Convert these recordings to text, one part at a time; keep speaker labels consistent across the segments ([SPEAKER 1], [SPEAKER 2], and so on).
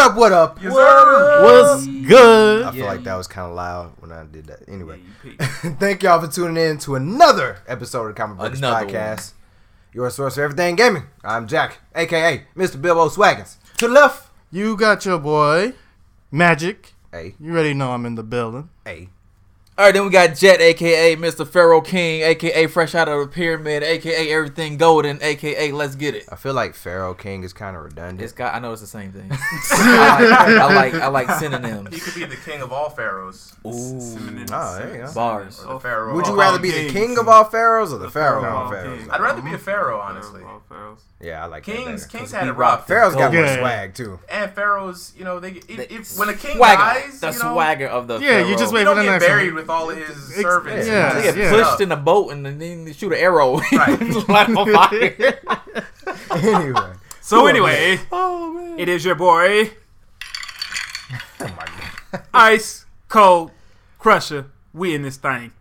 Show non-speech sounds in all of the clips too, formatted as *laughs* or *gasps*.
[SPEAKER 1] up? What up?
[SPEAKER 2] Yes, sir.
[SPEAKER 3] What's
[SPEAKER 1] I
[SPEAKER 3] good?
[SPEAKER 1] feel
[SPEAKER 2] Yeah.
[SPEAKER 1] like that was kind of loud when I did that. Anyway,
[SPEAKER 2] Yeah, you
[SPEAKER 1] *laughs*
[SPEAKER 2] peeped.
[SPEAKER 1] thank y'all for tuning in to another episode of the Comic Book
[SPEAKER 3] Another
[SPEAKER 1] Podcast. Your source for everything gaming. I'm Jack, aka Mr. Bilbo Swaggins. To the left,
[SPEAKER 3] You got your boy, Magic.
[SPEAKER 1] hey,
[SPEAKER 3] You already know I'm in the building.
[SPEAKER 1] hey,
[SPEAKER 4] All right, then we got Jet, aka Mr. Pharaoh King, aka Fresh Out of the Pyramid, aka Everything Golden, aka Let's Get It.
[SPEAKER 1] I feel like Pharaoh King is kind of redundant.
[SPEAKER 4] It's got. I know it's the same *laughs* thing. I, like, I like. I like
[SPEAKER 2] he
[SPEAKER 4] synonyms.
[SPEAKER 2] could be the king of all pharaohs.
[SPEAKER 4] Ooh.
[SPEAKER 2] Synonyms.
[SPEAKER 1] Oh, there you go.
[SPEAKER 4] Bars.
[SPEAKER 2] Or the pharaoh. of
[SPEAKER 1] Would you
[SPEAKER 2] all
[SPEAKER 1] rather be
[SPEAKER 2] kings.
[SPEAKER 1] the
[SPEAKER 3] kings.
[SPEAKER 1] king of all pharaohs or the, pharaoh,
[SPEAKER 5] pharaoh
[SPEAKER 1] of all
[SPEAKER 5] of all
[SPEAKER 1] pharaohs?
[SPEAKER 5] kings.
[SPEAKER 2] I'd rather be a pharaoh, honestly.
[SPEAKER 5] All pharaohs.
[SPEAKER 1] Yeah, I like that
[SPEAKER 2] Kings,
[SPEAKER 1] better.
[SPEAKER 2] kings
[SPEAKER 4] Cause
[SPEAKER 2] had
[SPEAKER 4] he
[SPEAKER 2] it rough.
[SPEAKER 4] rocked it.
[SPEAKER 1] Pharaoh's got more
[SPEAKER 3] Yeah.
[SPEAKER 1] swag too. *laughs*
[SPEAKER 2] and pharaohs, you know, they if, if when a king
[SPEAKER 4] swagger.
[SPEAKER 2] dies,
[SPEAKER 4] the
[SPEAKER 2] you know,
[SPEAKER 4] swagger of the.
[SPEAKER 3] Yeah, you
[SPEAKER 4] pharaoh.
[SPEAKER 3] just
[SPEAKER 2] He
[SPEAKER 3] wait for
[SPEAKER 2] don't
[SPEAKER 3] the
[SPEAKER 2] get
[SPEAKER 3] next
[SPEAKER 2] buried
[SPEAKER 3] one.
[SPEAKER 2] with all of his
[SPEAKER 3] Ex-
[SPEAKER 2] servants.
[SPEAKER 3] yeah,
[SPEAKER 2] and
[SPEAKER 4] They get
[SPEAKER 3] yeah.
[SPEAKER 4] pushed in a boat and then they shoot an arrow.
[SPEAKER 2] *laughs*
[SPEAKER 4] *laughs*
[SPEAKER 2] Right.
[SPEAKER 6] *laughs*
[SPEAKER 4] Light 'em
[SPEAKER 3] *laughs*
[SPEAKER 4] on fire.
[SPEAKER 1] anyway,
[SPEAKER 5] So anyway,
[SPEAKER 4] Oh man.
[SPEAKER 5] it is your boy
[SPEAKER 1] oh my god,
[SPEAKER 5] Ice Cold Crusher. We in this thing.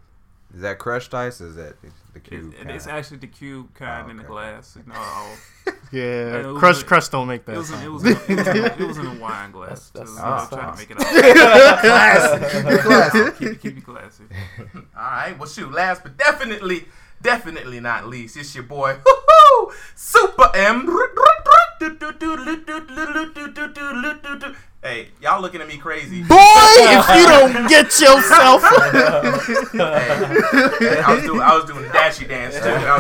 [SPEAKER 1] is that crushed ice? Or is that the cube?
[SPEAKER 5] It- it's
[SPEAKER 1] kind?
[SPEAKER 5] actually the cube kind
[SPEAKER 1] Oh,
[SPEAKER 5] in the
[SPEAKER 1] okay.
[SPEAKER 5] glass. You know, oh,
[SPEAKER 3] Yeah,
[SPEAKER 5] Hey, who's
[SPEAKER 3] Crush,
[SPEAKER 5] it?
[SPEAKER 3] Crush don't make that.
[SPEAKER 5] it, was in, it,
[SPEAKER 3] sound.
[SPEAKER 5] was in, it, was in, it was in a wine glass. too.
[SPEAKER 4] That's-
[SPEAKER 5] you
[SPEAKER 4] that's-
[SPEAKER 5] know, I'm
[SPEAKER 1] that's
[SPEAKER 5] trying to make
[SPEAKER 6] *laughs*
[SPEAKER 5] it all. keep, keep it classy.
[SPEAKER 2] All right. Well, shoot. Last but definitely, definitely not least, it's your boy, hoo-hoo, Super M. Hey, y'all looking at me
[SPEAKER 3] *laughs*
[SPEAKER 2] crazy.
[SPEAKER 3] Boy, if you don't get yourself. *laughs*
[SPEAKER 2] Hey, I was doing, I was doing the dashy dance too. I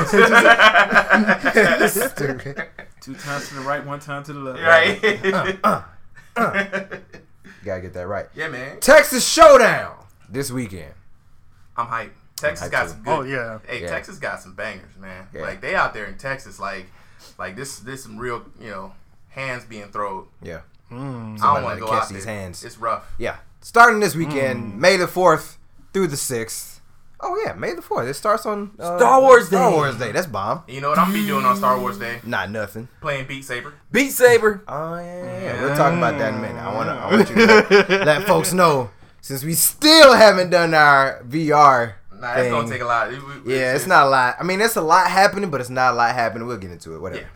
[SPEAKER 2] *laughs* was-
[SPEAKER 1] *laughs* Stupid.
[SPEAKER 5] Two times to the right, one time to the left.
[SPEAKER 2] right.
[SPEAKER 1] Gotta get that right.
[SPEAKER 2] *laughs* yeah, man.
[SPEAKER 1] Texas Showdown this weekend.
[SPEAKER 2] I'm hyped. Texas
[SPEAKER 1] hyped
[SPEAKER 2] got
[SPEAKER 1] too.
[SPEAKER 2] some good.
[SPEAKER 3] Oh yeah.
[SPEAKER 2] Hey,
[SPEAKER 1] Yeah.
[SPEAKER 2] Texas got some bangers, man.
[SPEAKER 1] Yeah.
[SPEAKER 2] Like they out there in Texas, like, like this, this some real, you know, hands being thrown.
[SPEAKER 1] Yeah,
[SPEAKER 3] Mm.
[SPEAKER 1] Somebody
[SPEAKER 2] I don't
[SPEAKER 1] gotta
[SPEAKER 2] want to go
[SPEAKER 1] catch
[SPEAKER 2] out
[SPEAKER 1] these
[SPEAKER 2] there.
[SPEAKER 1] hands.
[SPEAKER 2] It's rough.
[SPEAKER 1] yeah. Starting this
[SPEAKER 4] Hmm.
[SPEAKER 1] weekend, May the fourth through the sixth. Oh yeah, May the fourth. It starts on uh,
[SPEAKER 4] Star Wars
[SPEAKER 1] Star
[SPEAKER 4] Day.
[SPEAKER 1] Wars Day. That's bomb.
[SPEAKER 2] You know what I'm gonna be doing on Star Wars Day?
[SPEAKER 1] Not nothing.
[SPEAKER 2] Playing Beat Saber.
[SPEAKER 4] *laughs* Beat Saber.
[SPEAKER 1] Oh yeah, yeah. we'll talk about that in a minute. I wanna, I want you
[SPEAKER 4] *laughs*
[SPEAKER 1] to let, let folks know since we still haven't done our VR.
[SPEAKER 2] Nah, that's gonna
[SPEAKER 1] thing.
[SPEAKER 2] take a lot. It- it-
[SPEAKER 1] Yeah, it's not a lot. I mean, it's a lot happening, but it's not a lot happening. We'll get into it, whatever.
[SPEAKER 2] Yeah.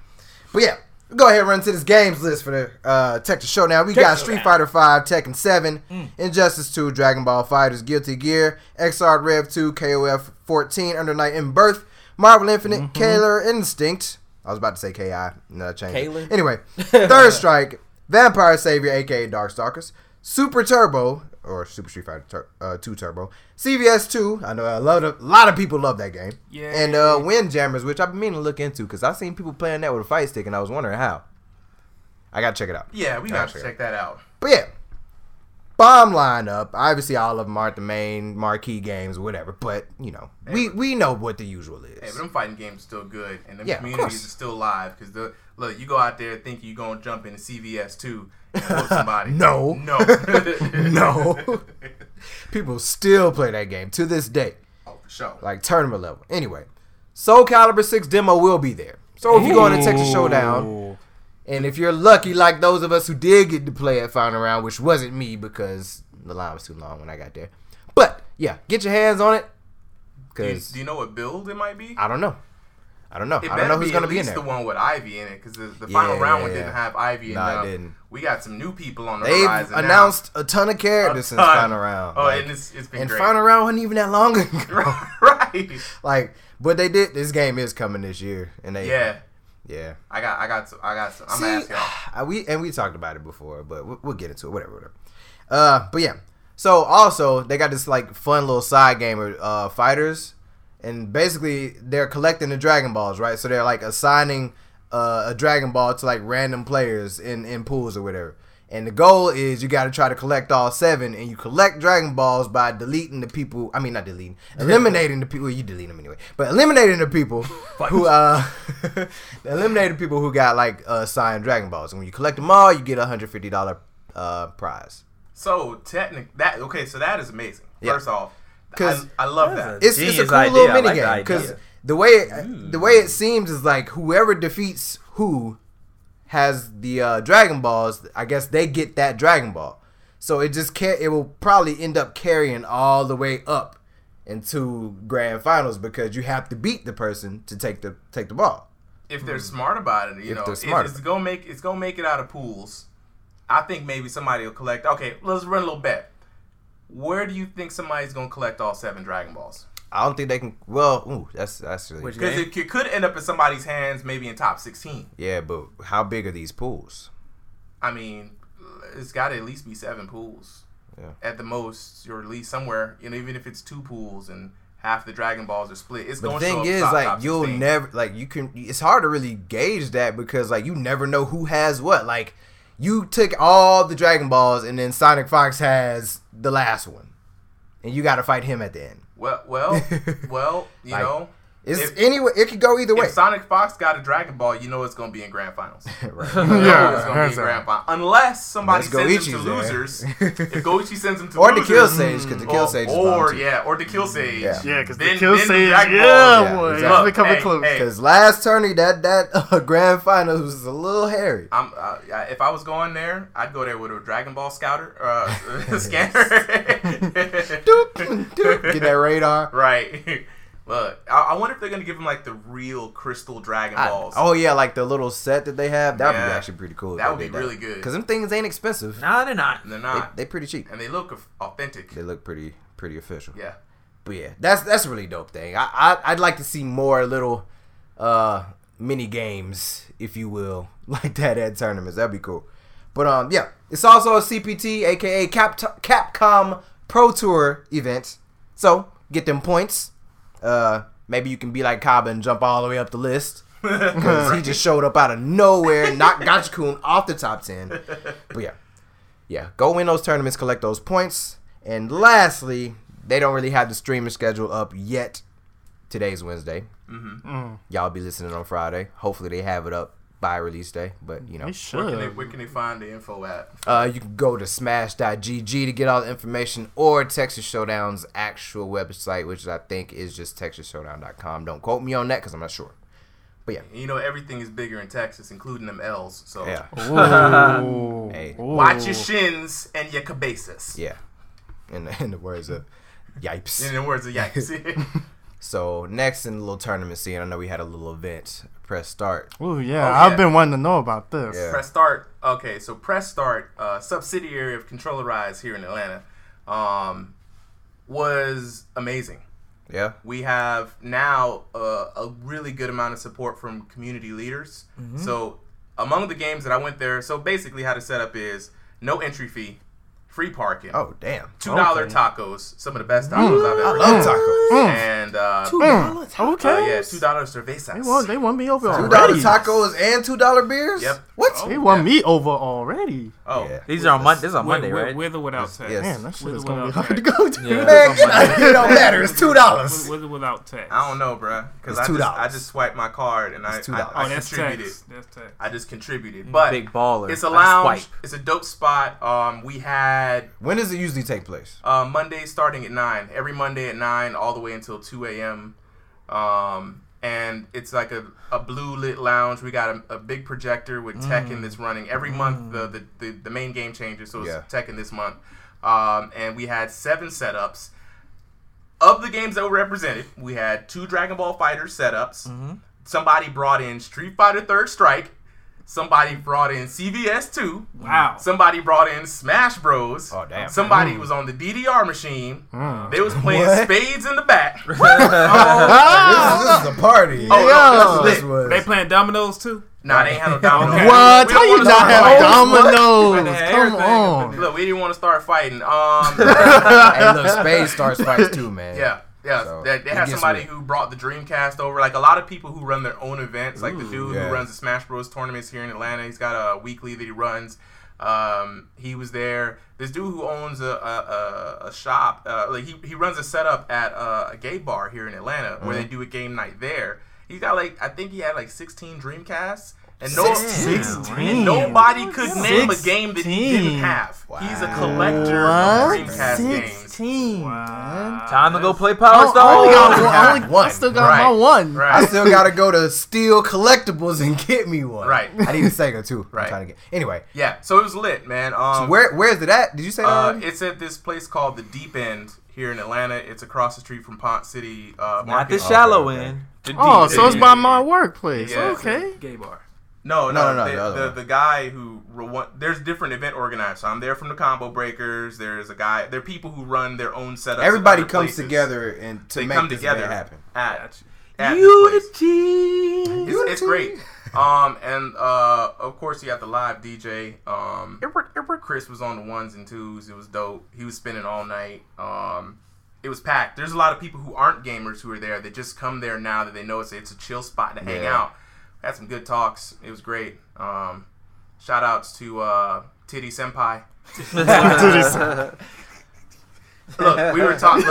[SPEAKER 1] But yeah, we'll go ahead and run to this games list for the uh, Tech to Show. Now we got Street Fighter Five, Tekken Seven, Injustice Two, Dragon Ball Fighters, Guilty Gear, XR Rev Two, KOF Fourteen, Under Night in Birth, Marvel Infinite, Killer Instinct. I was about to say KI, no, I changed. it.
[SPEAKER 4] Kaler?
[SPEAKER 1] Anyway, Third Strike, Vampire Savior, aka Darkstalkers, Super Turbo or Super Street Fighter Tur- uh, Two Turbo, CVS Two. I know a lot of lot of people love that game.
[SPEAKER 5] Yeah.
[SPEAKER 1] And uh, Windjammers, which I've been meaning to look into because I've seen people playing that with a fight stick, and I was wondering how. I gotta check it out.
[SPEAKER 2] Yeah, we
[SPEAKER 1] I
[SPEAKER 2] gotta
[SPEAKER 1] check it
[SPEAKER 2] check that out.
[SPEAKER 1] But yeah, bomb lineup. Obviously, all of them aren't the main marquee games, or whatever. But you know, we we know what the usual is.
[SPEAKER 2] Hey, but them fighting games are still good, and them
[SPEAKER 1] Yeah, of
[SPEAKER 2] communities
[SPEAKER 1] course.
[SPEAKER 2] are still live. Cause the look, you go out there thinking you're gonna jump into CVS too and whoop somebody.
[SPEAKER 1] *laughs* No. *laughs*
[SPEAKER 2] no, *laughs*
[SPEAKER 1] No. people still play that game to this day.
[SPEAKER 2] oh, for sure.
[SPEAKER 1] like tournament level. Anyway, Soul Calibur 6 demo will be there. So if you go into Texas Showdown, and if you're lucky, like those of us who did get to play at final round, which wasn't me because the line was too long when I got there. But yeah, get your hands on it
[SPEAKER 2] do, you,
[SPEAKER 1] because
[SPEAKER 2] do you know what build it might be?
[SPEAKER 1] I don't know. I don't know.
[SPEAKER 2] It
[SPEAKER 1] I don't know who's
[SPEAKER 2] going
[SPEAKER 1] gonna
[SPEAKER 2] to
[SPEAKER 1] be in
[SPEAKER 2] the
[SPEAKER 1] there.
[SPEAKER 2] one with Ivy in it, because the, the final
[SPEAKER 1] Yeah,
[SPEAKER 2] round one
[SPEAKER 1] yeah,
[SPEAKER 2] didn't
[SPEAKER 1] yeah.
[SPEAKER 2] have Ivy in
[SPEAKER 1] Nah, it
[SPEAKER 2] it.
[SPEAKER 1] didn't.
[SPEAKER 2] We got some new people on the
[SPEAKER 1] They've
[SPEAKER 2] horizon now.
[SPEAKER 1] announced a ton of
[SPEAKER 2] A
[SPEAKER 1] characters since
[SPEAKER 2] ton.
[SPEAKER 1] final round.
[SPEAKER 2] Oh,
[SPEAKER 1] like-
[SPEAKER 2] and it's, it's been
[SPEAKER 1] and
[SPEAKER 2] great. *laughs*
[SPEAKER 1] final round wasn't even that long ago. *laughs*
[SPEAKER 2] right.
[SPEAKER 1] like, but they did. This game is coming this year, and they
[SPEAKER 2] Yeah.
[SPEAKER 1] yeah.
[SPEAKER 2] I got, I got, some, I got some. I'm
[SPEAKER 1] See,
[SPEAKER 2] gonna
[SPEAKER 1] *sighs*
[SPEAKER 2] ask y'all.
[SPEAKER 1] I- we and we talked about it before, but we'll, we'll get into it. Whatever, whatever. Uh, but yeah. So also they got this like fun little side game of uh, fighters, and basically they're collecting the Dragon Balls, right? So they're like assigning uh, a Dragon Ball to like random players in in pools or whatever. And the goal is you got to try to collect all seven, and you collect Dragon Balls by deleting the people. I mean, not deleting, eliminating the people. You delete them anyway, but eliminating the people who uh, *laughs* eliminating people who got like uh, signed Dragon Balls. And when you collect them all, you get a hundred fifty dollar uh, prize.
[SPEAKER 2] So technic that okay, so that is amazing.
[SPEAKER 1] Yeah.
[SPEAKER 2] First off,
[SPEAKER 1] 'Cause-
[SPEAKER 2] I, I love that.
[SPEAKER 1] It's, it's a
[SPEAKER 3] Genius
[SPEAKER 1] cool
[SPEAKER 3] idea.
[SPEAKER 1] little
[SPEAKER 3] I
[SPEAKER 1] mini
[SPEAKER 3] like the
[SPEAKER 1] game
[SPEAKER 3] idea.
[SPEAKER 1] because the way it, the way it seems is like whoever defeats who has the uh, Dragon Balls, I guess they get that Dragon Ball. So it just can't. It will probably end up carrying all the way up into grand finals because you have to beat the person to take the take the ball.
[SPEAKER 2] if they're smart about it, you
[SPEAKER 1] If
[SPEAKER 2] know,
[SPEAKER 1] they're
[SPEAKER 2] it-
[SPEAKER 1] smart
[SPEAKER 2] it's
[SPEAKER 1] about
[SPEAKER 2] gonna make it's gonna make it out of pools. I think maybe somebody will collect. Okay, let's run a little bet. Where do you think somebody's gonna collect all seven Dragon Balls?
[SPEAKER 1] I don't think they can. Well, ooh, that's that's really
[SPEAKER 5] Which-
[SPEAKER 2] Because
[SPEAKER 5] Okay.
[SPEAKER 2] it, it could end up in somebody's hands, maybe in top sixteen.
[SPEAKER 1] yeah. But how big are these pools?
[SPEAKER 2] I mean, it's got to at least be seven pools.
[SPEAKER 1] Yeah.
[SPEAKER 2] At the most, or at least somewhere, you know, even if it's two pools and half the Dragon Balls are split, it's
[SPEAKER 1] But the
[SPEAKER 2] going to
[SPEAKER 1] thing
[SPEAKER 2] show up
[SPEAKER 1] is,
[SPEAKER 2] top,
[SPEAKER 1] like,
[SPEAKER 2] top
[SPEAKER 1] you'll
[SPEAKER 2] 16.
[SPEAKER 1] never, like, you can, it's hard to really gauge that because, like, you never know who has what. Like, you took all the Dragon Balls and then Sonic Fox has the last one. And you got to fight him at the end.
[SPEAKER 2] Well,
[SPEAKER 1] *laughs*
[SPEAKER 2] well, well, you
[SPEAKER 1] Like,
[SPEAKER 2] know,
[SPEAKER 1] It's
[SPEAKER 2] If-
[SPEAKER 1] anyway, it could go either way.
[SPEAKER 2] if
[SPEAKER 1] *laughs*
[SPEAKER 2] Sonic Fox got a Dragon Ball, you know it's going to be in Grand Finals.
[SPEAKER 1] Right.
[SPEAKER 2] You know
[SPEAKER 3] Yeah,
[SPEAKER 2] it's going
[SPEAKER 3] that's
[SPEAKER 2] to be in
[SPEAKER 3] right.
[SPEAKER 2] Grand Finals. Unless somebody
[SPEAKER 1] Unless
[SPEAKER 2] sends him
[SPEAKER 1] Goichi's
[SPEAKER 2] to
[SPEAKER 1] there. *laughs*
[SPEAKER 2] losers. if Goichi sends him to
[SPEAKER 1] Or the
[SPEAKER 2] losers.
[SPEAKER 1] Kill Sage, because the Kill
[SPEAKER 2] or-
[SPEAKER 1] Sage is
[SPEAKER 2] Or,
[SPEAKER 1] volunteer.
[SPEAKER 2] yeah, or the Kill Sage.
[SPEAKER 1] Yeah.
[SPEAKER 3] Yeah, because the
[SPEAKER 2] Then-
[SPEAKER 3] kill
[SPEAKER 2] then the
[SPEAKER 3] sage.
[SPEAKER 2] Dragon Ball.
[SPEAKER 3] yeah,
[SPEAKER 1] Yeah,
[SPEAKER 3] boy.
[SPEAKER 1] exactly.
[SPEAKER 3] It's becoming
[SPEAKER 2] Hey,
[SPEAKER 3] close.
[SPEAKER 2] hey.
[SPEAKER 1] Because last tourney, that that *laughs* uh, grand finals was a little hairy.
[SPEAKER 2] I'm, uh, I- if I was going there, I'd go there with a Dragon Ball scouter,
[SPEAKER 1] *laughs*
[SPEAKER 2] uh, *laughs* scanner.
[SPEAKER 1] Get that
[SPEAKER 2] *laughs*
[SPEAKER 1] radar.
[SPEAKER 2] right. Look, I, I wonder if they're gonna give him like the real crystal Dragon
[SPEAKER 1] I-
[SPEAKER 2] Balls.
[SPEAKER 1] oh yeah, like the little set that they have. That would be
[SPEAKER 2] Yeah.
[SPEAKER 1] actually pretty cool.
[SPEAKER 2] That would be really good.
[SPEAKER 1] Because them things ain't expensive.
[SPEAKER 5] Nah, they're not.
[SPEAKER 2] and they're
[SPEAKER 1] They,
[SPEAKER 2] not,
[SPEAKER 1] they pretty cheap.
[SPEAKER 2] and they look of- authentic.
[SPEAKER 1] They look pretty pretty official.
[SPEAKER 2] Yeah.
[SPEAKER 1] But yeah, that's that's a really dope thing. I, I I'd like to see more little uh mini games, if you will, *laughs* like that at tournaments. That'd be cool. But um yeah, it's also a CPT, aka Cap Capcom Pro Tour event. So get them points. Uh, maybe you can be like Kaba and jump all the way up the list. 'Cause he just showed up out of nowhere, knocked Gachikun off the top ten. But yeah, yeah, go win those tournaments, collect those points. And lastly, they don't really have the streaming schedule up yet. Today's Wednesday. Y'all be listening on Friday. Hopefully, they have it up by release day. But you know,
[SPEAKER 3] They
[SPEAKER 2] Where can, they,
[SPEAKER 3] should.
[SPEAKER 2] where can they find the info at?
[SPEAKER 1] uh, you can go to smash.gg to get all the information or Texas Showdown's actual website, which I think is just texasshowdown.com. Don't quote me on that because I'm not sure.
[SPEAKER 2] You know everything is bigger in Texas, including them L's. So
[SPEAKER 1] Yeah.
[SPEAKER 3] Ooh.
[SPEAKER 1] Hey.
[SPEAKER 3] Ooh.
[SPEAKER 2] watch your shins and your cabezas.
[SPEAKER 1] Yeah. In the, in the words of yipes.
[SPEAKER 2] In the words of
[SPEAKER 1] *laughs*
[SPEAKER 2] Yankees. *laughs*
[SPEAKER 1] So, next in the little tournament scene, I know we had a little event. Press start.
[SPEAKER 3] Ooh, yeah.
[SPEAKER 2] Oh, yeah.
[SPEAKER 3] I've been wanting to know about this.
[SPEAKER 1] Yeah.
[SPEAKER 2] Press Start. Okay, so Press Start, uh, subsidiary of Controllerize here in Atlanta, um, was amazing.
[SPEAKER 1] Yeah.
[SPEAKER 2] We have now uh, a really good amount of support from community leaders.
[SPEAKER 1] Mm-hmm.
[SPEAKER 2] So among the games that I went there, so basically how the setup is no entry fee, free parking,
[SPEAKER 1] Oh, damn.
[SPEAKER 2] two dollar
[SPEAKER 3] okay.
[SPEAKER 2] tacos, some of the best tacos I've ever
[SPEAKER 1] Love
[SPEAKER 2] had,
[SPEAKER 1] tacos.
[SPEAKER 2] and uh,
[SPEAKER 5] Two
[SPEAKER 2] uh,
[SPEAKER 5] dollars.
[SPEAKER 3] Mm, Okay.
[SPEAKER 2] yeah, two dollar cervezas.
[SPEAKER 3] They want they want me over
[SPEAKER 1] Two dollar
[SPEAKER 3] already.
[SPEAKER 1] tacos and two dollar beers.
[SPEAKER 2] Yep.
[SPEAKER 1] What?
[SPEAKER 2] Oh.
[SPEAKER 3] They want
[SPEAKER 2] Yeah.
[SPEAKER 3] me over already.
[SPEAKER 2] Oh,
[SPEAKER 1] Yeah.
[SPEAKER 4] These are on Monday. This is on
[SPEAKER 5] With,
[SPEAKER 4] Monday,
[SPEAKER 5] with-
[SPEAKER 4] right?
[SPEAKER 5] with or without tax.
[SPEAKER 1] yes.
[SPEAKER 3] Man, that shit
[SPEAKER 5] With-
[SPEAKER 3] is gonna be
[SPEAKER 5] without
[SPEAKER 3] hard to
[SPEAKER 5] tax.
[SPEAKER 3] go to.
[SPEAKER 4] Yeah.
[SPEAKER 1] Man, get out of here. It don't matter. It's two dollars.
[SPEAKER 2] *laughs*
[SPEAKER 5] With, with or without tax.
[SPEAKER 2] I don't know, bruh, because
[SPEAKER 1] It's
[SPEAKER 2] I just
[SPEAKER 1] $2.
[SPEAKER 2] I just swiped my card and I,
[SPEAKER 1] It's
[SPEAKER 2] I,
[SPEAKER 1] $2.
[SPEAKER 2] I
[SPEAKER 5] Oh, that's
[SPEAKER 2] contributed.
[SPEAKER 5] tax. That's tax.
[SPEAKER 2] I just contributed, but
[SPEAKER 4] Mm, Big baller.
[SPEAKER 2] it's a
[SPEAKER 4] I
[SPEAKER 2] lounge.
[SPEAKER 4] swipe.
[SPEAKER 2] It's a dope spot. Um, we had
[SPEAKER 1] When does it usually take place?
[SPEAKER 2] uh, Monday starting at nine. Every Monday at nine, all the way until two a.m. Um, and it's like a, a blue lit lounge. We got a, a big projector with Tekken that's running every month. The, the the the main game changes, so it's
[SPEAKER 1] Yeah.
[SPEAKER 2] Tekken this month. Um, and we had seven setups. Of the games that were represented, we had two Dragon Ball Fighter setups. Somebody brought in Street Fighter Third Strike. Somebody brought in CVS Two.
[SPEAKER 5] Wow.
[SPEAKER 2] Somebody brought in Smash Bros.
[SPEAKER 1] Oh, damn.
[SPEAKER 2] Somebody
[SPEAKER 3] Mm.
[SPEAKER 2] was on the DDR machine. They was playing
[SPEAKER 1] What?
[SPEAKER 2] spades in
[SPEAKER 3] *laughs*
[SPEAKER 2] the back. oh,
[SPEAKER 1] this, is, this is a party.
[SPEAKER 2] oh, no,
[SPEAKER 1] this
[SPEAKER 2] that's lit.
[SPEAKER 1] was. *laughs*
[SPEAKER 5] they playing dominoes too.
[SPEAKER 2] Nah, they ain't had no dominoes.
[SPEAKER 5] Okay.
[SPEAKER 3] What?
[SPEAKER 2] We
[SPEAKER 3] How
[SPEAKER 2] don't
[SPEAKER 3] you
[SPEAKER 2] wanna
[SPEAKER 3] not
[SPEAKER 2] start
[SPEAKER 3] have
[SPEAKER 2] fighting.
[SPEAKER 3] dominoes?
[SPEAKER 4] Everything.
[SPEAKER 3] Come on.
[SPEAKER 2] Look, we didn't want to start fighting.
[SPEAKER 3] *laughs*
[SPEAKER 2] Um,
[SPEAKER 1] hey, look, Spade starts fights too, man.
[SPEAKER 2] yeah, yeah.
[SPEAKER 1] So,
[SPEAKER 2] they they
[SPEAKER 1] it
[SPEAKER 2] had
[SPEAKER 1] gets
[SPEAKER 2] somebody
[SPEAKER 1] real.
[SPEAKER 2] who brought the Dreamcast over. Like a lot of people who run their own events, like the dude
[SPEAKER 1] yeah.
[SPEAKER 2] who runs the Smash Bros. tournaments here in Atlanta. He's got a weekly that he runs. Um, he was there. This dude who owns a a, a, a shop, uh, like he, he runs a setup at uh, a gay bar here in Atlanta where they
[SPEAKER 1] Mm-hmm.
[SPEAKER 2] do a game night there. He's got like I think he had like 16 Dreamcasts. And no,
[SPEAKER 1] Sixteen.
[SPEAKER 2] and nobody could name a game that he didn't
[SPEAKER 3] Sixteen.
[SPEAKER 2] have. He's a
[SPEAKER 1] Wow.
[SPEAKER 2] collector
[SPEAKER 3] What?
[SPEAKER 2] of Dreamcast games.
[SPEAKER 3] 16. man.
[SPEAKER 5] Wow.
[SPEAKER 4] Time to go
[SPEAKER 2] Oh,
[SPEAKER 4] play
[SPEAKER 3] I
[SPEAKER 4] Power
[SPEAKER 3] only got one-
[SPEAKER 4] Stone.
[SPEAKER 3] I only- I still got my
[SPEAKER 2] Right.
[SPEAKER 3] one.
[SPEAKER 2] Right.
[SPEAKER 1] I still gotta go to Steel Collectibles and get me one.
[SPEAKER 2] Right.
[SPEAKER 1] I need a Sega too.
[SPEAKER 2] Right.
[SPEAKER 1] I'm trying to get. Anyway,
[SPEAKER 2] Yeah, so it was lit, man. Um,
[SPEAKER 1] where um, where's it at? Did you say that?
[SPEAKER 2] uh,
[SPEAKER 1] already?
[SPEAKER 2] it's at this place called the Deep End here in Atlanta. It's across the street from Pont City uh,
[SPEAKER 4] Not
[SPEAKER 2] Market.
[SPEAKER 4] the shallow
[SPEAKER 1] okay.
[SPEAKER 4] end. The
[SPEAKER 3] Oh,
[SPEAKER 4] deep
[SPEAKER 3] so it's
[SPEAKER 4] end.
[SPEAKER 3] by my workplace.
[SPEAKER 2] Yeah.
[SPEAKER 3] Okay.
[SPEAKER 5] Gay bar.
[SPEAKER 2] No,
[SPEAKER 1] No, no, no,
[SPEAKER 2] no,
[SPEAKER 1] the
[SPEAKER 2] the,
[SPEAKER 1] other
[SPEAKER 2] the,
[SPEAKER 1] one.
[SPEAKER 2] the guy who ru- what- there's different event organizers. So I'm there from the Combo Breakers. There's a guy. There are people who run their own setups. at
[SPEAKER 1] Everybody
[SPEAKER 2] other
[SPEAKER 1] comes
[SPEAKER 2] places.
[SPEAKER 1] together and to
[SPEAKER 2] They
[SPEAKER 1] make
[SPEAKER 2] come
[SPEAKER 1] this
[SPEAKER 2] together
[SPEAKER 1] event happen.
[SPEAKER 2] At,
[SPEAKER 5] Got you.
[SPEAKER 2] at this place.
[SPEAKER 4] Unity.
[SPEAKER 2] It's, it's great. Um, and uh, of course you got the live DJ. Um, Chris was on the ones and twos. It was dope. He was spinning all night. Um, it was packed. There's a lot of people who aren't gamers who are there. They just come there now that they know it's it's a chill spot to hang
[SPEAKER 1] Yeah.
[SPEAKER 2] out. Had some good talks. It was great. Um, shout outs to uh, Titty Senpai.
[SPEAKER 4] *laughs*
[SPEAKER 2] Look, we were talking.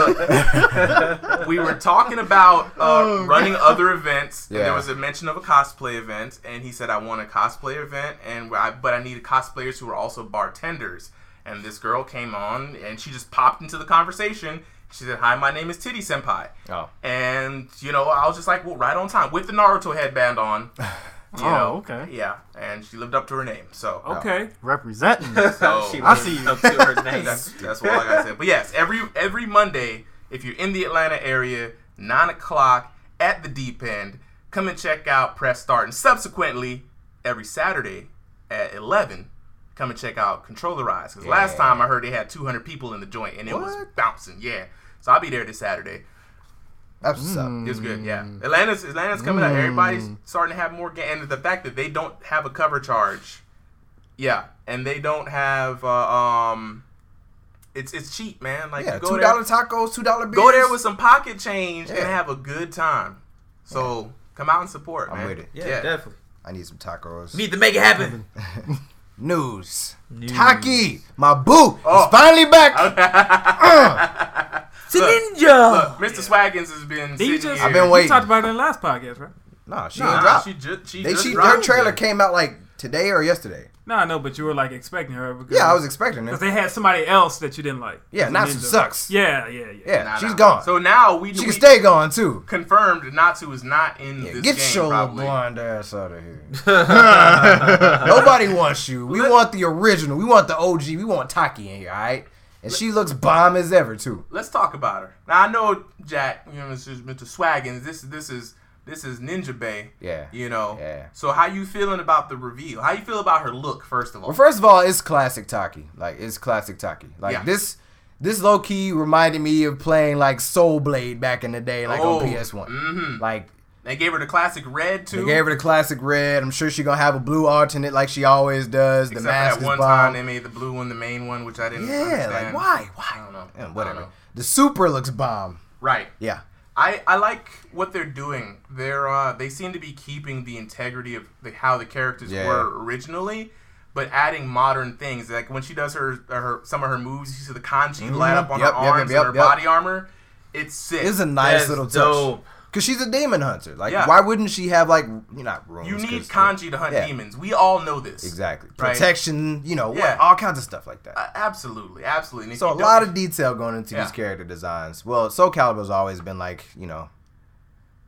[SPEAKER 1] *laughs*
[SPEAKER 2] we were talking about uh, running other events. And
[SPEAKER 1] Yeah.
[SPEAKER 2] there was a mention of a cosplay event, and he said, "I want a cosplay event, and I, but I need cosplayers who are also bartenders." And this girl came on, and she just popped into the conversation. She said, "Hi, my name is Titty Senpai."
[SPEAKER 1] Oh.
[SPEAKER 2] And you know, I was just like, "Well, right on time with the Naruto
[SPEAKER 1] *laughs*
[SPEAKER 2] headband on." You know,
[SPEAKER 5] okay.
[SPEAKER 2] Yeah, and she lived up to her name. So
[SPEAKER 1] Oh.
[SPEAKER 2] Oh.
[SPEAKER 5] Okay.
[SPEAKER 3] Representing.
[SPEAKER 1] *laughs*
[SPEAKER 2] So-
[SPEAKER 6] She
[SPEAKER 3] I
[SPEAKER 6] lives
[SPEAKER 3] see you.
[SPEAKER 6] Up to her name.
[SPEAKER 2] that's that's all I gotta say. But yes, every every Monday, if you're in the Atlanta area, nine o'clock at the deep end, come and check out Press Start. And subsequently, every Saturday at eleven, come and check out Controllerize. Because last
[SPEAKER 1] Yeah.
[SPEAKER 2] time I heard they had 200 people in the joint and it was
[SPEAKER 1] What?
[SPEAKER 2] bouncing. Yeah, so I'll be there this Saturday.
[SPEAKER 1] That's what's up.
[SPEAKER 2] It's good, yeah.
[SPEAKER 1] Mm.
[SPEAKER 2] Atlanta's Atlanta's coming up. Everybody's starting to have more game, and the fact that they don't have a cover charge, yeah, and they don't have uh, um, it's it's cheap, man. Like
[SPEAKER 1] Yeah,
[SPEAKER 2] you go
[SPEAKER 1] two
[SPEAKER 2] there,
[SPEAKER 1] dollar tacos, two dollar beers.
[SPEAKER 2] go there with some pocket change and
[SPEAKER 1] Yeah.
[SPEAKER 2] have a good time. So come out and support.
[SPEAKER 1] I'm
[SPEAKER 2] man.
[SPEAKER 1] with it.
[SPEAKER 6] Yeah, definitely.
[SPEAKER 1] I need some tacos.
[SPEAKER 4] Need to make it happen.
[SPEAKER 1] News. Taki, my boo,
[SPEAKER 2] Oh.
[SPEAKER 1] is finally back.
[SPEAKER 4] It's a ninja.
[SPEAKER 2] Look, Mr. Swaggins has been.
[SPEAKER 5] Did you
[SPEAKER 2] sitting
[SPEAKER 5] just,
[SPEAKER 2] here.
[SPEAKER 1] I've been waiting.
[SPEAKER 5] You talked about it in the last podcast, right?
[SPEAKER 1] Nah, she ain't
[SPEAKER 2] Nah,
[SPEAKER 1] dropped.
[SPEAKER 2] she just she
[SPEAKER 1] they,
[SPEAKER 2] just
[SPEAKER 1] she, her
[SPEAKER 2] dropped
[SPEAKER 1] trailer
[SPEAKER 2] it.
[SPEAKER 1] came out like today or yesterday.
[SPEAKER 5] No, I know, but you were like expecting her. Because,
[SPEAKER 1] Yeah, I was expecting
[SPEAKER 5] Because
[SPEAKER 1] it.
[SPEAKER 5] they had somebody else that you didn't like.
[SPEAKER 1] Yeah,
[SPEAKER 5] As a
[SPEAKER 1] Natsu
[SPEAKER 5] ninja.
[SPEAKER 1] sucks. Yeah,
[SPEAKER 5] Yeah, yeah, yeah.
[SPEAKER 2] Nah,
[SPEAKER 1] she's
[SPEAKER 2] nah.
[SPEAKER 1] gone.
[SPEAKER 2] So now we
[SPEAKER 1] she
[SPEAKER 2] we
[SPEAKER 1] can stay gone too.
[SPEAKER 2] confirmed Natsu is not in
[SPEAKER 1] Yeah,
[SPEAKER 2] this
[SPEAKER 1] get
[SPEAKER 2] game.
[SPEAKER 1] your little
[SPEAKER 2] probably.
[SPEAKER 1] blonde ass out of
[SPEAKER 2] *laughs*
[SPEAKER 1] here. *laughs* Nobody wants you. We want the original. We want the OG. We want Taki in here, all right? And she looks bomb as ever too.
[SPEAKER 2] let's talk about her. Now I know Jack, you know, this is Mr. Swaggins. This this is this is Ninja Bay.
[SPEAKER 1] Yeah.
[SPEAKER 2] You know.
[SPEAKER 1] Yeah.
[SPEAKER 2] So how you feeling about the reveal? How you feel about her look first of all?
[SPEAKER 1] Well, first of all, it's classic Taki. Like it's classic Taki. Like
[SPEAKER 2] Yeah.
[SPEAKER 1] this, this low key reminded me of playing like Soul Blade back in the day, like
[SPEAKER 2] Oh,
[SPEAKER 1] on PS One.
[SPEAKER 2] mhm.
[SPEAKER 1] Like
[SPEAKER 2] they gave her the classic red too.
[SPEAKER 1] They gave her the classic red. I'm sure she gonna have a blue alternate like she always does. The
[SPEAKER 2] Except
[SPEAKER 1] mask
[SPEAKER 2] for
[SPEAKER 1] is
[SPEAKER 2] that one
[SPEAKER 1] bomb.
[SPEAKER 2] time they made the blue one the main one, which I didn't
[SPEAKER 1] yeah,
[SPEAKER 2] understand.
[SPEAKER 1] like why? Why?
[SPEAKER 2] I don't know.
[SPEAKER 1] And
[SPEAKER 2] I
[SPEAKER 1] Eh, whatever.
[SPEAKER 2] don't know.
[SPEAKER 1] The super looks bomb.
[SPEAKER 2] Right.
[SPEAKER 1] Yeah.
[SPEAKER 2] I, I like what they're doing. They're uh, they seem to be keeping the integrity of the, how the characters
[SPEAKER 1] Yeah.
[SPEAKER 2] were originally, but adding modern things. Like when she does her her some of her moves, you see the kanji
[SPEAKER 1] Mm-hmm.
[SPEAKER 2] light up on
[SPEAKER 1] Yep,
[SPEAKER 2] her
[SPEAKER 1] yep, yep,
[SPEAKER 2] arms
[SPEAKER 1] yep,
[SPEAKER 2] and her
[SPEAKER 1] yep.
[SPEAKER 2] body armor. It's sick.
[SPEAKER 1] It's a nice
[SPEAKER 6] That's
[SPEAKER 1] little touch.
[SPEAKER 6] dope.
[SPEAKER 1] Cause she's a demon hunter. Like,
[SPEAKER 2] Yeah.
[SPEAKER 1] why wouldn't she have like you know, not runes?
[SPEAKER 2] you need
[SPEAKER 1] 'cause-
[SPEAKER 2] kanji to hunt
[SPEAKER 1] Yeah.
[SPEAKER 2] demons. We all know this.
[SPEAKER 1] Exactly.
[SPEAKER 2] Right.
[SPEAKER 1] Protection. You know,
[SPEAKER 2] Yeah.
[SPEAKER 1] what, all kinds of stuff like that.
[SPEAKER 2] Uh, absolutely, absolutely. And if
[SPEAKER 1] so a
[SPEAKER 2] you don't-
[SPEAKER 1] lot of detail going into
[SPEAKER 2] Yeah.
[SPEAKER 1] these character designs. Well, Soul Calibur's always been like you know.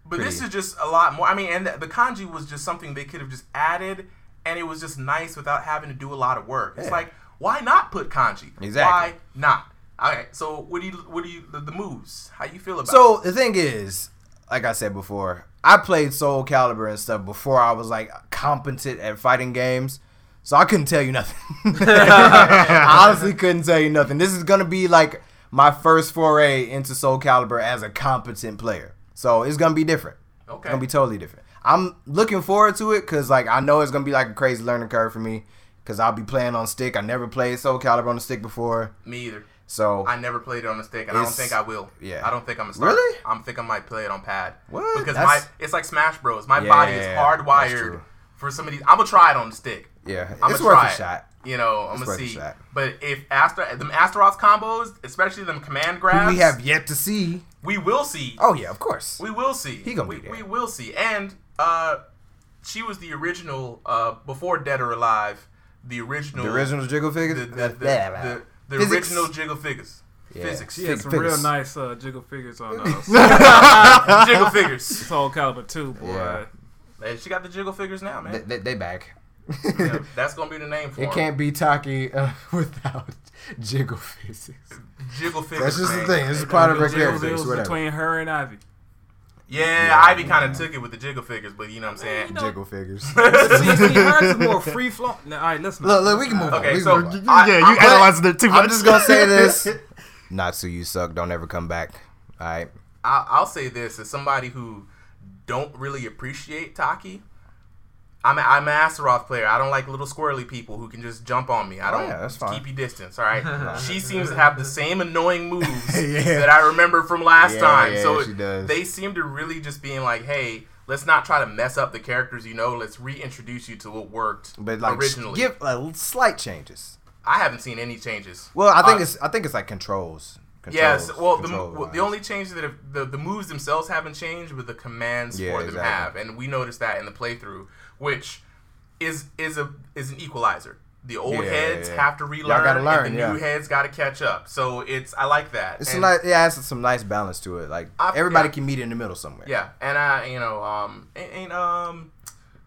[SPEAKER 2] But this
[SPEAKER 1] pretty.
[SPEAKER 2] is just a lot more. I mean, and the, the kanji was just something they could have just added, and it was just nice without having to do a lot of work. It's
[SPEAKER 1] Yeah.
[SPEAKER 2] like, why not put kanji?
[SPEAKER 1] Exactly.
[SPEAKER 2] Why not? All right. So what do you what do you the, the moves? How you feel about? it?
[SPEAKER 1] So the thing is, like I said before, I played Soul Calibur and stuff before I was like competent at fighting games. So I couldn't tell you
[SPEAKER 2] *laughs*
[SPEAKER 1] nothing. *laughs* I honestly couldn't tell you nothing. This is gonna be like my first foray into Soul Calibur as a competent player. So it's gonna be different.
[SPEAKER 2] okay.
[SPEAKER 1] It's gonna be totally different. I'm looking forward to it because like I know it's gonna be like a crazy learning curve for me. Cause I'll be playing on stick. I never played Soul Calibur on the stick before.
[SPEAKER 2] Me either.
[SPEAKER 1] So
[SPEAKER 2] I never played it on a stick, and I don't
[SPEAKER 1] It's-
[SPEAKER 2] think I will.
[SPEAKER 1] yeah.
[SPEAKER 2] I don't think I'm a start.
[SPEAKER 1] Really?
[SPEAKER 2] I'm think I might play it on pad.
[SPEAKER 1] What?
[SPEAKER 2] Because
[SPEAKER 1] That's-
[SPEAKER 2] my it's like Smash Bros. My body is
[SPEAKER 1] Yeah, that's
[SPEAKER 2] hardwired
[SPEAKER 1] true.
[SPEAKER 2] for some of these. I'm gonna try it on the stick.
[SPEAKER 1] yeah,
[SPEAKER 2] I'm
[SPEAKER 1] it's
[SPEAKER 2] gonna
[SPEAKER 1] worth
[SPEAKER 2] try
[SPEAKER 1] a
[SPEAKER 2] it.
[SPEAKER 1] shot.
[SPEAKER 2] You know, I'm
[SPEAKER 1] It's
[SPEAKER 2] gonna
[SPEAKER 1] worth a
[SPEAKER 2] see.
[SPEAKER 1] shot.
[SPEAKER 2] But if Astra, them Astaroth combos, especially them command grabs,
[SPEAKER 1] We have yet to see.
[SPEAKER 2] we will see.
[SPEAKER 1] Oh yeah, of course.
[SPEAKER 2] We will see.
[SPEAKER 1] He gonna
[SPEAKER 2] we,
[SPEAKER 1] be there.
[SPEAKER 2] we will see. And uh, she was the original uh, before Dead or Alive. The original.
[SPEAKER 1] The original jiggle
[SPEAKER 2] The,
[SPEAKER 1] figure.
[SPEAKER 2] the, the,
[SPEAKER 1] That's
[SPEAKER 2] the,
[SPEAKER 1] bad.
[SPEAKER 2] the
[SPEAKER 1] Physics.
[SPEAKER 2] original jiggle figures.
[SPEAKER 1] Yeah.
[SPEAKER 2] Physics.
[SPEAKER 5] She had some
[SPEAKER 1] Figures.
[SPEAKER 5] real nice uh, jiggle figures on
[SPEAKER 1] *laughs*
[SPEAKER 5] those.
[SPEAKER 2] *laughs* jiggle figures.
[SPEAKER 5] Soul Calibur 2, boy.
[SPEAKER 1] Yeah.
[SPEAKER 2] Man, she got the jiggle figures now,
[SPEAKER 1] They,
[SPEAKER 2] man.
[SPEAKER 1] they, they back.
[SPEAKER 2] Yeah, that's gonna be the name for
[SPEAKER 1] *laughs* It
[SPEAKER 2] 'em.
[SPEAKER 1] can't be Taki uh, *laughs* without jiggle physics.
[SPEAKER 2] Jiggle
[SPEAKER 1] That's
[SPEAKER 2] figures.
[SPEAKER 1] just the
[SPEAKER 2] man.
[SPEAKER 1] thing. This is part of her
[SPEAKER 5] Jiggle
[SPEAKER 1] character.
[SPEAKER 5] figures
[SPEAKER 1] *laughs* Whatever.
[SPEAKER 5] between her and Ivy.
[SPEAKER 2] Yeah, Ivy kind of took it with the jiggle figures, but you know what I'm saying.
[SPEAKER 5] you know-
[SPEAKER 1] Jiggle figures. *laughs*
[SPEAKER 5] See, hers is more free flow. All right, listen.
[SPEAKER 1] Look, look, we can move on.
[SPEAKER 2] Okay,
[SPEAKER 1] We can
[SPEAKER 2] so-
[SPEAKER 1] move on.
[SPEAKER 2] I-
[SPEAKER 6] yeah,
[SPEAKER 2] I'm
[SPEAKER 6] you
[SPEAKER 2] glad-
[SPEAKER 6] analyzed it too much.
[SPEAKER 1] I'm just gonna say
[SPEAKER 6] *laughs*
[SPEAKER 2] *laughs*
[SPEAKER 1] this. Natsu, you suck. Don't ever come back. All right.
[SPEAKER 2] I'll, I'll say this as somebody who don't really appreciate Taki. I'm a, I'm an Astaroth player. I don't like little squirrely people who can just jump on me. I
[SPEAKER 1] Oh,
[SPEAKER 2] don't
[SPEAKER 1] yeah, that's fine.
[SPEAKER 2] keep you distance.
[SPEAKER 1] *laughs*
[SPEAKER 2] All right. she seems to have the same annoying moves
[SPEAKER 1] Yeah.
[SPEAKER 2] that I remember from last
[SPEAKER 1] Yeah,
[SPEAKER 2] time.
[SPEAKER 1] yeah,
[SPEAKER 2] so
[SPEAKER 1] she
[SPEAKER 2] it-
[SPEAKER 1] does.
[SPEAKER 2] they seem to really just being like, hey. Let's not try to mess up the characters you know. Let's reintroduce you to what worked
[SPEAKER 1] But like,
[SPEAKER 2] originally.
[SPEAKER 1] give uh, slight changes.
[SPEAKER 2] I haven't seen any changes.
[SPEAKER 1] Well, I think
[SPEAKER 2] Uh,
[SPEAKER 1] it's I think it's like controls.
[SPEAKER 2] Yes.
[SPEAKER 1] Controls-
[SPEAKER 2] Well, the,
[SPEAKER 1] control
[SPEAKER 2] well,
[SPEAKER 1] wise.
[SPEAKER 2] the only change that have, the the moves themselves haven't changed, but the commands
[SPEAKER 1] Yeah,
[SPEAKER 2] for them
[SPEAKER 1] exactly.
[SPEAKER 2] have, and we noticed that in the playthrough, which is is a is an equalizer. The old
[SPEAKER 1] Yeah, yeah,
[SPEAKER 2] heads
[SPEAKER 1] yeah.
[SPEAKER 2] have to
[SPEAKER 1] Y'all
[SPEAKER 2] relearn,
[SPEAKER 1] gotta learn,
[SPEAKER 2] and the
[SPEAKER 1] yeah.
[SPEAKER 2] new heads got to catch up. So it's I like that.
[SPEAKER 1] it's a
[SPEAKER 2] And-
[SPEAKER 1] nice, it has some nice balance to it. Like
[SPEAKER 2] I-
[SPEAKER 1] everybody
[SPEAKER 2] yeah.
[SPEAKER 1] can meet in the middle somewhere.
[SPEAKER 2] Yeah, and I you know um and, and, um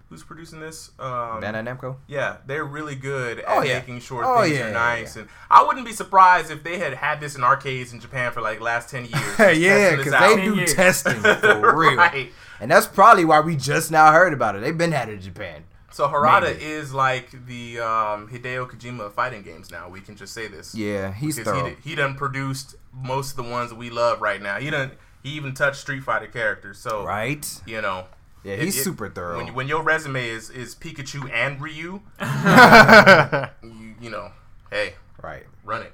[SPEAKER 2] who's producing this um
[SPEAKER 1] Bandai Namco.
[SPEAKER 2] Yeah, they're really good at
[SPEAKER 1] Oh, yeah.
[SPEAKER 2] making sure
[SPEAKER 1] Oh,
[SPEAKER 2] things
[SPEAKER 1] yeah,
[SPEAKER 2] are
[SPEAKER 1] yeah,
[SPEAKER 2] nice. And I wouldn't be surprised if they had had this in arcades in Japan for like last ten
[SPEAKER 1] *laughs*
[SPEAKER 2] years.
[SPEAKER 1] *laughs*
[SPEAKER 2] just
[SPEAKER 1] yeah,
[SPEAKER 2] testing this
[SPEAKER 1] because
[SPEAKER 2] out.
[SPEAKER 1] they do
[SPEAKER 5] years.
[SPEAKER 1] *laughs*
[SPEAKER 2] *laughs*
[SPEAKER 1] testing for real,
[SPEAKER 2] Right.
[SPEAKER 1] and that's probably why we just now heard about it. They've been had it in Japan.
[SPEAKER 2] So Harada
[SPEAKER 1] Maybe.
[SPEAKER 2] is like the um, Hideo Kojima of fighting games now. We can just say this.
[SPEAKER 1] Yeah, he's
[SPEAKER 2] Because he,
[SPEAKER 1] thorough.
[SPEAKER 2] did- he done produced most of the ones that we love right now. He done he even touched Street Fighter characters. So
[SPEAKER 1] Right?
[SPEAKER 2] you know.
[SPEAKER 1] Yeah,
[SPEAKER 2] it-
[SPEAKER 1] he's
[SPEAKER 2] it-
[SPEAKER 1] super thorough.
[SPEAKER 2] When, when your resume is is Pikachu
[SPEAKER 1] *laughs*
[SPEAKER 2] and Ryu, you, you know, hey,
[SPEAKER 1] right.
[SPEAKER 2] run it.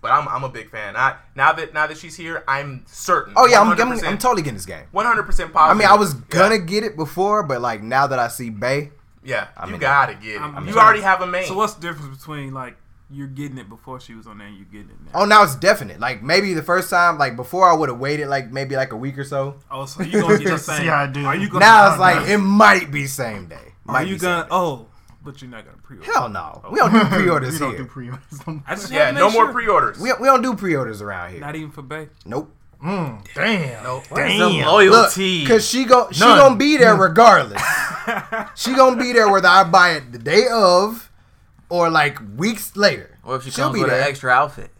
[SPEAKER 2] But I'm, I'm a big fan. I now that now that she's here, I'm certain.
[SPEAKER 1] Oh yeah, I'm, I'm, I'm
[SPEAKER 2] 100%
[SPEAKER 1] totally getting this game.
[SPEAKER 2] 100% positive.
[SPEAKER 1] I mean, I was
[SPEAKER 2] Yeah.
[SPEAKER 1] gonna get it before, but like now that I see Bay,
[SPEAKER 2] Yeah,
[SPEAKER 1] I'm
[SPEAKER 2] you
[SPEAKER 1] in.
[SPEAKER 2] gotta get it.
[SPEAKER 5] I'm- I'm
[SPEAKER 2] you
[SPEAKER 5] sorry.
[SPEAKER 2] already have a main.
[SPEAKER 5] So what's the difference between like you're getting it before she was on there and you're getting it now?
[SPEAKER 1] oh now it's definite. Like maybe the first time, like before I would have waited like maybe like a week or so.
[SPEAKER 5] Oh, so you
[SPEAKER 1] *laughs*
[SPEAKER 5] gonna get the same?
[SPEAKER 6] how I do
[SPEAKER 5] Are
[SPEAKER 6] it.
[SPEAKER 5] you gonna?
[SPEAKER 1] Now it's *laughs*
[SPEAKER 6] *laughs*
[SPEAKER 1] like it might be same day.
[SPEAKER 5] Are
[SPEAKER 1] Might
[SPEAKER 5] you
[SPEAKER 1] be
[SPEAKER 5] gonna?
[SPEAKER 1] same day.
[SPEAKER 5] Oh, but you're not gonna pre-order.
[SPEAKER 1] Hell no, *laughs* we don't do pre-orders
[SPEAKER 6] we
[SPEAKER 1] here.
[SPEAKER 6] don't do pre-orders.
[SPEAKER 5] I just
[SPEAKER 2] yeah,
[SPEAKER 5] wanted to
[SPEAKER 2] no
[SPEAKER 5] make
[SPEAKER 2] more
[SPEAKER 5] sure.
[SPEAKER 2] pre-orders.
[SPEAKER 1] we, we don't do pre-orders around here.
[SPEAKER 5] Not even for Bay.
[SPEAKER 1] nope.
[SPEAKER 6] Damn.
[SPEAKER 4] The
[SPEAKER 6] Damn.
[SPEAKER 1] Look,
[SPEAKER 4] loyalty.
[SPEAKER 1] cause she go she
[SPEAKER 6] None.
[SPEAKER 1] gonna
[SPEAKER 6] *laughs*
[SPEAKER 1] be there regardless. she gonna be there whether I buy it the day of, or like weeks later.
[SPEAKER 4] or if she
[SPEAKER 1] She'll
[SPEAKER 4] comes
[SPEAKER 1] be
[SPEAKER 4] with an
[SPEAKER 1] there.
[SPEAKER 4] extra outfit.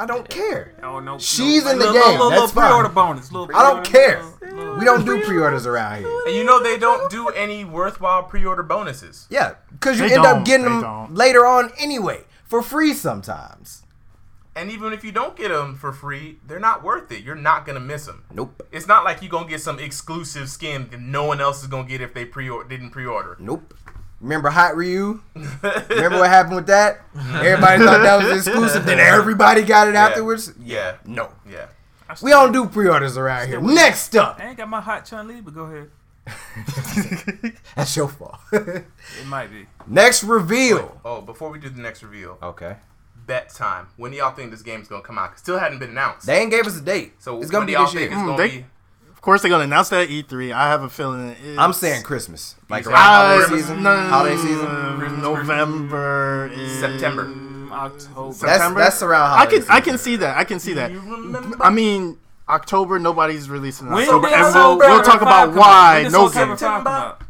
[SPEAKER 1] I don't care.
[SPEAKER 5] Oh no.
[SPEAKER 1] She's
[SPEAKER 5] no,
[SPEAKER 1] in the
[SPEAKER 5] little,
[SPEAKER 1] game,
[SPEAKER 5] Little,
[SPEAKER 1] that's
[SPEAKER 5] little pre-order
[SPEAKER 1] fine.
[SPEAKER 5] bonus. Little
[SPEAKER 1] I don't care.
[SPEAKER 5] pre-order, little- little-
[SPEAKER 1] We don't do pre-orders around here.
[SPEAKER 2] And you know they don't do any worthwhile pre-order bonuses.
[SPEAKER 1] Yeah, because you
[SPEAKER 6] They
[SPEAKER 1] end
[SPEAKER 6] don't.
[SPEAKER 1] up getting
[SPEAKER 6] They
[SPEAKER 1] them
[SPEAKER 6] don't.
[SPEAKER 1] later on anyway for free sometimes.
[SPEAKER 2] And even if you don't get them for free, they're not worth it. You're not gonna miss them.
[SPEAKER 1] Nope.
[SPEAKER 2] It's not like you're gonna get some exclusive skin that no one else is gonna get if they pre or didn't pre-order.
[SPEAKER 1] Nope. Remember Hot
[SPEAKER 4] *laughs*
[SPEAKER 1] Ryu? Remember what happened with that? Everybody thought that
[SPEAKER 4] *laughs*
[SPEAKER 1] was exclusive, then everybody got it afterwards.
[SPEAKER 2] Yeah.
[SPEAKER 1] No.
[SPEAKER 2] Yeah.
[SPEAKER 5] I still-
[SPEAKER 1] We don't do pre-orders around here. Next up,
[SPEAKER 5] I ain't got my hot Chun Li, but go ahead.
[SPEAKER 1] *laughs* that's your fault.
[SPEAKER 5] It might be.
[SPEAKER 1] Next reveal.
[SPEAKER 2] Oh, before we do the next reveal,
[SPEAKER 1] Okay.
[SPEAKER 2] bet time. When do y'all think this game's gonna come out? 'Cause still hadn't been announced.
[SPEAKER 1] They ain't gave us a date,
[SPEAKER 2] so
[SPEAKER 1] so it's
[SPEAKER 2] when
[SPEAKER 1] gonna
[SPEAKER 2] do
[SPEAKER 1] be
[SPEAKER 2] y'all
[SPEAKER 1] this year.
[SPEAKER 2] think
[SPEAKER 1] Hmm,
[SPEAKER 2] it's gonna
[SPEAKER 6] they-
[SPEAKER 2] be?
[SPEAKER 6] Of course, they're gonna announce that at E3. I have a feeling. It's,
[SPEAKER 1] I'm saying Christmas, like
[SPEAKER 2] You
[SPEAKER 1] around
[SPEAKER 2] saying
[SPEAKER 1] holiday
[SPEAKER 2] Christmas?
[SPEAKER 1] season.
[SPEAKER 6] no, no, no,
[SPEAKER 1] Holiday
[SPEAKER 6] no, no,
[SPEAKER 1] season.
[SPEAKER 6] no, November, is-
[SPEAKER 2] September.
[SPEAKER 5] Mm, October.
[SPEAKER 1] That's
[SPEAKER 6] September?
[SPEAKER 1] that's around.
[SPEAKER 6] I
[SPEAKER 1] Holiday
[SPEAKER 6] can I
[SPEAKER 1] season.
[SPEAKER 6] can see that. I can see that.
[SPEAKER 2] You remember?
[SPEAKER 6] I mean, October. Nobody's releasing
[SPEAKER 5] When
[SPEAKER 6] October,
[SPEAKER 5] did
[SPEAKER 6] and we'll,
[SPEAKER 5] October
[SPEAKER 6] we'll talk
[SPEAKER 5] five
[SPEAKER 6] about
[SPEAKER 5] come out? When
[SPEAKER 6] why.
[SPEAKER 5] did
[SPEAKER 6] No
[SPEAKER 5] October
[SPEAKER 6] game.
[SPEAKER 5] five come out?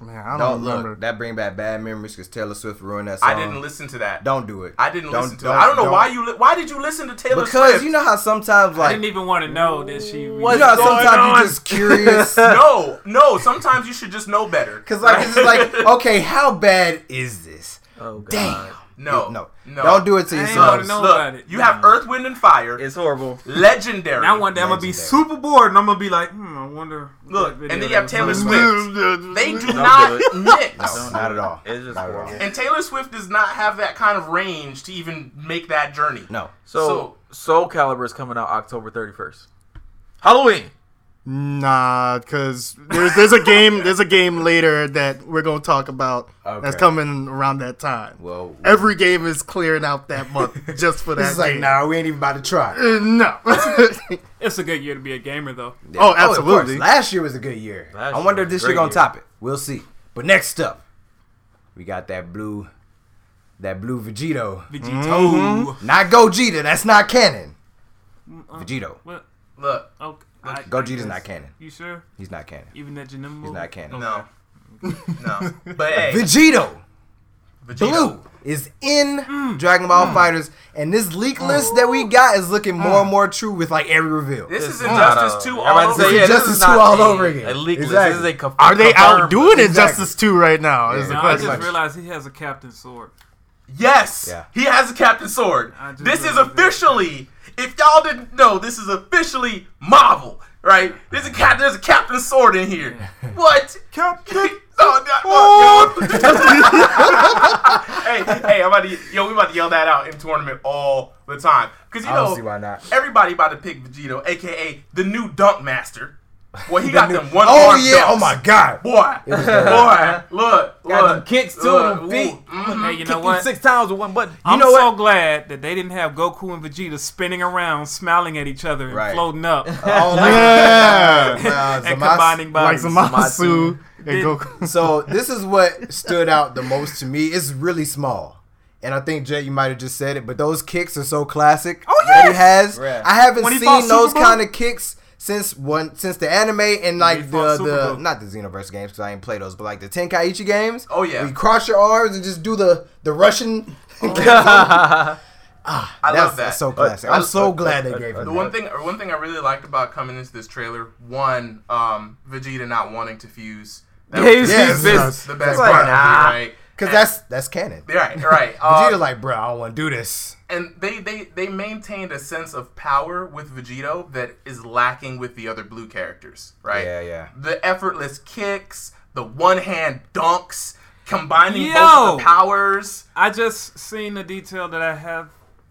[SPEAKER 6] Man, I
[SPEAKER 1] No,
[SPEAKER 6] don't remember.
[SPEAKER 1] look, that bring back bad memories because Taylor Swift ruined that song.
[SPEAKER 2] I didn't listen to that.
[SPEAKER 1] Don't do it.
[SPEAKER 2] I didn't
[SPEAKER 1] Don't-
[SPEAKER 2] listen to it. I don't know why you. Li- why did you listen to Taylor
[SPEAKER 1] Because
[SPEAKER 2] Swift?
[SPEAKER 1] you know how sometimes
[SPEAKER 5] I
[SPEAKER 1] like
[SPEAKER 5] didn't
[SPEAKER 1] you
[SPEAKER 5] even want to know that she.
[SPEAKER 1] know how
[SPEAKER 4] what's going
[SPEAKER 1] sometimes
[SPEAKER 4] on?
[SPEAKER 1] you're just curious.
[SPEAKER 2] *laughs* no, no. Sometimes you should just know better.
[SPEAKER 1] Cause like it's just like
[SPEAKER 2] *laughs*
[SPEAKER 1] okay, how bad is this?
[SPEAKER 4] Oh god.
[SPEAKER 1] Damn.
[SPEAKER 2] Uh, no,
[SPEAKER 1] no,
[SPEAKER 2] no.
[SPEAKER 1] Don't do it to
[SPEAKER 5] I ain't
[SPEAKER 1] yourself.
[SPEAKER 5] gonna know
[SPEAKER 2] Look,
[SPEAKER 5] about it.
[SPEAKER 2] you have Earth, Wind, and Fire.
[SPEAKER 4] It's horrible.
[SPEAKER 2] legendary.
[SPEAKER 5] Now one day I'm gonna be
[SPEAKER 1] Legendary.
[SPEAKER 5] super bored and I'm gonna be like, hmm, I wonder.
[SPEAKER 2] Look,
[SPEAKER 5] what video
[SPEAKER 2] and then you
[SPEAKER 5] that
[SPEAKER 2] have
[SPEAKER 5] was
[SPEAKER 2] Taylor
[SPEAKER 5] on.
[SPEAKER 2] Swift. They do not
[SPEAKER 4] do it.
[SPEAKER 2] mix.
[SPEAKER 1] No, not at all.
[SPEAKER 4] It's just
[SPEAKER 1] Not at all.
[SPEAKER 4] horrible.
[SPEAKER 2] And Taylor Swift does not have that kind of range to even make that journey.
[SPEAKER 1] No.
[SPEAKER 2] So-
[SPEAKER 4] So, Soul Calibur is coming out October 31st. Halloween.
[SPEAKER 6] Nah, because there's there's a game there's a game later that we're gonna talk about that's
[SPEAKER 1] Okay.
[SPEAKER 6] coming around that time.
[SPEAKER 1] Well,
[SPEAKER 6] Every game is clearing out that month just for that.
[SPEAKER 1] it's like
[SPEAKER 6] game.
[SPEAKER 1] nah, we ain't even about to try.
[SPEAKER 6] Uh, no.
[SPEAKER 5] It's a good year to be a gamer though.
[SPEAKER 6] oh,
[SPEAKER 1] of course.
[SPEAKER 6] absolutely.
[SPEAKER 1] Last year was a good year.
[SPEAKER 4] Last
[SPEAKER 1] I
[SPEAKER 4] year
[SPEAKER 1] wonder if
[SPEAKER 4] was
[SPEAKER 1] this year
[SPEAKER 4] a great
[SPEAKER 1] gonna
[SPEAKER 4] year.
[SPEAKER 1] top it. We'll see. But next up, we got that blue, that blue Vegito.
[SPEAKER 5] Vegito.
[SPEAKER 1] Not Gogeta. That's not canon. Vegito.
[SPEAKER 5] What?
[SPEAKER 2] Look,
[SPEAKER 5] Okay. I-
[SPEAKER 1] Gogeta's
[SPEAKER 5] I
[SPEAKER 1] not
[SPEAKER 5] guess.
[SPEAKER 1] canon.
[SPEAKER 5] You sure?
[SPEAKER 1] He's not canon. *laughs*
[SPEAKER 5] Even that Janimbo?
[SPEAKER 1] He's not canon.
[SPEAKER 2] no, no. But hey,
[SPEAKER 1] Vegito.
[SPEAKER 2] Vegeta.
[SPEAKER 1] Blue is in
[SPEAKER 4] Mm.
[SPEAKER 1] Dragon Ball Fighters, and this
[SPEAKER 4] Oh.
[SPEAKER 1] leak list that we got is looking
[SPEAKER 4] Mm.
[SPEAKER 1] more and more true with like every reveal.
[SPEAKER 2] This is
[SPEAKER 4] It's not
[SPEAKER 2] Injustice
[SPEAKER 4] a-
[SPEAKER 2] 2
[SPEAKER 4] I'm
[SPEAKER 2] all
[SPEAKER 4] about to
[SPEAKER 2] over.
[SPEAKER 4] say, yeah, this
[SPEAKER 1] Injustice
[SPEAKER 4] is not
[SPEAKER 1] 2 all
[SPEAKER 4] a-
[SPEAKER 1] over again.
[SPEAKER 4] A leak list.
[SPEAKER 1] Exactly.
[SPEAKER 4] This is a conf-
[SPEAKER 6] Are they
[SPEAKER 4] confirmed-
[SPEAKER 6] outdoing
[SPEAKER 1] Exactly.
[SPEAKER 6] Injustice 2 right now? Is the
[SPEAKER 1] Yeah.
[SPEAKER 5] I just
[SPEAKER 6] question.
[SPEAKER 1] much.
[SPEAKER 5] realized he has a captain sword.
[SPEAKER 2] Yes,
[SPEAKER 1] Yeah.
[SPEAKER 2] he has a Captain Sword.
[SPEAKER 5] I just
[SPEAKER 2] This is
[SPEAKER 5] realized that.
[SPEAKER 2] officially, if y'all didn't know, this is officially Marvel, right? There's a cap. There's a Captain Sword in here. What?
[SPEAKER 5] Captain.
[SPEAKER 2] No, no,
[SPEAKER 5] Oh.
[SPEAKER 2] no, no. *laughs* hey, hey, I'm about to, yo, we about to yell that out in tournament all the time. Because, you
[SPEAKER 1] I don't
[SPEAKER 2] know,
[SPEAKER 1] see why not.
[SPEAKER 2] everybody about to pick Vegito, a.k.a. the new dunk master. Well, he
[SPEAKER 1] The
[SPEAKER 2] got
[SPEAKER 1] new-
[SPEAKER 2] them one
[SPEAKER 1] oh
[SPEAKER 2] arm
[SPEAKER 1] yeah!
[SPEAKER 2] dunks.
[SPEAKER 1] Oh my god!
[SPEAKER 2] Boy,
[SPEAKER 1] *laughs*
[SPEAKER 2] boy, look,
[SPEAKER 4] Got
[SPEAKER 2] look.
[SPEAKER 4] them kicks too,
[SPEAKER 2] look,
[SPEAKER 4] them feet.
[SPEAKER 2] ooh, mhm.
[SPEAKER 5] Hey, you
[SPEAKER 4] Kick
[SPEAKER 5] know
[SPEAKER 4] you
[SPEAKER 5] what?
[SPEAKER 4] six times with one button.
[SPEAKER 5] I'm
[SPEAKER 1] know
[SPEAKER 5] so glad that they didn't have Goku and Vegeta spinning around, smiling at each other, and
[SPEAKER 1] Right.
[SPEAKER 5] floating up
[SPEAKER 2] Uh,
[SPEAKER 5] *laughs*
[SPEAKER 1] Oh my
[SPEAKER 6] Yeah.
[SPEAKER 1] God. Nah,
[SPEAKER 5] and
[SPEAKER 1] Zamas-
[SPEAKER 5] combining
[SPEAKER 6] Like
[SPEAKER 5] bodies.
[SPEAKER 6] Zamasu and
[SPEAKER 5] Did-
[SPEAKER 6] Goku.
[SPEAKER 1] So this is what stood out the most to me. It's really small. And I think Jay, you might have just said it, but those kicks are so classic oh, yeah. that he has.
[SPEAKER 4] Right.
[SPEAKER 1] I haven't
[SPEAKER 5] When he fought
[SPEAKER 1] seen those
[SPEAKER 5] Superboy?
[SPEAKER 1] kind of kicks since one since the anime and
[SPEAKER 5] he
[SPEAKER 1] like the
[SPEAKER 5] fought
[SPEAKER 1] the
[SPEAKER 5] Superboy.
[SPEAKER 1] not the Xenoverse games because I ain't play those, but like the Tenkaichi games.
[SPEAKER 2] Oh, yeah.
[SPEAKER 1] where you cross your arms and just do the the Russian. *laughs*
[SPEAKER 2] I
[SPEAKER 1] that's,
[SPEAKER 2] love that.
[SPEAKER 1] that's so classic. I'm so glad they gave it.
[SPEAKER 2] The one thing, or one thing I really liked about coming into this trailer, one, um, Vegeta not wanting to fuse. That
[SPEAKER 4] Yeah, he's-
[SPEAKER 2] was
[SPEAKER 1] Yes.
[SPEAKER 2] the best, the best
[SPEAKER 1] Like,
[SPEAKER 2] part,
[SPEAKER 1] nah.
[SPEAKER 2] of it, right?
[SPEAKER 1] because that's that's canon.
[SPEAKER 2] Right, right.
[SPEAKER 1] Vegeta
[SPEAKER 2] Um,
[SPEAKER 1] like, bro, I don't want to do this.
[SPEAKER 2] and they, they they maintained a sense of power with Vegito that is lacking with the other blue characters, right?
[SPEAKER 1] Yeah, yeah.
[SPEAKER 2] The effortless kicks, the one hand dunks, combining both
[SPEAKER 5] Yo!
[SPEAKER 2] of the powers.
[SPEAKER 5] I just seen the detail that I have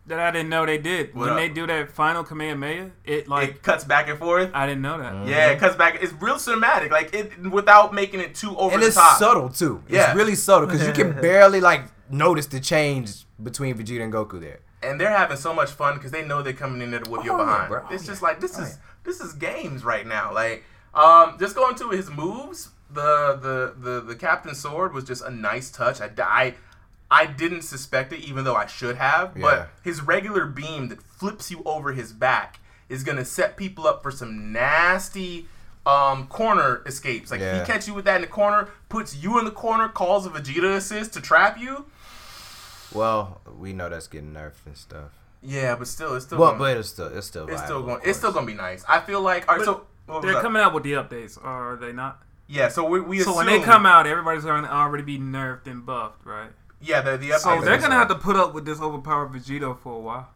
[SPEAKER 5] that I didn't know they did
[SPEAKER 2] What
[SPEAKER 5] when
[SPEAKER 2] up?
[SPEAKER 5] they do that final Kamehameha. It like
[SPEAKER 2] it cuts back and forth.
[SPEAKER 5] I didn't know that.
[SPEAKER 2] yeah, it cuts back. It's real cinematic, like it without making it too over
[SPEAKER 1] and
[SPEAKER 2] the
[SPEAKER 1] it's
[SPEAKER 2] top.
[SPEAKER 1] subtle too.
[SPEAKER 2] Yeah.
[SPEAKER 1] It's really subtle because you
[SPEAKER 2] *laughs*
[SPEAKER 1] can barely like notice the change between Vegeta and Goku there.
[SPEAKER 2] and they're having so much fun because they know they're coming in there to whip you
[SPEAKER 1] Oh, yeah,
[SPEAKER 2] behind.
[SPEAKER 1] bro.
[SPEAKER 2] it's
[SPEAKER 1] Oh,
[SPEAKER 2] just like this is this is games right now. Like, um, just going to his moves. The the the the captain's sword was just a nice touch. I I, I didn't suspect it, even though I should have.
[SPEAKER 1] Yeah.
[SPEAKER 2] But his regular beam that flips you over his back is gonna set people up for some nasty. Um, corner escapes. Like
[SPEAKER 1] Yeah.
[SPEAKER 2] he catch you with that in the corner, puts you in the corner, calls a Vegeta assist to trap you.
[SPEAKER 1] Well, we know that's getting nerfed and stuff.
[SPEAKER 2] Yeah, but still, it's still.
[SPEAKER 1] Well,
[SPEAKER 2] gonna-
[SPEAKER 1] but it's still it's still
[SPEAKER 2] It's still
[SPEAKER 1] viable,
[SPEAKER 2] going.
[SPEAKER 1] of
[SPEAKER 2] It's still
[SPEAKER 1] course.
[SPEAKER 2] going to be nice. I feel like. All right,
[SPEAKER 5] But
[SPEAKER 2] so what was
[SPEAKER 5] They're
[SPEAKER 2] that?
[SPEAKER 5] coming out with the updates, or are they not?
[SPEAKER 2] Yeah, so we we
[SPEAKER 5] So
[SPEAKER 2] assume,
[SPEAKER 5] when they come out, everybody's gonna already be nerfed and buffed, right?
[SPEAKER 2] yeah, the the
[SPEAKER 5] So
[SPEAKER 2] update.
[SPEAKER 5] they're
[SPEAKER 1] so.
[SPEAKER 5] gonna have to put up with this overpowered Vegito for a while.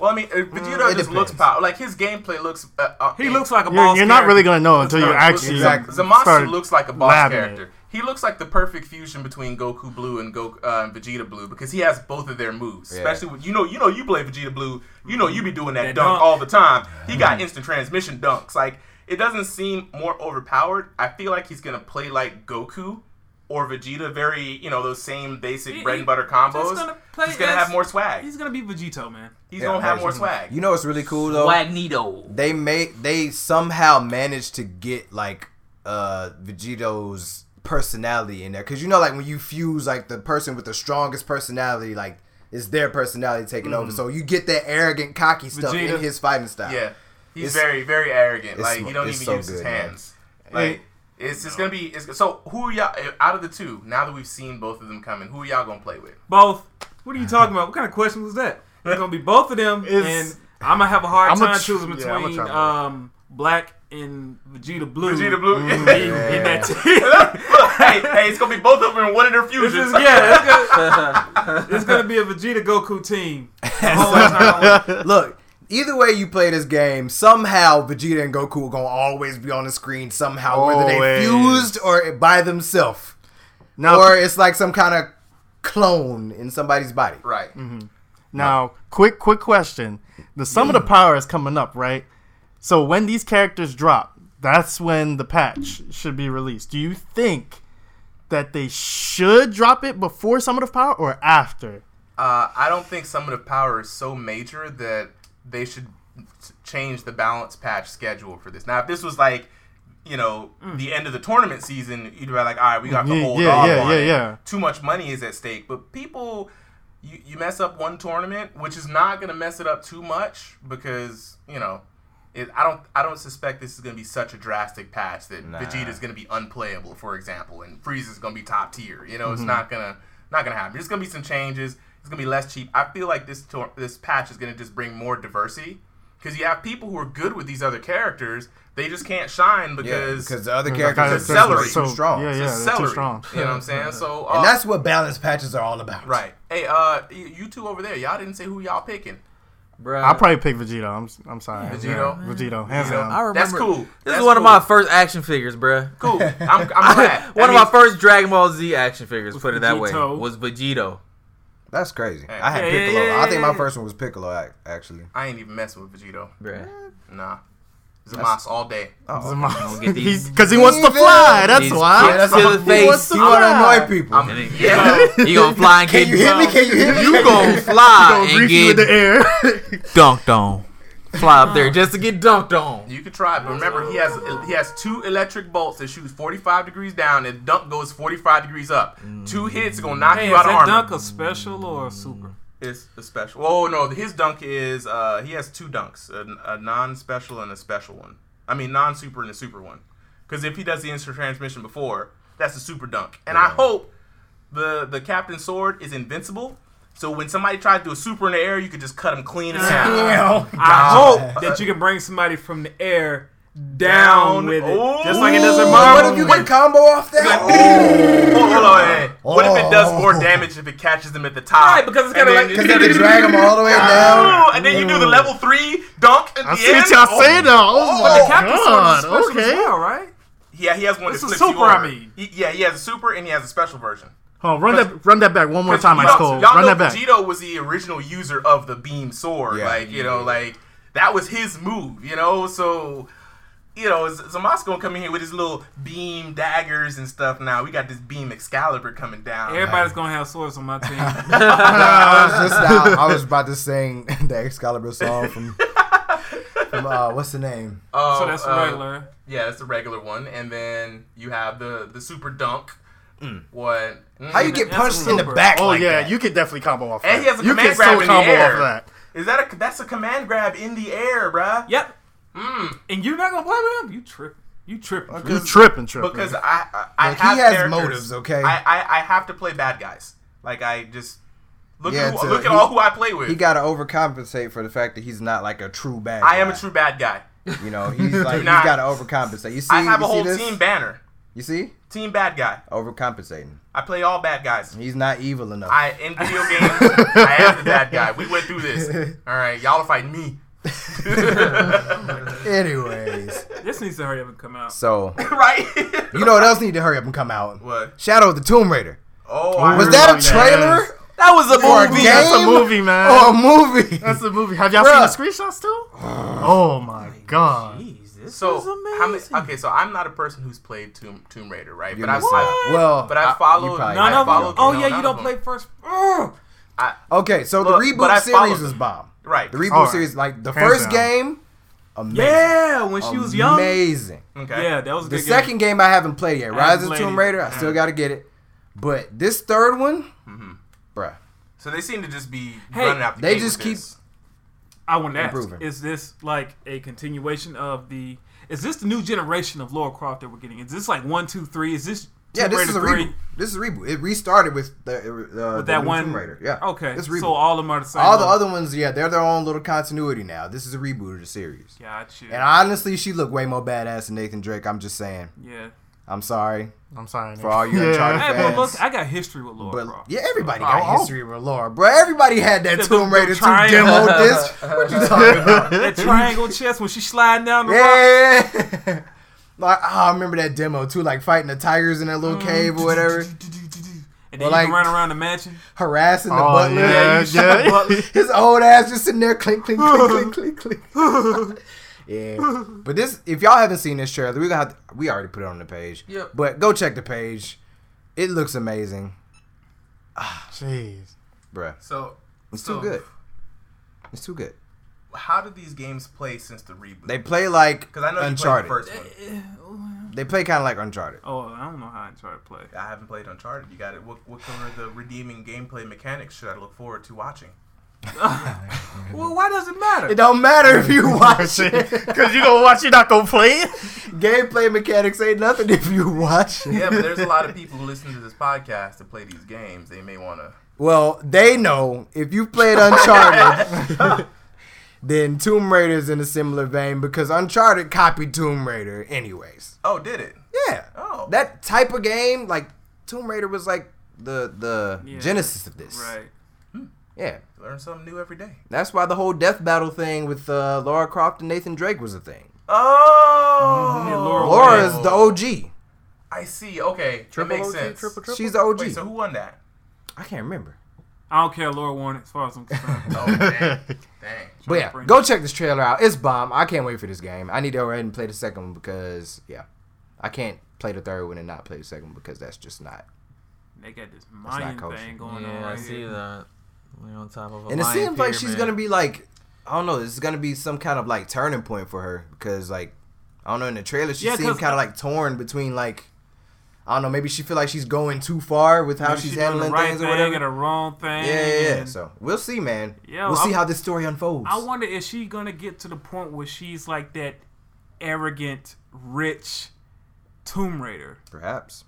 [SPEAKER 2] well, I mean, uh, Vegeta
[SPEAKER 1] Mm, it
[SPEAKER 2] just looks
[SPEAKER 1] depends.
[SPEAKER 2] power. Like his gameplay looks. Uh, uh,
[SPEAKER 5] He looks like a
[SPEAKER 6] You're,
[SPEAKER 5] boss.
[SPEAKER 6] you're not really going
[SPEAKER 5] character.
[SPEAKER 6] to know until you
[SPEAKER 2] Look,
[SPEAKER 6] actually
[SPEAKER 1] Exactly.
[SPEAKER 2] Zamasu
[SPEAKER 6] start
[SPEAKER 2] looks like a boss
[SPEAKER 6] labbing it.
[SPEAKER 2] character. He looks like the perfect fusion between Goku Blue and Go uh, and Vegeta Blue because he has both of their moves.
[SPEAKER 1] Yeah.
[SPEAKER 2] Especially with, you know you know you play Vegeta Blue, you know you be doing that
[SPEAKER 5] That
[SPEAKER 2] dunk,
[SPEAKER 5] dunk.
[SPEAKER 2] all the time. He got instant transmission dunks. Like it doesn't seem more overpowered. I feel like he's gonna play like Goku or Vegeta, very you know those same basic
[SPEAKER 5] He-
[SPEAKER 2] bread
[SPEAKER 5] he
[SPEAKER 2] and butter combos.
[SPEAKER 5] just gonna play
[SPEAKER 2] he's gonna
[SPEAKER 5] as-
[SPEAKER 2] have more swag. He's,
[SPEAKER 5] He's gonna be Vegito, man.
[SPEAKER 2] gonna have more
[SPEAKER 1] Mhm.
[SPEAKER 2] swag.
[SPEAKER 1] You know what's really cool though?
[SPEAKER 4] Wagnito.
[SPEAKER 1] They made they somehow managed to get like uh Vegito's personality in there because you know like when you fuse like the person with the strongest personality like it's their personality taking over so you get that arrogant cocky stuff
[SPEAKER 5] Vegeta.
[SPEAKER 1] in his fighting style
[SPEAKER 2] Mm. Yeah, he's
[SPEAKER 1] It's-
[SPEAKER 2] very very arrogant.
[SPEAKER 1] it's
[SPEAKER 2] Like
[SPEAKER 1] sm-
[SPEAKER 2] he don't
[SPEAKER 1] it's
[SPEAKER 2] even
[SPEAKER 1] so
[SPEAKER 2] use his
[SPEAKER 1] good, man.
[SPEAKER 2] hands. Like it's just gonna be. It's, so who are y'all eh, out of the two? Now that we've seen both of them coming, who are y'all gonna play with?
[SPEAKER 5] Both. What are you talking about? What kind of question was that? It's gonna be both of them,
[SPEAKER 6] It's-
[SPEAKER 5] and I'm gonna have a hard
[SPEAKER 6] I'ma
[SPEAKER 5] time
[SPEAKER 6] tr-
[SPEAKER 5] choosing
[SPEAKER 6] yeah, I'ma
[SPEAKER 5] between
[SPEAKER 6] try both.
[SPEAKER 5] um Black and Vegeta Blue.
[SPEAKER 2] Vegeta Blue. *laughs*
[SPEAKER 5] *laughs* In, in that team.
[SPEAKER 2] Look, hey, hey, it's gonna be both of them in one of their
[SPEAKER 5] This
[SPEAKER 2] fusions.
[SPEAKER 5] is, yeah, it's gonna, it's gonna be a Vegeta Goku team. The
[SPEAKER 1] *laughs*
[SPEAKER 5] whole entire one.
[SPEAKER 1] Look, either way you play this game, somehow Vegeta and Goku are gonna always be on the screen somehow, whether they
[SPEAKER 6] Always.
[SPEAKER 1] fused or by themselves,
[SPEAKER 6] Now,
[SPEAKER 1] or it's like some kind of clone in somebody's body.
[SPEAKER 2] Right.
[SPEAKER 6] Now, quick, quick question: the sum of the power is coming up, right? So when these characters drop, that's when the patch should be released. Do you think that they should drop it before sum of the power or after?
[SPEAKER 2] Uh, I don't think some of the power is so major that they should s- change the balance patch schedule for this. Now, if this was like, you know, the end of the tournament season, you'd be like, all right, we got to
[SPEAKER 6] Yeah,
[SPEAKER 2] hold
[SPEAKER 6] yeah,
[SPEAKER 2] off
[SPEAKER 6] yeah,
[SPEAKER 2] on
[SPEAKER 6] yeah,
[SPEAKER 2] it.
[SPEAKER 6] yeah.
[SPEAKER 2] Too much money is at stake. But people, you, you mess up one tournament, which is not going to mess it up too much because you know, it, I don't I don't suspect this is going to be such a drastic
[SPEAKER 1] Mm-hmm.
[SPEAKER 2] patch that Vegeta's going to be unplayable, for example, and Frieza's going to be top tier. You know, it's not going to Not gonna happen. There's gonna be some changes. It's gonna be less cheap. I feel like this tor- this patch is gonna just bring more diversity because you have people who are good with these other characters. They just can't shine
[SPEAKER 1] Yeah,
[SPEAKER 2] because
[SPEAKER 1] because uh, the other
[SPEAKER 6] They're
[SPEAKER 1] characters are
[SPEAKER 2] kind of
[SPEAKER 1] so,
[SPEAKER 2] celery.
[SPEAKER 1] so strong.
[SPEAKER 6] Yeah, yeah,
[SPEAKER 2] it's
[SPEAKER 6] they're too
[SPEAKER 2] celery.
[SPEAKER 6] strong.
[SPEAKER 2] You know what
[SPEAKER 6] *laughs*
[SPEAKER 2] I'm saying? So uh,
[SPEAKER 1] And that's what balanced patches are all about.
[SPEAKER 2] right. Hey, uh, you, you two over there, y'all didn't say who y'all picking.
[SPEAKER 4] Bruh.
[SPEAKER 6] I'll probably pick Vegito. I'm, I'm sorry.
[SPEAKER 2] Vegito?
[SPEAKER 6] Yeah, Vegito. Hands
[SPEAKER 2] Vegito.
[SPEAKER 6] down.
[SPEAKER 4] I remember.
[SPEAKER 2] That's cool.
[SPEAKER 4] This
[SPEAKER 2] That's
[SPEAKER 4] is one of
[SPEAKER 2] cool.
[SPEAKER 4] my first action figures, bruh. *laughs*
[SPEAKER 2] Cool. I'm, I'm glad.
[SPEAKER 4] one
[SPEAKER 2] That
[SPEAKER 4] of my
[SPEAKER 2] means-
[SPEAKER 4] first Dragon Ball Z action figures, put it that way,
[SPEAKER 5] Vegito.
[SPEAKER 4] was Vegito.
[SPEAKER 1] That's crazy. I had
[SPEAKER 5] Yeah, yeah,
[SPEAKER 1] Piccolo.
[SPEAKER 5] yeah,
[SPEAKER 1] I think
[SPEAKER 5] yeah,
[SPEAKER 1] my
[SPEAKER 5] yeah.
[SPEAKER 1] first one was Piccolo ac- actually.
[SPEAKER 2] I ain't even messing with Vegito.
[SPEAKER 4] Bruh.
[SPEAKER 2] Nah. Zamas all day.
[SPEAKER 1] Oh.
[SPEAKER 6] Because *laughs*
[SPEAKER 4] get these-
[SPEAKER 6] he wants to fly. That's
[SPEAKER 4] These
[SPEAKER 6] why.
[SPEAKER 4] Yeah, that's
[SPEAKER 1] why-
[SPEAKER 4] to the
[SPEAKER 1] He wants
[SPEAKER 4] face.
[SPEAKER 1] to annoy people.
[SPEAKER 2] I'm-
[SPEAKER 4] And he-
[SPEAKER 2] yeah.
[SPEAKER 4] He gonna fly and
[SPEAKER 1] Can
[SPEAKER 4] get
[SPEAKER 1] you hit me? Can *laughs* you hit me?
[SPEAKER 4] You gonna fly
[SPEAKER 6] Gonna
[SPEAKER 4] and
[SPEAKER 6] reach you in
[SPEAKER 4] get
[SPEAKER 6] the air. *laughs*
[SPEAKER 4] dunked on. Fly up there just to get dunked on.
[SPEAKER 2] *laughs* You could try, but remember he has he has two electric bolts that shoots 45 degrees down and dunk goes 45 degrees up. Two hits gonna knock
[SPEAKER 5] Hey,
[SPEAKER 2] you
[SPEAKER 5] is
[SPEAKER 2] out of
[SPEAKER 5] that
[SPEAKER 2] armor.
[SPEAKER 5] dunk a special or a super?
[SPEAKER 2] It's a special. Oh no, his dunk is uh he has two dunks, a, a non-special and a special one. I mean non-super and a super one. Because if he does the instant transmission before, that's a super dunk. And I hope the the captain sword is invincible. So when somebody tries to do a super in the air, you could just cut him clean and down.
[SPEAKER 5] I hope that you can bring somebody from the air down,
[SPEAKER 2] Down.
[SPEAKER 5] with it,
[SPEAKER 2] Ooh.
[SPEAKER 5] just like it does
[SPEAKER 1] What
[SPEAKER 5] in Marvel.
[SPEAKER 1] if you get combo off that?
[SPEAKER 2] Hold on, hold on, hey.
[SPEAKER 6] Oh.
[SPEAKER 2] What if it does more damage if it catches them at the top?
[SPEAKER 5] Right, because it's kinda
[SPEAKER 2] And
[SPEAKER 5] like-
[SPEAKER 2] then-
[SPEAKER 1] Because they drag him all the
[SPEAKER 5] *laughs* Ah.
[SPEAKER 1] way down.
[SPEAKER 2] Ooh, and then you do the level three dunk at
[SPEAKER 6] I
[SPEAKER 2] the
[SPEAKER 6] see
[SPEAKER 2] end.
[SPEAKER 6] what y'all say though. Oh,
[SPEAKER 5] the
[SPEAKER 6] my
[SPEAKER 5] captain
[SPEAKER 6] god.
[SPEAKER 5] sword is special
[SPEAKER 6] Okay.
[SPEAKER 5] as well, right?
[SPEAKER 2] Yeah, he has one
[SPEAKER 5] This
[SPEAKER 2] that
[SPEAKER 5] is
[SPEAKER 2] flips you
[SPEAKER 5] super, I
[SPEAKER 2] over.
[SPEAKER 5] mean.
[SPEAKER 2] He- yeah, he has a super and he has a special version.
[SPEAKER 6] Hold on, run that run that back one more
[SPEAKER 2] 'Cause
[SPEAKER 6] time,
[SPEAKER 2] y'all-
[SPEAKER 6] Ice Cold.
[SPEAKER 2] Y'all
[SPEAKER 6] Run
[SPEAKER 2] know
[SPEAKER 6] that back.
[SPEAKER 2] Vegito was the original user of the beam sword.
[SPEAKER 1] Yeah.
[SPEAKER 2] Like you know, like that was his move. You know, so. You know, Z- Zamas gonna come in here with his little beam daggers and stuff. Now we got this beam Excalibur coming down.
[SPEAKER 5] Everybody's gonna have swords on my team.
[SPEAKER 1] *laughs* I was
[SPEAKER 6] *laughs*
[SPEAKER 1] just now, I was about to sing *laughs* the Excalibur song from, from uh, what's the name?
[SPEAKER 2] Uh,
[SPEAKER 5] so that's
[SPEAKER 2] uh,
[SPEAKER 5] regular.
[SPEAKER 2] Yeah, that's the regular one, and then you have the the super dunk.
[SPEAKER 1] Hmm.
[SPEAKER 2] What? Mm.
[SPEAKER 1] How you get
[SPEAKER 5] That's
[SPEAKER 1] punched in the
[SPEAKER 5] Uber.
[SPEAKER 1] back?
[SPEAKER 6] Oh
[SPEAKER 1] like
[SPEAKER 6] yeah,
[SPEAKER 1] that?
[SPEAKER 6] you could definitely combo off.
[SPEAKER 2] And
[SPEAKER 6] that.
[SPEAKER 2] he has a
[SPEAKER 6] you
[SPEAKER 2] command
[SPEAKER 6] could
[SPEAKER 2] grab
[SPEAKER 6] still
[SPEAKER 2] in the
[SPEAKER 6] combo
[SPEAKER 2] air.
[SPEAKER 6] off that.
[SPEAKER 2] Is that a that's a command grab in the air, bruh?
[SPEAKER 5] Yep.
[SPEAKER 1] Hmm.
[SPEAKER 5] And you're not gonna blame him? You tripping. You tripping.
[SPEAKER 6] You tripping, tripping.
[SPEAKER 2] Because I I, I
[SPEAKER 1] Look, Mm-hmm. he
[SPEAKER 2] have
[SPEAKER 1] has
[SPEAKER 2] characters-
[SPEAKER 1] motives, okay?
[SPEAKER 2] I, I I have to play bad guys. Like I just look
[SPEAKER 1] Yeah,
[SPEAKER 2] at
[SPEAKER 1] to-
[SPEAKER 2] who, look at
[SPEAKER 1] he-
[SPEAKER 2] all who I play with.
[SPEAKER 1] He got to overcompensate for the fact that he's not like a true bad.
[SPEAKER 2] I am
[SPEAKER 1] guy.
[SPEAKER 2] a true bad guy.
[SPEAKER 1] You know,
[SPEAKER 2] *laughs*
[SPEAKER 1] he's like he's
[SPEAKER 2] not.
[SPEAKER 1] got to overcompensate. You see,
[SPEAKER 2] I have
[SPEAKER 1] you
[SPEAKER 2] a
[SPEAKER 1] see
[SPEAKER 2] whole
[SPEAKER 1] this?
[SPEAKER 2] team banner.
[SPEAKER 1] You see,
[SPEAKER 2] Team bad guy.
[SPEAKER 1] overcompensating.
[SPEAKER 2] I play all bad guys.
[SPEAKER 1] He's not evil enough.
[SPEAKER 2] I in video games, I am the bad guy. We went
[SPEAKER 1] *laughs*
[SPEAKER 2] through this. All right, y'all are fighting me. *laughs*
[SPEAKER 1] Anyways,
[SPEAKER 5] This needs to hurry up and come out.
[SPEAKER 1] so
[SPEAKER 2] right?
[SPEAKER 1] you know what else need to hurry up and come out?
[SPEAKER 2] what?
[SPEAKER 1] Shadow of the Tomb Raider.
[SPEAKER 2] Oh, I
[SPEAKER 1] Was
[SPEAKER 2] heard
[SPEAKER 1] that a
[SPEAKER 6] about that.
[SPEAKER 1] trailer
[SPEAKER 4] That was a
[SPEAKER 1] or a
[SPEAKER 4] movie.
[SPEAKER 1] game?
[SPEAKER 6] That's a movie, man.
[SPEAKER 1] Or a movie?
[SPEAKER 6] That's a movie. Have y'all
[SPEAKER 1] Bruh.
[SPEAKER 6] seen the screenshots too? oh my god.
[SPEAKER 4] Jeez, this
[SPEAKER 2] So
[SPEAKER 4] is amazing.
[SPEAKER 2] how many? Okay, so I'm not a person who's played Tomb, Tomb Raider, right?
[SPEAKER 1] You're
[SPEAKER 2] but I,
[SPEAKER 1] missing
[SPEAKER 2] I
[SPEAKER 1] out. well,
[SPEAKER 2] but I
[SPEAKER 1] you
[SPEAKER 2] followed-
[SPEAKER 1] probably
[SPEAKER 5] None
[SPEAKER 1] not.
[SPEAKER 5] of them.
[SPEAKER 2] followed-
[SPEAKER 5] Oh
[SPEAKER 2] no,
[SPEAKER 5] yeah,
[SPEAKER 2] none
[SPEAKER 5] you
[SPEAKER 2] of them.
[SPEAKER 5] don't play first. Ugh.
[SPEAKER 1] Okay, so
[SPEAKER 2] Look,
[SPEAKER 1] the
[SPEAKER 2] but I
[SPEAKER 1] reboot
[SPEAKER 2] followed
[SPEAKER 1] series is
[SPEAKER 2] it.
[SPEAKER 1] bomb.
[SPEAKER 2] right?
[SPEAKER 1] The reboot
[SPEAKER 6] Alright.
[SPEAKER 1] series, like the
[SPEAKER 6] Hands
[SPEAKER 1] first
[SPEAKER 6] down.
[SPEAKER 1] game, amazing.
[SPEAKER 5] Yeah, when she was young.
[SPEAKER 1] amazing.
[SPEAKER 2] Okay.
[SPEAKER 5] Yeah, that was a
[SPEAKER 1] The
[SPEAKER 5] good
[SPEAKER 1] second game I haven't played yet, Rise
[SPEAKER 5] haven't
[SPEAKER 1] of the
[SPEAKER 5] played
[SPEAKER 1] Tomb
[SPEAKER 5] it.
[SPEAKER 1] Raider. I still got to get it, but this third one, bruh,
[SPEAKER 2] So they seem to just be
[SPEAKER 5] Hey,
[SPEAKER 2] running out. The
[SPEAKER 1] they
[SPEAKER 2] gate
[SPEAKER 1] just
[SPEAKER 2] with
[SPEAKER 1] keep-
[SPEAKER 2] this.
[SPEAKER 5] I want to ask:
[SPEAKER 1] Improving.
[SPEAKER 5] Is this like a continuation of the? Is this the new generation of Laura Croft that we're getting? Is this like one, two, three? Is this
[SPEAKER 1] yeah,
[SPEAKER 5] Tomb
[SPEAKER 1] this
[SPEAKER 5] Raider
[SPEAKER 1] is a
[SPEAKER 5] three?
[SPEAKER 1] reboot. This is a reboot. It restarted with the uh, the
[SPEAKER 5] With that
[SPEAKER 1] new
[SPEAKER 5] one
[SPEAKER 1] Tomb Raider. Yeah,
[SPEAKER 5] Okay,
[SPEAKER 1] It's reboot.
[SPEAKER 5] so all of them are the same.
[SPEAKER 1] All the
[SPEAKER 5] level.
[SPEAKER 1] other ones, yeah, they're their own little continuity now. This is a reboot of the series.
[SPEAKER 5] Gotcha.
[SPEAKER 1] And honestly, she looked way more badass than Nathan Drake. I'm just saying.
[SPEAKER 5] yeah.
[SPEAKER 1] I'm sorry.
[SPEAKER 6] I'm sorry.
[SPEAKER 1] For all you
[SPEAKER 6] yeah.
[SPEAKER 1] Uncharted
[SPEAKER 5] Hey,
[SPEAKER 1] fans.
[SPEAKER 5] but look, I got history with Laura
[SPEAKER 1] But
[SPEAKER 5] Croft.
[SPEAKER 1] yeah, everybody
[SPEAKER 6] Oh,
[SPEAKER 1] got
[SPEAKER 6] oh.
[SPEAKER 1] history with Laura, bro. Everybody had that
[SPEAKER 5] The- the-
[SPEAKER 1] Tomb
[SPEAKER 5] the
[SPEAKER 1] Radiator 2
[SPEAKER 6] *laughs*
[SPEAKER 5] triangle.
[SPEAKER 1] demo disc. What you talking about?
[SPEAKER 5] That triangle chest when she sliding
[SPEAKER 1] *laughs*
[SPEAKER 5] down the rock.
[SPEAKER 1] Yeah. *laughs* like oh, I remember that demo too, like fighting the tigers in that
[SPEAKER 6] Mm.
[SPEAKER 1] little cave or whatever,
[SPEAKER 5] And then
[SPEAKER 1] Or
[SPEAKER 5] you
[SPEAKER 1] like-
[SPEAKER 5] can run around the mansion.
[SPEAKER 1] harassing the
[SPEAKER 6] Oh,
[SPEAKER 1] butler.
[SPEAKER 6] yeah, yeah.
[SPEAKER 1] *laughs* His old ass just sitting there clink clink clink clink clink clink.
[SPEAKER 6] *laughs*
[SPEAKER 1] yeah. But this if y'all haven't seen this trailer, we gonna have to, we already put it on the page.
[SPEAKER 4] Yep.
[SPEAKER 1] But go check the page. It looks amazing.
[SPEAKER 6] Jeez. *laughs*
[SPEAKER 1] Bruh.
[SPEAKER 2] So
[SPEAKER 1] It's
[SPEAKER 2] so
[SPEAKER 1] too good. It's too good.
[SPEAKER 2] How did these games play since the reboot?
[SPEAKER 1] They play like
[SPEAKER 2] because I know
[SPEAKER 1] Uncharted.
[SPEAKER 2] you played the first one.
[SPEAKER 1] They play kind of like Uncharted.
[SPEAKER 5] Oh, I don't know how I try to play.
[SPEAKER 2] I haven't played Uncharted. You got it. What what kind of the redeeming gameplay mechanics should I look forward to watching?
[SPEAKER 5] Well, why does it matter?
[SPEAKER 1] It don't matter if you watch it. *laughs*
[SPEAKER 6] Because you gonna watch, you're not gonna play it.
[SPEAKER 1] Gameplay mechanics ain't nothing if you watch it.
[SPEAKER 2] Yeah, but there's a lot of people who listen to this podcast to play these games. They may want to.
[SPEAKER 1] *laughs* Well, they know if you played Uncharted, *laughs* then Tomb Raider's in a similar vein because Uncharted copied Tomb Raider, anyways.
[SPEAKER 2] Oh, did it?
[SPEAKER 1] Yeah.
[SPEAKER 2] Oh.
[SPEAKER 1] That type of game, like Tomb Raider, was like the the
[SPEAKER 5] Yeah.
[SPEAKER 1] genesis of this.
[SPEAKER 5] Right.
[SPEAKER 1] Yeah.
[SPEAKER 2] Learn something new every day.
[SPEAKER 1] That's why the whole death battle thing with uh, Laura Croft and Nathan Drake was a thing.
[SPEAKER 5] Mm-hmm.
[SPEAKER 2] Oh.
[SPEAKER 5] Yeah, Laura
[SPEAKER 1] Laura is the OG.
[SPEAKER 2] I see. Okay, that makes sense.
[SPEAKER 1] She's the OG.
[SPEAKER 2] Wait, so who won that?
[SPEAKER 1] *laughs* I can't remember.
[SPEAKER 5] I don't care, Laura Warren, as
[SPEAKER 1] *laughs*
[SPEAKER 5] far as I'm concerned.
[SPEAKER 2] Oh, dang. dang.
[SPEAKER 1] But yeah,
[SPEAKER 5] Frank.
[SPEAKER 1] go check this trailer out. It's bomb. I can't wait for this game. I need to go ahead and play the second one because yeah, I can't play the third one and not play the second one because that's just not.
[SPEAKER 5] they got this
[SPEAKER 1] not
[SPEAKER 5] Mayan
[SPEAKER 1] kosher.
[SPEAKER 5] thing going on
[SPEAKER 4] Yeah, I
[SPEAKER 5] right
[SPEAKER 4] see
[SPEAKER 5] here.
[SPEAKER 4] that. We're on top of a
[SPEAKER 1] And it
[SPEAKER 4] lion
[SPEAKER 1] seems like she's
[SPEAKER 4] pyramid.
[SPEAKER 1] gonna be like, I don't know. This is gonna be some kind of like turning point for her because like, I don't know. In the trailer, she
[SPEAKER 5] Yeah,
[SPEAKER 1] seemed
[SPEAKER 5] 'cause-
[SPEAKER 1] kind of like torn between like, I don't know. Maybe she feel like she's going too far with how
[SPEAKER 5] Maybe
[SPEAKER 1] she's
[SPEAKER 5] she doing
[SPEAKER 1] handling
[SPEAKER 5] the right
[SPEAKER 1] things or
[SPEAKER 5] thing
[SPEAKER 1] whatever.
[SPEAKER 5] the wrong thing.
[SPEAKER 1] yeah, yeah, yeah.
[SPEAKER 5] and-
[SPEAKER 1] So we'll see, man.
[SPEAKER 5] Yo,
[SPEAKER 1] we'll see
[SPEAKER 5] I'm-
[SPEAKER 1] how this story unfolds.
[SPEAKER 5] I wonder is she gonna get to the point where she's like that arrogant, rich Tomb Raider.
[SPEAKER 1] Perhaps.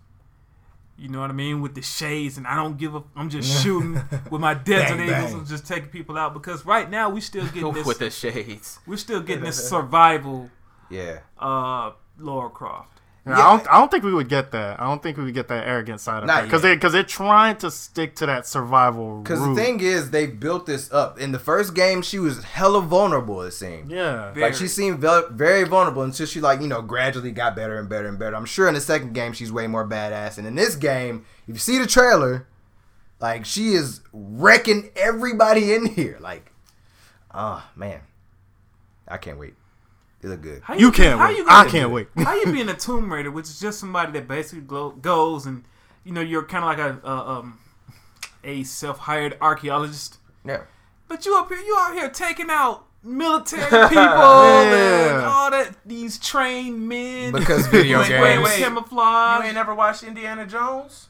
[SPEAKER 5] You know what I mean? With the shades and I don't give a I'm
[SPEAKER 6] *laughs*
[SPEAKER 5] just shooting with my desert
[SPEAKER 1] Bang,
[SPEAKER 5] eagles
[SPEAKER 1] bang.
[SPEAKER 5] and just taking people out because right now we still getting
[SPEAKER 4] with
[SPEAKER 5] this
[SPEAKER 4] the shades.
[SPEAKER 5] we're still getting
[SPEAKER 6] *laughs*
[SPEAKER 5] this survival
[SPEAKER 1] Yeah.
[SPEAKER 5] uh Laura Croft.
[SPEAKER 6] And I don't. I don't think we would get that. I don't think we would get that arrogant side of
[SPEAKER 1] Not
[SPEAKER 6] it because
[SPEAKER 1] yet.
[SPEAKER 6] they because they're trying to stick to that survival.
[SPEAKER 1] Because the
[SPEAKER 6] route.
[SPEAKER 1] thing is, they built this up. In the first game, she was hella vulnerable, it seemed.
[SPEAKER 6] yeah,
[SPEAKER 1] Like, she seemed ve- very vulnerable until she, like, you know, gradually got better and better and better. I'm sure in the second game, she's way more badass. And in this game, if you see the trailer, like, she is wrecking everybody in here. Like, ah, man. I can't wait. It look good.
[SPEAKER 5] How
[SPEAKER 6] you can't
[SPEAKER 5] how
[SPEAKER 6] wait.
[SPEAKER 5] you gonna
[SPEAKER 6] I can't
[SPEAKER 5] do
[SPEAKER 6] wait. *laughs*
[SPEAKER 5] it? How you being a Tomb Raider, which is just somebody that basically glo- goes and you know you're kind of like a uh, um a self-hired archaeologist,
[SPEAKER 1] Yeah.
[SPEAKER 5] but you up here you out here taking out
[SPEAKER 6] *laughs*
[SPEAKER 5] military people and
[SPEAKER 6] Yeah.
[SPEAKER 5] all that these trained
[SPEAKER 1] *laughs*
[SPEAKER 5] men
[SPEAKER 1] Because video
[SPEAKER 5] Wait,
[SPEAKER 1] games.
[SPEAKER 5] wait, wait.
[SPEAKER 2] You
[SPEAKER 5] camouflage.
[SPEAKER 2] ain't never watched Indiana Jones?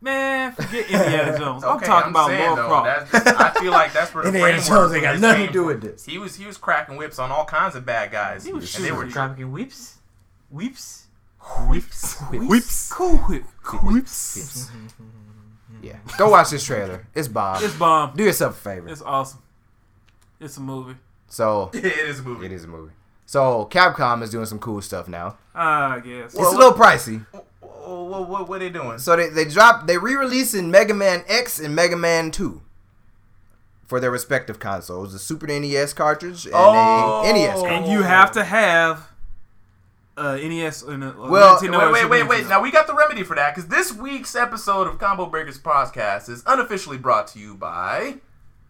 [SPEAKER 5] Man, forget
[SPEAKER 2] *laughs*
[SPEAKER 5] Indiana Jones. I'm
[SPEAKER 2] Okay,
[SPEAKER 5] talking about
[SPEAKER 2] saying,
[SPEAKER 5] Laura
[SPEAKER 2] though,
[SPEAKER 5] Croft.
[SPEAKER 2] that's- I feel like that's where
[SPEAKER 1] *laughs*
[SPEAKER 2] the
[SPEAKER 1] Indiana
[SPEAKER 2] framework
[SPEAKER 1] Jones ain't
[SPEAKER 2] for
[SPEAKER 1] got
[SPEAKER 2] this
[SPEAKER 1] nothing to
[SPEAKER 2] came
[SPEAKER 1] do
[SPEAKER 2] from.
[SPEAKER 1] with this.
[SPEAKER 2] He was he was cracking whips on all kinds of bad guys.
[SPEAKER 5] He was
[SPEAKER 2] and they
[SPEAKER 5] shooting
[SPEAKER 2] were *laughs*
[SPEAKER 5] people.
[SPEAKER 4] Dropping whips, whips.
[SPEAKER 5] Whips,
[SPEAKER 6] Whips.
[SPEAKER 5] cool whip, cool whips.
[SPEAKER 1] Yeah. Go watch this trailer. It's Bob.
[SPEAKER 5] It's bomb.
[SPEAKER 1] Do yourself a favor.
[SPEAKER 5] It's awesome. It's a movie.
[SPEAKER 1] So,
[SPEAKER 2] it is a movie.
[SPEAKER 1] it is a movie. So, Capcom is doing some cool stuff now.
[SPEAKER 5] I
[SPEAKER 1] It's
[SPEAKER 5] guess.
[SPEAKER 1] a little pricey.
[SPEAKER 2] What what what they doing?
[SPEAKER 1] So they they dropped they re-releasing Mega Man X and Mega Man Two for their respective consoles, the Super NES cartridge and
[SPEAKER 2] Oh.
[SPEAKER 1] a NES. Cartridge.
[SPEAKER 5] And you have to have uh, NES and a, a
[SPEAKER 1] Well,
[SPEAKER 5] Nintendo
[SPEAKER 2] wait, wait,
[SPEAKER 5] and
[SPEAKER 2] wait,
[SPEAKER 5] Super
[SPEAKER 2] wait.
[SPEAKER 5] Nintendo.
[SPEAKER 2] Now we got the remedy for that because this week's episode of Combo Breakers Podcast is unofficially brought to you by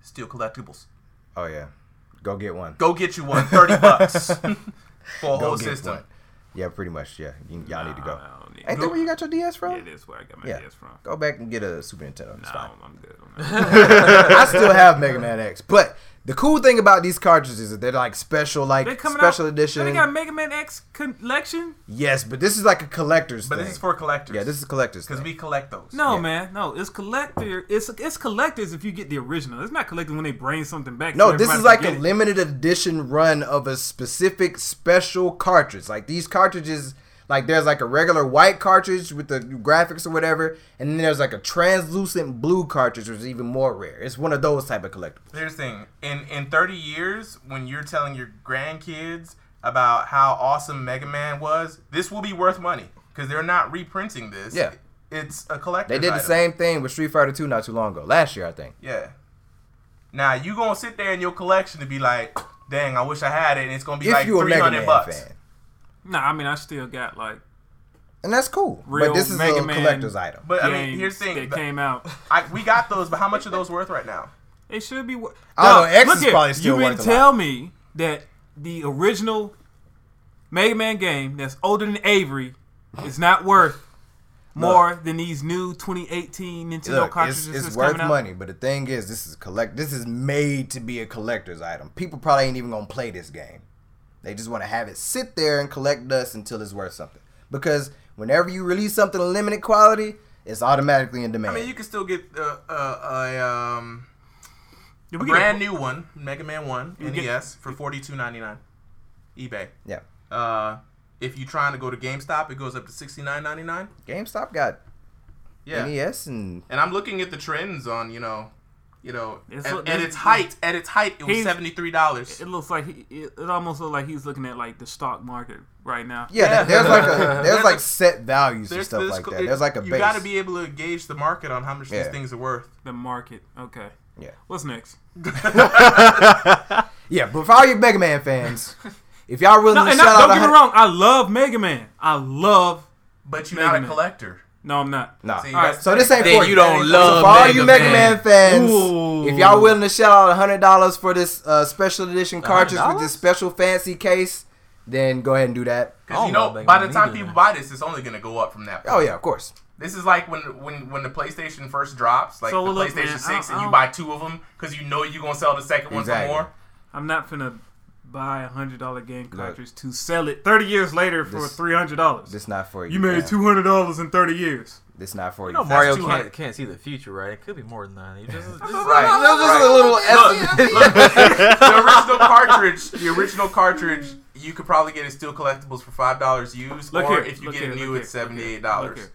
[SPEAKER 2] Steel Collectibles.
[SPEAKER 1] Oh yeah, go get one.
[SPEAKER 2] Go get you one, thirty
[SPEAKER 1] *laughs*
[SPEAKER 2] bucks for a
[SPEAKER 1] Go
[SPEAKER 2] whole
[SPEAKER 1] get
[SPEAKER 2] system.
[SPEAKER 1] one. Yeah, pretty much. Yeah, you, y'all need to go.
[SPEAKER 5] I don't need-
[SPEAKER 1] Ain't that where you got your DS from?
[SPEAKER 5] Yeah, that's where I got my
[SPEAKER 1] Yeah.
[SPEAKER 5] NES from.
[SPEAKER 1] Go back and get a Super Nintendo. It's
[SPEAKER 5] Nah,
[SPEAKER 1] fine. *laughs*
[SPEAKER 5] I'm good
[SPEAKER 2] *laughs*
[SPEAKER 5] on that.
[SPEAKER 1] I still have Mega Man X, but the cool thing about these cartridges is that they're like special, like
[SPEAKER 5] They coming
[SPEAKER 1] special
[SPEAKER 5] out,
[SPEAKER 1] edition.
[SPEAKER 5] They got Mega Man X collection.
[SPEAKER 1] yes, but this is like a collector's
[SPEAKER 2] But
[SPEAKER 1] thing.
[SPEAKER 2] this is for collectors.
[SPEAKER 1] yeah, this is collector's.
[SPEAKER 2] because
[SPEAKER 1] thing.
[SPEAKER 2] we collect those.
[SPEAKER 5] No,
[SPEAKER 1] Yeah.
[SPEAKER 5] man, no. It's collector. It's it's collectors if you get the original. It's not collecting when they bring something back.
[SPEAKER 1] No,
[SPEAKER 5] so
[SPEAKER 1] this
[SPEAKER 5] everybody
[SPEAKER 1] is like
[SPEAKER 5] can
[SPEAKER 1] a
[SPEAKER 5] get it.
[SPEAKER 1] limited edition run of a specific special cartridge. Like these cartridges, like there's like a regular white cartridge with the graphics or whatever, and then there's like a translucent blue cartridge, which is even more rare. It's one of those type of collectibles.
[SPEAKER 2] Here's the thing: in in 30 years, when you're telling your grandkids about how awesome Mega Man was, this will be worth money because they're not reprinting this.
[SPEAKER 1] Yeah.
[SPEAKER 2] it's a collector.
[SPEAKER 1] They did the same thing with Street Fighter 2 not too long ago, last year I think.
[SPEAKER 2] Yeah. Now you gonna sit there in your collection and be like, "Dang, I wish I had it," and it's gonna be
[SPEAKER 1] If
[SPEAKER 2] like
[SPEAKER 1] you're a
[SPEAKER 2] three
[SPEAKER 1] Mega
[SPEAKER 2] hundred
[SPEAKER 1] Man
[SPEAKER 2] bucks.
[SPEAKER 1] fan,
[SPEAKER 5] Nah, I mean, I still got like
[SPEAKER 1] and that's cool.
[SPEAKER 5] Real
[SPEAKER 1] but this is
[SPEAKER 5] Mega
[SPEAKER 1] a
[SPEAKER 5] Man.
[SPEAKER 1] collector's item.
[SPEAKER 2] But I
[SPEAKER 5] games
[SPEAKER 2] mean, here's the thing:
[SPEAKER 5] that
[SPEAKER 2] *laughs*
[SPEAKER 5] came out.
[SPEAKER 2] I, we got those, but how much are those worth right now?
[SPEAKER 5] It should be. Wor-
[SPEAKER 1] I don't
[SPEAKER 5] Dog,
[SPEAKER 1] know, X
[SPEAKER 5] look
[SPEAKER 1] is
[SPEAKER 5] here,
[SPEAKER 1] probably still
[SPEAKER 5] You
[SPEAKER 1] worth a lot.
[SPEAKER 5] tell me that the original Mega Man game that's older than Avery is not worth more than these new 2018 Nintendo
[SPEAKER 1] Look, it's,
[SPEAKER 5] cartridges
[SPEAKER 1] it's
[SPEAKER 5] that's
[SPEAKER 1] worth
[SPEAKER 5] coming out.
[SPEAKER 1] money, but the thing is, this is collect. This is made to be a collector's item. People probably ain't even gonna play this game. They just want to have it sit there and collect dust until it's worth something. Because whenever you release something of limited quality, it's automatically in
[SPEAKER 2] I
[SPEAKER 1] demand.
[SPEAKER 2] mean, you can still get uh, uh, a um,
[SPEAKER 5] Did
[SPEAKER 2] a
[SPEAKER 5] we get
[SPEAKER 2] brand new one, Mega Man One E
[SPEAKER 5] get-
[SPEAKER 2] NES for forty two ninety nine, eBay.
[SPEAKER 1] yeah,
[SPEAKER 2] Uh, If you're trying to go to GameStop, it goes up to sixty nine ninety nine.
[SPEAKER 1] GameStop got
[SPEAKER 2] Yeah.
[SPEAKER 1] NES and
[SPEAKER 2] And I'm looking at the trends on you know, you know,
[SPEAKER 5] It's
[SPEAKER 2] at,
[SPEAKER 5] look-
[SPEAKER 2] at
[SPEAKER 5] this-
[SPEAKER 2] its height, at its height, it was
[SPEAKER 5] He's-
[SPEAKER 2] seventy three dollars.
[SPEAKER 5] It looks like he, it, it almost looks like he's looking at like the stock market right now.
[SPEAKER 1] yeah,
[SPEAKER 2] Yeah.
[SPEAKER 1] there's like a
[SPEAKER 2] There's
[SPEAKER 1] there's
[SPEAKER 2] a-
[SPEAKER 1] like set values and
[SPEAKER 2] There's
[SPEAKER 1] stuff
[SPEAKER 2] this-
[SPEAKER 1] like that. There's like a
[SPEAKER 2] you
[SPEAKER 1] base.
[SPEAKER 2] got to be able to gauge the market on how much these
[SPEAKER 1] Yeah.
[SPEAKER 2] things are worth.
[SPEAKER 5] The market. Okay.
[SPEAKER 1] Yeah.
[SPEAKER 5] What's next?
[SPEAKER 1] yeah, but for all you Mega Man fans, if y'all really
[SPEAKER 5] No,
[SPEAKER 1] shout
[SPEAKER 5] and I,
[SPEAKER 1] out
[SPEAKER 5] don't
[SPEAKER 1] a
[SPEAKER 5] get me
[SPEAKER 1] hun-
[SPEAKER 5] wrong. I love Mega Man. I love.
[SPEAKER 2] But you're
[SPEAKER 5] Mega
[SPEAKER 2] not a
[SPEAKER 5] Man.
[SPEAKER 2] collector.
[SPEAKER 5] No, I'm not.
[SPEAKER 1] Nah.
[SPEAKER 2] See,
[SPEAKER 5] All right.
[SPEAKER 2] that's-
[SPEAKER 1] So this ain't
[SPEAKER 4] Then
[SPEAKER 1] for
[SPEAKER 4] you don't love
[SPEAKER 1] so for all
[SPEAKER 4] Mega
[SPEAKER 1] you Mega
[SPEAKER 4] Man.
[SPEAKER 1] Man, fans.
[SPEAKER 6] Ooh.
[SPEAKER 1] If y'all willing to shout out hundred dollars for this uh, special edition cartridge with this special fancy case, then go ahead and do that.
[SPEAKER 2] Because you
[SPEAKER 4] I don't
[SPEAKER 2] know,
[SPEAKER 4] know
[SPEAKER 2] by
[SPEAKER 4] about
[SPEAKER 2] the time
[SPEAKER 4] either.
[SPEAKER 2] people buy this, it's only gonna go up from that. Point.
[SPEAKER 1] Oh yeah, of course.
[SPEAKER 2] This is like when when when the PlayStation first drops, like
[SPEAKER 5] So,
[SPEAKER 2] the
[SPEAKER 5] look,
[SPEAKER 2] PlayStation
[SPEAKER 5] man, I-
[SPEAKER 2] Six,
[SPEAKER 5] I
[SPEAKER 2] and you
[SPEAKER 5] don't-
[SPEAKER 2] buy two of them because you know you're gonna sell the second one
[SPEAKER 1] Exactly.
[SPEAKER 2] for more.
[SPEAKER 5] I'm not finna buy a hundred dollar game cartridge to sell it thirty years later for
[SPEAKER 1] This-
[SPEAKER 5] three hundred dollars.
[SPEAKER 1] This not for you.
[SPEAKER 5] You made
[SPEAKER 1] fam.
[SPEAKER 5] two hundred dollars in thirty years.
[SPEAKER 1] This not for you.
[SPEAKER 4] No,
[SPEAKER 1] fam.
[SPEAKER 4] Mario
[SPEAKER 2] 200.
[SPEAKER 4] can't, can't see the future, right? It could be more than that. You just, just,
[SPEAKER 1] Right. That was just a little estimate. *laughs*
[SPEAKER 2] the original cartridge, the original cartridge, you could probably get it still collectibles for five dollars used,
[SPEAKER 5] Look
[SPEAKER 2] or
[SPEAKER 5] here,
[SPEAKER 2] if you
[SPEAKER 5] look
[SPEAKER 2] get
[SPEAKER 5] here,
[SPEAKER 2] it new,
[SPEAKER 5] look here,
[SPEAKER 2] it's seventy eight
[SPEAKER 5] Look
[SPEAKER 2] dollars.
[SPEAKER 5] here.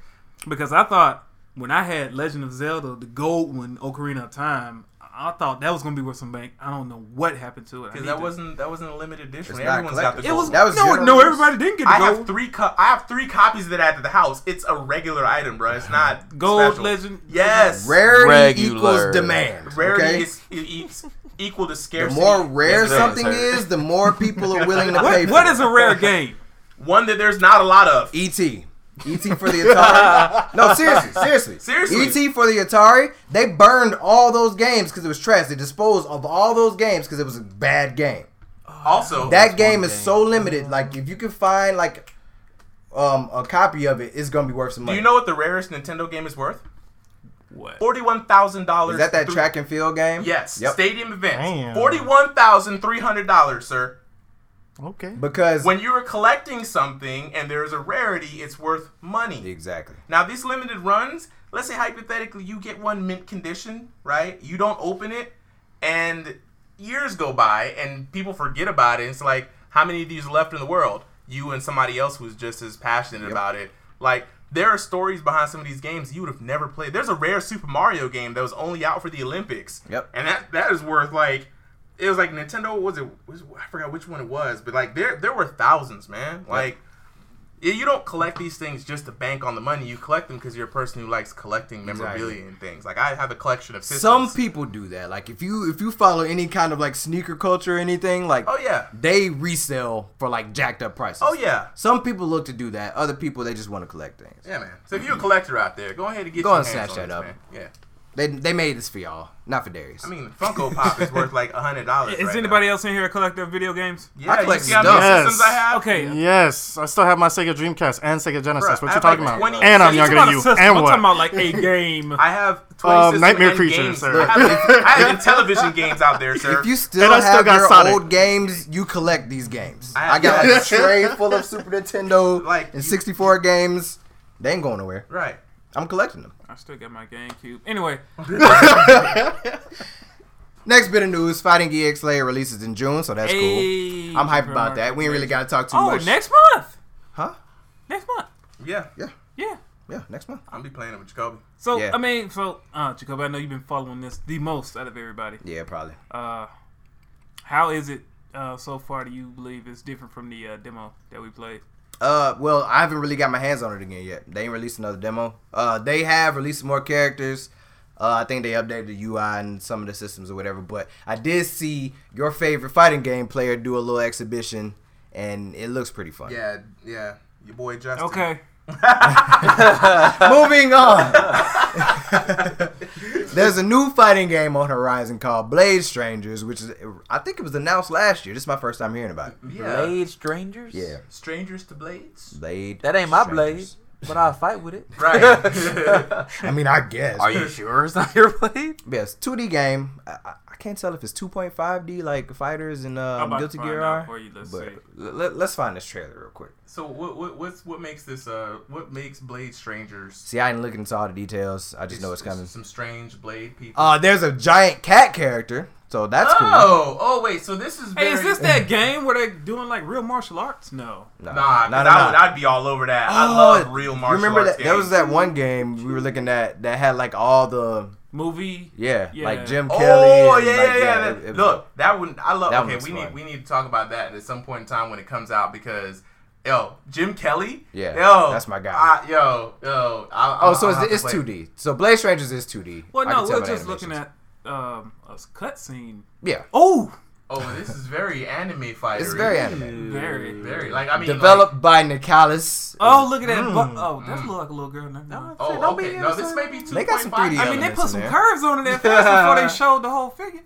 [SPEAKER 5] Because I thought when I had Legend of Zelda, the gold one, Ocarina of Time, I thought that was gonna be worth some bank. I don't know what happened to it. I
[SPEAKER 2] Because
[SPEAKER 5] need
[SPEAKER 2] that
[SPEAKER 5] to-
[SPEAKER 2] wasn't that wasn't a limited edition.
[SPEAKER 1] It's not
[SPEAKER 2] Everyone's got the
[SPEAKER 1] collectible.
[SPEAKER 5] It
[SPEAKER 2] gold.
[SPEAKER 5] was.
[SPEAKER 1] That was
[SPEAKER 5] no,
[SPEAKER 1] zero
[SPEAKER 5] no.
[SPEAKER 1] dollars.
[SPEAKER 5] Everybody didn't get
[SPEAKER 2] I
[SPEAKER 5] a
[SPEAKER 2] have
[SPEAKER 5] gold.
[SPEAKER 2] three. Co- I have three copies of that at the house. It's a regular item, bro. It's not
[SPEAKER 5] Gold
[SPEAKER 2] special.
[SPEAKER 5] Legend.
[SPEAKER 2] Yes,
[SPEAKER 1] Rarity
[SPEAKER 4] Regular.
[SPEAKER 1] equals demand.
[SPEAKER 2] Rarity
[SPEAKER 1] okay?
[SPEAKER 2] is e- e- equal to
[SPEAKER 1] the
[SPEAKER 2] scarcity.
[SPEAKER 1] more rare
[SPEAKER 4] Yes, it is,
[SPEAKER 1] something
[SPEAKER 4] sir.
[SPEAKER 1] is, the more people are willing to pay
[SPEAKER 5] What,
[SPEAKER 1] for
[SPEAKER 5] what
[SPEAKER 1] it.
[SPEAKER 5] is a rare game?
[SPEAKER 2] one that there's not a lot
[SPEAKER 1] E-
[SPEAKER 2] of.
[SPEAKER 1] E.T. E.T. for the
[SPEAKER 2] *laughs*
[SPEAKER 1] Atari. no, seriously, seriously.
[SPEAKER 2] Seriously.
[SPEAKER 1] E.T. for the Atari, they burned all those games because it was trash. They disposed of all those games because it was a bad game.
[SPEAKER 2] Also,
[SPEAKER 1] That game is so limited. Like, if you can find, like, um, a copy of it, it's going to be worth some
[SPEAKER 2] do
[SPEAKER 1] money.
[SPEAKER 2] you know what the rarest Nintendo game is worth?
[SPEAKER 5] What?
[SPEAKER 2] Forty-one thousand dollars.
[SPEAKER 1] is that that track and field game?
[SPEAKER 2] Yes,
[SPEAKER 1] Yep.
[SPEAKER 2] stadium event.
[SPEAKER 6] Damn.
[SPEAKER 2] Forty-one thousand three hundred dollars, sir.
[SPEAKER 6] Okay.
[SPEAKER 1] Because.
[SPEAKER 2] When you're collecting something and there is a rarity, it's worth money.
[SPEAKER 1] exactly.
[SPEAKER 2] Now, these limited runs. Let's say hypothetically, you get one mint condition, right? You don't open it, and years go by, and people forget about it. It's like how many of these left in the world? You and somebody else who's just as passionate about it. Like there are stories behind some of these games you would have never played. There's a rare Super Mario game that was only out for the Olympics.
[SPEAKER 1] Yep.
[SPEAKER 2] And that that is worth like it was like Nintendo was it was, I forgot which one it was, but like there there were thousands, man. Like yeah, you don't collect these things just to bank on the money. You collect them because you're a person who likes collecting memorabilia and things. Like I have a collection of systems.
[SPEAKER 1] Some people do that. Like if you if you follow any kind of like sneaker culture or anything, like
[SPEAKER 2] Oh yeah.
[SPEAKER 1] they resell for like jacked up prices.
[SPEAKER 2] Oh yeah.
[SPEAKER 1] Some people look to do that. Other people they just want to collect things.
[SPEAKER 2] Yeah, man. So if you're a collector out there, go ahead and get
[SPEAKER 1] Go
[SPEAKER 2] your
[SPEAKER 1] and
[SPEAKER 2] hands
[SPEAKER 1] snatch
[SPEAKER 2] on
[SPEAKER 1] that
[SPEAKER 2] this,
[SPEAKER 1] up.
[SPEAKER 2] Man. Yeah.
[SPEAKER 1] They they made this for y'all, not for Darius.
[SPEAKER 2] I mean, Funko Pop is worth like a hundred
[SPEAKER 5] *laughs*
[SPEAKER 2] dollars. *laughs*
[SPEAKER 5] Is
[SPEAKER 2] right
[SPEAKER 5] anybody else in here a collector of video games?
[SPEAKER 2] Now. Yeah,
[SPEAKER 1] I collect
[SPEAKER 2] you see how many
[SPEAKER 6] stuff.
[SPEAKER 2] systems I
[SPEAKER 6] Yes.
[SPEAKER 2] have.
[SPEAKER 5] Okay.
[SPEAKER 6] Yes, I still have my Sega Dreamcast and Sega Genesis. what
[SPEAKER 2] Bruh, I
[SPEAKER 6] you
[SPEAKER 2] have
[SPEAKER 6] talking
[SPEAKER 2] like
[SPEAKER 6] about?
[SPEAKER 2] 20
[SPEAKER 6] And I'm
[SPEAKER 2] He's
[SPEAKER 6] younger
[SPEAKER 5] I'm
[SPEAKER 6] than
[SPEAKER 5] talking
[SPEAKER 6] you.
[SPEAKER 5] about a system.
[SPEAKER 6] And
[SPEAKER 5] I'm
[SPEAKER 6] what?
[SPEAKER 5] talking about like a game.
[SPEAKER 2] I have 20
[SPEAKER 6] Um,
[SPEAKER 2] systems
[SPEAKER 6] Nightmare
[SPEAKER 2] and
[SPEAKER 6] Creatures,
[SPEAKER 2] games.
[SPEAKER 6] sir.
[SPEAKER 2] I have, I have television games out there, sir.
[SPEAKER 1] if you still
[SPEAKER 6] And I
[SPEAKER 1] have
[SPEAKER 6] still got
[SPEAKER 1] your
[SPEAKER 6] Sonic.
[SPEAKER 1] old games, you collect these games.
[SPEAKER 2] I-
[SPEAKER 1] I, got
[SPEAKER 2] yeah.
[SPEAKER 1] like a tray full of Super Nintendo
[SPEAKER 2] Like,
[SPEAKER 1] and
[SPEAKER 2] you-
[SPEAKER 1] 64 games. They ain't going nowhere.
[SPEAKER 2] right.
[SPEAKER 1] I'm collecting them.
[SPEAKER 5] I still got my GameCube. Anyway,
[SPEAKER 1] Next bit of news: Fighting EX Layer releases in June, so that's
[SPEAKER 5] hey,
[SPEAKER 1] cool. I'm hyped
[SPEAKER 5] Super
[SPEAKER 1] about that.
[SPEAKER 5] Mario
[SPEAKER 1] We ain't really
[SPEAKER 5] Bros.
[SPEAKER 1] got to talk too
[SPEAKER 5] Oh,
[SPEAKER 1] much.
[SPEAKER 5] next month.
[SPEAKER 1] Huh?
[SPEAKER 5] Next month.
[SPEAKER 2] Yeah.
[SPEAKER 5] Yeah.
[SPEAKER 1] Yeah, next month.
[SPEAKER 2] I'll be playing it with Jacoby.
[SPEAKER 5] So
[SPEAKER 1] Yeah.
[SPEAKER 5] I mean, so uh, Jacob, I know you've been following this the most out of everybody.
[SPEAKER 1] Yeah, probably.
[SPEAKER 5] Uh, how is it uh, so far? Do you believe it's different from the uh, demo that we played?
[SPEAKER 1] Uh, well, I haven't really got my hands on it again yet. They ain't released another demo. Uh, they have released more characters. Uh, I think they updated the UI and some of the systems or whatever. But I did see your favorite fighting game player do a little exhibition, and it looks pretty fun.
[SPEAKER 2] Yeah, yeah. Your boy Justin.
[SPEAKER 5] Okay.
[SPEAKER 1] *laughs* Moving
[SPEAKER 4] *laughs*
[SPEAKER 1] on. There's a new fighting game on Horizon called Blade Strangers, which is I think it was announced last year. This is my first time hearing about it.
[SPEAKER 2] Yeah.
[SPEAKER 4] Blade strangers.
[SPEAKER 1] Yeah,
[SPEAKER 2] Strangers to Blades.
[SPEAKER 1] Blade.
[SPEAKER 4] that ain't my blade,
[SPEAKER 1] Strangers.
[SPEAKER 4] but I'll fight with it.
[SPEAKER 2] Right.
[SPEAKER 1] I mean, I guess. *laughs*
[SPEAKER 4] *laughs* Are you sure it's not your blade?
[SPEAKER 1] Yes, 2D game. I, I- I can't tell if it's 2.5D like fighters and
[SPEAKER 5] I'm
[SPEAKER 1] um,
[SPEAKER 5] about
[SPEAKER 1] Guilty
[SPEAKER 5] to find
[SPEAKER 1] Gear
[SPEAKER 5] out
[SPEAKER 1] are.
[SPEAKER 5] for you. Let's
[SPEAKER 1] But
[SPEAKER 5] see.
[SPEAKER 1] let, us find this trailer real quick.
[SPEAKER 2] so what what what's what makes this uh what makes Blade Strangers?
[SPEAKER 1] See, I ain't looking into all the details. I just know it's coming.
[SPEAKER 2] Some strange blade people.
[SPEAKER 1] Uh, there's a giant cat character So that's cool.
[SPEAKER 2] Oh, oh wait. So this is very,
[SPEAKER 5] Hey, is
[SPEAKER 1] *laughs*
[SPEAKER 5] this that game where they're doing like real martial arts? No.
[SPEAKER 1] Nah,
[SPEAKER 2] Nah, 'cause I would, I'd be all over that. I
[SPEAKER 1] Oh,
[SPEAKER 2] love real martial
[SPEAKER 1] Remember
[SPEAKER 2] arts
[SPEAKER 1] that? There was
[SPEAKER 2] games.
[SPEAKER 1] that one game we were looking at that had like all the
[SPEAKER 5] Movie.
[SPEAKER 1] yeah, like
[SPEAKER 5] Yeah.
[SPEAKER 1] Jim Kelly.
[SPEAKER 2] Oh
[SPEAKER 1] and,
[SPEAKER 2] yeah,
[SPEAKER 1] like,
[SPEAKER 2] yeah, yeah.
[SPEAKER 1] it-
[SPEAKER 2] that-
[SPEAKER 1] it-
[SPEAKER 2] Look, that one. I love.
[SPEAKER 1] That one
[SPEAKER 2] okay,
[SPEAKER 1] was
[SPEAKER 2] we
[SPEAKER 1] fun.
[SPEAKER 2] need we need to talk about that at some point in time when it comes out because yo, Jim Kelly.
[SPEAKER 1] Yeah,
[SPEAKER 2] yo,
[SPEAKER 1] that's my guy.
[SPEAKER 2] I, yo, yo. I,
[SPEAKER 1] Oh,
[SPEAKER 2] I-
[SPEAKER 1] so
[SPEAKER 2] I'll
[SPEAKER 1] it's,
[SPEAKER 2] have to
[SPEAKER 1] it's
[SPEAKER 2] play it.
[SPEAKER 1] 2D. So Blade Strangers is 2D.
[SPEAKER 5] Well,
[SPEAKER 1] I can
[SPEAKER 5] no,
[SPEAKER 1] tell
[SPEAKER 5] we're
[SPEAKER 1] by the
[SPEAKER 5] just looking
[SPEAKER 1] animations.
[SPEAKER 5] at um, a cutscene.
[SPEAKER 1] Yeah,
[SPEAKER 5] Oh,
[SPEAKER 2] Oh, this is very anime fighter.
[SPEAKER 1] it's very anime.
[SPEAKER 5] very.
[SPEAKER 2] Very like I mean Like,
[SPEAKER 1] Developed by Nicalis.
[SPEAKER 5] Oh, look at that! Bu- oh, that's look like a little girl. Never mind.
[SPEAKER 2] oh,
[SPEAKER 1] Don't be
[SPEAKER 2] okay. No, this
[SPEAKER 1] innocent.
[SPEAKER 2] may be two
[SPEAKER 1] They got some
[SPEAKER 2] point
[SPEAKER 1] 3D
[SPEAKER 2] five.
[SPEAKER 5] I mean, they
[SPEAKER 1] elements
[SPEAKER 5] put
[SPEAKER 1] in
[SPEAKER 5] some
[SPEAKER 1] there.
[SPEAKER 5] curves on it at first
[SPEAKER 4] *laughs*
[SPEAKER 5] before they showed the whole figure.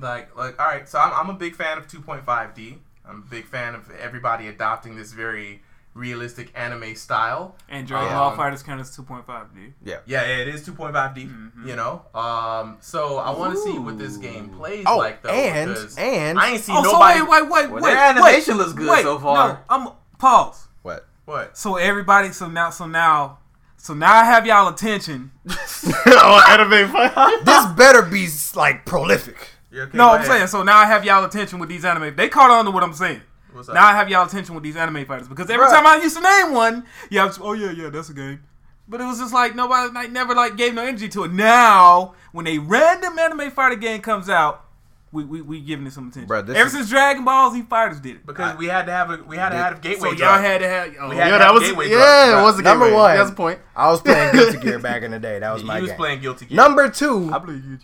[SPEAKER 2] like like all right so i'm, I'm a big fan of 2.5d i'm a big fan of everybody adopting this very realistic anime style
[SPEAKER 5] And Dragon
[SPEAKER 2] Yeah.
[SPEAKER 5] Ball Fighters count as 2.5D.
[SPEAKER 1] Yeah.
[SPEAKER 2] yeah it is 2.5d
[SPEAKER 1] Mm-hmm.
[SPEAKER 2] you know um so i want to see what this game plays
[SPEAKER 1] Oh,
[SPEAKER 2] like though
[SPEAKER 1] and
[SPEAKER 2] because
[SPEAKER 1] and
[SPEAKER 2] i ain't seen
[SPEAKER 5] Oh,
[SPEAKER 2] nobody
[SPEAKER 5] so wait, wait, wait,
[SPEAKER 4] Well,
[SPEAKER 5] wait.
[SPEAKER 4] their animation
[SPEAKER 5] wait,
[SPEAKER 4] looks good
[SPEAKER 5] wait,
[SPEAKER 4] so far.
[SPEAKER 5] No, I'm pause.
[SPEAKER 1] *laughs* what?
[SPEAKER 2] what
[SPEAKER 5] So everybody, so now, so now, so now I have y'all attention.
[SPEAKER 6] oh, anime *laughs* fight.
[SPEAKER 1] This better be like prolific.
[SPEAKER 2] You're okay,
[SPEAKER 5] No,
[SPEAKER 2] go
[SPEAKER 5] I'm
[SPEAKER 2] ahead.
[SPEAKER 5] saying so now I have y'all attention with these anime. They caught on to what I'm saying.
[SPEAKER 2] What's up?
[SPEAKER 5] Now I have y'all attention with these anime fighters because every
[SPEAKER 1] Bruh.
[SPEAKER 5] time I used to name one, yeah, I was, oh yeah, yeah, that's a game. But it was just like nobody, like, never like gave no energy to it. Now when a random anime fighter game comes out, we we, we giving it some attention.
[SPEAKER 1] Bruh, this
[SPEAKER 5] Ever
[SPEAKER 1] is-
[SPEAKER 5] since Dragon Ball Z Fighters did it,
[SPEAKER 2] because we had to have a we had to have
[SPEAKER 5] so
[SPEAKER 2] gateway
[SPEAKER 5] y'all
[SPEAKER 2] drug.
[SPEAKER 5] had to have. Oh,
[SPEAKER 2] We
[SPEAKER 5] yeah.
[SPEAKER 2] had-
[SPEAKER 6] Yo, that was
[SPEAKER 2] Gateway
[SPEAKER 6] yeah,
[SPEAKER 2] drug.
[SPEAKER 6] it was a
[SPEAKER 1] Number
[SPEAKER 6] gateway.
[SPEAKER 1] one.
[SPEAKER 6] That's the point.
[SPEAKER 1] I was playing
[SPEAKER 6] *laughs*
[SPEAKER 1] Guilty Gear back in the day. That was
[SPEAKER 2] he
[SPEAKER 1] my
[SPEAKER 2] was
[SPEAKER 1] game.
[SPEAKER 2] playing guilty Gear.
[SPEAKER 1] Number two.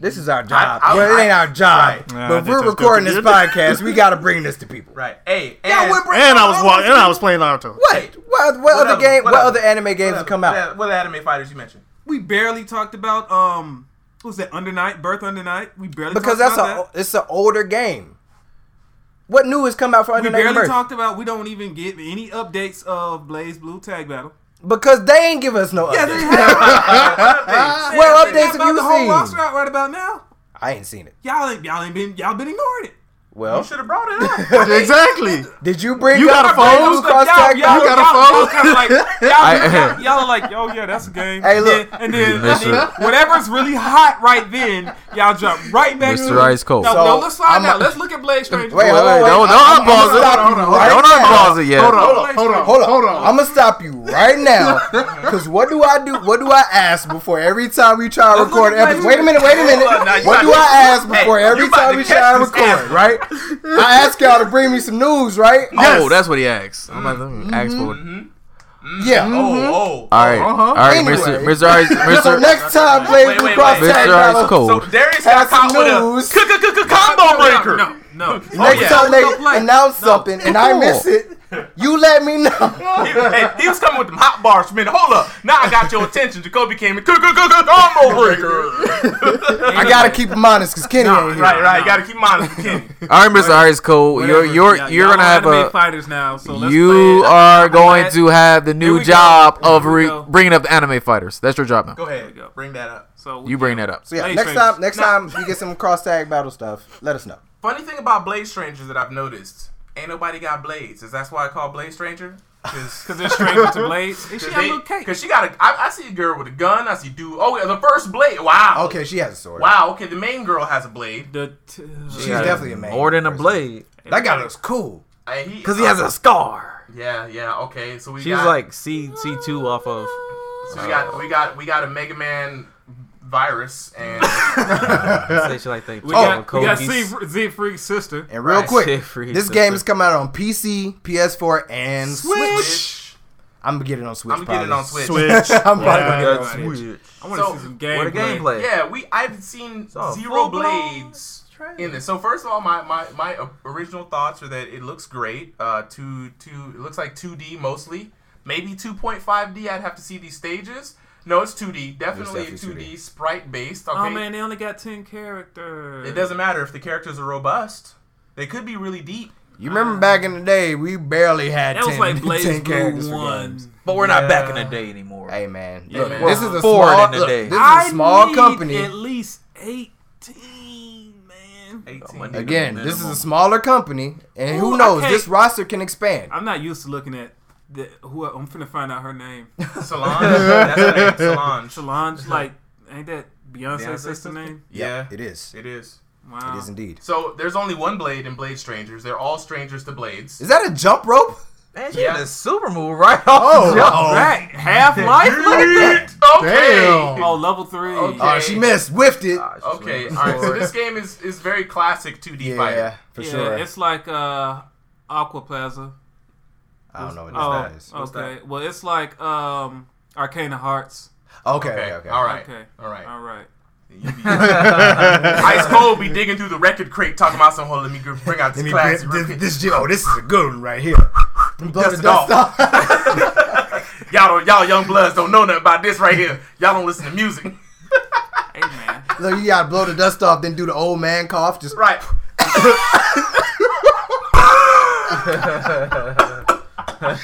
[SPEAKER 1] This is our job.
[SPEAKER 2] I- I-
[SPEAKER 1] well, it ain't our job.
[SPEAKER 2] Right.
[SPEAKER 6] Nah,
[SPEAKER 1] but
[SPEAKER 6] this
[SPEAKER 1] we're
[SPEAKER 6] is
[SPEAKER 1] recording this
[SPEAKER 6] Guilty
[SPEAKER 1] podcast. we got to bring this to people.
[SPEAKER 2] right hey and,
[SPEAKER 1] Yeah, we're bringing
[SPEAKER 6] And I
[SPEAKER 1] it
[SPEAKER 6] was
[SPEAKER 1] up.
[SPEAKER 6] walking. And I was playing Naruto.
[SPEAKER 1] What? What, what, other
[SPEAKER 2] other-
[SPEAKER 1] game?
[SPEAKER 2] what
[SPEAKER 1] What,
[SPEAKER 2] other-
[SPEAKER 1] other anime games
[SPEAKER 2] what
[SPEAKER 1] have come out?
[SPEAKER 2] other- what other anime fighters you mentioned
[SPEAKER 5] we barely talked about um, what was that Under Night, Birth Under Night? We barely
[SPEAKER 1] Because that's
[SPEAKER 5] talked
[SPEAKER 1] a
[SPEAKER 5] about that.
[SPEAKER 1] it's an older game. What new has come out for
[SPEAKER 5] We
[SPEAKER 1] Under Night
[SPEAKER 5] barely
[SPEAKER 1] Birth?
[SPEAKER 5] talked about. We don't even get any updates of Blaze Blue Tag Battle.
[SPEAKER 1] Because they ain't give us no updates.
[SPEAKER 5] Yeah, they
[SPEAKER 1] *laughs*
[SPEAKER 5] have.
[SPEAKER 1] Well,
[SPEAKER 5] They got
[SPEAKER 1] updates have
[SPEAKER 5] about
[SPEAKER 1] you
[SPEAKER 5] the whole
[SPEAKER 1] seen?
[SPEAKER 5] roster out right about now.
[SPEAKER 1] I ain't seen it.
[SPEAKER 5] Y'all ain't y'all ain't been y'all been ignoring it.
[SPEAKER 2] you
[SPEAKER 1] Well,
[SPEAKER 2] should have brought it up
[SPEAKER 6] Exactly.
[SPEAKER 1] did you bring?
[SPEAKER 6] You
[SPEAKER 1] up
[SPEAKER 6] got a
[SPEAKER 1] Blaze
[SPEAKER 6] phone?
[SPEAKER 1] Blue
[SPEAKER 6] You
[SPEAKER 1] Cross Tag
[SPEAKER 5] y'all,
[SPEAKER 1] Battle?
[SPEAKER 5] y'all,
[SPEAKER 6] You got a
[SPEAKER 5] y'all,
[SPEAKER 6] phone?
[SPEAKER 5] y'all kinda like y'all,
[SPEAKER 4] I-
[SPEAKER 5] y'all, y'all are like, oh yeah, that's a game.
[SPEAKER 1] Hey,
[SPEAKER 5] And
[SPEAKER 1] look.
[SPEAKER 5] then- and then, and
[SPEAKER 4] Mister-
[SPEAKER 5] then whatever's really hot right then, y'all jump right back.
[SPEAKER 4] Mister
[SPEAKER 5] to it.
[SPEAKER 4] Ice Cold.
[SPEAKER 5] No,
[SPEAKER 1] So,
[SPEAKER 5] no, let's slide
[SPEAKER 1] I'm
[SPEAKER 5] now.
[SPEAKER 1] a-
[SPEAKER 5] Let's look at Blade Stranger.
[SPEAKER 1] Wait, hold on, wait, I'm-
[SPEAKER 4] don't- don't
[SPEAKER 1] I'm gonna
[SPEAKER 4] unpause it.
[SPEAKER 1] stop you
[SPEAKER 6] Hold on, hold on,
[SPEAKER 1] right
[SPEAKER 4] Don't
[SPEAKER 1] now.
[SPEAKER 4] unpause it yet.
[SPEAKER 6] Hold
[SPEAKER 5] Hold
[SPEAKER 6] on.
[SPEAKER 5] on.
[SPEAKER 6] Hold on.
[SPEAKER 1] Hold on.
[SPEAKER 6] Hold on. *laughs*
[SPEAKER 1] I'm gonna stop you right
[SPEAKER 2] *laughs*
[SPEAKER 1] now. Cause what do I do? What do I ask before every time we try to
[SPEAKER 5] Let's
[SPEAKER 1] record
[SPEAKER 5] look at
[SPEAKER 1] episodes?
[SPEAKER 5] Blaze
[SPEAKER 1] Wait a minute. Wait a minute.
[SPEAKER 2] Hold on, now you
[SPEAKER 1] What
[SPEAKER 2] about
[SPEAKER 1] do
[SPEAKER 2] to-
[SPEAKER 1] I ask before
[SPEAKER 2] Hey,
[SPEAKER 1] every
[SPEAKER 2] you about
[SPEAKER 1] time
[SPEAKER 2] to
[SPEAKER 1] we
[SPEAKER 2] catch
[SPEAKER 1] try to
[SPEAKER 2] this
[SPEAKER 1] record?
[SPEAKER 2] ass.
[SPEAKER 1] Right? I ask y'all to bring me some news. Right?
[SPEAKER 4] Oh, that's what he asked. I'm like, let me ask for it.
[SPEAKER 1] Yeah.
[SPEAKER 2] oh oh
[SPEAKER 4] All right, all right,
[SPEAKER 1] Anyway.
[SPEAKER 4] Mister Mister Ice,
[SPEAKER 1] So
[SPEAKER 4] Mister
[SPEAKER 1] next time, Blaze
[SPEAKER 2] Wait,
[SPEAKER 1] Blue
[SPEAKER 2] wait,
[SPEAKER 1] Cross
[SPEAKER 2] wait.
[SPEAKER 1] Tag
[SPEAKER 4] Mr. Ice
[SPEAKER 1] Battle.
[SPEAKER 4] Cold.
[SPEAKER 2] so Darius
[SPEAKER 1] Have
[SPEAKER 2] got
[SPEAKER 1] some
[SPEAKER 2] caught with a
[SPEAKER 1] news.
[SPEAKER 2] combo breaker.
[SPEAKER 5] No, Oh, no, no.
[SPEAKER 1] Next
[SPEAKER 2] Oh, yeah.
[SPEAKER 1] time
[SPEAKER 5] Don't
[SPEAKER 1] they
[SPEAKER 5] play.
[SPEAKER 1] announce something and I miss it, you let me
[SPEAKER 2] *laughs*
[SPEAKER 1] know.
[SPEAKER 2] He, hey, he was coming with them hot bars for a minute. Hold up. Now I got your attention. Jacoby came in. *laughs* Combo breaker.
[SPEAKER 1] I gotta keep him honest because Kenny ain't here.
[SPEAKER 2] Right, right. You gotta keep in mind, Kenny. *laughs*
[SPEAKER 4] All right, Mister Ice Cold, you're
[SPEAKER 5] Whatever.
[SPEAKER 4] you're
[SPEAKER 5] Yeah,
[SPEAKER 4] you're
[SPEAKER 5] y'all
[SPEAKER 4] gonna have
[SPEAKER 5] anime
[SPEAKER 4] a
[SPEAKER 5] fighters now. So let's
[SPEAKER 4] you
[SPEAKER 5] play it.
[SPEAKER 4] are going
[SPEAKER 5] glad-
[SPEAKER 4] to have the
[SPEAKER 5] Here
[SPEAKER 4] new
[SPEAKER 5] we go.
[SPEAKER 4] job of
[SPEAKER 5] Here we
[SPEAKER 4] re-
[SPEAKER 5] go.
[SPEAKER 4] bringing up the anime fighters. That's your job now.
[SPEAKER 2] Go ahead.
[SPEAKER 5] There we go.
[SPEAKER 2] Bring that up.
[SPEAKER 5] So
[SPEAKER 4] You bring that up.
[SPEAKER 1] So yeah,
[SPEAKER 5] Blaze
[SPEAKER 1] next
[SPEAKER 5] Strangers.
[SPEAKER 1] time, next
[SPEAKER 5] Nah.
[SPEAKER 1] time we get some cross tag battle stuff, let us know.
[SPEAKER 2] Funny thing about Blade Strangers that I've noticed, ain't nobody got blades. Is that's why I call Blade Stranger? Because
[SPEAKER 5] because they're straight to blades. And she got a little cake.
[SPEAKER 2] Because she got a. I, I see a girl with a gun. I see dude. Oh, yeah, the first blade. Wow.
[SPEAKER 1] Okay, she has a sword.
[SPEAKER 2] Wow. Okay, the main girl has a blade.
[SPEAKER 5] The t-
[SPEAKER 1] she's definitely a man.
[SPEAKER 4] More than a blade,
[SPEAKER 1] That guy looks cool.
[SPEAKER 2] Because
[SPEAKER 4] cause he has a scar.
[SPEAKER 2] Uh, Yeah, yeah. Okay, so we
[SPEAKER 4] She's
[SPEAKER 2] got,
[SPEAKER 4] like C C two off of.
[SPEAKER 2] so we got we got we got a Mega Man virus and
[SPEAKER 4] Say she like they. oh,
[SPEAKER 5] we got, we
[SPEAKER 4] Cody
[SPEAKER 5] got
[SPEAKER 4] C-
[SPEAKER 5] Z, Z Freak's sister.
[SPEAKER 1] And real
[SPEAKER 4] Right,
[SPEAKER 1] quick,
[SPEAKER 4] shit,
[SPEAKER 5] Hmm.
[SPEAKER 4] free
[SPEAKER 1] this
[SPEAKER 4] sister.
[SPEAKER 1] game is coming out on PC, PS4, and Switch.
[SPEAKER 2] Switch.
[SPEAKER 1] I'm gonna get it on Switch.
[SPEAKER 2] I'm getting it on Switch.
[SPEAKER 1] *laughs*
[SPEAKER 6] Switch.
[SPEAKER 1] I'm probably gonna get it on
[SPEAKER 4] That's
[SPEAKER 1] Switch.
[SPEAKER 4] weird.
[SPEAKER 5] I want to
[SPEAKER 2] So,
[SPEAKER 5] see some
[SPEAKER 4] What a
[SPEAKER 5] gameplay.
[SPEAKER 4] gameplay.
[SPEAKER 2] Yeah, we I've seen
[SPEAKER 4] So,
[SPEAKER 2] zero
[SPEAKER 4] full-blown
[SPEAKER 2] blades in this. So first of all, my my my uh, original thoughts are that it looks great. Uh, two two. It looks like two D mostly. Maybe two point five D. I'd have to see these stages. No, it's two D. Definitely
[SPEAKER 1] definitely
[SPEAKER 2] two
[SPEAKER 1] 2D.
[SPEAKER 2] D sprite based. Okay.
[SPEAKER 5] Oh man, they only got ten characters.
[SPEAKER 2] It doesn't matter if the characters are robust. They could be really deep.
[SPEAKER 1] You remember back in the day, we barely had
[SPEAKER 5] That
[SPEAKER 1] 10, *laughs*
[SPEAKER 5] was like Blaze
[SPEAKER 1] 10 characters
[SPEAKER 5] Blue
[SPEAKER 1] for
[SPEAKER 5] one.
[SPEAKER 1] games.
[SPEAKER 4] But we're
[SPEAKER 2] Yeah.
[SPEAKER 4] not back in the day anymore.
[SPEAKER 1] Hey man,
[SPEAKER 5] Yeah,
[SPEAKER 1] look,
[SPEAKER 2] man.
[SPEAKER 1] this is a
[SPEAKER 4] Forward
[SPEAKER 1] small.
[SPEAKER 4] in the
[SPEAKER 1] look,
[SPEAKER 4] day.
[SPEAKER 1] this is a small
[SPEAKER 5] need At
[SPEAKER 1] company.
[SPEAKER 5] least eighteen, man.
[SPEAKER 2] 18.
[SPEAKER 1] Again, this is a smaller company, and who
[SPEAKER 5] Ooh,
[SPEAKER 1] knows?
[SPEAKER 5] okay.
[SPEAKER 1] This roster can expand.
[SPEAKER 5] I'm not used to looking at the who. I'm finna find out
[SPEAKER 1] *laughs*
[SPEAKER 5] her name.
[SPEAKER 2] Solange. That's her name, Solange.
[SPEAKER 5] Solange, like, ain't that
[SPEAKER 2] Beyonce's
[SPEAKER 5] Beyonce's sister
[SPEAKER 2] sister?
[SPEAKER 5] name?
[SPEAKER 1] Yeah,
[SPEAKER 2] Yeah,
[SPEAKER 1] it is.
[SPEAKER 2] it is.
[SPEAKER 5] Wow.
[SPEAKER 1] It is indeed.
[SPEAKER 2] So there's only one Blade in Blade Strangers. They're all strangers to blades.
[SPEAKER 1] Is that a jump rope?
[SPEAKER 4] Man, she
[SPEAKER 2] Yeah.
[SPEAKER 4] had a super move right *laughs* off.
[SPEAKER 1] Oh,
[SPEAKER 4] the jump.
[SPEAKER 1] oh.
[SPEAKER 5] Right.
[SPEAKER 1] *laughs*
[SPEAKER 5] Half life? Look at that.
[SPEAKER 2] Okay.
[SPEAKER 6] Damn.
[SPEAKER 5] Oh, level three.
[SPEAKER 2] Okay.
[SPEAKER 1] Oh, she missed, whiffed it.
[SPEAKER 4] Ah, she's
[SPEAKER 2] Okay.
[SPEAKER 4] really
[SPEAKER 2] All right. So
[SPEAKER 4] forward.
[SPEAKER 2] this game is is very classic 2D
[SPEAKER 1] yeah,
[SPEAKER 2] fighting.
[SPEAKER 1] for
[SPEAKER 5] yeah,
[SPEAKER 1] sure.
[SPEAKER 5] it's like uh, Aquaplaza.
[SPEAKER 1] I don't know what
[SPEAKER 5] Oh,
[SPEAKER 1] that is.
[SPEAKER 2] What's
[SPEAKER 5] okay. Well, it's like um, Arcana Hearts.
[SPEAKER 1] Okay, okay,
[SPEAKER 2] Okay.
[SPEAKER 1] okay. *laughs*
[SPEAKER 2] All right.
[SPEAKER 5] Okay.
[SPEAKER 2] All right.
[SPEAKER 5] All right.
[SPEAKER 2] You be- Ice Cold be digging through the record crate talking about some. Hold on, let me gr- bring
[SPEAKER 1] *laughs*
[SPEAKER 2] out
[SPEAKER 1] Let
[SPEAKER 2] this
[SPEAKER 1] me
[SPEAKER 2] classic.
[SPEAKER 1] grab
[SPEAKER 2] record.
[SPEAKER 1] this, this. Oh, this is a good one right here. Blow
[SPEAKER 2] Dust
[SPEAKER 1] the
[SPEAKER 2] it
[SPEAKER 1] dust off. *laughs*
[SPEAKER 2] y'all don't, y'all young bloods don't know nothing about this right here. Y'all don't listen
[SPEAKER 1] *laughs*
[SPEAKER 2] to music.
[SPEAKER 5] Hey, man.
[SPEAKER 1] Look, you gotta blow the dust off, then do the old man cough. Just
[SPEAKER 2] Right.
[SPEAKER 1] *laughs*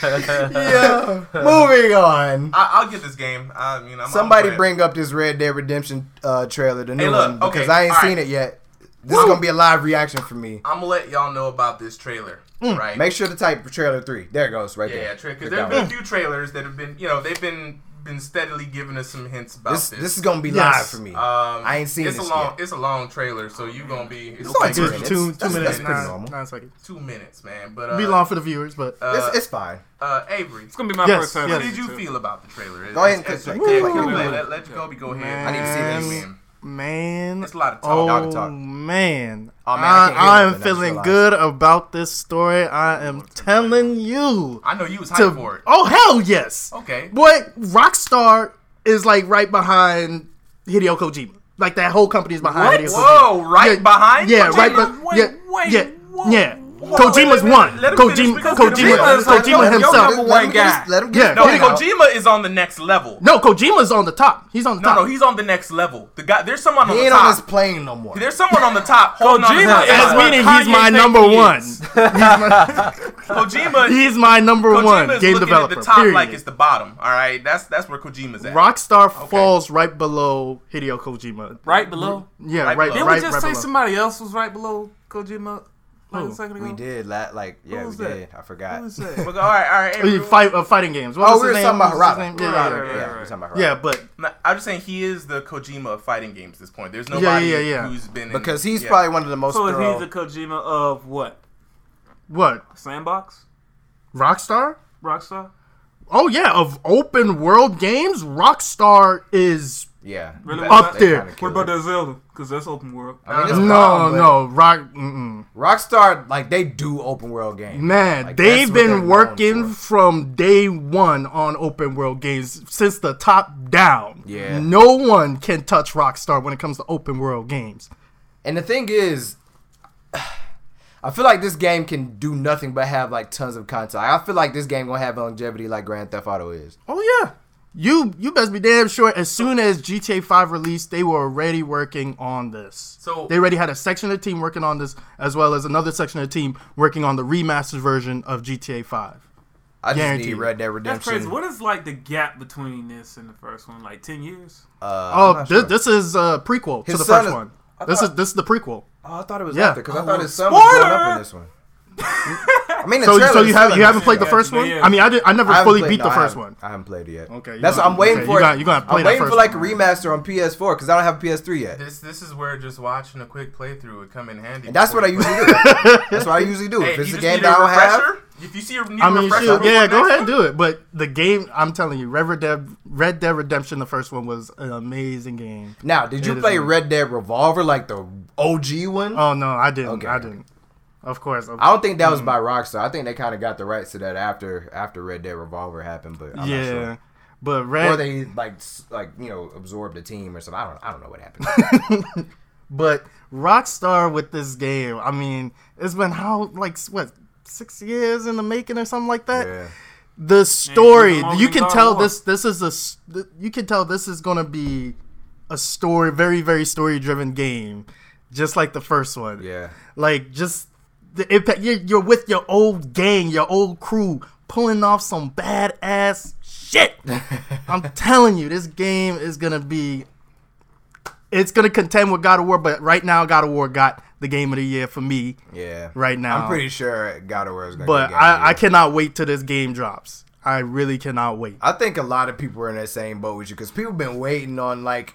[SPEAKER 1] yeah. Moving on.
[SPEAKER 2] I, I'll get this game. I mean, I'm
[SPEAKER 1] Somebody
[SPEAKER 2] I'm glad.
[SPEAKER 1] bring up this Red Dead Redemption uh, trailer, the new
[SPEAKER 2] look,
[SPEAKER 1] one, because
[SPEAKER 2] okay,
[SPEAKER 1] I ain't
[SPEAKER 2] all
[SPEAKER 1] seen
[SPEAKER 2] right.
[SPEAKER 1] it yet. This is gonna be a live reaction for me.
[SPEAKER 2] I'm gonna let y'all know about this trailer, right?
[SPEAKER 1] Hmm, Make Hmm. sure to type trailer three. There it goes, right
[SPEAKER 2] yeah, yeah,
[SPEAKER 1] there.
[SPEAKER 2] because
[SPEAKER 1] Click
[SPEAKER 2] there
[SPEAKER 1] that
[SPEAKER 2] have been a
[SPEAKER 1] one.
[SPEAKER 2] few trailers that have been, you know, they've been been steadily giving us some hints about
[SPEAKER 1] This
[SPEAKER 2] this.
[SPEAKER 1] this is gonna be
[SPEAKER 6] Yes.
[SPEAKER 1] live for me.
[SPEAKER 2] um,
[SPEAKER 1] I ain't seen
[SPEAKER 2] it's
[SPEAKER 1] this
[SPEAKER 2] a long,
[SPEAKER 1] yet.
[SPEAKER 2] It's a long trailer, so you're gonna be it's
[SPEAKER 1] only
[SPEAKER 2] like
[SPEAKER 1] two
[SPEAKER 6] Two,
[SPEAKER 1] minutes.
[SPEAKER 6] two, two
[SPEAKER 1] That's-
[SPEAKER 6] minutes.
[SPEAKER 1] that's pretty
[SPEAKER 6] nine-
[SPEAKER 1] normal.
[SPEAKER 6] nine seconds.
[SPEAKER 2] two minutes, man. But uh,
[SPEAKER 6] Be long for the viewers, but
[SPEAKER 2] uh,
[SPEAKER 1] it's, it's fine.
[SPEAKER 2] uh, Avery,
[SPEAKER 5] It's going to be my
[SPEAKER 6] Yes,
[SPEAKER 5] first time.
[SPEAKER 6] yes.
[SPEAKER 2] what did you
[SPEAKER 5] Too.
[SPEAKER 2] feel about the trailer?
[SPEAKER 1] Go ahead and
[SPEAKER 2] It's-
[SPEAKER 1] click
[SPEAKER 2] it's-
[SPEAKER 1] play,
[SPEAKER 2] yeah,
[SPEAKER 1] click
[SPEAKER 2] click
[SPEAKER 1] play,
[SPEAKER 2] play.
[SPEAKER 1] click
[SPEAKER 2] Let, let Kobe go ahead.
[SPEAKER 6] I need
[SPEAKER 1] to see this.
[SPEAKER 2] Man.
[SPEAKER 6] man,
[SPEAKER 2] It's a lot of talk.
[SPEAKER 6] oh
[SPEAKER 2] Y'all
[SPEAKER 1] can talk.
[SPEAKER 6] man,
[SPEAKER 1] Oh, man, I
[SPEAKER 6] I,
[SPEAKER 1] can't hear
[SPEAKER 6] I
[SPEAKER 1] nothing.
[SPEAKER 6] am
[SPEAKER 1] I just
[SPEAKER 6] feeling
[SPEAKER 1] realized.
[SPEAKER 6] good about this story. I am telling you.
[SPEAKER 2] I know you was hyped
[SPEAKER 6] to-
[SPEAKER 2] for it.
[SPEAKER 6] oh hell yes,
[SPEAKER 2] Okay.
[SPEAKER 6] boy, Rockstar is like right behind Hideo Kojima. Like that whole company is behind Hideo Kojima.
[SPEAKER 2] Whoa! Right
[SPEAKER 6] Yeah,
[SPEAKER 2] behind.
[SPEAKER 6] Yeah,
[SPEAKER 2] Kojima?
[SPEAKER 6] right. But
[SPEAKER 5] Wait,
[SPEAKER 6] yeah,
[SPEAKER 5] wait,
[SPEAKER 6] yeah,
[SPEAKER 5] whoa,
[SPEAKER 6] yeah.
[SPEAKER 5] whoa.
[SPEAKER 6] Kojima's
[SPEAKER 2] Wait, wait,
[SPEAKER 6] one.
[SPEAKER 2] let him finish
[SPEAKER 6] Kojima,
[SPEAKER 2] because
[SPEAKER 6] Kojima,
[SPEAKER 2] Kojima is like,
[SPEAKER 6] Kojima
[SPEAKER 5] yo, yo,
[SPEAKER 6] himself.
[SPEAKER 5] yo,
[SPEAKER 1] Let,
[SPEAKER 5] one
[SPEAKER 1] let him get
[SPEAKER 5] guy.
[SPEAKER 1] his- let him
[SPEAKER 6] Yeah,
[SPEAKER 1] get
[SPEAKER 2] No,
[SPEAKER 1] his point out.
[SPEAKER 2] Kojima is on the next level.
[SPEAKER 6] No, Kojima's on the top. He's on the
[SPEAKER 2] No,
[SPEAKER 6] top.
[SPEAKER 2] no, he's on the next level. The guy, there's someone on
[SPEAKER 1] He
[SPEAKER 2] the
[SPEAKER 1] ain't on
[SPEAKER 2] top.
[SPEAKER 1] his plane no more.
[SPEAKER 2] there's someone on the top holding on. to
[SPEAKER 5] Kojima
[SPEAKER 2] his-
[SPEAKER 5] is
[SPEAKER 6] As
[SPEAKER 5] what
[SPEAKER 6] meaning he's
[SPEAKER 5] Kanye
[SPEAKER 6] my
[SPEAKER 5] think
[SPEAKER 6] number
[SPEAKER 5] he
[SPEAKER 6] one.
[SPEAKER 2] *laughs*
[SPEAKER 5] is.
[SPEAKER 6] *laughs*
[SPEAKER 2] Kojima,
[SPEAKER 6] He's my number
[SPEAKER 2] Kojima
[SPEAKER 6] one
[SPEAKER 2] is
[SPEAKER 6] game
[SPEAKER 2] looking
[SPEAKER 6] developer.
[SPEAKER 2] at the top
[SPEAKER 6] period.
[SPEAKER 2] like it's the bottom. All right, that's that's where Kojima's at.
[SPEAKER 6] Rockstar falls right below Hideo Kojima.
[SPEAKER 5] Right below.
[SPEAKER 6] Yeah,
[SPEAKER 2] Right
[SPEAKER 6] right,
[SPEAKER 2] below.
[SPEAKER 6] right, right,
[SPEAKER 5] Didn't we just say
[SPEAKER 6] below.
[SPEAKER 5] somebody else was right below Kojima like a
[SPEAKER 6] Who?
[SPEAKER 5] second ago?
[SPEAKER 1] we did la- like yeah, we
[SPEAKER 5] was that?
[SPEAKER 1] did. I forgot.
[SPEAKER 6] *laughs*
[SPEAKER 5] Who is
[SPEAKER 1] *laughs*
[SPEAKER 2] All
[SPEAKER 5] that?
[SPEAKER 2] right, all right.
[SPEAKER 6] Oh, you
[SPEAKER 2] everyone-
[SPEAKER 6] fight, uh, fighting games. What
[SPEAKER 1] Oh,
[SPEAKER 6] was
[SPEAKER 1] we
[SPEAKER 6] his
[SPEAKER 1] were
[SPEAKER 6] name?
[SPEAKER 1] talking about
[SPEAKER 6] What was his
[SPEAKER 1] Harada.
[SPEAKER 6] name? Yeah, yeah,
[SPEAKER 5] Harada, yeah.
[SPEAKER 6] yeah.
[SPEAKER 1] Yeah, we're talking about
[SPEAKER 6] Yeah,
[SPEAKER 1] Harada.
[SPEAKER 6] but
[SPEAKER 2] No, I'm just saying he is the Kojima of fighting games at this point. There's nobody
[SPEAKER 6] yeah, yeah.
[SPEAKER 2] who's been in,
[SPEAKER 1] because he's
[SPEAKER 2] yeah.
[SPEAKER 1] probably one of the most
[SPEAKER 5] So is
[SPEAKER 1] thorough.
[SPEAKER 5] he the Kojima of what?
[SPEAKER 6] what?
[SPEAKER 5] Sandbox?
[SPEAKER 6] Rockstar?
[SPEAKER 5] Rockstar?
[SPEAKER 6] Oh yeah, of open world games, Rockstar is
[SPEAKER 1] yeah,
[SPEAKER 5] Really?
[SPEAKER 1] That-
[SPEAKER 5] Up
[SPEAKER 1] that
[SPEAKER 6] there.
[SPEAKER 1] kinda
[SPEAKER 5] What
[SPEAKER 1] killed
[SPEAKER 5] about
[SPEAKER 1] it.
[SPEAKER 5] that Zelda? Because that's open world.
[SPEAKER 1] I mean, it's
[SPEAKER 6] no,
[SPEAKER 1] bomb, but-
[SPEAKER 6] no, Rock. Mm-mm.
[SPEAKER 1] Rockstar, like they do open world games.
[SPEAKER 6] Man,
[SPEAKER 1] Like, that's
[SPEAKER 6] they've
[SPEAKER 1] what they're
[SPEAKER 6] been
[SPEAKER 1] known
[SPEAKER 6] working
[SPEAKER 1] for.
[SPEAKER 6] from day one on open world games since the top down.
[SPEAKER 1] Yeah.
[SPEAKER 6] no one can touch Rockstar when it comes to open world games.
[SPEAKER 1] And the thing is, *sighs* I feel like this game can do nothing but have like tons of content. I feel like this game gonna have longevity like Grand Theft Auto is.
[SPEAKER 6] Oh yeah. You you best be damn sure as soon as GTA 5 released, they were already working on this.
[SPEAKER 2] So-
[SPEAKER 6] they already had a section of the team working on this as well as another section of the team working on the remastered version of GTA 5.
[SPEAKER 1] I just need
[SPEAKER 6] Guaranteed.
[SPEAKER 1] Red Dead
[SPEAKER 5] That's
[SPEAKER 1] Redemption.
[SPEAKER 5] crazy. What is like the gap between this and the first one? Like ten years?
[SPEAKER 1] Uh,
[SPEAKER 6] Oh,
[SPEAKER 1] I'm not
[SPEAKER 6] this,
[SPEAKER 1] sure.
[SPEAKER 6] this is a prequel
[SPEAKER 1] His
[SPEAKER 6] to the
[SPEAKER 1] son
[SPEAKER 6] first
[SPEAKER 1] is-
[SPEAKER 6] one. This is this is the prequel.
[SPEAKER 1] Oh, I thought it was
[SPEAKER 6] Yeah.
[SPEAKER 1] after because I thought his son was growing up in this one. I mean, the
[SPEAKER 6] So
[SPEAKER 1] trailer
[SPEAKER 6] so
[SPEAKER 1] is
[SPEAKER 6] you have
[SPEAKER 1] telling
[SPEAKER 6] you
[SPEAKER 1] us
[SPEAKER 6] haven't
[SPEAKER 1] that.
[SPEAKER 6] played the
[SPEAKER 5] yeah,
[SPEAKER 6] first
[SPEAKER 5] yeah,
[SPEAKER 6] one?
[SPEAKER 5] yeah.
[SPEAKER 6] I mean, I did I never
[SPEAKER 1] I haven't
[SPEAKER 6] fully
[SPEAKER 1] played-
[SPEAKER 6] beat
[SPEAKER 1] no,
[SPEAKER 6] the
[SPEAKER 1] I
[SPEAKER 6] first
[SPEAKER 1] haven't-
[SPEAKER 6] one.
[SPEAKER 1] I haven't played it yet.
[SPEAKER 6] Okay, you
[SPEAKER 1] that's what
[SPEAKER 6] gotta-
[SPEAKER 1] I'm waiting
[SPEAKER 6] okay,
[SPEAKER 1] for.
[SPEAKER 6] you
[SPEAKER 1] it-
[SPEAKER 6] gotta- you gotta play
[SPEAKER 1] I'm
[SPEAKER 6] that
[SPEAKER 1] waiting for
[SPEAKER 6] first
[SPEAKER 1] like a
[SPEAKER 6] one.
[SPEAKER 1] remaster on PS4 because I don't have a PS3 yet.
[SPEAKER 2] this this is where just watching a quick playthrough would come in handy.
[SPEAKER 1] And that's what I
[SPEAKER 2] before
[SPEAKER 1] usually do.
[SPEAKER 6] *laughs*
[SPEAKER 1] that's what I usually do.
[SPEAKER 2] you-
[SPEAKER 1] if
[SPEAKER 2] Hey,
[SPEAKER 1] it's
[SPEAKER 2] you
[SPEAKER 1] a
[SPEAKER 2] just
[SPEAKER 1] game
[SPEAKER 2] need a
[SPEAKER 1] that I don't have,
[SPEAKER 2] refresher? If you see a new
[SPEAKER 6] I mean,
[SPEAKER 2] refresher,
[SPEAKER 6] shoot,
[SPEAKER 2] before
[SPEAKER 6] yeah,
[SPEAKER 2] the
[SPEAKER 6] go
[SPEAKER 2] next
[SPEAKER 6] ahead and
[SPEAKER 2] one,
[SPEAKER 6] do it. But the game, I'm telling you, Red Dead, Red Dead Redemption, the first one was an amazing game.
[SPEAKER 1] now did you
[SPEAKER 6] It is
[SPEAKER 1] play
[SPEAKER 6] on-
[SPEAKER 1] Red Dead Revolver like the OG one?
[SPEAKER 6] Oh no, I didn't.
[SPEAKER 1] Okay,
[SPEAKER 6] I
[SPEAKER 1] okay.
[SPEAKER 6] didn't. Of course. Of-
[SPEAKER 1] I don't think that
[SPEAKER 6] mm.
[SPEAKER 1] was by Rockstar. I think they kind of got the rights to that after after Red Dead Revolver happened, but I'm
[SPEAKER 6] yeah.
[SPEAKER 1] not sure.
[SPEAKER 6] But
[SPEAKER 1] Or
[SPEAKER 6] Red,
[SPEAKER 1] they like s- like you know absorbed the team or something. I don't I don't know what
[SPEAKER 6] *laughs*
[SPEAKER 1] happened.
[SPEAKER 6] but Rockstar with this game. I mean, it's been how like what six years in the making or something like that.
[SPEAKER 1] yeah.
[SPEAKER 6] The story,
[SPEAKER 5] even
[SPEAKER 6] you
[SPEAKER 5] longer
[SPEAKER 6] can
[SPEAKER 5] than
[SPEAKER 6] tell
[SPEAKER 5] God
[SPEAKER 6] this. This is a. s- th- You can tell this is gonna be a story, very very story driven game, just like the first one.
[SPEAKER 1] Yeah.
[SPEAKER 6] Like just the impact. You're, you're with your old gang, your old crew, pulling off some badass
[SPEAKER 1] *laughs*
[SPEAKER 6] shit. I'm telling you, this game is gonna be. It's gonna contend with God of War, but right now, God of War got the game of the year for me.
[SPEAKER 1] Yeah.
[SPEAKER 6] Right now.
[SPEAKER 1] I'm pretty sure God of War is going to
[SPEAKER 6] But I, I cannot wait till this game drops. I really cannot wait.
[SPEAKER 1] I think a lot of people are in that same boat with you because people been waiting on like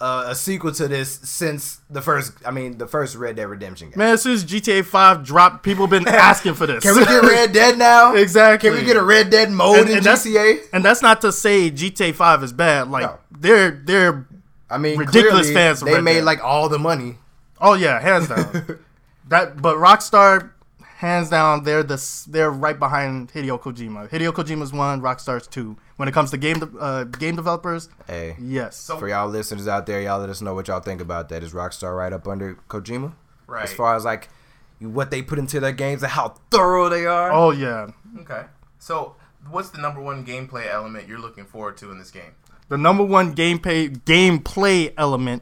[SPEAKER 1] uh, a sequel to this since the first. I mean, the first Red Dead Redemption game.
[SPEAKER 6] Man, as soon as GTA 5 dropped,
[SPEAKER 1] *laughs*
[SPEAKER 6] people been asking for this.
[SPEAKER 1] Can
[SPEAKER 6] *laughs*
[SPEAKER 1] we get Red Dead now?
[SPEAKER 6] Exactly.
[SPEAKER 1] Can we get a Red Dead mode
[SPEAKER 6] And-
[SPEAKER 1] in
[SPEAKER 6] and that's-
[SPEAKER 1] GTA?
[SPEAKER 6] And that's not to say GTA 5 is bad. Like
[SPEAKER 1] No.
[SPEAKER 6] they're they're
[SPEAKER 1] I mean,
[SPEAKER 6] ridiculous
[SPEAKER 1] clearly,
[SPEAKER 6] fans of
[SPEAKER 1] They
[SPEAKER 6] Red
[SPEAKER 1] made
[SPEAKER 6] Dead.
[SPEAKER 1] like all the money.
[SPEAKER 6] oh yeah,
[SPEAKER 1] *laughs*
[SPEAKER 6] hands down. that but Rockstar hands down they're the s- they're right behind Hideo Kojima. Hideo Kojima's one, Rockstar's two. When it comes to game de- uh, game developers,
[SPEAKER 1] Hey,
[SPEAKER 6] yes.
[SPEAKER 1] for y'all listeners out there, y'all let us know what y'all think about that. Is Rockstar right up under Kojima?
[SPEAKER 2] Right.
[SPEAKER 1] As far as like you- what they put into their games and how thorough they are.
[SPEAKER 6] oh yeah.
[SPEAKER 2] Okay. So, what's the number one gameplay element you're looking forward to in this game?
[SPEAKER 6] the number one gameplay gameplay element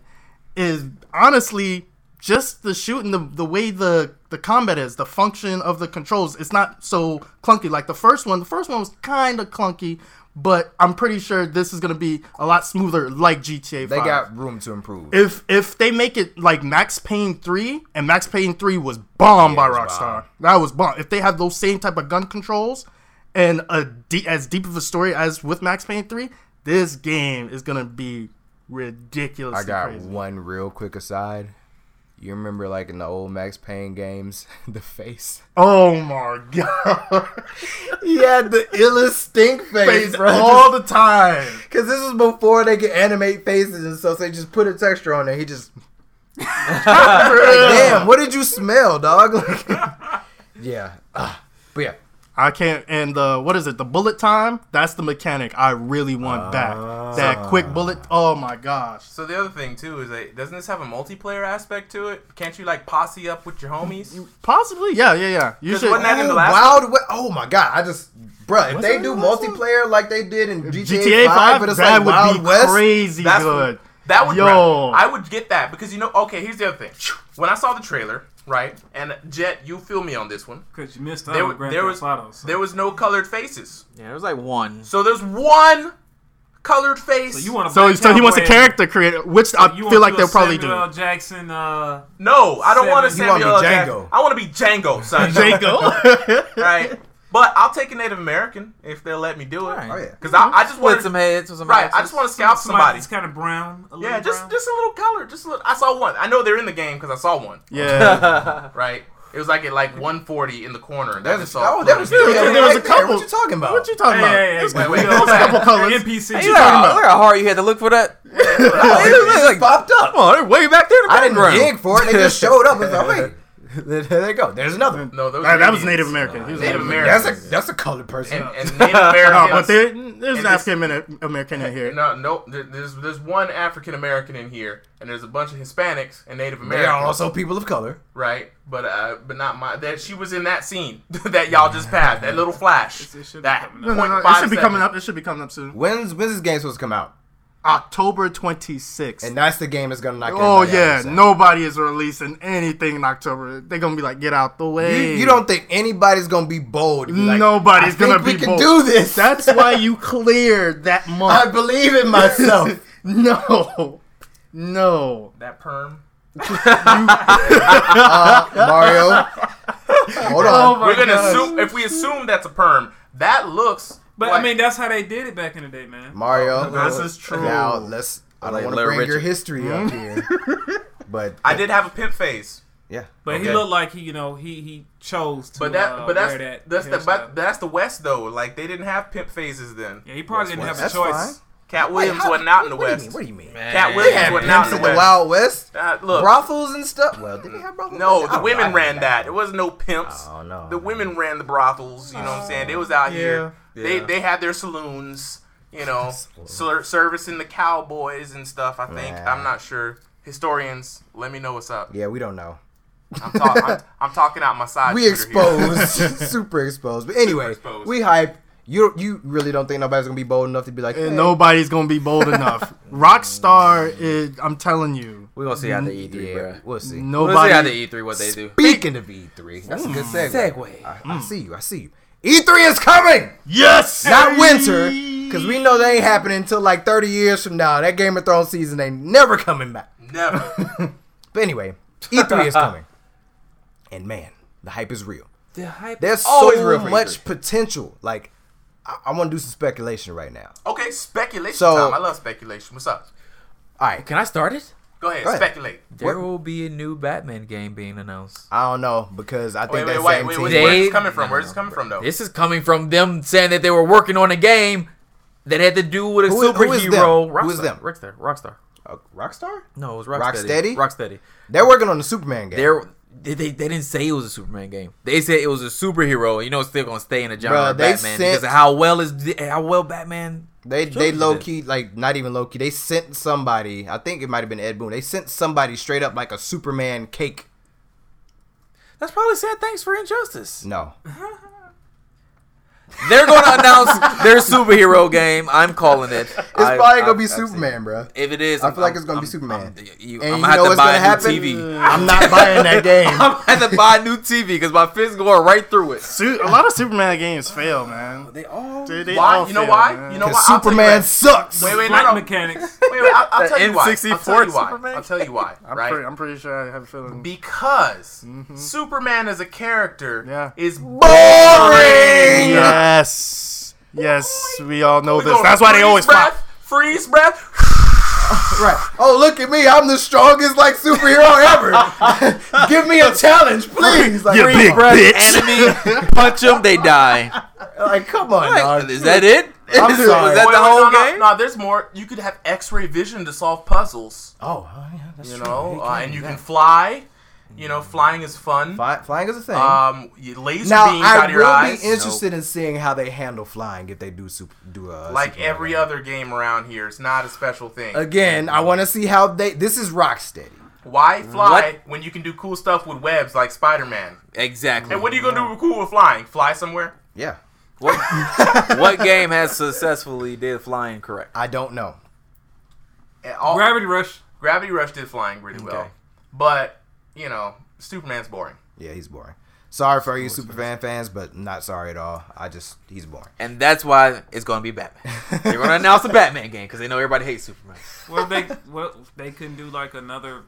[SPEAKER 6] is honestly just the shooting the, the way the the combat is the function of the controls it's not so clunky like the first one the first one was kind of clunky but i'm pretty sure this is going to be a lot smoother like gta 5
[SPEAKER 1] they got room to improve.
[SPEAKER 6] if if they make it like Max Payne 3 and Max Payne 3 was bombed
[SPEAKER 1] Yeah, it
[SPEAKER 6] by
[SPEAKER 1] was
[SPEAKER 6] Rockstar.
[SPEAKER 1] bomb.
[SPEAKER 6] That was bomb. If they have those same type of gun controls and a de- as deep of a story as with Max Payne 3, this game is going to be ridiculous.
[SPEAKER 1] I got
[SPEAKER 6] crazy.
[SPEAKER 1] one real quick aside. You remember like in the old Max Payne games, *laughs* the face.
[SPEAKER 6] Oh my
[SPEAKER 1] *laughs*
[SPEAKER 6] god.
[SPEAKER 1] He had the illest stink face,
[SPEAKER 6] Face
[SPEAKER 1] bro.
[SPEAKER 6] all the time.
[SPEAKER 1] Cause this was before they could animate faces and stuff. So they just put a texture on there. He just, damn, what did you smell, dog? *laughs* Like, yeah, *laughs* Ah, but yeah,
[SPEAKER 6] I can't. And the what is it? The bullet time. That's the mechanic I really want back. That quick
[SPEAKER 1] Ah.
[SPEAKER 6] bullet. Oh my gosh.
[SPEAKER 2] So the other thing too is that doesn't this have a multiplayer aspect to it? Can't you like posse up with your homies?
[SPEAKER 6] Possibly. Yeah. Yeah. Yeah. You
[SPEAKER 2] 'Cause
[SPEAKER 6] should.
[SPEAKER 2] wasn't that in
[SPEAKER 1] Oh,
[SPEAKER 2] the last
[SPEAKER 1] wild. We- oh my god, I just, bruh, if
[SPEAKER 6] Was
[SPEAKER 1] they
[SPEAKER 6] that
[SPEAKER 1] do
[SPEAKER 6] the last one?
[SPEAKER 1] multiplayer like they did in GTA,
[SPEAKER 6] GTA
[SPEAKER 1] Five,
[SPEAKER 6] Five,
[SPEAKER 1] but it's
[SPEAKER 6] that
[SPEAKER 1] like
[SPEAKER 6] would
[SPEAKER 1] Wild
[SPEAKER 6] be
[SPEAKER 1] West.
[SPEAKER 6] crazy
[SPEAKER 2] That's
[SPEAKER 6] good.
[SPEAKER 2] That would
[SPEAKER 6] Yo.
[SPEAKER 2] I would get that because you know. Okay, here's the other thing. When I saw the trailer, right, and Jet, you feel me on this one.
[SPEAKER 5] Because you missed out
[SPEAKER 2] There,
[SPEAKER 5] on
[SPEAKER 2] wa-
[SPEAKER 5] Grand
[SPEAKER 2] there was
[SPEAKER 5] Theft Auto. So.
[SPEAKER 2] there was no colored faces.
[SPEAKER 4] Yeah, there was like one.
[SPEAKER 2] So there's one colored face.
[SPEAKER 5] so you want a
[SPEAKER 6] So,
[SPEAKER 5] black
[SPEAKER 6] so he wants a
[SPEAKER 5] cowboy.
[SPEAKER 6] character creator, which
[SPEAKER 5] So
[SPEAKER 6] I
[SPEAKER 5] you
[SPEAKER 6] feel
[SPEAKER 5] want
[SPEAKER 6] like
[SPEAKER 5] you a
[SPEAKER 6] they'll probably
[SPEAKER 5] Samuel L.
[SPEAKER 6] do.
[SPEAKER 5] Jackson. Uh,
[SPEAKER 2] no, I don't want a
[SPEAKER 5] You
[SPEAKER 1] wanna be
[SPEAKER 2] Samuel. L. Jackson.
[SPEAKER 1] Django.
[SPEAKER 2] I want to be
[SPEAKER 6] *laughs*
[SPEAKER 2] Django, son.
[SPEAKER 6] Jacob.
[SPEAKER 2] right? But I'll take a Native American if they'll let me do it.
[SPEAKER 4] Alright.
[SPEAKER 1] Oh yeah,
[SPEAKER 2] Because I, I just
[SPEAKER 4] Split
[SPEAKER 2] want
[SPEAKER 4] some heads with some
[SPEAKER 2] right.
[SPEAKER 4] asses.
[SPEAKER 2] I just want to scalp somebody.
[SPEAKER 5] It's kind of brown. A little
[SPEAKER 2] Yeah, just
[SPEAKER 5] brown.
[SPEAKER 2] just a little color. Just a little, I saw one. I know they're in the game because I saw one.
[SPEAKER 6] *laughs* yeah.
[SPEAKER 2] Right. It was like at like 140 in the corner. And
[SPEAKER 1] That
[SPEAKER 2] that's
[SPEAKER 1] was-
[SPEAKER 2] just all.
[SPEAKER 1] oh, that was-
[SPEAKER 2] blurry.
[SPEAKER 1] yeah,
[SPEAKER 6] there was
[SPEAKER 1] right
[SPEAKER 6] a
[SPEAKER 1] there.
[SPEAKER 6] couple.
[SPEAKER 1] What you talking about?
[SPEAKER 6] What you talking
[SPEAKER 5] Hey,
[SPEAKER 6] about?
[SPEAKER 5] hey, hey,
[SPEAKER 6] There's
[SPEAKER 5] wait,
[SPEAKER 2] wait,
[SPEAKER 6] those
[SPEAKER 2] wait.
[SPEAKER 6] couple colors.
[SPEAKER 5] NPC.
[SPEAKER 4] Hey,
[SPEAKER 5] you
[SPEAKER 4] look,
[SPEAKER 5] talking
[SPEAKER 4] how,
[SPEAKER 5] about?
[SPEAKER 4] look how hard you had to look for that.
[SPEAKER 6] *laughs*
[SPEAKER 1] It just
[SPEAKER 4] like,
[SPEAKER 1] popped up.
[SPEAKER 4] Come on, they're way back there in the
[SPEAKER 1] I didn't
[SPEAKER 4] background.
[SPEAKER 1] dig for it. They just showed up. It's like, wait, *laughs* there they go. There's another. one.
[SPEAKER 2] No, those
[SPEAKER 6] That, that was
[SPEAKER 2] Indians.
[SPEAKER 6] Native American. He was Native
[SPEAKER 2] Native
[SPEAKER 6] American.
[SPEAKER 2] American.
[SPEAKER 1] That's a that's a colored person.
[SPEAKER 2] And,
[SPEAKER 5] *laughs*
[SPEAKER 2] and Native
[SPEAKER 6] No,
[SPEAKER 2] Americans.
[SPEAKER 6] Oh, but there, there's an
[SPEAKER 2] this-
[SPEAKER 6] African Ameri- American in here.
[SPEAKER 2] no, no, there- there's there's one African American in here, and there's a bunch of Hispanics and Native
[SPEAKER 1] they are
[SPEAKER 2] Americans,
[SPEAKER 1] also people of color.
[SPEAKER 2] right? But uh, but not my. That she was in that scene *laughs* that y'all just passed. That little flash.
[SPEAKER 5] It should be
[SPEAKER 2] That
[SPEAKER 5] coming up.
[SPEAKER 6] No, no, no, It should be coming up. It should be coming up soon.
[SPEAKER 1] When's when's this game supposed to come out?
[SPEAKER 6] October 26th.
[SPEAKER 1] And that's the game that's gonna knock.
[SPEAKER 6] oh
[SPEAKER 1] everybody out
[SPEAKER 6] yeah,
[SPEAKER 1] of the set.
[SPEAKER 6] nobody is releasing anything in October. They're gonna be like, get out the
[SPEAKER 1] You,
[SPEAKER 6] way.
[SPEAKER 1] you don't think anybody's gonna be bold? to be like,
[SPEAKER 6] Nobody's
[SPEAKER 1] "I
[SPEAKER 6] gonna
[SPEAKER 1] think we
[SPEAKER 6] be bold."
[SPEAKER 1] can do this.
[SPEAKER 6] That's why you cleared that
[SPEAKER 1] *laughs* I
[SPEAKER 6] month.
[SPEAKER 1] believe in
[SPEAKER 6] *laughs*
[SPEAKER 1] myself. *laughs*
[SPEAKER 6] no, no.
[SPEAKER 2] That perm.
[SPEAKER 1] uh, Mario, hold on.
[SPEAKER 6] Oh
[SPEAKER 5] Oh
[SPEAKER 6] my
[SPEAKER 2] We're gonna
[SPEAKER 6] gosh.
[SPEAKER 2] assume if we assume that's a perm. That looks.
[SPEAKER 5] But I
[SPEAKER 2] like-
[SPEAKER 5] mean, that's how they did it back in the day, man.
[SPEAKER 1] Mario,
[SPEAKER 6] This is true. Hmm?
[SPEAKER 1] Now let's. I don't
[SPEAKER 4] Like
[SPEAKER 1] want to
[SPEAKER 4] Little
[SPEAKER 1] bring your
[SPEAKER 4] Richard.
[SPEAKER 1] history up here, but
[SPEAKER 2] I did have a pimp face.
[SPEAKER 1] Yeah,
[SPEAKER 5] But he
[SPEAKER 2] Okay.
[SPEAKER 5] looked like he, you know, he he chose to.
[SPEAKER 2] But that,
[SPEAKER 5] uh,
[SPEAKER 2] but that's
[SPEAKER 5] wear that
[SPEAKER 2] that's the but
[SPEAKER 5] hairstyle.
[SPEAKER 2] that's the West though. Like they didn't have pimp phases then.
[SPEAKER 5] yeah, he probably didn't have a
[SPEAKER 1] That's
[SPEAKER 5] choice.
[SPEAKER 1] fine.
[SPEAKER 2] Cat Williams
[SPEAKER 1] Wait, how-
[SPEAKER 2] wasn't out in the
[SPEAKER 1] what do you
[SPEAKER 2] West.
[SPEAKER 1] mean? What do you mean?
[SPEAKER 2] Cat
[SPEAKER 1] They
[SPEAKER 2] Williams
[SPEAKER 1] had
[SPEAKER 2] wasn't out
[SPEAKER 1] pimps
[SPEAKER 2] in the
[SPEAKER 1] in the
[SPEAKER 2] West.
[SPEAKER 1] Wild West,
[SPEAKER 2] Uh, look,
[SPEAKER 1] brothels and stuff. Well, did they have brothels?
[SPEAKER 2] no, the
[SPEAKER 1] Oh,
[SPEAKER 2] women
[SPEAKER 1] I-
[SPEAKER 2] ran that. It was no pimps.
[SPEAKER 1] Oh, no.
[SPEAKER 2] The women ran the brothels. You know what I'm saying? They was out here. They
[SPEAKER 4] Yeah.
[SPEAKER 2] they had their saloons.
[SPEAKER 1] *laughs*
[SPEAKER 2] You know, *laughs* ser- servicing the cowboys and stuff. I think
[SPEAKER 1] Yeah.
[SPEAKER 2] I'm not sure. Historians, let me know what's up.
[SPEAKER 1] Yeah, we don't know.
[SPEAKER 2] I'm, talk-
[SPEAKER 1] *laughs*
[SPEAKER 2] I'm, I'm talking out my side.
[SPEAKER 1] we
[SPEAKER 2] shooter here.
[SPEAKER 1] exposed, *laughs* super exposed. But anyway,
[SPEAKER 2] exposed.
[SPEAKER 1] we hype. You you really don't think nobody's gonna be bold enough to be like, hey,
[SPEAKER 6] And nobody's gonna be bold enough. Rockstar is. I'm telling you,
[SPEAKER 4] We're gonna see after E3,
[SPEAKER 1] yeah,
[SPEAKER 4] bro.
[SPEAKER 1] we'll see.
[SPEAKER 4] We'll see
[SPEAKER 6] nobody.
[SPEAKER 4] after E3 what they do.
[SPEAKER 1] Speaking of E3, that's a good Mm. segue.
[SPEAKER 4] Segway.
[SPEAKER 1] I, I see you. I see you. E3 is coming,
[SPEAKER 6] Yes,
[SPEAKER 1] not winter, because we know that ain't happening until like 30 years from now. That Game of Thrones season ain't never coming back.
[SPEAKER 2] *laughs* Never.
[SPEAKER 1] *laughs* But anyway, E3
[SPEAKER 2] *laughs*
[SPEAKER 1] is coming, and man, the hype is real.
[SPEAKER 4] The hype
[SPEAKER 1] There's
[SPEAKER 4] is always real
[SPEAKER 1] so
[SPEAKER 4] for
[SPEAKER 1] much
[SPEAKER 4] E3.
[SPEAKER 1] potential. Like, I, I want to do some speculation right now.
[SPEAKER 2] Okay, speculation
[SPEAKER 1] So-
[SPEAKER 2] time. I love speculation. What's up?
[SPEAKER 1] All right.
[SPEAKER 4] Can I start it?
[SPEAKER 2] Go ahead,
[SPEAKER 1] Go ahead.
[SPEAKER 2] speculate.
[SPEAKER 4] There will be a new Batman game being announced.
[SPEAKER 1] I don't know because I
[SPEAKER 2] Wait,
[SPEAKER 1] think
[SPEAKER 2] wait,
[SPEAKER 1] that
[SPEAKER 2] wait,
[SPEAKER 1] same
[SPEAKER 2] wait,
[SPEAKER 1] team.
[SPEAKER 2] wait. Where's
[SPEAKER 4] They-
[SPEAKER 2] this coming from?
[SPEAKER 4] no,
[SPEAKER 2] Where's this
[SPEAKER 4] no,
[SPEAKER 2] coming from, though?
[SPEAKER 4] This is coming from them saying that they were working on a game that had to do with a
[SPEAKER 1] Who is- who is them?
[SPEAKER 4] superhero. Rockstar.
[SPEAKER 1] Who is them?
[SPEAKER 4] Rockstar. Rockstar.
[SPEAKER 1] Uh, Rockstar?
[SPEAKER 4] No, it was Rocksteady.
[SPEAKER 1] Rocksteady?
[SPEAKER 4] Rocksteady.
[SPEAKER 1] They're working on the Superman game.
[SPEAKER 4] They're, they, they they didn't say it was a Superman game. They said it was a superhero. You know, it's still gonna stay in the genre
[SPEAKER 1] Bruh,
[SPEAKER 4] of
[SPEAKER 1] they sent-
[SPEAKER 4] Batman because of how well is how well Batman.
[SPEAKER 1] They
[SPEAKER 4] Sure
[SPEAKER 1] they
[SPEAKER 4] they
[SPEAKER 1] low
[SPEAKER 4] did.
[SPEAKER 1] key like not even low key. They sent somebody. I think it might have been Ed Boon. They sent somebody straight up like a Superman cake.
[SPEAKER 4] That's probably said thanks for injustice.
[SPEAKER 1] No, *laughs*
[SPEAKER 4] They're gonna announce their superhero game. I'm calling it. It's
[SPEAKER 1] it's probably gonna be Superman, bro.
[SPEAKER 4] If it is,
[SPEAKER 1] I
[SPEAKER 4] I'm-
[SPEAKER 1] feel like
[SPEAKER 4] I'm-
[SPEAKER 1] it's gonna be
[SPEAKER 4] I'm-
[SPEAKER 1] Superman.
[SPEAKER 4] I'm, you,
[SPEAKER 1] And
[SPEAKER 4] I'm
[SPEAKER 1] you
[SPEAKER 4] gonna have
[SPEAKER 1] know
[SPEAKER 4] to
[SPEAKER 1] what's
[SPEAKER 4] buy a
[SPEAKER 1] gonna
[SPEAKER 4] new
[SPEAKER 1] happen?
[SPEAKER 4] TV.
[SPEAKER 6] I'm not buying that game.
[SPEAKER 4] Uh, *laughs* I'm gonna have to buy a new TV because my fist going right through it.
[SPEAKER 6] Su- a lot of Superman games fail, man. They all. they
[SPEAKER 2] Why?
[SPEAKER 6] all
[SPEAKER 2] You know
[SPEAKER 6] fail,
[SPEAKER 2] why?
[SPEAKER 6] man.
[SPEAKER 2] You know why?
[SPEAKER 1] Because
[SPEAKER 2] I'll tell you
[SPEAKER 1] Superman
[SPEAKER 2] why.
[SPEAKER 1] sucks.
[SPEAKER 2] Wait, wait, no,
[SPEAKER 5] Flight
[SPEAKER 2] no. Wait,
[SPEAKER 5] mechanics. *laughs*
[SPEAKER 2] wait, I'll, I'll tell you why. I'll
[SPEAKER 6] N64
[SPEAKER 2] tell you why.
[SPEAKER 6] Superman?
[SPEAKER 2] I'll tell
[SPEAKER 1] *laughs*
[SPEAKER 2] you why.
[SPEAKER 6] I'm,
[SPEAKER 2] right?
[SPEAKER 6] pretty, I'm pretty sure I have a feeling.
[SPEAKER 2] because Superman as a character
[SPEAKER 6] Yeah.
[SPEAKER 2] is
[SPEAKER 1] Boring.
[SPEAKER 6] yes. Yes, we all know
[SPEAKER 2] We're
[SPEAKER 6] this.
[SPEAKER 2] gonna
[SPEAKER 6] That's why they
[SPEAKER 2] freeze
[SPEAKER 6] always
[SPEAKER 2] breath,
[SPEAKER 6] flop.
[SPEAKER 2] Freeze breath.
[SPEAKER 1] Right. Oh, look at me. I'm the strongest like superhero ever. Give me a challenge, please. Like,
[SPEAKER 6] You
[SPEAKER 1] come
[SPEAKER 6] big
[SPEAKER 1] on.
[SPEAKER 6] bitch.
[SPEAKER 4] Enemy, punch them, they die.
[SPEAKER 1] Like, come on, dog.
[SPEAKER 4] Is that it?
[SPEAKER 1] I'm
[SPEAKER 4] Is-
[SPEAKER 1] sorry.
[SPEAKER 4] Was that
[SPEAKER 2] Wait,
[SPEAKER 4] the
[SPEAKER 2] wait,
[SPEAKER 4] whole
[SPEAKER 2] no,
[SPEAKER 4] game?
[SPEAKER 2] No, no, there's more. You could have X-ray vision to solve puzzles.
[SPEAKER 1] Oh, oh, yeah, that's
[SPEAKER 2] You
[SPEAKER 1] true.
[SPEAKER 2] know,
[SPEAKER 1] They
[SPEAKER 2] uh,
[SPEAKER 1] can
[SPEAKER 2] and
[SPEAKER 1] do
[SPEAKER 2] you
[SPEAKER 1] that.
[SPEAKER 2] can fly. You know, flying is fun.
[SPEAKER 1] Fly, flying is a thing.
[SPEAKER 2] Um, you laser
[SPEAKER 1] Uh, now
[SPEAKER 2] beams out
[SPEAKER 1] I
[SPEAKER 2] of your
[SPEAKER 1] will
[SPEAKER 2] eyes.
[SPEAKER 1] be interested in seeing how they handle flying if they do super, do a
[SPEAKER 2] like
[SPEAKER 1] Superman
[SPEAKER 2] every
[SPEAKER 1] game.
[SPEAKER 2] other game around here, it's not a special thing.
[SPEAKER 1] Again, I want to see how they. This is Rocksteady.
[SPEAKER 2] Why fly when you can do cool stuff with webs like Spider-Man?
[SPEAKER 4] Exactly.
[SPEAKER 2] And what are you gonna do with cool with flying? Fly somewhere?
[SPEAKER 1] Yeah,
[SPEAKER 4] What,
[SPEAKER 2] *laughs*
[SPEAKER 4] what game has successfully did flying correct?
[SPEAKER 1] I don't know.
[SPEAKER 2] And all-
[SPEAKER 5] Gravity Rush.
[SPEAKER 2] Gravity Rush did flying really well,
[SPEAKER 4] Okay.
[SPEAKER 2] but you know, Superman's boring.
[SPEAKER 1] Yeah, he's boring. Sorry for you Superman fans, but not sorry at all. I just he's boring.
[SPEAKER 4] And that's why it's gonna be Batman.
[SPEAKER 1] *laughs*
[SPEAKER 4] They're gonna announce a Batman game because they know everybody hates Superman.
[SPEAKER 5] What if they what if they couldn't do like another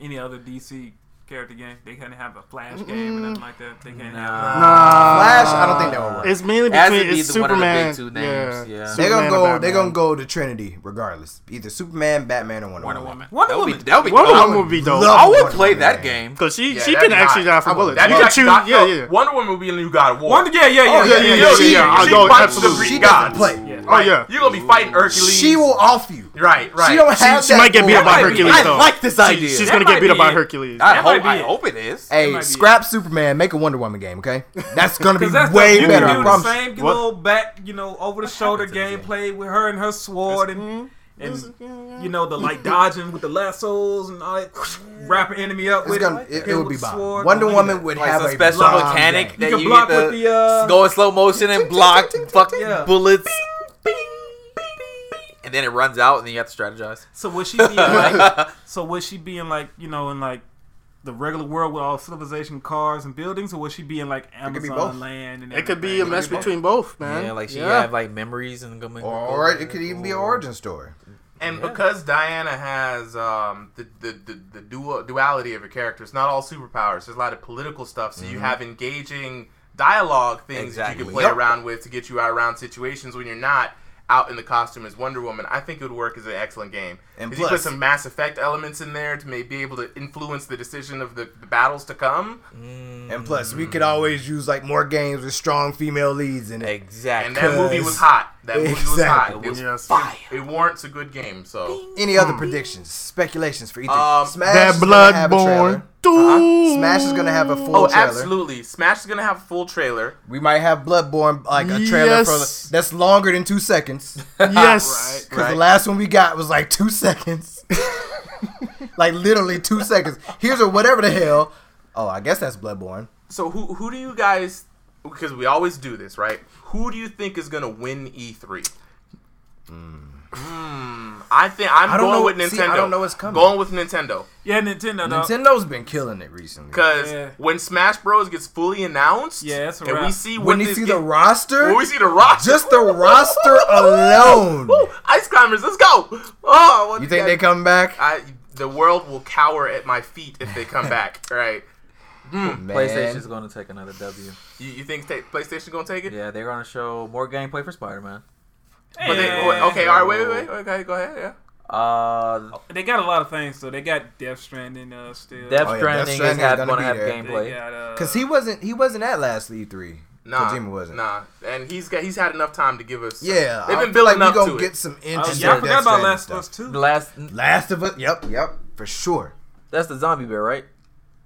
[SPEAKER 5] any other DC character game? They couldn't have a Flash game or nothing like that. They can't have.
[SPEAKER 1] Flash, I don't think that will work.
[SPEAKER 6] It's mainly
[SPEAKER 4] As
[SPEAKER 6] between
[SPEAKER 4] it be
[SPEAKER 6] it's
[SPEAKER 4] the- one of the
[SPEAKER 6] Superman.
[SPEAKER 4] big two names, yeah.
[SPEAKER 1] They're
[SPEAKER 6] Superman
[SPEAKER 1] gonna
[SPEAKER 6] or
[SPEAKER 1] go.
[SPEAKER 6] Batman.
[SPEAKER 1] They're gonna go to Trinity regardless. Either Superman, Batman, or Wonder,
[SPEAKER 4] Wonder
[SPEAKER 1] Woman.
[SPEAKER 4] Woman.
[SPEAKER 5] Wonder
[SPEAKER 4] That would be.
[SPEAKER 5] Woman.
[SPEAKER 4] That would be.
[SPEAKER 6] Wonder
[SPEAKER 4] dope.
[SPEAKER 6] Woman would be dope.
[SPEAKER 1] love-
[SPEAKER 4] I would
[SPEAKER 1] Wonder
[SPEAKER 4] play
[SPEAKER 1] Woman,
[SPEAKER 4] that
[SPEAKER 1] man.
[SPEAKER 4] game.
[SPEAKER 6] Cause she
[SPEAKER 2] Yeah,
[SPEAKER 6] she
[SPEAKER 2] that'd
[SPEAKER 6] can
[SPEAKER 2] be
[SPEAKER 6] actually
[SPEAKER 2] hot.
[SPEAKER 6] die for bullets.
[SPEAKER 2] That'd
[SPEAKER 6] You
[SPEAKER 2] be
[SPEAKER 6] can
[SPEAKER 2] like
[SPEAKER 6] choose.
[SPEAKER 2] God-
[SPEAKER 6] Yeah,
[SPEAKER 2] no,
[SPEAKER 6] yeah.
[SPEAKER 2] Wonder Woman would be a new God of War.
[SPEAKER 5] Wonder, yeah, yeah, yeah,
[SPEAKER 1] Oh, yeah,
[SPEAKER 5] yeah,
[SPEAKER 1] yeah,
[SPEAKER 5] yeah,
[SPEAKER 1] yeah,
[SPEAKER 5] yeah,
[SPEAKER 1] yeah.
[SPEAKER 5] yeah.
[SPEAKER 6] I'll
[SPEAKER 2] she
[SPEAKER 6] go,
[SPEAKER 2] punches
[SPEAKER 6] absolutely.
[SPEAKER 2] the Greek
[SPEAKER 1] She doesn't
[SPEAKER 2] gods.
[SPEAKER 1] play.
[SPEAKER 5] Yeah.
[SPEAKER 2] Like,
[SPEAKER 6] oh, yeah.
[SPEAKER 2] You're gonna be fighting Hercules.
[SPEAKER 1] She will off you.
[SPEAKER 2] Right, right.
[SPEAKER 1] She don't have
[SPEAKER 6] She
[SPEAKER 1] that
[SPEAKER 6] might get beat
[SPEAKER 1] bull-
[SPEAKER 6] up by
[SPEAKER 5] might be-
[SPEAKER 6] Hercules
[SPEAKER 4] I
[SPEAKER 6] though.
[SPEAKER 4] like this idea.
[SPEAKER 6] She's
[SPEAKER 5] That
[SPEAKER 6] gonna
[SPEAKER 5] might
[SPEAKER 6] get beat up
[SPEAKER 5] be
[SPEAKER 6] by
[SPEAKER 5] it.
[SPEAKER 6] Hercules.
[SPEAKER 4] I
[SPEAKER 5] That
[SPEAKER 4] hope.
[SPEAKER 5] might be
[SPEAKER 4] I
[SPEAKER 5] it.
[SPEAKER 4] hope it is.
[SPEAKER 1] Hey,
[SPEAKER 5] might be
[SPEAKER 1] scrap Superman, make a Wonder Woman game, okay? That's gonna be
[SPEAKER 5] Because that's
[SPEAKER 1] way
[SPEAKER 5] the, you
[SPEAKER 1] better.
[SPEAKER 5] Can
[SPEAKER 1] I
[SPEAKER 5] do
[SPEAKER 1] promise.
[SPEAKER 5] the same
[SPEAKER 6] What?
[SPEAKER 5] little back, you know, over the shoulder gameplay with her and her sword and
[SPEAKER 6] mm-hmm.
[SPEAKER 5] and you know the like dodging with the lassos and all that, wrap an enemy up
[SPEAKER 1] It's
[SPEAKER 5] with
[SPEAKER 1] gonna,
[SPEAKER 5] it,
[SPEAKER 1] it,
[SPEAKER 5] hit
[SPEAKER 1] it would
[SPEAKER 5] with
[SPEAKER 1] be
[SPEAKER 5] the
[SPEAKER 1] bomb.
[SPEAKER 5] sword. Oh,
[SPEAKER 1] Wonder
[SPEAKER 5] Don't do
[SPEAKER 1] Woman
[SPEAKER 5] that.
[SPEAKER 1] would
[SPEAKER 4] Like
[SPEAKER 1] have
[SPEAKER 4] some
[SPEAKER 1] a
[SPEAKER 4] special
[SPEAKER 1] bomb
[SPEAKER 4] mechanic
[SPEAKER 1] game.
[SPEAKER 4] that
[SPEAKER 5] You
[SPEAKER 4] you,
[SPEAKER 5] can block
[SPEAKER 4] get to
[SPEAKER 5] with the, uh,
[SPEAKER 4] go in slow motion and
[SPEAKER 1] *laughs*
[SPEAKER 4] block fuck
[SPEAKER 5] Yeah.
[SPEAKER 4] bullets. And then it runs out, and then you have
[SPEAKER 1] *laughs*
[SPEAKER 4] to strategize.
[SPEAKER 5] So would she be in like? so would she be in like you know in like the regular world with all civilization, cars, and buildings, or would she be in like
[SPEAKER 1] could be both.
[SPEAKER 5] Amazon land? And
[SPEAKER 6] It could be a
[SPEAKER 5] everything?
[SPEAKER 6] mess between both, man.
[SPEAKER 4] Yeah, like she have like memories and going.
[SPEAKER 1] Or it could even be an origin story.
[SPEAKER 2] And because Diana has um, the, the, the, the dual, duality of her character, it's not all superpowers. There's a lot of political stuff, so
[SPEAKER 1] Mm-hmm.
[SPEAKER 2] you have engaging dialogue things that you
[SPEAKER 4] Exactly.
[SPEAKER 2] can play
[SPEAKER 1] Yep.
[SPEAKER 2] around with to get you out around situations when you're not out in the costume as Wonder Woman. I think it would work as an excellent game.
[SPEAKER 1] And
[SPEAKER 2] 'Cause you put
[SPEAKER 1] plus-
[SPEAKER 2] some Mass Effect elements in there to maybe be able to influence the decision of the, the battles to come.
[SPEAKER 4] Mm,
[SPEAKER 1] And plus, we could always use like more games with strong female leads in it.
[SPEAKER 4] Exactly.
[SPEAKER 2] And that movie was
[SPEAKER 1] Cause-
[SPEAKER 2] hot. That movie was hot.
[SPEAKER 1] Exactly.
[SPEAKER 2] It, was-
[SPEAKER 6] Yes.
[SPEAKER 2] it warrants a good game. So
[SPEAKER 1] Any other predictions, speculations for either?
[SPEAKER 2] Um,
[SPEAKER 1] Smash
[SPEAKER 6] That
[SPEAKER 1] is gonna have a
[SPEAKER 6] Bloodborne.
[SPEAKER 1] trailer. Uh-huh.
[SPEAKER 6] Dude.
[SPEAKER 1] Smash is gonna have a full
[SPEAKER 2] oh,
[SPEAKER 1] trailer.
[SPEAKER 2] absolutely, Smash is gonna have a full trailer.
[SPEAKER 1] We might have Bloodborne like a trailer
[SPEAKER 6] Yes.
[SPEAKER 1] for that's longer than two seconds.
[SPEAKER 6] Yes.
[SPEAKER 1] Because the last one we got was like two seconds. *laughs* like literally two seconds. Here's a whatever the hell. Oh, I guess that's Bloodborne.
[SPEAKER 2] So who who do you guys? Because we always do this, right? Who do you think is gonna win E3? Hmm. I think I'm
[SPEAKER 1] I don't
[SPEAKER 2] going
[SPEAKER 1] know-
[SPEAKER 2] with Nintendo.
[SPEAKER 1] see, I don't know what's coming.
[SPEAKER 2] Going with Nintendo
[SPEAKER 5] Yeah, Nintendo. Though.
[SPEAKER 1] Nintendo's been killing it recently.
[SPEAKER 2] because
[SPEAKER 5] Yeah.
[SPEAKER 2] when Smash Bros gets fully announced,
[SPEAKER 5] Yeah, that's a
[SPEAKER 2] and we
[SPEAKER 5] wrap.
[SPEAKER 2] see
[SPEAKER 1] When
[SPEAKER 2] what
[SPEAKER 1] you
[SPEAKER 2] this
[SPEAKER 1] see the
[SPEAKER 2] game-
[SPEAKER 1] roster,
[SPEAKER 2] e when we see the roster,
[SPEAKER 1] just the roster alone.
[SPEAKER 2] Woo! ice climbers, let's go! Oh, what
[SPEAKER 1] You
[SPEAKER 2] the
[SPEAKER 1] think
[SPEAKER 2] heck?
[SPEAKER 1] they come back?
[SPEAKER 2] I, the world will cower at my feet if
[SPEAKER 1] *laughs*
[SPEAKER 2] they come back, right? Hmm.
[SPEAKER 1] Man.
[SPEAKER 4] PlayStation's going to take another W.
[SPEAKER 2] You, you think ta- PlayStation gonna take it?
[SPEAKER 4] Yeah, they're going to show more gameplay for Spider Man.
[SPEAKER 2] But they, oh,
[SPEAKER 5] Yeah.
[SPEAKER 2] okay, all right, wait, wait, wait. Okay, go ahead. Yeah.
[SPEAKER 7] Uh,
[SPEAKER 5] They got a lot of things, so they got Death Stranding uh, still.
[SPEAKER 7] Death
[SPEAKER 1] Oh, Oh, yeah, Death
[SPEAKER 7] Stranding is
[SPEAKER 1] Stranding's
[SPEAKER 7] have,
[SPEAKER 1] gonna
[SPEAKER 7] gonna
[SPEAKER 1] be
[SPEAKER 7] have
[SPEAKER 1] there.
[SPEAKER 5] They
[SPEAKER 7] gameplay.
[SPEAKER 5] got, uh,
[SPEAKER 1] Cause he wasn't he wasn't at last E three.
[SPEAKER 2] Nah,
[SPEAKER 1] Kojima wasn't.
[SPEAKER 2] Nah, and he's got he's had enough time to give us.
[SPEAKER 1] Yeah,
[SPEAKER 2] they've
[SPEAKER 1] I
[SPEAKER 2] been
[SPEAKER 1] feel
[SPEAKER 2] building
[SPEAKER 1] like we
[SPEAKER 2] up
[SPEAKER 1] gonna
[SPEAKER 2] to
[SPEAKER 1] get
[SPEAKER 2] it.
[SPEAKER 1] some
[SPEAKER 5] Oh,
[SPEAKER 1] interesting.
[SPEAKER 5] yeah, I forgot
[SPEAKER 1] Death
[SPEAKER 5] about
[SPEAKER 1] Stranding
[SPEAKER 5] Last of
[SPEAKER 1] stuff.
[SPEAKER 5] Us too.
[SPEAKER 7] The last
[SPEAKER 1] Last of Us. Yep, yep, for sure.
[SPEAKER 7] that's the zombie bear, right?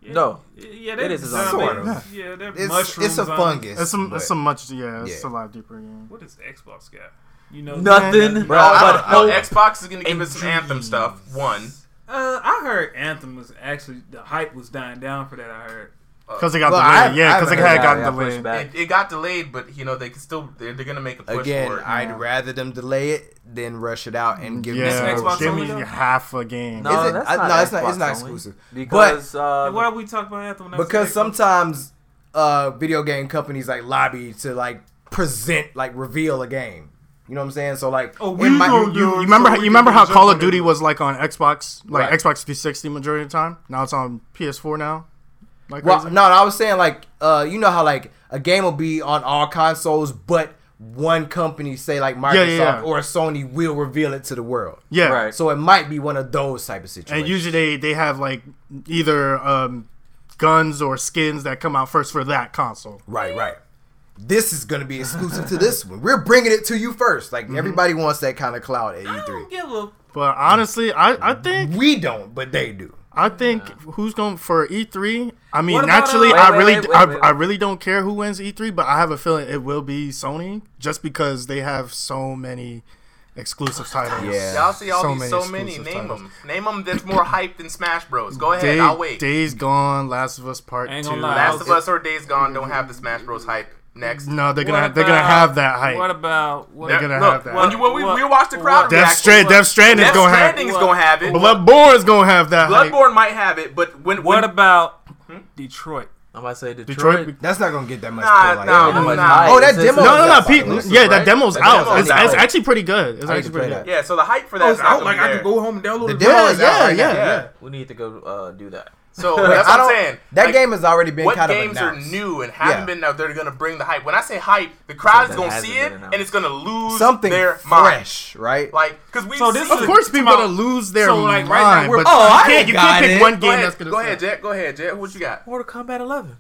[SPEAKER 7] No.
[SPEAKER 5] Yeah, they
[SPEAKER 7] It is a
[SPEAKER 5] design-
[SPEAKER 7] zombie.
[SPEAKER 1] Sort of.
[SPEAKER 5] Yeah, they're
[SPEAKER 1] It's
[SPEAKER 5] mushrooms.
[SPEAKER 1] it's a
[SPEAKER 5] on-
[SPEAKER 1] fungus.
[SPEAKER 6] It's some,
[SPEAKER 1] but-
[SPEAKER 6] it's some much, yeah, it's
[SPEAKER 1] Yeah.
[SPEAKER 6] a lot deeper game.
[SPEAKER 5] What is Xbox got? You know
[SPEAKER 7] Nothing.
[SPEAKER 2] Bro,
[SPEAKER 7] but
[SPEAKER 2] I don't know.
[SPEAKER 7] hope.
[SPEAKER 2] Xbox is gonna give
[SPEAKER 7] and
[SPEAKER 2] us some Anthem stuff. One,
[SPEAKER 5] Uh, I heard Anthem was actually the hype was dying down for that. I heard.
[SPEAKER 6] Because it got
[SPEAKER 1] Well, I-
[SPEAKER 6] delayed. Yeah,
[SPEAKER 1] I
[SPEAKER 6] because it
[SPEAKER 1] haven't
[SPEAKER 6] had
[SPEAKER 7] Yeah,
[SPEAKER 6] gotten
[SPEAKER 7] yeah, pushed
[SPEAKER 6] delayed.
[SPEAKER 7] back.
[SPEAKER 2] it, it got delayed, but you know they can still they're, they're gonna make a push
[SPEAKER 1] Again,
[SPEAKER 2] for it.
[SPEAKER 1] I'd rather them delay it than rush it out and give me.
[SPEAKER 6] Yeah,
[SPEAKER 5] This Xbox
[SPEAKER 6] give
[SPEAKER 5] only
[SPEAKER 6] me
[SPEAKER 5] though?
[SPEAKER 6] half a game.
[SPEAKER 7] No,
[SPEAKER 1] Is it-
[SPEAKER 7] that's
[SPEAKER 1] I-
[SPEAKER 7] not
[SPEAKER 1] no, it's not-
[SPEAKER 7] Xbox
[SPEAKER 1] it's not
[SPEAKER 7] only.
[SPEAKER 1] exclusive.
[SPEAKER 7] Because uh,
[SPEAKER 5] Then why are we talking about Anthem? When that was
[SPEAKER 1] because
[SPEAKER 5] Xbox?
[SPEAKER 1] sometimes uh video game companies like lobby to like present like reveal a game you know what i'm saying so like
[SPEAKER 5] Oh,
[SPEAKER 1] it
[SPEAKER 5] we
[SPEAKER 1] might-
[SPEAKER 5] gonna
[SPEAKER 6] You, you remember?
[SPEAKER 5] so we
[SPEAKER 6] you remember
[SPEAKER 5] can
[SPEAKER 6] how
[SPEAKER 5] jump
[SPEAKER 6] Call
[SPEAKER 5] on
[SPEAKER 6] of
[SPEAKER 5] it.
[SPEAKER 6] Duty was like on Xbox, like
[SPEAKER 1] Right.
[SPEAKER 6] Xbox 360 majority of the time. Now it's on PS4 now. Like
[SPEAKER 1] well,
[SPEAKER 6] crazy.
[SPEAKER 1] no i was saying like uh you know how like a game will be on all consoles but one company say like microsoft
[SPEAKER 6] yeah, yeah.
[SPEAKER 1] or sony will reveal it to the world
[SPEAKER 6] yeah.
[SPEAKER 7] right.
[SPEAKER 1] so it might be one of those type of situations
[SPEAKER 6] And usually they, they have like either um, guns or skins that come out first for that console.
[SPEAKER 1] right right this is gonna be exclusive to this one we're bringing it to you first like everybody wants that kind of cloud at
[SPEAKER 5] I
[SPEAKER 1] e3
[SPEAKER 5] don't give a.
[SPEAKER 6] But honestly, I, I think
[SPEAKER 1] we don't but they do
[SPEAKER 6] I think who's going for E3. I mean,
[SPEAKER 5] What about,
[SPEAKER 6] naturally,
[SPEAKER 5] uh,
[SPEAKER 6] I
[SPEAKER 7] Wait, wait,
[SPEAKER 6] really
[SPEAKER 7] wait, wait,
[SPEAKER 6] I,
[SPEAKER 7] wait, wait.
[SPEAKER 6] I really don't care who wins E3, but I have a feeling it will be Sony just because they have so many exclusive titles.
[SPEAKER 1] Yeah.
[SPEAKER 2] Y'all see all
[SPEAKER 6] So
[SPEAKER 2] these
[SPEAKER 6] many
[SPEAKER 2] so many.
[SPEAKER 6] exclusive
[SPEAKER 2] Name
[SPEAKER 6] titles.
[SPEAKER 2] them. Name them. That's more hype than Smash Bros. Go ahead.
[SPEAKER 6] Day,
[SPEAKER 2] I'll wait.
[SPEAKER 6] Days Gone, Last of Us Part
[SPEAKER 5] I ain't
[SPEAKER 6] Two.
[SPEAKER 5] gonna lie.
[SPEAKER 2] Last
[SPEAKER 5] I'll-
[SPEAKER 2] of Us or Days Gone don't have the Smash Bros. hype. Next.
[SPEAKER 6] No, they're gonna
[SPEAKER 5] What
[SPEAKER 6] have, they're gonna
[SPEAKER 5] about-
[SPEAKER 6] have that hype.
[SPEAKER 5] What about what?
[SPEAKER 6] They're gonna
[SPEAKER 2] Look,
[SPEAKER 6] have that.
[SPEAKER 2] When, you, when we,
[SPEAKER 5] What-
[SPEAKER 2] we watch the crowd
[SPEAKER 5] what-
[SPEAKER 6] Death
[SPEAKER 2] react,
[SPEAKER 6] Strand- Death Stranding
[SPEAKER 2] Death
[SPEAKER 6] is gonna have-
[SPEAKER 2] Stranding is gonna have it.
[SPEAKER 6] Bloodborne's gonna have that hype.
[SPEAKER 2] Bloodborne might have it, but when
[SPEAKER 5] What
[SPEAKER 2] when,
[SPEAKER 5] about Detroit?
[SPEAKER 7] I'm about to say
[SPEAKER 6] Detroit.
[SPEAKER 7] Detroit.
[SPEAKER 1] That's not gonna get that much.
[SPEAKER 2] Nah,
[SPEAKER 1] play like
[SPEAKER 2] nah,
[SPEAKER 1] that.
[SPEAKER 2] nah.
[SPEAKER 7] How much
[SPEAKER 2] Oh,
[SPEAKER 7] hype?
[SPEAKER 1] Oh, that
[SPEAKER 7] It's just-
[SPEAKER 1] demo.
[SPEAKER 6] No, no, no,
[SPEAKER 1] that's
[SPEAKER 6] Pete.
[SPEAKER 1] awesome.
[SPEAKER 6] Yeah, that demo's
[SPEAKER 1] That
[SPEAKER 6] out.
[SPEAKER 1] demo's
[SPEAKER 6] It's,
[SPEAKER 2] out.
[SPEAKER 6] it's actually pretty good. It's
[SPEAKER 1] I need
[SPEAKER 6] actually
[SPEAKER 1] to play
[SPEAKER 6] pretty
[SPEAKER 1] that.
[SPEAKER 6] good.
[SPEAKER 2] yeah, so the hype for that is not gonna be there.
[SPEAKER 5] home and download
[SPEAKER 1] The
[SPEAKER 5] it.
[SPEAKER 1] demo
[SPEAKER 6] Yeah,
[SPEAKER 1] is out
[SPEAKER 6] yeah,
[SPEAKER 1] right now.
[SPEAKER 6] yeah.
[SPEAKER 7] We need to go uh, do that.
[SPEAKER 1] *laughs*
[SPEAKER 2] So
[SPEAKER 1] Wait,
[SPEAKER 2] that's
[SPEAKER 1] I
[SPEAKER 2] what I'm
[SPEAKER 1] don't-
[SPEAKER 2] saying.
[SPEAKER 1] That
[SPEAKER 2] Like,
[SPEAKER 1] game has already been
[SPEAKER 2] what
[SPEAKER 1] kind
[SPEAKER 2] games
[SPEAKER 1] of
[SPEAKER 2] are
[SPEAKER 1] announced.
[SPEAKER 2] new and haven't
[SPEAKER 1] Yeah.
[SPEAKER 2] been out there are gonna bring the hype. When I say hype, the crowd
[SPEAKER 7] Something
[SPEAKER 2] is gonna
[SPEAKER 7] hasn't
[SPEAKER 2] see
[SPEAKER 7] been
[SPEAKER 2] it
[SPEAKER 7] announced.
[SPEAKER 2] and it's gonna lose
[SPEAKER 1] Something
[SPEAKER 2] their
[SPEAKER 1] fresh, right?
[SPEAKER 2] Mind. Like, cause we
[SPEAKER 5] So this
[SPEAKER 6] Of
[SPEAKER 5] is-
[SPEAKER 6] course, people
[SPEAKER 5] Come
[SPEAKER 6] are
[SPEAKER 5] on.
[SPEAKER 6] gonna lose their
[SPEAKER 5] So, like,
[SPEAKER 6] mind.
[SPEAKER 5] right now, we're-
[SPEAKER 6] but
[SPEAKER 5] Oh,
[SPEAKER 6] you
[SPEAKER 5] I
[SPEAKER 6] can't, you
[SPEAKER 4] got
[SPEAKER 6] can't pick
[SPEAKER 4] it.
[SPEAKER 6] one
[SPEAKER 2] Go
[SPEAKER 6] game
[SPEAKER 2] ahead,
[SPEAKER 6] that's gonna.
[SPEAKER 2] go
[SPEAKER 6] sell.
[SPEAKER 2] ahead, Jet. Go ahead, Jet. What you got?
[SPEAKER 7] Mortal Kombat 11.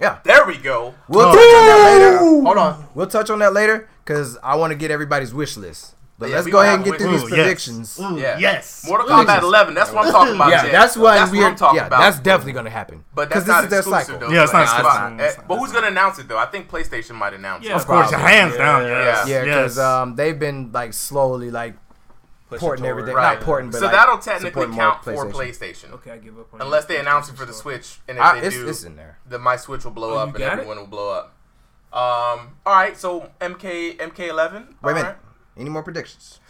[SPEAKER 1] yeah,
[SPEAKER 2] There we go.
[SPEAKER 1] we'll touch on that later. Hold on, we'll touch on that later because I want to get everybody's wish list. But
[SPEAKER 2] Yeah,
[SPEAKER 1] let's
[SPEAKER 2] we
[SPEAKER 1] go
[SPEAKER 2] gonna
[SPEAKER 1] ahead and
[SPEAKER 2] have
[SPEAKER 1] get through
[SPEAKER 2] wish
[SPEAKER 1] these
[SPEAKER 6] Ooh, yes.
[SPEAKER 1] predictions.
[SPEAKER 6] Ooh,
[SPEAKER 2] Yeah.
[SPEAKER 6] Yes.
[SPEAKER 2] Mortal Kombat 11.
[SPEAKER 1] *laughs*
[SPEAKER 2] That's what I'm talking about.
[SPEAKER 1] Yeah,
[SPEAKER 2] Jet.
[SPEAKER 1] that's what
[SPEAKER 2] what
[SPEAKER 1] we're
[SPEAKER 2] I'm talking
[SPEAKER 1] yeah,
[SPEAKER 2] about.
[SPEAKER 1] That's definitely gonna happen.
[SPEAKER 2] But
[SPEAKER 1] 'Cause
[SPEAKER 2] that's not
[SPEAKER 1] this is their
[SPEAKER 2] exclusive,
[SPEAKER 1] cycle.
[SPEAKER 2] though.
[SPEAKER 6] Yeah, it's
[SPEAKER 2] Like,
[SPEAKER 6] not
[SPEAKER 2] I-
[SPEAKER 6] exclusive.
[SPEAKER 2] I- But who's gonna announce it though? I think PlayStation might announce
[SPEAKER 5] Yeah.
[SPEAKER 2] it.
[SPEAKER 6] Of course,
[SPEAKER 1] Probably.
[SPEAKER 6] hands down.
[SPEAKER 5] Yeah,
[SPEAKER 6] Yes.
[SPEAKER 1] Yeah, because
[SPEAKER 6] yes.
[SPEAKER 1] um, they've been like slowly like porting
[SPEAKER 4] toward-
[SPEAKER 1] everything,
[SPEAKER 2] Right.
[SPEAKER 1] not porting, but
[SPEAKER 2] so
[SPEAKER 1] like,
[SPEAKER 2] that'll technically
[SPEAKER 1] supporting more
[SPEAKER 2] count for PlayStation,
[SPEAKER 5] Okay, I give up on
[SPEAKER 2] unless
[SPEAKER 5] that.
[SPEAKER 2] they announce it for the Switch, and if
[SPEAKER 1] I,
[SPEAKER 2] they
[SPEAKER 1] it's,
[SPEAKER 2] do,
[SPEAKER 1] it's in there.
[SPEAKER 2] then my Switch will blow
[SPEAKER 5] Oh,
[SPEAKER 2] up
[SPEAKER 5] you
[SPEAKER 2] and
[SPEAKER 5] got it?
[SPEAKER 2] everyone will blow up. Um. All right. So MK MK11.
[SPEAKER 1] Wait a
[SPEAKER 2] all
[SPEAKER 1] minute.
[SPEAKER 2] right.
[SPEAKER 1] Any more predictions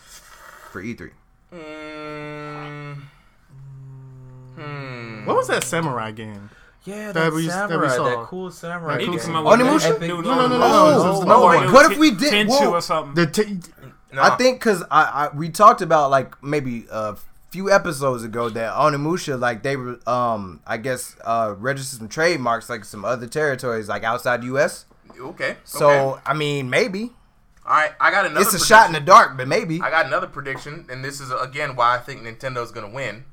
[SPEAKER 1] for E E3?
[SPEAKER 2] Mm, hmm.
[SPEAKER 6] what was that samurai game?
[SPEAKER 7] Yeah, that,
[SPEAKER 6] That we- that we
[SPEAKER 7] samurai, that,
[SPEAKER 6] saw.
[SPEAKER 7] cool samurai.
[SPEAKER 6] That
[SPEAKER 5] It
[SPEAKER 6] cool
[SPEAKER 7] game.
[SPEAKER 5] was
[SPEAKER 6] Okay.
[SPEAKER 5] my-
[SPEAKER 1] Onimusha?
[SPEAKER 5] Epic-
[SPEAKER 7] No,
[SPEAKER 6] No, no, no, no.
[SPEAKER 1] Oh,
[SPEAKER 6] no.
[SPEAKER 1] oh,
[SPEAKER 6] It was the
[SPEAKER 1] no,
[SPEAKER 6] one-
[SPEAKER 1] wait, what if we did-
[SPEAKER 5] Tenchu
[SPEAKER 1] whoa.
[SPEAKER 5] or something?
[SPEAKER 6] The t-
[SPEAKER 2] No.
[SPEAKER 1] I think because I, I we talked about like maybe a few episodes ago that Onimusha like they were um I guess uh registered some trademarks like some other territories like outside the U.S.
[SPEAKER 2] Okay.
[SPEAKER 1] So
[SPEAKER 2] okay.
[SPEAKER 1] I mean maybe
[SPEAKER 2] all right. I got another.
[SPEAKER 1] it's a shot in the
[SPEAKER 2] prediction.
[SPEAKER 1] dark, but maybe
[SPEAKER 2] I got another prediction, and this is again why I think Nintendo's gonna win.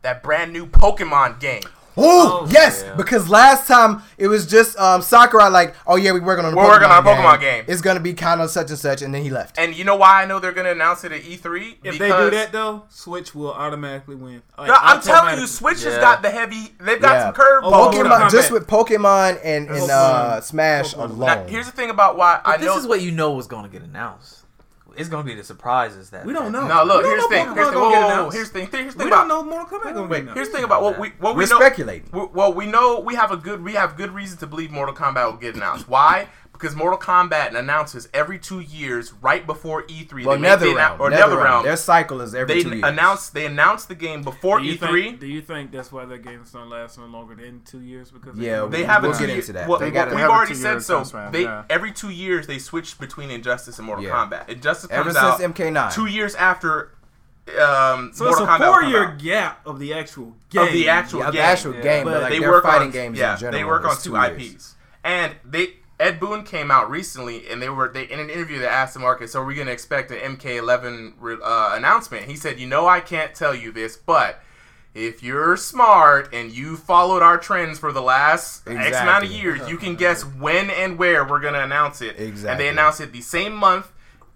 [SPEAKER 2] That brand new Pokemon game.
[SPEAKER 1] oh,
[SPEAKER 5] Oh,
[SPEAKER 1] yes
[SPEAKER 7] yeah.
[SPEAKER 1] because last time it was just um Sakurai like oh yeah we're working on a
[SPEAKER 2] We're
[SPEAKER 1] Pokemon
[SPEAKER 2] working on a Pokemon game.
[SPEAKER 1] it's gonna be kind of such and such and then he left
[SPEAKER 2] And you know why I know they're gonna announce it at E E3?
[SPEAKER 5] If they do that though, Switch will automatically win. Like,
[SPEAKER 2] No, I'm telling you,
[SPEAKER 5] automatically.
[SPEAKER 2] Switch has
[SPEAKER 7] Yeah.
[SPEAKER 2] got the heavy. They've got
[SPEAKER 1] Yeah.
[SPEAKER 2] some curveballs.
[SPEAKER 5] Oh,
[SPEAKER 2] with
[SPEAKER 5] Mortal
[SPEAKER 1] Pokemon
[SPEAKER 2] them.
[SPEAKER 1] just
[SPEAKER 5] Kombat.
[SPEAKER 1] with Pokemon and and uh,
[SPEAKER 5] Pokemon.
[SPEAKER 1] Smash
[SPEAKER 5] Pokemon.
[SPEAKER 1] alone
[SPEAKER 2] Now, here's the thing about why I
[SPEAKER 7] This
[SPEAKER 2] know.
[SPEAKER 7] is what you know is going to get announced. It's going to be the surprises that
[SPEAKER 5] We don't know.
[SPEAKER 2] no, look.
[SPEAKER 5] We don't
[SPEAKER 2] Here's the
[SPEAKER 5] know
[SPEAKER 2] thing. Here's the
[SPEAKER 5] Pokemon
[SPEAKER 2] thing. Whoa,
[SPEAKER 5] gonna
[SPEAKER 2] whoa,
[SPEAKER 5] get
[SPEAKER 2] whoa,
[SPEAKER 5] announced.
[SPEAKER 2] Here's the thing. Here's the
[SPEAKER 5] We
[SPEAKER 2] thing
[SPEAKER 5] don't
[SPEAKER 2] about.
[SPEAKER 5] know Mortal Kombat gonna
[SPEAKER 2] Wait,
[SPEAKER 5] win.
[SPEAKER 2] here's the thing about what we what we
[SPEAKER 1] we're
[SPEAKER 2] know.
[SPEAKER 1] speculating
[SPEAKER 2] we- Well, we know we have a good we have good reason to believe Mortal Kombat will get announced. Why? Because Mortal Kombat announces every two years, right before E3.
[SPEAKER 1] well
[SPEAKER 2] they make the
[SPEAKER 1] Netherrealm
[SPEAKER 2] annou- or
[SPEAKER 1] Netherrealm their
[SPEAKER 2] Netherrealm.
[SPEAKER 1] cycle is every
[SPEAKER 2] They
[SPEAKER 1] two years.
[SPEAKER 2] announce they announce the game before E
[SPEAKER 5] Do you,
[SPEAKER 2] E3.
[SPEAKER 5] think, do you think that's why their games don't last no longer than two years? Because
[SPEAKER 1] Yeah,
[SPEAKER 2] They
[SPEAKER 1] We'll
[SPEAKER 2] have a
[SPEAKER 1] get
[SPEAKER 2] two
[SPEAKER 1] into
[SPEAKER 2] year,
[SPEAKER 1] that.
[SPEAKER 2] Well,
[SPEAKER 1] They
[SPEAKER 2] we-
[SPEAKER 1] gotta
[SPEAKER 2] we've
[SPEAKER 6] have a
[SPEAKER 2] already
[SPEAKER 6] two-year
[SPEAKER 2] said so.
[SPEAKER 6] time span,
[SPEAKER 2] They
[SPEAKER 6] yeah.
[SPEAKER 2] every two years they switch between Injustice and Mortal
[SPEAKER 1] Yeah.
[SPEAKER 2] Kombat. Injustice
[SPEAKER 1] Ever
[SPEAKER 2] comes
[SPEAKER 1] since
[SPEAKER 2] out
[SPEAKER 1] MK9.
[SPEAKER 2] two years after um,
[SPEAKER 5] so
[SPEAKER 2] Mortal
[SPEAKER 5] it's a
[SPEAKER 2] Kombat comes
[SPEAKER 5] four-year
[SPEAKER 2] out.
[SPEAKER 5] gap of the actual game.
[SPEAKER 2] of the actual
[SPEAKER 1] Yeah, the
[SPEAKER 2] game.
[SPEAKER 1] actual game, but
[SPEAKER 5] But
[SPEAKER 1] like
[SPEAKER 2] they
[SPEAKER 1] their
[SPEAKER 2] work
[SPEAKER 1] fighting
[SPEAKER 2] on
[SPEAKER 1] games
[SPEAKER 2] yeah,
[SPEAKER 1] in general.
[SPEAKER 2] they work on
[SPEAKER 1] is
[SPEAKER 2] two
[SPEAKER 1] years.
[SPEAKER 2] IPs, and they Ed Boon came out recently, and they were they in an interview they asked him, "Okay, so are we going to expect an MK11 re- uh, announcement?" He said, "You know, I can't tell you this, but." If you're smart and you followed our trends for the last X amount of
[SPEAKER 1] Exactly.
[SPEAKER 2] years, you can guess when and where we're going to announce it. And
[SPEAKER 1] Exactly.
[SPEAKER 2] they announce it the same month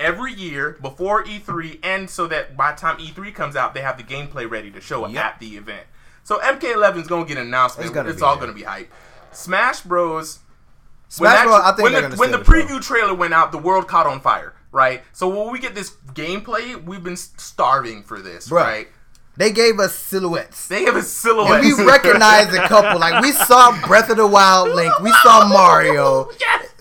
[SPEAKER 2] every year before E3, and so that by the time E3 comes out, they have the gameplay ready to show it
[SPEAKER 1] Yep.
[SPEAKER 2] at the event. So MK11 is going to get an
[SPEAKER 1] It's
[SPEAKER 2] announcement. It's,
[SPEAKER 1] gonna be
[SPEAKER 2] all
[SPEAKER 1] there.
[SPEAKER 2] going to be hype. Smash Bros. When
[SPEAKER 1] Smash
[SPEAKER 2] that-
[SPEAKER 1] Bros. I think
[SPEAKER 2] when
[SPEAKER 1] they're
[SPEAKER 2] the,
[SPEAKER 1] gonna
[SPEAKER 2] when the
[SPEAKER 1] steal the show.
[SPEAKER 2] preview trailer went out, the world caught on fire, right? So when we get this gameplay, we've been starving for this,
[SPEAKER 1] Bruh.
[SPEAKER 2] right?
[SPEAKER 1] They gave us silhouettes.
[SPEAKER 2] They have a silhouette.
[SPEAKER 1] And we
[SPEAKER 2] *laughs*
[SPEAKER 1] recognized a couple. Like we saw Breath of the Wild Link, we saw Mario,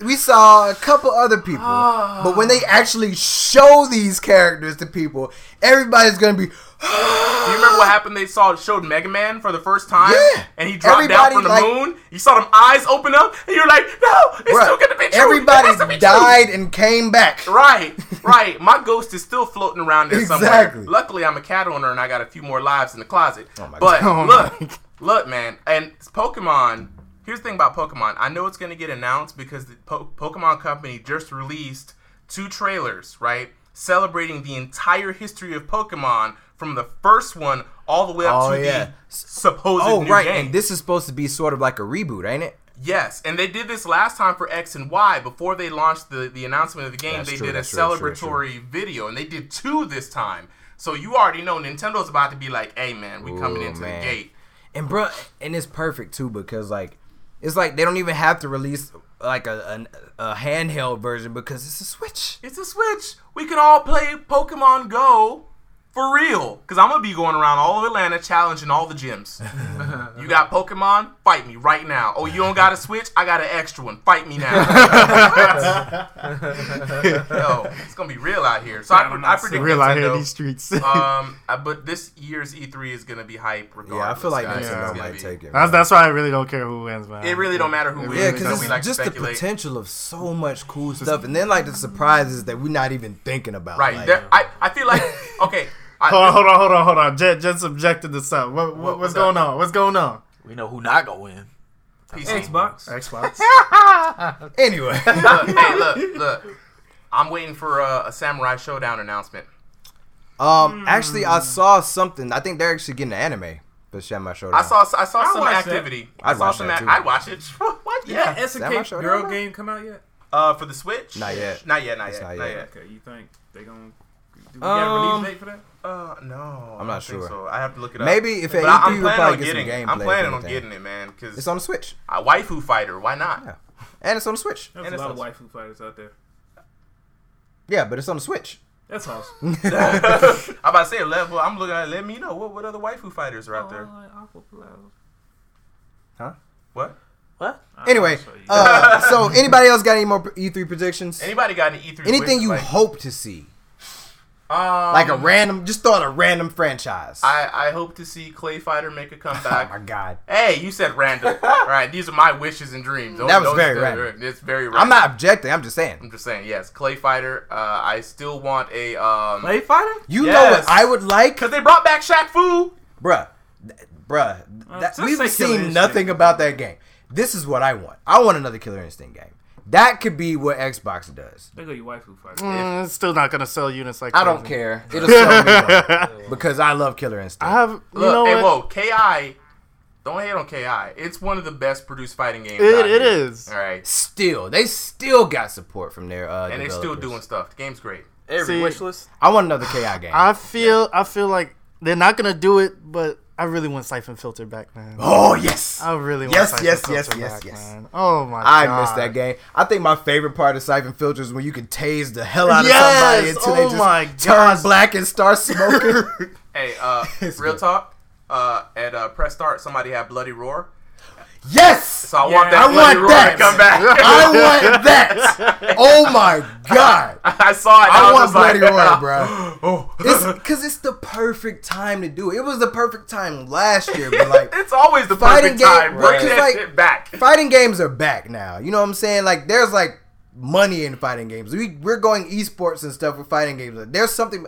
[SPEAKER 1] we saw a couple other people. But when they actually show these characters to people, everybody's gonna
[SPEAKER 2] *gasps*
[SPEAKER 1] be *gasps*
[SPEAKER 2] Do you remember what happened? They saw showed Mega Man for the first time,
[SPEAKER 1] Yeah.
[SPEAKER 2] and he dropped down
[SPEAKER 1] Everybody,
[SPEAKER 2] from the
[SPEAKER 1] like-
[SPEAKER 2] moon. You saw them eyes open up, and you're like, "No, it's
[SPEAKER 1] Bruh,
[SPEAKER 2] still gonna be true.
[SPEAKER 1] everybody
[SPEAKER 2] It has to be true."
[SPEAKER 1] died and came back.
[SPEAKER 2] Right, right. My ghost is still floating around there
[SPEAKER 1] Exactly.
[SPEAKER 2] somewhere. Luckily, I'm a cat owner and I got a few more lives in the closet.
[SPEAKER 1] my *laughs*
[SPEAKER 6] God.
[SPEAKER 2] but
[SPEAKER 6] Oh
[SPEAKER 2] look,
[SPEAKER 6] my
[SPEAKER 2] look, man. And Pokemon. Here's the thing about Pokemon. I know it's gonna get announced because the po- Pokemon Company just released two trailers, right, celebrating the entire history of Pokemon from the first one all the way up
[SPEAKER 1] Oh,
[SPEAKER 2] to
[SPEAKER 1] yeah.
[SPEAKER 2] the supposed
[SPEAKER 1] Oh
[SPEAKER 2] new
[SPEAKER 1] right,
[SPEAKER 2] game.
[SPEAKER 1] and this is supposed to be sort of like a reboot, ain't it?
[SPEAKER 2] Yes, and they did this last time for X and Y before they launched the, the announcement of the game.
[SPEAKER 1] That's
[SPEAKER 2] they
[SPEAKER 1] true,
[SPEAKER 2] did a
[SPEAKER 1] that's true, that's true, that's
[SPEAKER 2] celebratory video, and they did two this time. So you already know Nintendo's about to be like, "Hey man, we coming
[SPEAKER 1] Ooh,
[SPEAKER 2] into
[SPEAKER 1] man.
[SPEAKER 2] the gate."
[SPEAKER 1] And bro, and it's perfect too because like it's like they don't even have to release like a a, a handheld version because it's a Switch.
[SPEAKER 2] It's a Switch. We can all play Pokemon Go for real. Cause I'm gonna be going around all of Atlanta challenging all the gyms. you got Pokemon? Fight me right now. Oh, you don't got a Switch? I got an extra one. Fight me
[SPEAKER 1] *laughs*
[SPEAKER 2] now. Yo, it's gonna be real out here. So I, I, predict
[SPEAKER 6] Real out here in
[SPEAKER 2] Nintendo-
[SPEAKER 6] these streets.
[SPEAKER 2] um, uh, but this year's E3 is gonna be hype. Regardless,
[SPEAKER 1] Yeah, I feel like Nintendo
[SPEAKER 6] Nintendo
[SPEAKER 2] guys. It's gonna
[SPEAKER 1] might
[SPEAKER 2] be-
[SPEAKER 1] take it.
[SPEAKER 6] that's that's why I really don't care who wins, man.
[SPEAKER 2] It really don't matter who wins.
[SPEAKER 1] Yeah,
[SPEAKER 2] because
[SPEAKER 1] because
[SPEAKER 2] we
[SPEAKER 1] it's
[SPEAKER 2] like to
[SPEAKER 1] just the
[SPEAKER 2] speculate.
[SPEAKER 1] potential of so much cool stuff, and then like the surprises that we're not even thinking about.
[SPEAKER 2] Right.
[SPEAKER 1] like-
[SPEAKER 2] there, I, I feel like okay. I,
[SPEAKER 6] Hold on, hold on, hold on, hold on. Jet, Jet subjected this up. What, what,
[SPEAKER 2] What-
[SPEAKER 6] what's
[SPEAKER 2] what's
[SPEAKER 6] going on? What's going on?
[SPEAKER 7] We know who not gonna win.
[SPEAKER 2] PC.
[SPEAKER 5] Xbox.
[SPEAKER 6] Xbox.
[SPEAKER 1] *laughs* *laughs* Anyway,
[SPEAKER 2] look, hey, look, look. I'm waiting for uh, a Samurai Showdown announcement.
[SPEAKER 1] um, actually, I saw something. I think they're actually getting an anime for Shadow Showdown.
[SPEAKER 2] I saw I saw
[SPEAKER 5] I'd
[SPEAKER 2] some
[SPEAKER 5] watch that.
[SPEAKER 2] activity.
[SPEAKER 1] I'd
[SPEAKER 2] I saw
[SPEAKER 1] watch
[SPEAKER 2] some.
[SPEAKER 1] that
[SPEAKER 2] ac-
[SPEAKER 1] too.
[SPEAKER 2] I'd watch it. *laughs* what?
[SPEAKER 5] Yeah,
[SPEAKER 2] Yeah.
[SPEAKER 5] SNK
[SPEAKER 1] That my show,
[SPEAKER 5] girl
[SPEAKER 1] that my-
[SPEAKER 5] game come out yet?
[SPEAKER 2] Uh, for the Switch?
[SPEAKER 1] Not yet.
[SPEAKER 2] Not yet. Not
[SPEAKER 1] It's
[SPEAKER 2] yet.
[SPEAKER 1] not
[SPEAKER 2] Not,
[SPEAKER 1] yet.
[SPEAKER 2] yet.
[SPEAKER 5] Okay, you think they gonna do we got a
[SPEAKER 1] Um,
[SPEAKER 5] release date for that?
[SPEAKER 2] Uh, no.
[SPEAKER 1] I'm not
[SPEAKER 2] I don't think
[SPEAKER 1] sure.
[SPEAKER 2] So I have to look it up.
[SPEAKER 1] Maybe if at
[SPEAKER 2] But I-
[SPEAKER 1] E3
[SPEAKER 2] I'm
[SPEAKER 1] we'll
[SPEAKER 2] planning
[SPEAKER 1] probably
[SPEAKER 2] on
[SPEAKER 1] get
[SPEAKER 2] getting.
[SPEAKER 1] some gameplay.
[SPEAKER 2] I'm
[SPEAKER 1] if
[SPEAKER 2] planning on
[SPEAKER 1] anything.
[SPEAKER 2] getting it, man. Because
[SPEAKER 1] It's on the Switch,
[SPEAKER 2] a waifu fighter. Why not?
[SPEAKER 1] Yeah. and it's on the Switch.
[SPEAKER 5] There's a lot of waifu fighters out there.
[SPEAKER 1] Yeah, but it's on the Switch.
[SPEAKER 5] *laughs* That's awesome.
[SPEAKER 2] I'm about to say level. I'm looking at. Let me know what what other waifu fighters are out there. What? Ah,
[SPEAKER 1] Anyway, uh, so anybody else got any more E3 predictions?
[SPEAKER 2] Anybody got E an E3?
[SPEAKER 1] Anything
[SPEAKER 2] wish,
[SPEAKER 1] you
[SPEAKER 2] like,
[SPEAKER 1] hope to see,
[SPEAKER 2] Um,
[SPEAKER 1] like a random, just thought a random franchise.
[SPEAKER 2] I I hope to see Clay Fighter make a
[SPEAKER 1] *laughs* oh my
[SPEAKER 2] comeback.
[SPEAKER 1] god,
[SPEAKER 2] hey, you said
[SPEAKER 1] *laughs*
[SPEAKER 2] random. All right, these are my wishes and dreams. Those-
[SPEAKER 1] That was
[SPEAKER 2] those-
[SPEAKER 1] very
[SPEAKER 2] they're-
[SPEAKER 1] random.
[SPEAKER 2] It's very random.
[SPEAKER 1] I'm not objecting. I'm just saying.
[SPEAKER 2] I'm just saying. Yes, Clay Fighter. Uh, I still want a um.
[SPEAKER 5] Blade Fighter?
[SPEAKER 1] You know
[SPEAKER 2] Yes.
[SPEAKER 1] what I would like?
[SPEAKER 2] Cause they brought back Shaq Fu.
[SPEAKER 1] bruh, th- bruh, that,
[SPEAKER 5] just say
[SPEAKER 1] we've
[SPEAKER 5] Killer
[SPEAKER 1] seen
[SPEAKER 5] Instinct.
[SPEAKER 1] nothing about that game. This is what I want. I want another Killer Instinct game. That could be what Xbox does.
[SPEAKER 5] They go your waifu fighter.
[SPEAKER 6] Mm, *laughs* it's still not gonna sell units like
[SPEAKER 1] I don't
[SPEAKER 6] crazy.
[SPEAKER 1] care. It'll sell me on, because I love Killer
[SPEAKER 6] I
[SPEAKER 1] Instinct.
[SPEAKER 6] have you
[SPEAKER 2] Look,
[SPEAKER 6] know
[SPEAKER 2] hey,
[SPEAKER 6] what?
[SPEAKER 2] whoa, Ki. Don't hate on Ki. It's one of the best produced fighting games.
[SPEAKER 6] It-
[SPEAKER 2] out
[SPEAKER 6] it
[SPEAKER 2] here.
[SPEAKER 6] is.
[SPEAKER 2] All right,
[SPEAKER 1] still, they still got support from their uh,
[SPEAKER 2] and they're still
[SPEAKER 1] developers.
[SPEAKER 2] doing stuff. The game's great.
[SPEAKER 7] Every
[SPEAKER 6] See-
[SPEAKER 7] wish list.
[SPEAKER 1] I want another KI game.
[SPEAKER 6] I feel I feel like they're not gonna do it, but I really want Siphon Filter back, man.
[SPEAKER 1] oh yes,
[SPEAKER 6] I really want
[SPEAKER 1] Yes,
[SPEAKER 6] Siphon
[SPEAKER 1] yes,
[SPEAKER 6] Filter
[SPEAKER 1] yes, yes,
[SPEAKER 6] back,
[SPEAKER 1] yes.
[SPEAKER 6] man. Oh my
[SPEAKER 1] I
[SPEAKER 6] god.
[SPEAKER 1] miss that game. I think my favorite part of Siphon Filter is when you can tase the hell out
[SPEAKER 6] Yes!
[SPEAKER 1] of somebody until
[SPEAKER 6] Oh
[SPEAKER 1] they just
[SPEAKER 6] my
[SPEAKER 1] turn black and start smoking.
[SPEAKER 6] *laughs*
[SPEAKER 2] Hey, uh,
[SPEAKER 1] *laughs* It's
[SPEAKER 2] real
[SPEAKER 1] good.
[SPEAKER 2] talk. Uh, at uh, press start, somebody had bloody roar.
[SPEAKER 1] yes,
[SPEAKER 2] So I want
[SPEAKER 5] Yeah.
[SPEAKER 2] that
[SPEAKER 5] I
[SPEAKER 2] bloody
[SPEAKER 1] want
[SPEAKER 2] roar
[SPEAKER 1] that.
[SPEAKER 2] to
[SPEAKER 1] *laughs*
[SPEAKER 2] come back. *laughs*
[SPEAKER 1] I want that.
[SPEAKER 6] *laughs*
[SPEAKER 1] Oh my god.
[SPEAKER 2] I saw it. and
[SPEAKER 1] I
[SPEAKER 2] was
[SPEAKER 1] want
[SPEAKER 2] just like,
[SPEAKER 1] Bloody Roar,
[SPEAKER 2] *laughs*
[SPEAKER 1] bro.
[SPEAKER 2] Oh.
[SPEAKER 1] It's because it's the perfect time to do it. It was the perfect time last year, but like
[SPEAKER 2] *laughs* it's always the
[SPEAKER 1] Fighting
[SPEAKER 2] perfect time.
[SPEAKER 1] game,
[SPEAKER 2] Bring
[SPEAKER 1] right.
[SPEAKER 2] that
[SPEAKER 1] Like-
[SPEAKER 2] shit back.
[SPEAKER 1] fighting games are back now. You know what I'm saying? Like there's like money in fighting games. We we're going esports and stuff with fighting games. Like, there's something.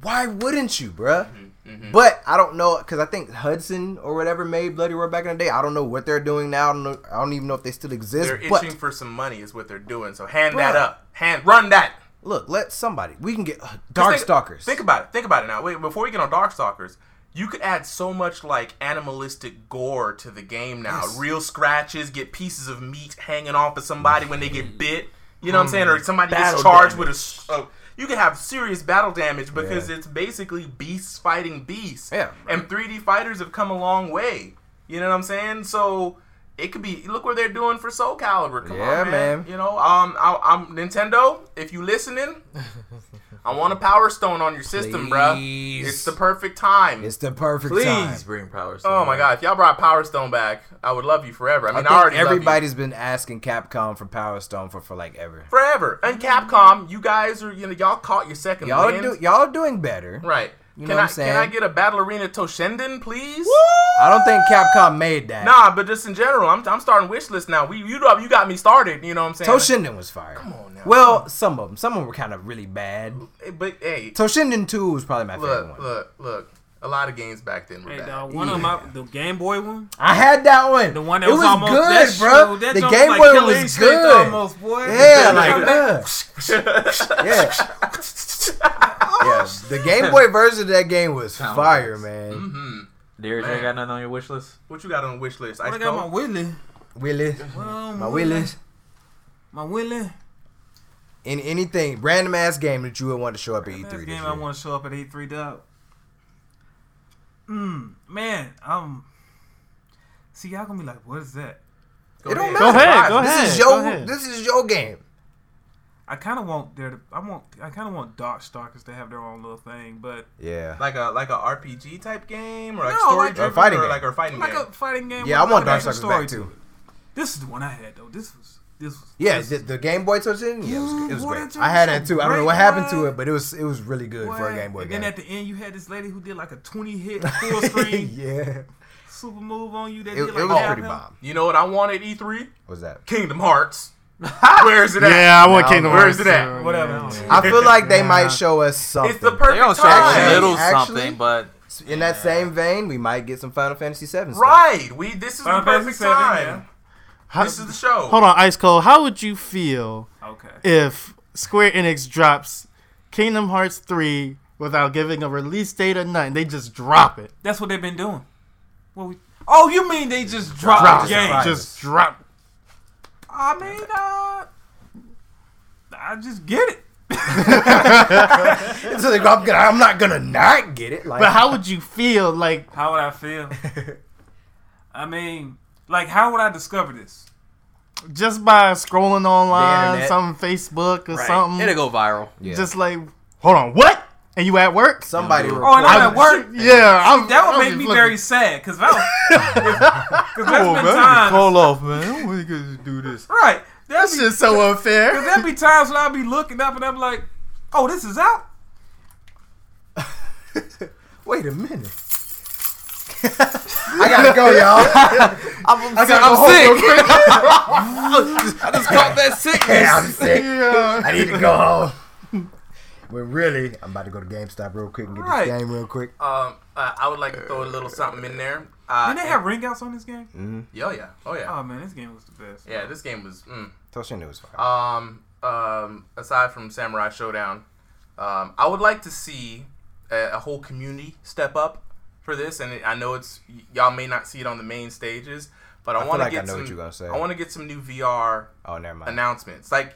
[SPEAKER 1] Why wouldn't you, bruh?
[SPEAKER 2] Mm-hmm,
[SPEAKER 1] But I don't know because I think Hudson or whatever made Bloody Roar back in the day. I don't know what they're doing now. I don't, know, I don't even know if they still exist.
[SPEAKER 2] They're itching
[SPEAKER 1] but
[SPEAKER 2] for some money, is what they're doing. So hand that
[SPEAKER 1] Bruh.
[SPEAKER 2] up. Hand run that.
[SPEAKER 1] look, let somebody we can get uh,
[SPEAKER 2] 'Cause
[SPEAKER 1] Darkstalkers.
[SPEAKER 2] think- Think about it. Think about it now. Wait, before we get on Darkstalkers, you could add so much like animalistic gore to the game now. Real scratches, get pieces of meat hanging off of somebody when they get bit. You know what I'm saying? Or somebody
[SPEAKER 7] Battle
[SPEAKER 2] gets charged with a. s- a- you could have serious battle damage because it's basically beasts fighting beasts.
[SPEAKER 1] Yeah.
[SPEAKER 2] And 3D fighters have come a long way. You know what I'm saying? So. It could be. Look what they're doing for Soul Calibur. Come
[SPEAKER 1] Yeah,
[SPEAKER 2] on,
[SPEAKER 1] man.
[SPEAKER 2] man. You know, um, I, I'm Nintendo. If you listening, I want a Power Stone on your system, bruh.
[SPEAKER 4] Please.
[SPEAKER 2] It's the perfect time.
[SPEAKER 1] It's the perfect time.
[SPEAKER 7] Please bring power.
[SPEAKER 2] oh my god, if y'all brought Power Stone back, I would love you forever. I
[SPEAKER 1] I
[SPEAKER 2] mean, I,
[SPEAKER 1] think
[SPEAKER 2] already everybody
[SPEAKER 1] everybody's been asking Capcom for Power Stone for, for like ever.
[SPEAKER 2] forever. And Capcom, you guys are you know y'all caught your 2nd
[SPEAKER 1] Y'all
[SPEAKER 2] wind.
[SPEAKER 1] do y'all doing better.
[SPEAKER 2] right.
[SPEAKER 1] You
[SPEAKER 2] can
[SPEAKER 1] know what
[SPEAKER 2] I
[SPEAKER 1] I'm saying?
[SPEAKER 2] can I get a Battle Arena Toshinden, please?
[SPEAKER 1] I don't think Capcom made that.
[SPEAKER 2] Nah, but just in general, I'm, I'm starting wish list now. We you you got me started. You know what I'm saying?
[SPEAKER 1] Toshinden was fire. Come on now. Well, some of them. Some of them were kind of really bad.
[SPEAKER 2] But hey,
[SPEAKER 1] Toshinden 2 was probably my favorite
[SPEAKER 2] look
[SPEAKER 1] one.
[SPEAKER 2] look look. A lot of games back then were
[SPEAKER 5] Hey,
[SPEAKER 2] bad.
[SPEAKER 5] dog, one of my the Game Boy one.
[SPEAKER 1] I had that one.
[SPEAKER 5] The one that
[SPEAKER 1] it
[SPEAKER 5] was,
[SPEAKER 1] was
[SPEAKER 5] almost
[SPEAKER 1] good,
[SPEAKER 5] that
[SPEAKER 1] bro.
[SPEAKER 5] show, that
[SPEAKER 1] the
[SPEAKER 5] joint
[SPEAKER 1] Game
[SPEAKER 5] like
[SPEAKER 1] Boy
[SPEAKER 5] Killer
[SPEAKER 1] was
[SPEAKER 5] Instinct
[SPEAKER 1] good.
[SPEAKER 5] Almost, boy.
[SPEAKER 1] Yeah,
[SPEAKER 5] That
[SPEAKER 1] like
[SPEAKER 5] joint-
[SPEAKER 7] *laughs*
[SPEAKER 1] uh, yeah.
[SPEAKER 2] *laughs*
[SPEAKER 5] *laughs*
[SPEAKER 1] yeah, the Game Boy version of that game was fire,
[SPEAKER 5] Mm-hmm.
[SPEAKER 1] man.
[SPEAKER 7] Darius, you ain't got nothing on your wish list?
[SPEAKER 2] Hmm. What you got on wish list?
[SPEAKER 5] What I
[SPEAKER 2] Ice
[SPEAKER 5] got my
[SPEAKER 2] Cold?
[SPEAKER 5] Willie.
[SPEAKER 1] Willis,
[SPEAKER 5] Um,
[SPEAKER 1] my Willis,
[SPEAKER 5] My Willie.
[SPEAKER 1] in anything random ass game that you would want to show up at E3
[SPEAKER 5] That's
[SPEAKER 1] this
[SPEAKER 5] game I
[SPEAKER 1] year.
[SPEAKER 5] want to show up at E3 dub. Mm, man, um, see y'all gonna be like, what is that?
[SPEAKER 2] Go
[SPEAKER 1] It don't
[SPEAKER 2] ahead.
[SPEAKER 1] matter.
[SPEAKER 6] Go ahead, go
[SPEAKER 1] This is
[SPEAKER 6] ahead, go
[SPEAKER 1] your
[SPEAKER 6] ahead.
[SPEAKER 1] this is your game.
[SPEAKER 5] I kind of want there to, I want, I kind of want Dark Stalkers to have their own little thing, but
[SPEAKER 1] Yeah.
[SPEAKER 2] like a like a RPG type game or like
[SPEAKER 5] No,
[SPEAKER 2] story
[SPEAKER 5] like-
[SPEAKER 2] driven
[SPEAKER 1] A fighting
[SPEAKER 2] or
[SPEAKER 1] game.
[SPEAKER 2] like a fighting
[SPEAKER 5] like
[SPEAKER 2] game.
[SPEAKER 5] a fighting game.
[SPEAKER 1] Yeah, I
[SPEAKER 5] with
[SPEAKER 1] want
[SPEAKER 5] an
[SPEAKER 1] Dark
[SPEAKER 5] actual
[SPEAKER 1] Souls back
[SPEAKER 5] story to
[SPEAKER 1] too.
[SPEAKER 5] it. This is the one I had though. This was this was
[SPEAKER 1] Yeah,
[SPEAKER 5] this
[SPEAKER 1] the, the Game Boy Touch in, yeah, it was,
[SPEAKER 5] Ooh,
[SPEAKER 1] it was
[SPEAKER 5] boy,
[SPEAKER 1] great.
[SPEAKER 5] that joint
[SPEAKER 1] I had
[SPEAKER 5] was
[SPEAKER 1] that
[SPEAKER 5] so
[SPEAKER 1] too. I don't know what
[SPEAKER 5] great,
[SPEAKER 1] happened to
[SPEAKER 5] boy.
[SPEAKER 1] it, but it was it was really good for a Game Boy
[SPEAKER 5] and
[SPEAKER 1] game.
[SPEAKER 5] then at the end, you had this lady who did like a twenty
[SPEAKER 1] *laughs*
[SPEAKER 5] hit full screen
[SPEAKER 1] yeah,
[SPEAKER 5] super move on you. That
[SPEAKER 1] it,
[SPEAKER 5] did
[SPEAKER 1] it
[SPEAKER 5] like
[SPEAKER 1] was
[SPEAKER 5] half
[SPEAKER 1] pretty
[SPEAKER 5] health.
[SPEAKER 1] bomb.
[SPEAKER 2] you know what I wanted E3?
[SPEAKER 1] What was that? *laughs*
[SPEAKER 2] Kingdom Hearts. Where is it at?
[SPEAKER 6] Yeah, I want
[SPEAKER 1] Now,
[SPEAKER 6] Kingdom
[SPEAKER 2] where
[SPEAKER 6] Hearts.
[SPEAKER 2] is it at?
[SPEAKER 6] too,
[SPEAKER 5] Oh, Whatever.
[SPEAKER 6] yeah.
[SPEAKER 1] I feel like they
[SPEAKER 6] Yeah.
[SPEAKER 1] might show us something.
[SPEAKER 2] It's the
[SPEAKER 7] They
[SPEAKER 2] perfect
[SPEAKER 7] don't show
[SPEAKER 1] Actually-
[SPEAKER 7] a
[SPEAKER 2] time.
[SPEAKER 7] little
[SPEAKER 1] actually-
[SPEAKER 7] something, but
[SPEAKER 1] In that same vein, we might get some Final Fantasy VII. stuff.
[SPEAKER 2] Right. We this is
[SPEAKER 5] Final
[SPEAKER 2] the perfect
[SPEAKER 5] Fantasy VII,
[SPEAKER 2] time.
[SPEAKER 6] How-
[SPEAKER 2] This is the show.
[SPEAKER 6] Hold on, Ice Cold. How would you feel
[SPEAKER 5] Okay.
[SPEAKER 6] if Square Enix drops Kingdom Hearts 3 without giving a release date or nothing? They just drop it.
[SPEAKER 5] That's what they've been doing. Well, we, oh, you mean they just dropped
[SPEAKER 6] Drop
[SPEAKER 5] the
[SPEAKER 6] it.
[SPEAKER 5] game?
[SPEAKER 1] Right.
[SPEAKER 6] Just drop it.
[SPEAKER 5] I mean, uh, I just get it.
[SPEAKER 1] *laughs* It's like, I'm, gonna, I'm not gonna not get it. Like,
[SPEAKER 6] But how would you feel? Like,
[SPEAKER 5] How would
[SPEAKER 6] *laughs*
[SPEAKER 5] I feel? I mean, like, how would I discover this?
[SPEAKER 6] just by scrolling online,
[SPEAKER 1] internet.
[SPEAKER 6] some Facebook or something,
[SPEAKER 7] it'll go viral.
[SPEAKER 1] Yeah.
[SPEAKER 6] just like, hold on, what? And you at work?
[SPEAKER 1] somebody.
[SPEAKER 7] Oh,
[SPEAKER 5] Oh, and
[SPEAKER 6] I
[SPEAKER 5] I'm at
[SPEAKER 6] would- *laughs*
[SPEAKER 5] work.
[SPEAKER 6] Yeah, I'm,
[SPEAKER 5] That would
[SPEAKER 6] I'm
[SPEAKER 5] make
[SPEAKER 6] just
[SPEAKER 5] me
[SPEAKER 6] looking-
[SPEAKER 5] very sad because I because there's
[SPEAKER 6] Oh,
[SPEAKER 5] been
[SPEAKER 6] man,
[SPEAKER 5] times
[SPEAKER 6] call off, man. I don't want you guys to do this.
[SPEAKER 5] right.
[SPEAKER 6] *laughs*
[SPEAKER 5] That's
[SPEAKER 6] This is so
[SPEAKER 5] *laughs*
[SPEAKER 6] unfair. *laughs*
[SPEAKER 5] There'd be times when I'd be looking up and I'm like, oh, this is out.
[SPEAKER 1] Wait a minute. *laughs* I gotta go, y'all. I'm, I gotta go home.
[SPEAKER 4] I'm sick. I just caught that
[SPEAKER 1] *laughs* I'm
[SPEAKER 4] sickness.
[SPEAKER 1] sick.
[SPEAKER 6] Yeah.
[SPEAKER 1] I need to go
[SPEAKER 2] *laughs*
[SPEAKER 1] home. But really, I'm about to go to GameStop real quick and get
[SPEAKER 5] Right.
[SPEAKER 1] this game real quick.
[SPEAKER 2] Um uh, I would like to throw a little something in there. Uh,
[SPEAKER 5] Didn't they have ring outs on this game?
[SPEAKER 2] Yeah, yeah. Oh yeah.
[SPEAKER 5] Oh man, this game was the best.
[SPEAKER 2] yeah, this game was mm.
[SPEAKER 1] Toshinden was fire.
[SPEAKER 2] Um, um, aside from Samurai Showdown, um, I would like to see a, a whole community step up for this, and I know it's y- y'all may not see it on the main stages, but I,
[SPEAKER 1] feel
[SPEAKER 2] want
[SPEAKER 1] like
[SPEAKER 2] to
[SPEAKER 1] I
[SPEAKER 2] get
[SPEAKER 1] know what
[SPEAKER 2] some.
[SPEAKER 1] you're gonna say.
[SPEAKER 2] I want to get some new VR
[SPEAKER 1] oh, never mind.
[SPEAKER 2] announcements. Like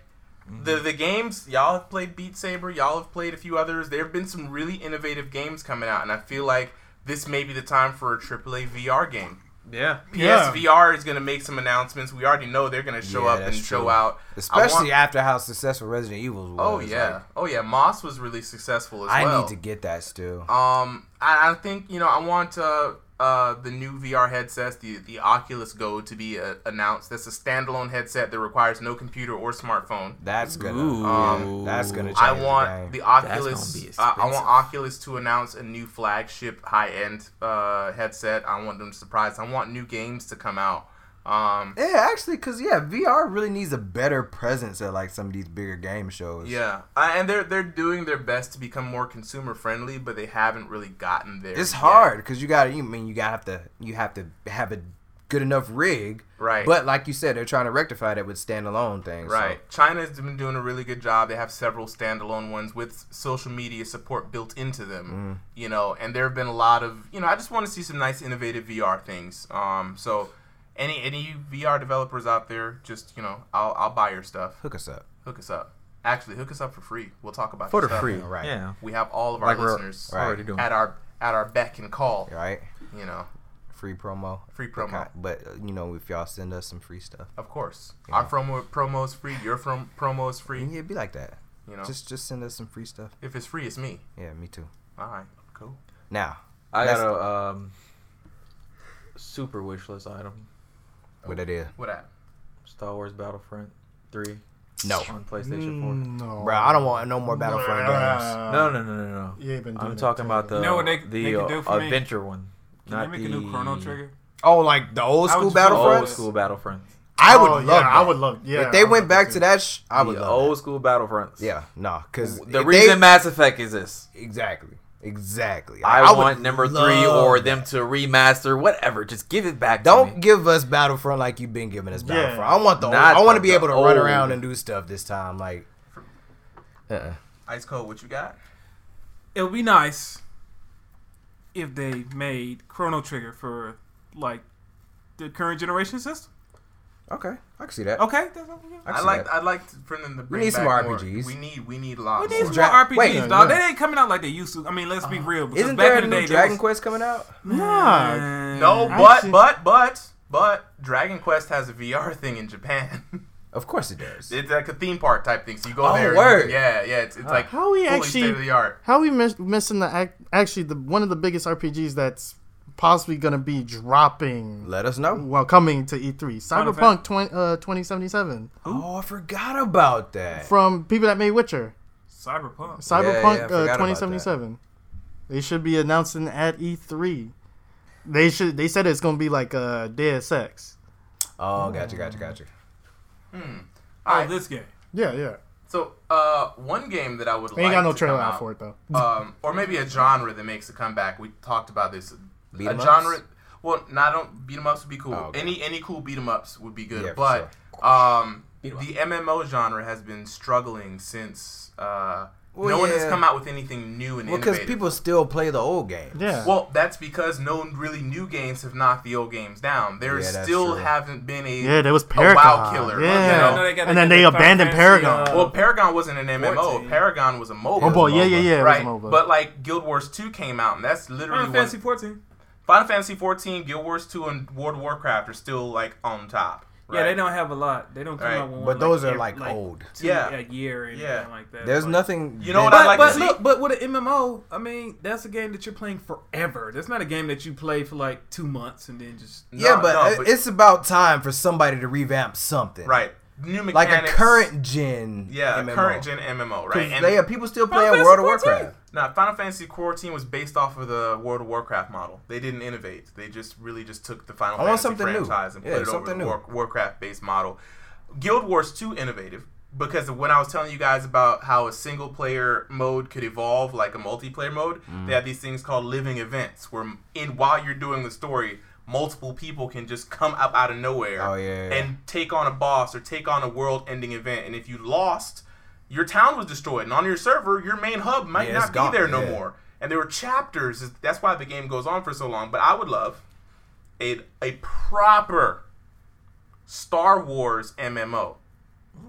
[SPEAKER 1] Mm-hmm.
[SPEAKER 2] the the games y'all have played Beat Saber, y'all have played a few others. There have been some really innovative games coming out, and I feel like this may be the time for a AAA VR game.
[SPEAKER 7] Yeah.
[SPEAKER 6] Yeah.
[SPEAKER 2] PSVR is going to make some announcements. We already know they're going to show
[SPEAKER 1] Yeah,
[SPEAKER 2] up and
[SPEAKER 1] that's
[SPEAKER 2] show
[SPEAKER 1] true.
[SPEAKER 2] out. I want-
[SPEAKER 1] *laughs* Especially after how successful Resident Evil was.
[SPEAKER 2] Oh yeah,
[SPEAKER 1] Like,
[SPEAKER 2] oh yeah. Moss was really successful as
[SPEAKER 1] I
[SPEAKER 2] well.
[SPEAKER 1] need to get that still.
[SPEAKER 2] Um, I, I think you know I want uh, uh the new VR headsets, the the Oculus Go, to be uh, announced. That's a standalone headset that requires no computer or smartphone.
[SPEAKER 1] That's gonna.
[SPEAKER 7] Ooh.
[SPEAKER 1] um, that's gonna. Change
[SPEAKER 2] I
[SPEAKER 1] the game.
[SPEAKER 2] want the,
[SPEAKER 7] gonna be
[SPEAKER 2] Oculus. Uh, I want
[SPEAKER 7] expensive.
[SPEAKER 2] Oculus to announce a new flagship high end uh, headset. I want them surprised. I want new games to come out. Um,
[SPEAKER 1] Yeah, actually, because yeah, VR really needs a better presence at like some of these bigger game shows.
[SPEAKER 2] yeah, I, and they're they're doing their best to become more consumer friendly, but they haven't really gotten there.
[SPEAKER 1] it's
[SPEAKER 2] yet.
[SPEAKER 1] hard because you got. to You mean you got to have to. You have to have a good enough rig.
[SPEAKER 2] Right.
[SPEAKER 1] But like you said, they're trying to rectify that with standalone things. so-
[SPEAKER 2] Right. China's been doing a really good job. They have several standalone ones with s- social media support built into them.
[SPEAKER 1] Mm.
[SPEAKER 2] You know, and there have been a lot of you know. I just want to see some nice, innovative VR things. Um, so any any VR developers out there, just you know, I'll I'll buy your stuff.
[SPEAKER 1] hook us up
[SPEAKER 2] Hook us up. Actually, hook us up for free. We'll talk about
[SPEAKER 1] for
[SPEAKER 2] your
[SPEAKER 1] the
[SPEAKER 2] stuff.
[SPEAKER 1] free. Right.
[SPEAKER 7] Yeah.
[SPEAKER 2] We have all of our
[SPEAKER 1] Like we're-
[SPEAKER 2] listeners
[SPEAKER 1] right. Already
[SPEAKER 7] doing
[SPEAKER 2] at our at our beck and call.
[SPEAKER 1] Right.
[SPEAKER 2] You know,
[SPEAKER 1] Free promo.
[SPEAKER 2] Free promo.
[SPEAKER 1] But uh, you know, if y'all send us some free stuff,
[SPEAKER 2] of course, our promo promo is free. Your from promo is free.
[SPEAKER 1] yeah, it'd be like that.
[SPEAKER 2] You know,
[SPEAKER 1] Just just send us some free stuff.
[SPEAKER 2] if it's free, it's me.
[SPEAKER 1] Yeah, me too.
[SPEAKER 2] All right, cool.
[SPEAKER 1] Now,
[SPEAKER 7] I
[SPEAKER 1] That's-
[SPEAKER 7] got a um, super wish list item:
[SPEAKER 1] what it is?
[SPEAKER 2] What at?
[SPEAKER 7] Star Wars Battlefront Three
[SPEAKER 1] No,
[SPEAKER 7] on PlayStation Four.
[SPEAKER 5] Mm,
[SPEAKER 6] No,
[SPEAKER 1] bro, I don't want no more Battlefront games.
[SPEAKER 7] No, no, no, no, no.
[SPEAKER 6] You ain't been doing
[SPEAKER 7] I'm
[SPEAKER 6] it
[SPEAKER 7] talking
[SPEAKER 6] too
[SPEAKER 7] about the
[SPEAKER 5] You know what they-
[SPEAKER 7] the
[SPEAKER 5] they could
[SPEAKER 7] uh,
[SPEAKER 5] do for me?
[SPEAKER 7] adventure one.
[SPEAKER 5] Can you make a new Chrono Trigger?
[SPEAKER 1] Oh, like the old
[SPEAKER 5] I
[SPEAKER 1] school
[SPEAKER 5] was just-
[SPEAKER 1] Battlefront.
[SPEAKER 7] Old school Battlefront.
[SPEAKER 1] I would
[SPEAKER 6] Oh,
[SPEAKER 1] love.
[SPEAKER 6] yeah,
[SPEAKER 1] that.
[SPEAKER 6] I would love. Yeah,
[SPEAKER 1] if they
[SPEAKER 6] I would
[SPEAKER 1] went
[SPEAKER 6] love
[SPEAKER 1] back
[SPEAKER 6] that
[SPEAKER 1] to
[SPEAKER 6] too.
[SPEAKER 1] that, sh- I would
[SPEAKER 7] the
[SPEAKER 1] love.
[SPEAKER 7] old
[SPEAKER 1] that.
[SPEAKER 7] school Battlefronts.
[SPEAKER 1] Yeah, no, because
[SPEAKER 7] The reason Mass Effect exists,
[SPEAKER 1] exactly, exactly.
[SPEAKER 7] I,
[SPEAKER 1] would
[SPEAKER 7] want number three
[SPEAKER 1] love
[SPEAKER 7] or
[SPEAKER 1] that.
[SPEAKER 7] them to remaster whatever. Just give it back. to
[SPEAKER 1] Don't
[SPEAKER 7] me.
[SPEAKER 1] give us Battlefront like you've been giving us
[SPEAKER 6] Yeah.
[SPEAKER 1] Battlefront. I want the.
[SPEAKER 7] Not
[SPEAKER 1] I want to
[SPEAKER 7] the-
[SPEAKER 1] be able to
[SPEAKER 7] the
[SPEAKER 1] run
[SPEAKER 7] old.
[SPEAKER 1] around and do stuff this time. Like, uh,
[SPEAKER 2] Ice cold. What you got?
[SPEAKER 5] It would be nice if they made Chrono Trigger for like the current generation system.
[SPEAKER 1] okay, I can see that.
[SPEAKER 5] Okay, that's all we got.
[SPEAKER 1] I
[SPEAKER 2] I
[SPEAKER 1] can see
[SPEAKER 2] like.
[SPEAKER 1] that.
[SPEAKER 2] I like to, for them to bring
[SPEAKER 1] need some
[SPEAKER 2] back
[SPEAKER 1] RPGs.
[SPEAKER 2] More. We need. We need a lot.
[SPEAKER 5] We
[SPEAKER 2] more.
[SPEAKER 5] need some
[SPEAKER 1] Dra-
[SPEAKER 5] more RPGs,
[SPEAKER 1] wait, Uh,
[SPEAKER 5] dog.
[SPEAKER 6] no.
[SPEAKER 5] They ain't coming out like they used to. I mean, let's be real. Because
[SPEAKER 1] Isn't
[SPEAKER 5] back
[SPEAKER 1] there a
[SPEAKER 5] in the
[SPEAKER 1] new
[SPEAKER 5] day,
[SPEAKER 1] Dragon
[SPEAKER 5] there was,
[SPEAKER 1] Quest coming out?
[SPEAKER 6] Nah,
[SPEAKER 2] no,
[SPEAKER 6] I
[SPEAKER 2] but
[SPEAKER 6] see-
[SPEAKER 2] but but but Dragon Quest has a VR thing in Japan. *laughs*
[SPEAKER 1] Of course it does.
[SPEAKER 2] it's like a theme park type thing. So you go
[SPEAKER 7] Oh,
[SPEAKER 2] there. and-
[SPEAKER 7] word.
[SPEAKER 2] Yeah, yeah. It's, it's like
[SPEAKER 6] How we
[SPEAKER 2] fully
[SPEAKER 6] actually-
[SPEAKER 2] state of the art.
[SPEAKER 6] How we miss, missing the ac- actually the one of the biggest RPGs that's possibly gonna be dropping
[SPEAKER 1] Let us know.
[SPEAKER 6] while coming to E3
[SPEAKER 5] Final
[SPEAKER 6] Cyberpunk 20, uh, 2077
[SPEAKER 1] Oh, I forgot about that.
[SPEAKER 6] from people that made Witcher
[SPEAKER 5] Cyberpunk. Oh,
[SPEAKER 1] yeah, I
[SPEAKER 6] Cyberpunk
[SPEAKER 1] forgot about
[SPEAKER 6] uh,
[SPEAKER 1] that.
[SPEAKER 6] 2077 they should be announcing at E3 they should they said it's gonna be like uh Deus Ex
[SPEAKER 1] Oh, gotcha, gotcha, gotcha.
[SPEAKER 5] Oh, this game.
[SPEAKER 6] yeah yeah
[SPEAKER 2] So uh, one game that I would
[SPEAKER 6] they
[SPEAKER 2] like
[SPEAKER 6] ain't got no
[SPEAKER 2] to
[SPEAKER 6] trailer
[SPEAKER 2] come
[SPEAKER 6] out for it though
[SPEAKER 2] um, or maybe a genre that makes a comeback. We talked about this.
[SPEAKER 1] Beat
[SPEAKER 2] a
[SPEAKER 1] 'em ups?
[SPEAKER 2] genre. Well, no, I don't beat 'em ups would be cool.
[SPEAKER 1] Oh, okay.
[SPEAKER 2] Any any cool beat 'em ups would be good.
[SPEAKER 1] Yeah, for
[SPEAKER 2] but um, the MMO genre has been struggling since uh,
[SPEAKER 1] Well,
[SPEAKER 2] no one has
[SPEAKER 1] yeah.
[SPEAKER 2] come out with anything new and
[SPEAKER 1] Well, because
[SPEAKER 2] innovative.
[SPEAKER 1] people still play the old game.
[SPEAKER 6] yeah
[SPEAKER 2] Well, that's because no really new games have knocked the old games down. There
[SPEAKER 1] Yeah, that's
[SPEAKER 2] still
[SPEAKER 1] true.
[SPEAKER 2] haven't been a
[SPEAKER 6] yeah there was
[SPEAKER 2] a
[SPEAKER 6] Paragon
[SPEAKER 2] WoW killer.
[SPEAKER 6] yeah
[SPEAKER 2] You know?
[SPEAKER 5] they got-
[SPEAKER 6] and
[SPEAKER 5] they
[SPEAKER 6] then
[SPEAKER 5] got
[SPEAKER 6] they
[SPEAKER 5] the Final
[SPEAKER 6] abandoned
[SPEAKER 5] Fantasy,
[SPEAKER 6] Paragon
[SPEAKER 5] uh,
[SPEAKER 2] Well, Paragon wasn't an MMO.
[SPEAKER 5] 14.
[SPEAKER 2] Paragon was a mobile.
[SPEAKER 6] oh boy yeah
[SPEAKER 1] MOBA.
[SPEAKER 6] yeah yeah it was
[SPEAKER 2] right.
[SPEAKER 6] MOBA.
[SPEAKER 2] But like Guild Wars 2 came out, and that's literally
[SPEAKER 5] Final
[SPEAKER 2] one-
[SPEAKER 5] Fantasy 14.
[SPEAKER 2] Final Fantasy 14, Guild Wars 2, and World of Warcraft are still like on top.
[SPEAKER 5] Yeah,
[SPEAKER 2] right?
[SPEAKER 5] they don't have a lot. They don't come
[SPEAKER 2] Right.
[SPEAKER 5] out one.
[SPEAKER 1] But those are
[SPEAKER 5] every-
[SPEAKER 1] like, old.
[SPEAKER 5] two
[SPEAKER 2] Yeah.
[SPEAKER 5] a year or
[SPEAKER 2] Yeah.
[SPEAKER 5] yeah. like that.
[SPEAKER 1] There's
[SPEAKER 5] Like-
[SPEAKER 1] nothing.
[SPEAKER 2] You know what
[SPEAKER 5] But,
[SPEAKER 2] I like
[SPEAKER 5] but
[SPEAKER 2] to see-
[SPEAKER 5] look, but with an MMO, I mean, that's a game that you're playing forever. That's not a game that you play for like two months and then just.
[SPEAKER 1] Yeah,
[SPEAKER 2] No,
[SPEAKER 1] but,
[SPEAKER 2] no,
[SPEAKER 1] it- it's about time for somebody to revamp something.
[SPEAKER 2] right. New mechanics.
[SPEAKER 1] Like a current gen.
[SPEAKER 2] yeah,
[SPEAKER 1] MMO.
[SPEAKER 2] a current gen MMO, right?
[SPEAKER 1] 'Cause
[SPEAKER 2] And
[SPEAKER 1] They have people still
[SPEAKER 5] Final
[SPEAKER 1] playing
[SPEAKER 5] Fantasy
[SPEAKER 1] World of
[SPEAKER 5] 14.
[SPEAKER 1] Warcraft.
[SPEAKER 2] now Final Fantasy 14 was based off of the World of Warcraft model. They didn't innovate. They just really just took the Final
[SPEAKER 1] I want
[SPEAKER 2] Fantasy
[SPEAKER 1] something new.
[SPEAKER 2] franchise and
[SPEAKER 1] Yeah,
[SPEAKER 2] put it over
[SPEAKER 1] something
[SPEAKER 2] the
[SPEAKER 1] new.
[SPEAKER 2] War, Warcraft based model. Guild Wars 2 innovative because when I was telling you guys about how a single player mode could evolve like a multiplayer mode,
[SPEAKER 1] Mm.
[SPEAKER 2] they have these things called living events where in while you're doing the story, multiple people can just come up out of nowhere
[SPEAKER 1] Oh, yeah, yeah.
[SPEAKER 2] and take on a boss or take on a world-ending event and if you lost, your town was destroyed and on your server, your main hub might
[SPEAKER 1] Yeah, it's
[SPEAKER 2] not be
[SPEAKER 1] gone.
[SPEAKER 2] there no
[SPEAKER 1] Yeah.
[SPEAKER 2] more. And there were chapters. That's why the game goes on for so long, but I would love a a proper Star Wars MMO.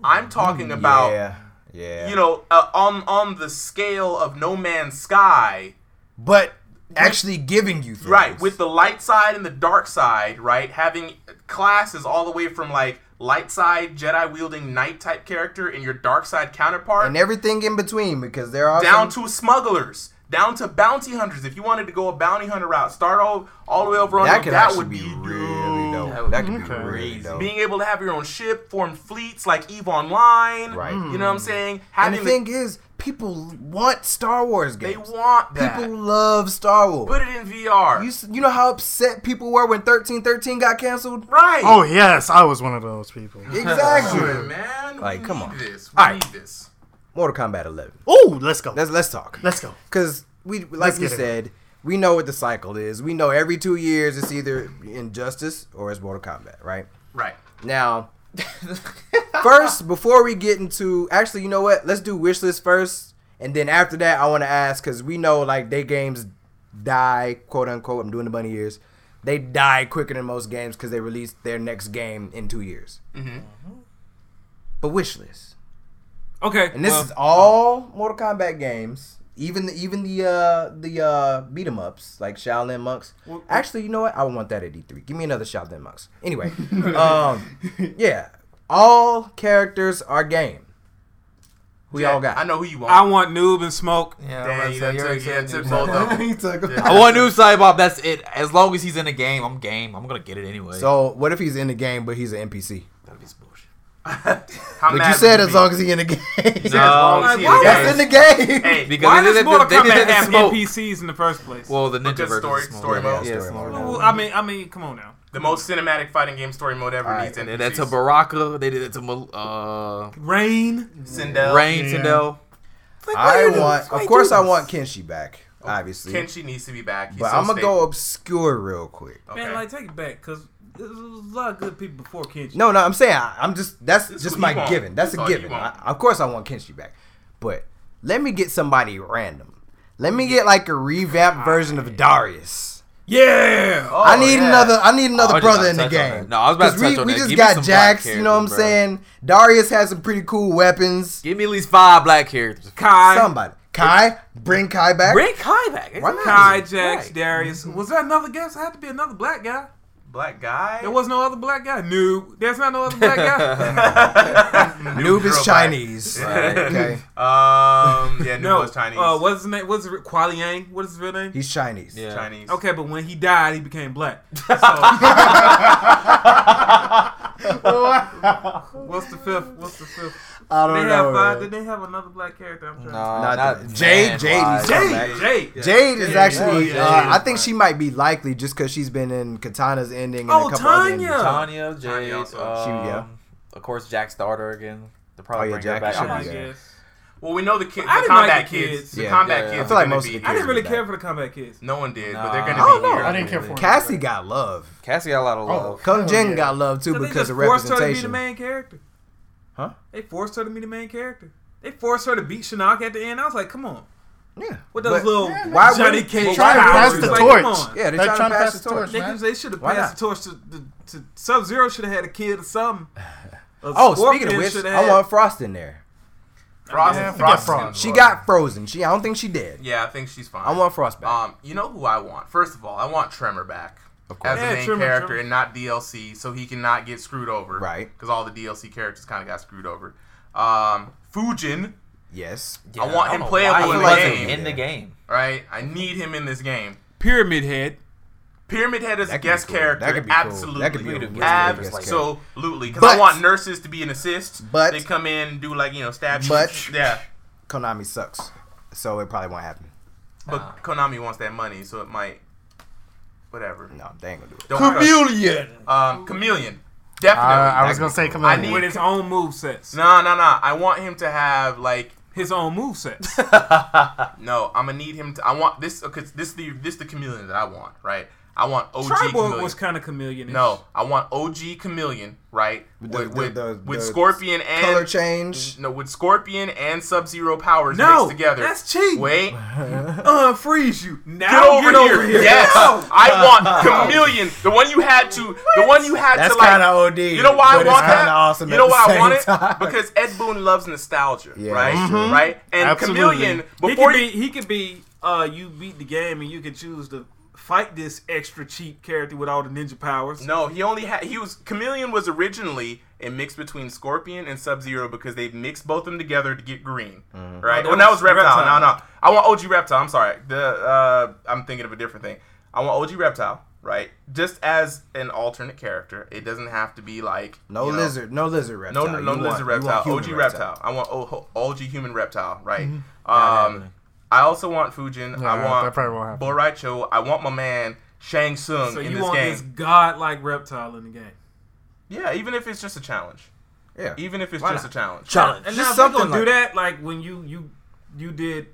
[SPEAKER 2] I'm talking about
[SPEAKER 1] Mm. yeah, yeah.
[SPEAKER 2] you know uh, on on the scale of No Man's Sky,
[SPEAKER 1] but actually giving you things.
[SPEAKER 2] right? With the light side and the dark side, right? Having classes all the way from like light side Jedi wielding knight type character and your dark side counterpart
[SPEAKER 1] and everything in between because there are
[SPEAKER 2] down
[SPEAKER 1] some-
[SPEAKER 2] to smugglers, down to bounty hunters. If you wanted to go a bounty hunter route, start all, all the way over on
[SPEAKER 1] that
[SPEAKER 2] that,
[SPEAKER 1] could
[SPEAKER 2] that
[SPEAKER 1] actually
[SPEAKER 2] would
[SPEAKER 1] be
[SPEAKER 2] be
[SPEAKER 1] really
[SPEAKER 2] dope.
[SPEAKER 1] dope.
[SPEAKER 7] That would
[SPEAKER 1] Ooh, that could be
[SPEAKER 6] Okay.
[SPEAKER 1] really dope.
[SPEAKER 2] Being able to have your own ship, form fleets like Eve Online.
[SPEAKER 1] Right.
[SPEAKER 2] You know what I'm saying?
[SPEAKER 1] Mm. and the
[SPEAKER 2] Having the-
[SPEAKER 1] thing is, people want Star Wars
[SPEAKER 2] they
[SPEAKER 1] games.
[SPEAKER 2] want that.
[SPEAKER 1] people love Star Wars.
[SPEAKER 2] Put it in VR.
[SPEAKER 1] You s- you know how upset people were when 1313 got canceled?
[SPEAKER 2] *laughs* right.
[SPEAKER 6] Oh yes, I was one of those people.
[SPEAKER 2] Come on,
[SPEAKER 1] Exactly.
[SPEAKER 2] man. We
[SPEAKER 1] Like, come on.
[SPEAKER 2] Need this. We
[SPEAKER 1] All right.
[SPEAKER 2] need this.
[SPEAKER 1] Mortal Kombat 11.
[SPEAKER 6] Oh, let's go.
[SPEAKER 1] Let's let's talk.
[SPEAKER 6] Let's go.
[SPEAKER 1] Cuz we like
[SPEAKER 6] Let's
[SPEAKER 1] we
[SPEAKER 6] get it.
[SPEAKER 1] said, we know what the cycle is. We know every 2 years it's either Injustice or it's Mortal Kombat, right?
[SPEAKER 2] Right.
[SPEAKER 1] Now, first, before we get into actually, you know what? Let's do wish list first, and then after that, I want to ask because we know like they games die, quote unquote. I'm doing the bunny ears. They die quicker than most games because they release their next game in two years. But wish list,
[SPEAKER 5] Okay.
[SPEAKER 1] and this
[SPEAKER 5] well,
[SPEAKER 1] is all Mortal Kombat games. Even the, even the uh the uh beat 'em ups like Shaolin monks. Actually, you know what? I would want that at E3. Give me another Shaolin monks. Anyway, um, yeah, all characters are game. Who y'all got?
[SPEAKER 2] I know who you want.
[SPEAKER 5] I want noob and smoke.
[SPEAKER 4] Yeah,
[SPEAKER 2] Damn,
[SPEAKER 4] I'm
[SPEAKER 2] you
[SPEAKER 4] about
[SPEAKER 2] done
[SPEAKER 4] to say, you already
[SPEAKER 2] took, yeah,
[SPEAKER 4] said
[SPEAKER 2] took
[SPEAKER 4] it.
[SPEAKER 1] *laughs*
[SPEAKER 2] both
[SPEAKER 5] *laughs*
[SPEAKER 2] of them.
[SPEAKER 3] He took him.
[SPEAKER 4] I want new Cybob. That's it. As long as he's in the game, I'm game. I'm gonna get it anyway.
[SPEAKER 1] So what if he's in the game but he's an NPC?
[SPEAKER 4] that'd be some bullshit.
[SPEAKER 2] How
[SPEAKER 1] But
[SPEAKER 2] mad
[SPEAKER 1] you
[SPEAKER 2] would
[SPEAKER 1] said as
[SPEAKER 2] be?
[SPEAKER 1] long as he's in the game.
[SPEAKER 4] No.
[SPEAKER 2] As long as
[SPEAKER 5] Why
[SPEAKER 2] he
[SPEAKER 5] would-
[SPEAKER 2] is.
[SPEAKER 1] *laughs* That's in the game.
[SPEAKER 2] Hey,
[SPEAKER 4] Because
[SPEAKER 5] Why
[SPEAKER 4] Oh, they
[SPEAKER 5] does
[SPEAKER 4] did the-
[SPEAKER 5] Mortal
[SPEAKER 4] they did
[SPEAKER 5] Kombat
[SPEAKER 4] the
[SPEAKER 5] have
[SPEAKER 4] smoke.
[SPEAKER 5] NPCs in the first place?
[SPEAKER 4] Well, the ninja
[SPEAKER 2] Because
[SPEAKER 4] version
[SPEAKER 2] story-
[SPEAKER 4] is smaller.
[SPEAKER 2] story mode.
[SPEAKER 1] Yeah,
[SPEAKER 4] Yeah, story
[SPEAKER 1] story
[SPEAKER 4] mode.
[SPEAKER 1] mode.
[SPEAKER 5] Well, I mean, I mean, come on now.
[SPEAKER 2] the most cinematic fighting game story mode ever
[SPEAKER 1] Alright,
[SPEAKER 2] needs
[SPEAKER 4] They
[SPEAKER 2] and
[SPEAKER 4] did that to Baraka. They did it to Mal- uh,
[SPEAKER 5] Rain.
[SPEAKER 1] Oh,
[SPEAKER 2] Sindel.
[SPEAKER 4] Rain Sindel.
[SPEAKER 1] I want, of course, I want Kenshi back, obviously.
[SPEAKER 2] Kenshi needs to be back. He's
[SPEAKER 1] but
[SPEAKER 2] so
[SPEAKER 1] I'm gonna go
[SPEAKER 2] stable.
[SPEAKER 1] obscure real quick.
[SPEAKER 2] Okay.
[SPEAKER 5] Man, like take it back, cause there was a lot of good people before Kenji.
[SPEAKER 1] No, no, I'm saying I, I'm just that's
[SPEAKER 2] That's
[SPEAKER 1] just
[SPEAKER 2] what
[SPEAKER 1] my
[SPEAKER 2] you want.
[SPEAKER 1] given. That's,
[SPEAKER 2] That's all
[SPEAKER 1] a
[SPEAKER 2] you
[SPEAKER 1] given. I,
[SPEAKER 2] want.
[SPEAKER 1] of course, I want Kenshi back, but let me get somebody random. Let me get like a revamped version of Darius.
[SPEAKER 5] Yeah.
[SPEAKER 2] Ah, Oh,
[SPEAKER 1] I need
[SPEAKER 2] yeah.
[SPEAKER 1] another. I need
[SPEAKER 4] Oh, I
[SPEAKER 1] another
[SPEAKER 4] was
[SPEAKER 1] brother in
[SPEAKER 4] about
[SPEAKER 1] the
[SPEAKER 4] to touch on
[SPEAKER 1] game.
[SPEAKER 4] that. No, I was about to
[SPEAKER 1] 'Cause
[SPEAKER 4] touch
[SPEAKER 1] we,
[SPEAKER 4] on
[SPEAKER 1] we
[SPEAKER 4] that.
[SPEAKER 1] just
[SPEAKER 4] Give me
[SPEAKER 1] got
[SPEAKER 4] some black
[SPEAKER 1] Jax. You know what I'm
[SPEAKER 4] characters, bro.
[SPEAKER 1] saying? Darius has some pretty cool weapons.
[SPEAKER 4] Give me at least five black characters.
[SPEAKER 5] Kai.
[SPEAKER 1] Somebody, Kai, bring Kai back.
[SPEAKER 7] Bring Kai back.
[SPEAKER 1] Why not?
[SPEAKER 5] Kai, Jax,
[SPEAKER 7] Right.
[SPEAKER 5] Darius.
[SPEAKER 4] Mm-hmm.
[SPEAKER 5] Was there another guest? It had to be another black guy.
[SPEAKER 1] *laughs*
[SPEAKER 2] Black guy.
[SPEAKER 5] There was no other black guy. No, there's not no other black guy.
[SPEAKER 1] *laughs* Noob is
[SPEAKER 2] Girl, *laughs*
[SPEAKER 1] Chinese. *laughs*
[SPEAKER 4] Right.
[SPEAKER 1] Okay,
[SPEAKER 2] Um, yeah, no,
[SPEAKER 5] *laughs* no,
[SPEAKER 2] was Chinese.
[SPEAKER 5] Uh, what's his name? What's his, Kwai Yang? What is his real name?
[SPEAKER 1] he's Chinese.
[SPEAKER 4] Yeah.
[SPEAKER 2] Chinese.
[SPEAKER 5] Okay, but when he died, he
[SPEAKER 1] *laughs*
[SPEAKER 5] became black. So, *laughs*
[SPEAKER 4] *laughs*
[SPEAKER 5] what's the fifth? What's the fifth?
[SPEAKER 6] I
[SPEAKER 5] Did
[SPEAKER 6] don't
[SPEAKER 5] they have
[SPEAKER 6] know.
[SPEAKER 5] five?
[SPEAKER 6] man.
[SPEAKER 5] Did they have another black character? I'm trying
[SPEAKER 4] No,
[SPEAKER 1] Not
[SPEAKER 4] not
[SPEAKER 1] the- Jade-
[SPEAKER 4] man
[SPEAKER 1] Jade
[SPEAKER 4] wise.
[SPEAKER 1] is-
[SPEAKER 5] to
[SPEAKER 1] Jade.
[SPEAKER 5] Jade. Jade.
[SPEAKER 1] Jade is actually.
[SPEAKER 5] Jade
[SPEAKER 1] Uh,
[SPEAKER 5] is
[SPEAKER 1] I think she might be likely just because she's been in Katana's ending and
[SPEAKER 5] Oh,
[SPEAKER 1] a couple other
[SPEAKER 5] Tanya!
[SPEAKER 1] endings.
[SPEAKER 4] Tanya, Jade,
[SPEAKER 2] also.
[SPEAKER 4] um,
[SPEAKER 1] She- yeah.
[SPEAKER 4] Of course, Jack Starter again. They'll probably
[SPEAKER 1] Oh, yeah,
[SPEAKER 4] bring
[SPEAKER 1] Jack
[SPEAKER 4] her back.
[SPEAKER 1] should
[SPEAKER 5] I
[SPEAKER 1] be
[SPEAKER 4] Yeah.
[SPEAKER 1] there.
[SPEAKER 5] guess.
[SPEAKER 2] Well, we know the kids.
[SPEAKER 5] I
[SPEAKER 2] The
[SPEAKER 5] didn't like
[SPEAKER 2] combat
[SPEAKER 5] the
[SPEAKER 2] kids.
[SPEAKER 5] kids.
[SPEAKER 2] The
[SPEAKER 1] Yeah.
[SPEAKER 2] combat
[SPEAKER 4] Yeah, yeah.
[SPEAKER 2] kids.
[SPEAKER 4] I
[SPEAKER 1] feel
[SPEAKER 2] are
[SPEAKER 1] like
[SPEAKER 2] gonna
[SPEAKER 1] most of the
[SPEAKER 2] be
[SPEAKER 5] I
[SPEAKER 1] kids-
[SPEAKER 2] here.
[SPEAKER 5] didn't really care for the combat kids.
[SPEAKER 2] No one did, but
[SPEAKER 4] Nah.
[SPEAKER 2] they're gonna be
[SPEAKER 1] Oh, I don't know.
[SPEAKER 2] here.
[SPEAKER 6] I didn't care for it.
[SPEAKER 1] Cassie got love.
[SPEAKER 4] Cassie got a lot of love.
[SPEAKER 1] Kung Jin
[SPEAKER 6] yeah.
[SPEAKER 1] got love too
[SPEAKER 5] So they
[SPEAKER 1] because
[SPEAKER 5] just
[SPEAKER 1] of
[SPEAKER 5] forced her to be the
[SPEAKER 1] representation.
[SPEAKER 5] main character.
[SPEAKER 1] Huh?
[SPEAKER 5] They forced her to be the main character. They forced her to beat Shinnok at the end. I was like, come on.
[SPEAKER 1] Yeah.
[SPEAKER 5] With those
[SPEAKER 1] But-
[SPEAKER 5] little
[SPEAKER 1] why
[SPEAKER 5] Johnny
[SPEAKER 1] wouldn't-
[SPEAKER 5] Cage
[SPEAKER 1] They tried to
[SPEAKER 5] powers.
[SPEAKER 1] pass
[SPEAKER 6] That's
[SPEAKER 1] the
[SPEAKER 6] the
[SPEAKER 5] Like,
[SPEAKER 6] torch.
[SPEAKER 5] come on.
[SPEAKER 1] Yeah, they're trying to pass the torch,
[SPEAKER 5] They,
[SPEAKER 1] man.
[SPEAKER 5] they should have
[SPEAKER 1] Why
[SPEAKER 5] passed the torch to, to, to Sub Zero. Should have had a kid
[SPEAKER 2] *laughs*
[SPEAKER 5] or something. A
[SPEAKER 1] Oh,
[SPEAKER 5] Scorpion
[SPEAKER 1] speaking of which,
[SPEAKER 5] shoulda
[SPEAKER 1] I
[SPEAKER 5] had-
[SPEAKER 1] want Frost in there.
[SPEAKER 2] Frost,
[SPEAKER 6] Yeah, forget
[SPEAKER 2] Frost,
[SPEAKER 6] Frost.
[SPEAKER 1] She got frozen. She I don't think she did.
[SPEAKER 2] Yeah, I think she's fine.
[SPEAKER 1] I want Frost back.
[SPEAKER 2] Um, you know who I want? First of all, I want Tremor back
[SPEAKER 1] Of course.
[SPEAKER 2] as the
[SPEAKER 5] Yeah,
[SPEAKER 2] main
[SPEAKER 5] Tremor,
[SPEAKER 2] character
[SPEAKER 5] Tremor.
[SPEAKER 2] and not DLC, so he cannot get screwed over.
[SPEAKER 1] Right.
[SPEAKER 2] Because all the DLC characters kind of got screwed over. Um, Fujin,
[SPEAKER 1] Yes.
[SPEAKER 4] Yeah,
[SPEAKER 2] I want
[SPEAKER 4] don't
[SPEAKER 2] him
[SPEAKER 4] know
[SPEAKER 2] playable
[SPEAKER 4] why he
[SPEAKER 2] in the
[SPEAKER 4] wasn't
[SPEAKER 2] game.
[SPEAKER 4] In the game.
[SPEAKER 2] right? I need him in this game.
[SPEAKER 5] Pyramid Head.
[SPEAKER 2] Pyramid Head as
[SPEAKER 1] That
[SPEAKER 2] a
[SPEAKER 1] could be
[SPEAKER 2] guest
[SPEAKER 1] cool.
[SPEAKER 2] character,
[SPEAKER 1] That could be cool.
[SPEAKER 2] absolutely.
[SPEAKER 1] That could be a really good guest
[SPEAKER 2] absolutely. Because
[SPEAKER 1] But-
[SPEAKER 2] I want nurses to be an assist.
[SPEAKER 1] But-
[SPEAKER 2] they come in and do like you know stab. you.
[SPEAKER 1] But-
[SPEAKER 2] yeah,
[SPEAKER 1] Konami sucks. So it probably won't happen.
[SPEAKER 2] but Konami wants that money, so it might. Whatever.
[SPEAKER 1] No, they ain't gonna do it.
[SPEAKER 2] Don't Chameleon. Um, chameleon. Definitely.
[SPEAKER 6] I, I was gonna say, come
[SPEAKER 2] I
[SPEAKER 6] on.
[SPEAKER 2] need-
[SPEAKER 5] With his own move sets.
[SPEAKER 2] No, no, no. I want him to have like
[SPEAKER 5] His own move
[SPEAKER 2] *laughs*
[SPEAKER 5] sets.
[SPEAKER 2] no. I'm gonna need him to. I want this because this the this the chameleon that I want, right? I want OG
[SPEAKER 5] Triborg
[SPEAKER 2] chameleon.
[SPEAKER 5] was kind of chameleon.
[SPEAKER 2] no, I want OG chameleon, right? With
[SPEAKER 1] the-
[SPEAKER 2] with, with,
[SPEAKER 1] the- the- the
[SPEAKER 2] Scorpion and
[SPEAKER 1] Color change.
[SPEAKER 2] no with Scorpion and Sub Zero powers
[SPEAKER 5] No,
[SPEAKER 2] mixed together.
[SPEAKER 5] that's cheating.
[SPEAKER 2] Wait,
[SPEAKER 5] Unfreeze you. Now
[SPEAKER 2] get over here. Yes, I want chameleon. The one you had to. The one you had
[SPEAKER 1] That's
[SPEAKER 2] to like.
[SPEAKER 1] kinda OD.
[SPEAKER 2] You know why I
[SPEAKER 1] but it's
[SPEAKER 2] want that?
[SPEAKER 1] kinda awesome
[SPEAKER 2] you
[SPEAKER 1] at
[SPEAKER 2] know
[SPEAKER 1] the
[SPEAKER 2] why I
[SPEAKER 1] same
[SPEAKER 2] want
[SPEAKER 1] *laughs*
[SPEAKER 2] it?
[SPEAKER 1] time.
[SPEAKER 2] Because Ed Boon loves nostalgia,
[SPEAKER 1] Yeah,
[SPEAKER 2] right?
[SPEAKER 1] that's true.
[SPEAKER 2] Right? And
[SPEAKER 6] Absolutely.
[SPEAKER 2] Chameleon,
[SPEAKER 5] He could
[SPEAKER 2] before
[SPEAKER 5] be. He could be. Uh, you beat the game and you could choose to fight this extra cheap character with all the ninja powers.
[SPEAKER 2] No, he only had he was Chameleon was originally a mix between Scorpion and Sub Zero because they mixed both of them together to get green.
[SPEAKER 1] Mm-hmm.
[SPEAKER 2] Right?
[SPEAKER 5] No,
[SPEAKER 2] well,
[SPEAKER 5] that
[SPEAKER 2] that was
[SPEAKER 5] was
[SPEAKER 2] Reptile.
[SPEAKER 5] Reptile.
[SPEAKER 2] No, no. I want OG Reptile. I'm sorry. The uh, I'm thinking of a different thing. I want OG Reptile. right? Just as an alternate character, it doesn't have to be like
[SPEAKER 1] No
[SPEAKER 2] you know,
[SPEAKER 1] lizard, no lizard reptile.
[SPEAKER 2] No, no,
[SPEAKER 1] You
[SPEAKER 2] no
[SPEAKER 1] want-
[SPEAKER 2] lizard
[SPEAKER 1] you want
[SPEAKER 2] reptile.
[SPEAKER 1] human
[SPEAKER 2] OG reptile. I want o- o- OG human reptile. Right. Um,
[SPEAKER 7] happening.
[SPEAKER 2] I also want Fujin.
[SPEAKER 6] Yeah,
[SPEAKER 2] I want
[SPEAKER 6] that probably won't happen.
[SPEAKER 2] Boraicho. I want my man Shang Tsung
[SPEAKER 5] So
[SPEAKER 2] in
[SPEAKER 5] you
[SPEAKER 2] this
[SPEAKER 5] want
[SPEAKER 2] game.
[SPEAKER 5] this godlike reptile in the game?
[SPEAKER 2] Yeah, even if it's just a challenge.
[SPEAKER 1] Yeah.
[SPEAKER 2] Even if it's
[SPEAKER 1] Why
[SPEAKER 2] just
[SPEAKER 1] not?
[SPEAKER 2] a challenge.
[SPEAKER 1] Challenge.
[SPEAKER 5] And
[SPEAKER 1] Just
[SPEAKER 5] now if
[SPEAKER 1] something
[SPEAKER 5] you gonna
[SPEAKER 1] like
[SPEAKER 5] do that, like when you you you did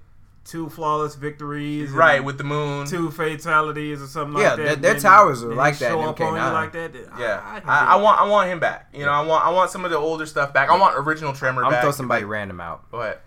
[SPEAKER 5] two flawless victories, and
[SPEAKER 2] Right with the moon.
[SPEAKER 5] Two fatalities or something
[SPEAKER 1] Yeah,
[SPEAKER 5] like that.
[SPEAKER 1] their- their
[SPEAKER 5] then-
[SPEAKER 1] towers are
[SPEAKER 5] then
[SPEAKER 1] like that
[SPEAKER 5] Show
[SPEAKER 1] in
[SPEAKER 5] up on you
[SPEAKER 1] MK9.
[SPEAKER 5] like that. then
[SPEAKER 2] Yeah,
[SPEAKER 5] I, I, can
[SPEAKER 2] I, I
[SPEAKER 5] dig
[SPEAKER 2] want I want him back. You know, I want I want some of the older stuff back. I want original Tremor
[SPEAKER 1] I'm
[SPEAKER 2] back.
[SPEAKER 1] throw somebody random out.
[SPEAKER 2] Go ahead.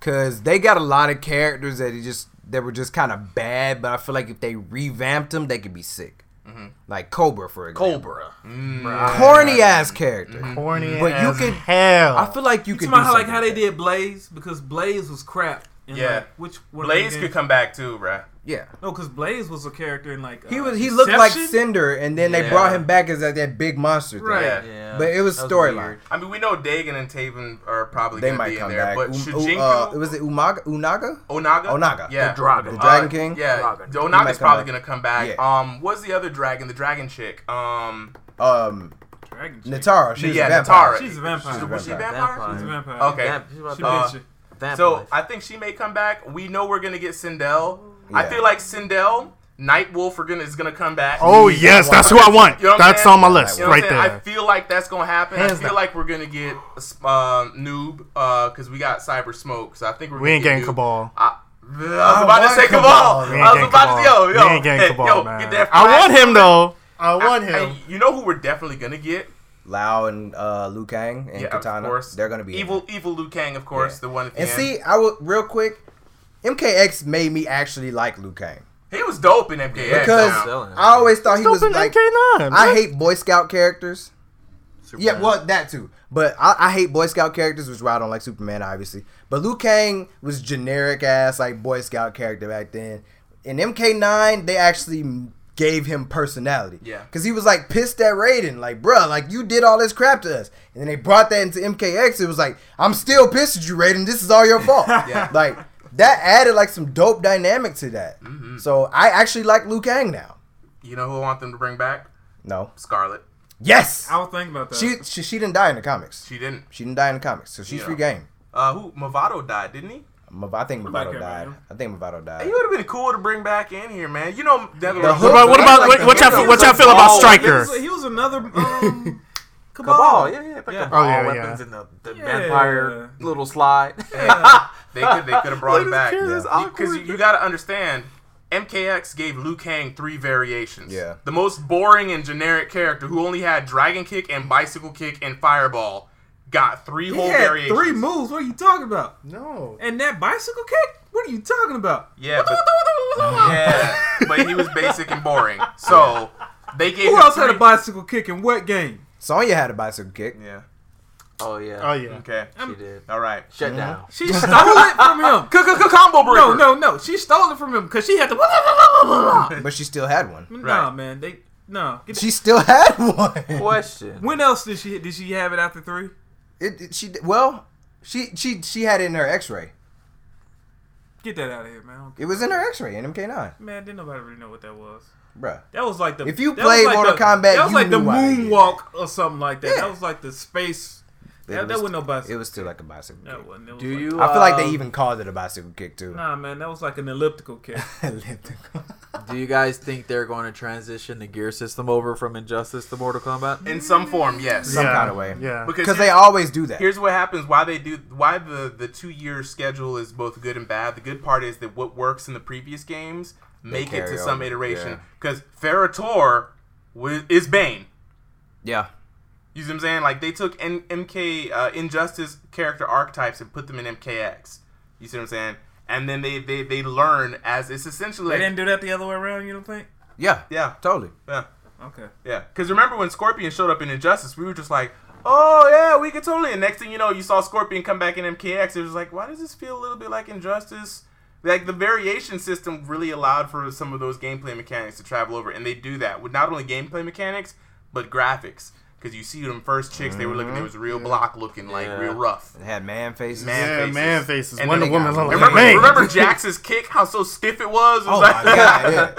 [SPEAKER 1] Cause they got a lot of characters that it just that were just kind of bad, but I feel like if they revamped them, they could be sick.
[SPEAKER 2] Mm-hmm.
[SPEAKER 1] Like Cobra, for example.
[SPEAKER 7] Cobra.
[SPEAKER 2] mm,
[SPEAKER 1] corny ass character.
[SPEAKER 2] Mm-hmm.
[SPEAKER 6] Corny
[SPEAKER 1] But you
[SPEAKER 6] as
[SPEAKER 1] can-
[SPEAKER 6] hell.
[SPEAKER 1] I feel like you
[SPEAKER 5] You
[SPEAKER 1] could
[SPEAKER 5] talking
[SPEAKER 1] do
[SPEAKER 5] about how, like how
[SPEAKER 1] something
[SPEAKER 5] they did Blaze because Blaze was crap. And
[SPEAKER 2] Yeah.
[SPEAKER 5] like, which one of the
[SPEAKER 2] Blaze
[SPEAKER 5] games-
[SPEAKER 2] could come back too, bruh.
[SPEAKER 1] Yeah,
[SPEAKER 5] No, because Blaze was a character in like
[SPEAKER 1] he
[SPEAKER 5] uh,
[SPEAKER 1] was he looked like
[SPEAKER 5] Inception?
[SPEAKER 1] Cinder, and then they
[SPEAKER 2] Yeah.
[SPEAKER 1] brought him back as like that big monster thing.
[SPEAKER 5] Right.
[SPEAKER 2] Yeah.
[SPEAKER 7] Yeah.
[SPEAKER 1] But it was
[SPEAKER 7] that
[SPEAKER 1] storyline.
[SPEAKER 7] weird.
[SPEAKER 2] I mean, we know Dagon and Taven are probably
[SPEAKER 1] They
[SPEAKER 2] gonna
[SPEAKER 1] might
[SPEAKER 2] be
[SPEAKER 1] come
[SPEAKER 2] in there,
[SPEAKER 1] back.
[SPEAKER 2] but
[SPEAKER 1] Um,
[SPEAKER 2] Shujinku,
[SPEAKER 1] um, uh, was it Umaga, Unaga?
[SPEAKER 2] Onaga,
[SPEAKER 1] Onaga.
[SPEAKER 2] yeah,
[SPEAKER 1] The
[SPEAKER 3] Dragon.
[SPEAKER 1] The Dragon King.
[SPEAKER 2] yeah,
[SPEAKER 3] Dragon.
[SPEAKER 2] the
[SPEAKER 1] He might
[SPEAKER 2] Onaga's
[SPEAKER 1] come
[SPEAKER 2] probably
[SPEAKER 1] back.
[SPEAKER 2] gonna come back.
[SPEAKER 1] Yeah.
[SPEAKER 2] Um, what's the other dragon? The dragon chick. Um,
[SPEAKER 1] Um,
[SPEAKER 5] Dragon Chick.
[SPEAKER 1] Natara. She was
[SPEAKER 2] yeah,
[SPEAKER 1] a vampire.
[SPEAKER 2] Natara.
[SPEAKER 5] She's a vampire.
[SPEAKER 2] She's a- Was she
[SPEAKER 1] She's a
[SPEAKER 2] vampire?
[SPEAKER 7] vampire.
[SPEAKER 5] She's a vampire.
[SPEAKER 2] Okay.
[SPEAKER 7] Vamp- she's about
[SPEAKER 5] She
[SPEAKER 7] to-
[SPEAKER 2] Uh,
[SPEAKER 5] bitch.
[SPEAKER 7] vamp
[SPEAKER 2] So
[SPEAKER 7] life.
[SPEAKER 2] I think she may come back. We know we're gonna get Sindel. I
[SPEAKER 1] Yeah.
[SPEAKER 2] feel like Sindel, Nightwolf are gonna is gonna come back.
[SPEAKER 6] oh yes, that's who I want.
[SPEAKER 2] You know what I'm
[SPEAKER 6] that's
[SPEAKER 2] saying?
[SPEAKER 6] on my list
[SPEAKER 2] You know what
[SPEAKER 6] right
[SPEAKER 2] I'm saying? I
[SPEAKER 6] there.
[SPEAKER 2] feel like that's gonna happen. I
[SPEAKER 6] Hands
[SPEAKER 2] feel
[SPEAKER 6] down.
[SPEAKER 2] like we're gonna get uh, noob because we got cyber smoke. So I think we're
[SPEAKER 6] We ain't
[SPEAKER 2] gonna
[SPEAKER 6] getting
[SPEAKER 2] get Noob.
[SPEAKER 6] Cabal.
[SPEAKER 2] I, I was about to
[SPEAKER 1] want
[SPEAKER 2] say Cabal.
[SPEAKER 1] Cabal.
[SPEAKER 6] We
[SPEAKER 2] I
[SPEAKER 6] ain't
[SPEAKER 2] was
[SPEAKER 6] getting
[SPEAKER 2] about
[SPEAKER 6] Cabal.
[SPEAKER 2] to
[SPEAKER 6] We
[SPEAKER 2] yo yo
[SPEAKER 6] ain't getting
[SPEAKER 2] hey,
[SPEAKER 6] Cabal,
[SPEAKER 2] yo
[SPEAKER 6] man.
[SPEAKER 2] get that.
[SPEAKER 6] I want
[SPEAKER 2] flash.
[SPEAKER 6] him though. I want
[SPEAKER 2] I-
[SPEAKER 6] him.
[SPEAKER 2] you know who we're definitely gonna get?
[SPEAKER 1] Lao and uh, Liu Kang and
[SPEAKER 2] yeah,
[SPEAKER 1] Katana.
[SPEAKER 2] of course.
[SPEAKER 1] They're gonna be in
[SPEAKER 2] evil. Evil Liu Kang, of course,
[SPEAKER 1] Yeah.
[SPEAKER 2] the one. At the
[SPEAKER 1] And
[SPEAKER 2] end.
[SPEAKER 1] see, I will real quick. MKX made me actually like Liu Kang
[SPEAKER 2] he was dope in MKX.
[SPEAKER 1] because
[SPEAKER 2] now.
[SPEAKER 7] Selling it.
[SPEAKER 1] I always thought he was
[SPEAKER 6] Open
[SPEAKER 1] like.
[SPEAKER 6] MK9.
[SPEAKER 1] I
[SPEAKER 6] man.
[SPEAKER 1] hate Boy Scout characters. Yeah,
[SPEAKER 7] Superman.
[SPEAKER 1] well, that too. But I, I hate Boy Scout characters, which is why I don't like Superman, obviously. But Liu Kang was generic ass like Boy Scout character back then. In MK9, they actually m- gave him personality.
[SPEAKER 2] Yeah.
[SPEAKER 1] Cause he was like pissed at Raiden, like bruh, like you did all this crap to us, and then they brought that into MKX. It was like I'm still pissed at you, Raiden. This is all your fault.
[SPEAKER 2] Yeah.
[SPEAKER 1] *laughs* Like that added like some dope dynamic to that. So I actually like Liu Kang now.
[SPEAKER 2] you know who I want them to bring back?
[SPEAKER 1] No.
[SPEAKER 2] Scarlet.
[SPEAKER 1] Yes.
[SPEAKER 5] I was thinking about that.
[SPEAKER 1] She, she she didn't die in the comics.
[SPEAKER 2] She didn't.
[SPEAKER 1] She didn't die in the comics, so she's
[SPEAKER 2] Yeah.
[SPEAKER 1] free game.
[SPEAKER 2] Uh, who Movado died, didn't he?
[SPEAKER 1] Mav- I think
[SPEAKER 5] Everybody
[SPEAKER 1] Mavado
[SPEAKER 5] care
[SPEAKER 1] died.
[SPEAKER 5] about him.
[SPEAKER 1] I think Mavado died.
[SPEAKER 2] He would have been cool to bring back in here, man. You know, that
[SPEAKER 1] The
[SPEAKER 6] What
[SPEAKER 1] hook-
[SPEAKER 6] about, what about
[SPEAKER 1] Like the
[SPEAKER 6] what, what y'all
[SPEAKER 1] Hook
[SPEAKER 6] what y'all
[SPEAKER 2] was
[SPEAKER 6] feel about
[SPEAKER 2] all-
[SPEAKER 6] Striker?
[SPEAKER 5] He was another
[SPEAKER 1] *laughs*
[SPEAKER 5] um, Cabal.
[SPEAKER 7] Cabal, yeah, yeah, pick up
[SPEAKER 6] Oh,
[SPEAKER 7] all
[SPEAKER 6] yeah,
[SPEAKER 7] weapons
[SPEAKER 6] yeah.
[SPEAKER 7] and the, the
[SPEAKER 5] Yeah.
[SPEAKER 7] vampire little slide.
[SPEAKER 1] *laughs*
[SPEAKER 2] they could they could have brought
[SPEAKER 7] Look
[SPEAKER 2] him
[SPEAKER 7] at
[SPEAKER 2] back
[SPEAKER 7] this kid,
[SPEAKER 1] yeah.
[SPEAKER 7] it's
[SPEAKER 2] because
[SPEAKER 7] awkward.
[SPEAKER 2] you, you got to understand. MKX gave Liu Kang three variations.
[SPEAKER 1] Yeah.
[SPEAKER 2] The most boring and generic character who only had Dragon Kick and Bicycle Kick and Fireball got three
[SPEAKER 5] He
[SPEAKER 2] whole
[SPEAKER 5] had
[SPEAKER 2] variations.
[SPEAKER 5] three moves. What are you talking about?
[SPEAKER 6] No.
[SPEAKER 5] And that bicycle kick? What are you talking about?
[SPEAKER 2] Yeah,
[SPEAKER 5] *laughs*
[SPEAKER 2] but, yeah, but he was basic and boring. So they gave
[SPEAKER 5] Who
[SPEAKER 2] him
[SPEAKER 5] else had a
[SPEAKER 2] three-
[SPEAKER 5] bicycle kick in what game?
[SPEAKER 1] Sonya had a bicycle kick.
[SPEAKER 2] Yeah.
[SPEAKER 7] Oh yeah.
[SPEAKER 6] Oh yeah.
[SPEAKER 2] Okay.
[SPEAKER 5] Um,
[SPEAKER 7] She did.
[SPEAKER 2] All right.
[SPEAKER 7] Shut
[SPEAKER 1] Mm-hmm.
[SPEAKER 7] down.
[SPEAKER 1] *laughs*
[SPEAKER 5] She stole it from him.
[SPEAKER 2] Combo breaker.
[SPEAKER 5] No, no, no. She stole it from him because she had to. *laughs* nah,
[SPEAKER 1] But she still had one.
[SPEAKER 2] Right.
[SPEAKER 5] man. They no. Get
[SPEAKER 1] She still *laughs* had one.
[SPEAKER 7] Question.
[SPEAKER 5] When else did she did she have it after three?
[SPEAKER 1] It, it- she well, she she she had it in her X-ray.
[SPEAKER 5] Get that out of here, man. I don't
[SPEAKER 1] It was in her X-ray in MK9,
[SPEAKER 5] care. Man, didn't nobody really know what that was.
[SPEAKER 1] bruh.
[SPEAKER 5] That was like the
[SPEAKER 1] If you
[SPEAKER 5] that
[SPEAKER 1] played
[SPEAKER 5] was
[SPEAKER 1] Mortal
[SPEAKER 5] the-
[SPEAKER 1] Kombat,
[SPEAKER 5] that was
[SPEAKER 1] you
[SPEAKER 5] like the
[SPEAKER 1] knew why they did
[SPEAKER 5] moonwalk or something like that.
[SPEAKER 1] Yeah.
[SPEAKER 5] That was like the space.
[SPEAKER 1] It
[SPEAKER 5] That, that
[SPEAKER 1] was-
[SPEAKER 5] wasn't no bicycle.
[SPEAKER 1] It was still like a bicycle kick.
[SPEAKER 5] That wasn't. It was
[SPEAKER 7] Do
[SPEAKER 5] like-
[SPEAKER 7] you?
[SPEAKER 1] I feel like they
[SPEAKER 7] um,
[SPEAKER 1] even called it a bicycle kick too.
[SPEAKER 5] Nah, man. That was like an elliptical kick.
[SPEAKER 7] Do you guys think they're going to transition the gear system over from Injustice to Mortal Kombat?
[SPEAKER 2] In some form, yes.
[SPEAKER 1] Some
[SPEAKER 6] yeah.
[SPEAKER 1] kinda way.
[SPEAKER 6] Yeah.
[SPEAKER 1] *laughs*
[SPEAKER 2] Because
[SPEAKER 1] Because
[SPEAKER 2] here's-
[SPEAKER 1] they always do that.
[SPEAKER 2] Here's what happens: why they do, why the the two year schedule is both good and bad. The good part is that what works in the previous games make it
[SPEAKER 1] carry
[SPEAKER 2] to some
[SPEAKER 1] over, yeah.
[SPEAKER 2] iteration. Because Ferrator was, is Bane.
[SPEAKER 1] Yeah.
[SPEAKER 2] You see what I'm saying? Like they took N- MK uh, Injustice character archetypes and put them in MKX. You see what I'm saying? And then they they, they learn as it's essentially
[SPEAKER 5] they
[SPEAKER 2] like,
[SPEAKER 5] didn't do that the other way around. You don't think?
[SPEAKER 1] Yeah.
[SPEAKER 2] yeah
[SPEAKER 1] Totally.
[SPEAKER 2] yeah
[SPEAKER 5] Okay.
[SPEAKER 2] yeah. Because remember when Scorpion showed up in Injustice, we were just like. Oh yeah, we could totally. And next thing you know, you saw Scorpion come back in MKX. It was like, why does this feel a little bit like Injustice? Like the variation system really allowed for some of those gameplay mechanics to travel over, and they do that with not only gameplay mechanics but graphics. because you see them first chicks they were looking. They was real
[SPEAKER 1] Mm-hmm.
[SPEAKER 2] block looking, like
[SPEAKER 7] Yeah.
[SPEAKER 2] real rough.
[SPEAKER 1] It had man faces.
[SPEAKER 2] Man
[SPEAKER 6] yeah,
[SPEAKER 2] faces.
[SPEAKER 6] man faces.
[SPEAKER 2] And
[SPEAKER 6] Wonder
[SPEAKER 1] then they
[SPEAKER 6] Woman
[SPEAKER 1] got-
[SPEAKER 6] look like
[SPEAKER 2] Remember,
[SPEAKER 6] man.
[SPEAKER 2] remember Jax's kick? How so stiff it was? It
[SPEAKER 1] Oh
[SPEAKER 2] was
[SPEAKER 1] my
[SPEAKER 6] *laughs*
[SPEAKER 2] like-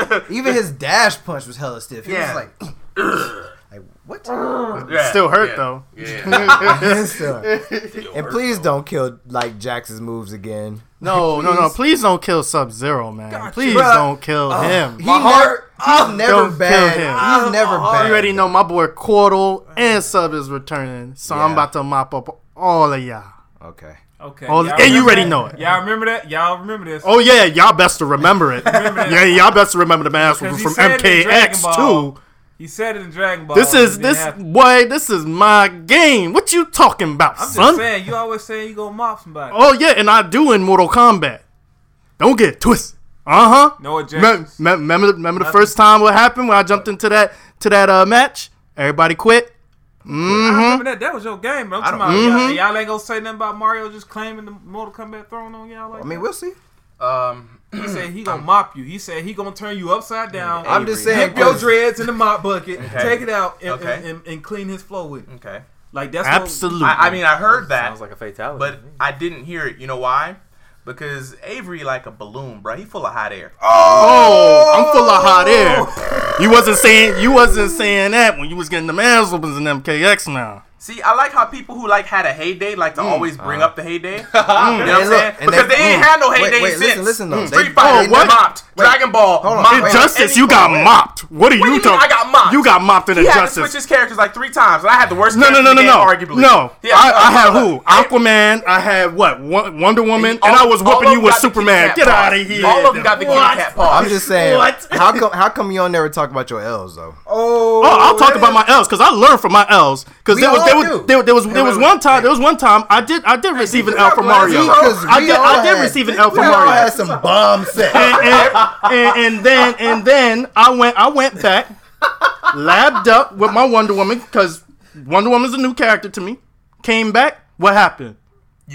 [SPEAKER 1] god!
[SPEAKER 2] *laughs*
[SPEAKER 1] yeah. Even his dash punch was hella stiff. He
[SPEAKER 2] Yeah.
[SPEAKER 1] was like, *clears throat* like
[SPEAKER 6] *laughs*
[SPEAKER 1] what?
[SPEAKER 2] Yeah,
[SPEAKER 6] Still hurt
[SPEAKER 2] yeah,
[SPEAKER 6] though.
[SPEAKER 2] Yeah. *laughs*
[SPEAKER 1] and please don't kill like Jax's moves again.
[SPEAKER 6] No, no, no. Please don't kill Sub Zero, man. Please
[SPEAKER 1] Bruh.
[SPEAKER 6] don't kill him.
[SPEAKER 1] He
[SPEAKER 6] You
[SPEAKER 1] never, he's never
[SPEAKER 6] Don't kill
[SPEAKER 1] bad.
[SPEAKER 6] him.
[SPEAKER 1] He's never bad.
[SPEAKER 6] already know my boy Quartle and Sub is returning, so I'm about to mop up all of y'all.
[SPEAKER 1] Okay.
[SPEAKER 5] Okay.
[SPEAKER 6] All
[SPEAKER 5] y'all
[SPEAKER 6] Oh, and you
[SPEAKER 5] remember
[SPEAKER 6] already
[SPEAKER 5] that?
[SPEAKER 6] know it.
[SPEAKER 5] Y'all remember that? Y'all remember this?
[SPEAKER 6] Oh yeah, y'all best to remember
[SPEAKER 5] *laughs*
[SPEAKER 6] it. yeah, y'all best to remember the mask from
[SPEAKER 5] Because he said it in Dragon
[SPEAKER 6] MKX
[SPEAKER 5] Ball. oh,
[SPEAKER 6] too.
[SPEAKER 5] He said it in Dragon Ball.
[SPEAKER 6] This is
[SPEAKER 5] and it
[SPEAKER 6] this
[SPEAKER 5] happened.
[SPEAKER 6] boy. This is my game. What you talking about,
[SPEAKER 5] I'm
[SPEAKER 6] son?
[SPEAKER 5] just saying. You always say you gonna mop somebody.
[SPEAKER 6] Oh yeah, and I do in Mortal Kombat. Don't get it twisted. Uh huh.
[SPEAKER 5] No
[SPEAKER 6] Remember,
[SPEAKER 5] objections.
[SPEAKER 6] remember, remember the first time what happened when I jumped into that to that uh, match? Everybody quit.
[SPEAKER 5] I
[SPEAKER 6] Mm-hmm.
[SPEAKER 5] remember that. That was your game. But I'm talking about y'all, y'all ain't gonna say nothing about Mario just claiming the Mortal Kombat throne on y'all. Like
[SPEAKER 1] I mean,
[SPEAKER 5] that.
[SPEAKER 1] we'll
[SPEAKER 6] *laughs*
[SPEAKER 1] see.
[SPEAKER 2] Um, *clears throat*
[SPEAKER 5] he said he gonna mop you. He said he gonna turn you upside down.
[SPEAKER 1] I'm just saying.
[SPEAKER 5] Dip your
[SPEAKER 1] 'cause-
[SPEAKER 5] dreads in the mop bucket, take it out, and,
[SPEAKER 2] Okay.
[SPEAKER 5] and, and, and clean his flow with it.
[SPEAKER 2] okay.
[SPEAKER 5] Like that's what-
[SPEAKER 6] Absolutely.
[SPEAKER 2] I, I mean, I heard that.
[SPEAKER 7] Sounds like a fatality.
[SPEAKER 2] but I didn't hear it. You know why? Because Avery like a balloon, bro. He full of hot air.
[SPEAKER 6] oh, I'm full of hot
[SPEAKER 5] *laughs*
[SPEAKER 6] air. You wasn't saying you wasn't saying that when you was getting the man's opens in MKX now.
[SPEAKER 2] See, I like how people who like had a heyday like to always bring up the
[SPEAKER 1] *laughs*
[SPEAKER 2] heyday. you know what I'm
[SPEAKER 1] Mm. Uh-huh. And
[SPEAKER 2] saying?
[SPEAKER 1] look, and
[SPEAKER 2] Because
[SPEAKER 1] they- Mm.
[SPEAKER 2] they, ain't had no
[SPEAKER 1] Wait,
[SPEAKER 2] heyday
[SPEAKER 1] wait,
[SPEAKER 2] since.
[SPEAKER 1] listen, listen, though. They-
[SPEAKER 2] Street Fighter,
[SPEAKER 6] oh, what?
[SPEAKER 2] mopped. Dragon Ball,
[SPEAKER 1] hold on,
[SPEAKER 2] mopped.
[SPEAKER 1] wait,
[SPEAKER 6] Injustice,
[SPEAKER 2] Any-
[SPEAKER 6] you got
[SPEAKER 2] wait.
[SPEAKER 6] mopped. What are
[SPEAKER 2] What do
[SPEAKER 6] you
[SPEAKER 2] you mean
[SPEAKER 6] talking?
[SPEAKER 2] I got mopped?
[SPEAKER 6] You got mopped in
[SPEAKER 2] He had to switch
[SPEAKER 6] Injustice.
[SPEAKER 2] his characters like three times, and I had the worst.
[SPEAKER 6] No, no,
[SPEAKER 2] character
[SPEAKER 6] no,
[SPEAKER 2] in
[SPEAKER 6] no,
[SPEAKER 2] the
[SPEAKER 6] no.
[SPEAKER 2] game, Arguably,
[SPEAKER 6] No,
[SPEAKER 2] Yeah,
[SPEAKER 6] I, I
[SPEAKER 2] uh,
[SPEAKER 6] had who?
[SPEAKER 2] uh,
[SPEAKER 6] Aquaman. I had what? Wo- Wonder Woman, and,
[SPEAKER 2] all-
[SPEAKER 6] I was
[SPEAKER 2] all of
[SPEAKER 6] whooping you
[SPEAKER 2] them
[SPEAKER 6] with
[SPEAKER 2] got the kitty
[SPEAKER 6] Superman.
[SPEAKER 2] cat
[SPEAKER 6] Get
[SPEAKER 2] paws.
[SPEAKER 6] out of here!
[SPEAKER 2] All of them got the kitty
[SPEAKER 6] What?
[SPEAKER 2] cat paws.
[SPEAKER 1] I'm just saying.
[SPEAKER 6] What?
[SPEAKER 1] How come? How come you don't never talk about your L's though?
[SPEAKER 6] Oh, I'll talk about my L's because I learned from my L's because
[SPEAKER 1] We
[SPEAKER 6] there was
[SPEAKER 1] all
[SPEAKER 6] there
[SPEAKER 1] do.
[SPEAKER 6] was there, there was there was
[SPEAKER 2] wait,
[SPEAKER 6] one time there was one time I did I did receive an L from Mario.
[SPEAKER 1] See, 'cause
[SPEAKER 6] I
[SPEAKER 1] we
[SPEAKER 6] did
[SPEAKER 1] all
[SPEAKER 6] I did
[SPEAKER 1] had-
[SPEAKER 6] receive an L
[SPEAKER 1] We
[SPEAKER 6] from
[SPEAKER 1] all
[SPEAKER 6] Mario.
[SPEAKER 1] had some bomb
[SPEAKER 6] *laughs*
[SPEAKER 1] set.
[SPEAKER 6] and, and, and, and then and then I went I went back, labbed up with my Wonder Woman because Wonder Woman's a new character to me. Came back. What happened?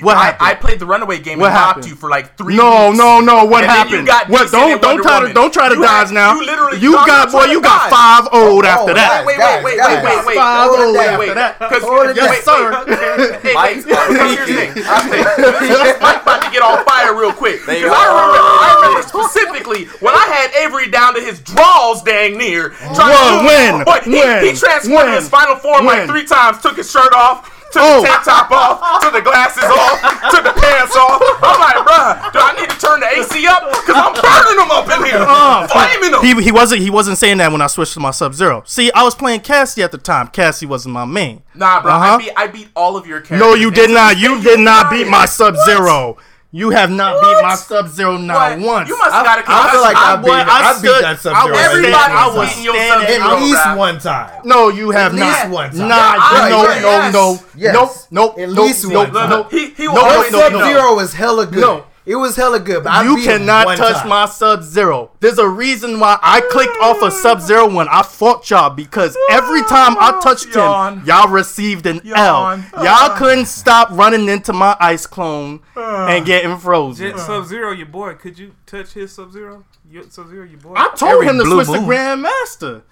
[SPEAKER 6] What
[SPEAKER 2] I,
[SPEAKER 6] happened?
[SPEAKER 2] I played the Runaway game
[SPEAKER 6] What
[SPEAKER 2] and mopped
[SPEAKER 6] happened?
[SPEAKER 2] you for like three.
[SPEAKER 6] no,
[SPEAKER 2] weeks.
[SPEAKER 6] no, no! What
[SPEAKER 2] And
[SPEAKER 6] happened?
[SPEAKER 2] then you got
[SPEAKER 6] What?
[SPEAKER 2] DC
[SPEAKER 6] Don't
[SPEAKER 2] and
[SPEAKER 6] don't
[SPEAKER 2] Wonder
[SPEAKER 6] try to
[SPEAKER 2] Woman.
[SPEAKER 6] don't try to
[SPEAKER 2] You
[SPEAKER 6] dodge
[SPEAKER 2] had-
[SPEAKER 6] now.
[SPEAKER 2] you literally-
[SPEAKER 6] You
[SPEAKER 2] y'all
[SPEAKER 6] got
[SPEAKER 2] got
[SPEAKER 6] boy.
[SPEAKER 2] trying
[SPEAKER 6] You
[SPEAKER 2] to
[SPEAKER 6] got
[SPEAKER 2] dodge.
[SPEAKER 6] five old after
[SPEAKER 1] oh,
[SPEAKER 6] that.
[SPEAKER 2] Wait,
[SPEAKER 1] Guys,
[SPEAKER 2] wait, wait,
[SPEAKER 1] guys,
[SPEAKER 2] wait, wait, wait.
[SPEAKER 6] guys,
[SPEAKER 2] Hold
[SPEAKER 6] guys,
[SPEAKER 2] on, wait,
[SPEAKER 6] after
[SPEAKER 2] wait.
[SPEAKER 6] that.
[SPEAKER 2] Because
[SPEAKER 1] Hold it
[SPEAKER 2] yes,
[SPEAKER 6] down.
[SPEAKER 2] sir. Hey,
[SPEAKER 7] Mike's
[SPEAKER 2] Mike's here's the thing. I'll tell you. This Mike about to get on fire real quick. Because I
[SPEAKER 7] They
[SPEAKER 2] remember, I remember specifically when I had Avery down to his draws, dang near. Trying
[SPEAKER 6] Whoa,
[SPEAKER 2] to
[SPEAKER 6] when?
[SPEAKER 2] Boy, he, he
[SPEAKER 6] When?
[SPEAKER 2] transformed
[SPEAKER 6] When?
[SPEAKER 2] his final form
[SPEAKER 6] When?
[SPEAKER 2] like three times. Took his shirt off. Took
[SPEAKER 6] Oh.
[SPEAKER 2] the tank top off, took the glasses off, took the pants off. I'm like, bruh, do I need to turn the AC up? Because I'm burning them up in here.
[SPEAKER 6] Oh,
[SPEAKER 2] flaming them.
[SPEAKER 6] He, he wasn't he wasn't saying that when I switched to my Sub Zero. See, I was playing Cassie at the time. Cassie wasn't my main.
[SPEAKER 2] Nah, bro,
[SPEAKER 6] Uh-huh.
[SPEAKER 2] I beat I beat all of your characters.
[SPEAKER 6] No, you did
[SPEAKER 2] And
[SPEAKER 6] not. You did not
[SPEAKER 2] lied.
[SPEAKER 6] beat my Sub Zero. You have not beat my
[SPEAKER 2] What?
[SPEAKER 6] Sub Zero
[SPEAKER 2] What?
[SPEAKER 6] not once.
[SPEAKER 2] You must have got a
[SPEAKER 1] I feel like I, beat,
[SPEAKER 6] boy,
[SPEAKER 1] I,
[SPEAKER 6] I
[SPEAKER 1] beat that
[SPEAKER 6] stood- I
[SPEAKER 1] subject.
[SPEAKER 6] was
[SPEAKER 2] Everybody
[SPEAKER 6] standing- I
[SPEAKER 2] was
[SPEAKER 6] was
[SPEAKER 2] beating your
[SPEAKER 6] standing
[SPEAKER 2] subject.
[SPEAKER 1] at
[SPEAKER 2] bro,
[SPEAKER 1] least
[SPEAKER 2] bruh.
[SPEAKER 1] one time.
[SPEAKER 6] no, you have
[SPEAKER 1] least
[SPEAKER 6] not.
[SPEAKER 1] one time.
[SPEAKER 6] Nah,
[SPEAKER 2] Yeah,
[SPEAKER 6] no,
[SPEAKER 2] right,
[SPEAKER 6] no,
[SPEAKER 2] yes,
[SPEAKER 6] no,
[SPEAKER 1] yes.
[SPEAKER 6] no, no,
[SPEAKER 1] At
[SPEAKER 6] no,
[SPEAKER 1] least
[SPEAKER 6] no,
[SPEAKER 1] one time.
[SPEAKER 6] no.
[SPEAKER 2] Look, he he will
[SPEAKER 6] No,
[SPEAKER 2] always
[SPEAKER 6] no,
[SPEAKER 1] Sub
[SPEAKER 2] no, no.
[SPEAKER 1] Zero was hella good.
[SPEAKER 6] No.
[SPEAKER 1] It was hella good, but I
[SPEAKER 6] You
[SPEAKER 1] beat him
[SPEAKER 6] cannot
[SPEAKER 1] one
[SPEAKER 6] touch
[SPEAKER 1] time.
[SPEAKER 6] my Sub Zero. There's a reason why I clicked off of Sub Zero when I fought y'all because every time I touched
[SPEAKER 5] Yawn.
[SPEAKER 6] him, y'all received an
[SPEAKER 5] Yawn.
[SPEAKER 6] L. Y'all couldn't stop running into my ice clone and getting frozen.
[SPEAKER 5] Sub Zero, your boy. Could you touch his Sub Zero? Sub Zero, your boy.
[SPEAKER 6] *laughs* I told
[SPEAKER 4] Every
[SPEAKER 6] him to
[SPEAKER 4] blue
[SPEAKER 6] switch
[SPEAKER 4] moon.
[SPEAKER 6] to Grandmaster,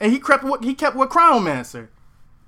[SPEAKER 6] and he crept. With, he kept with Crown Master.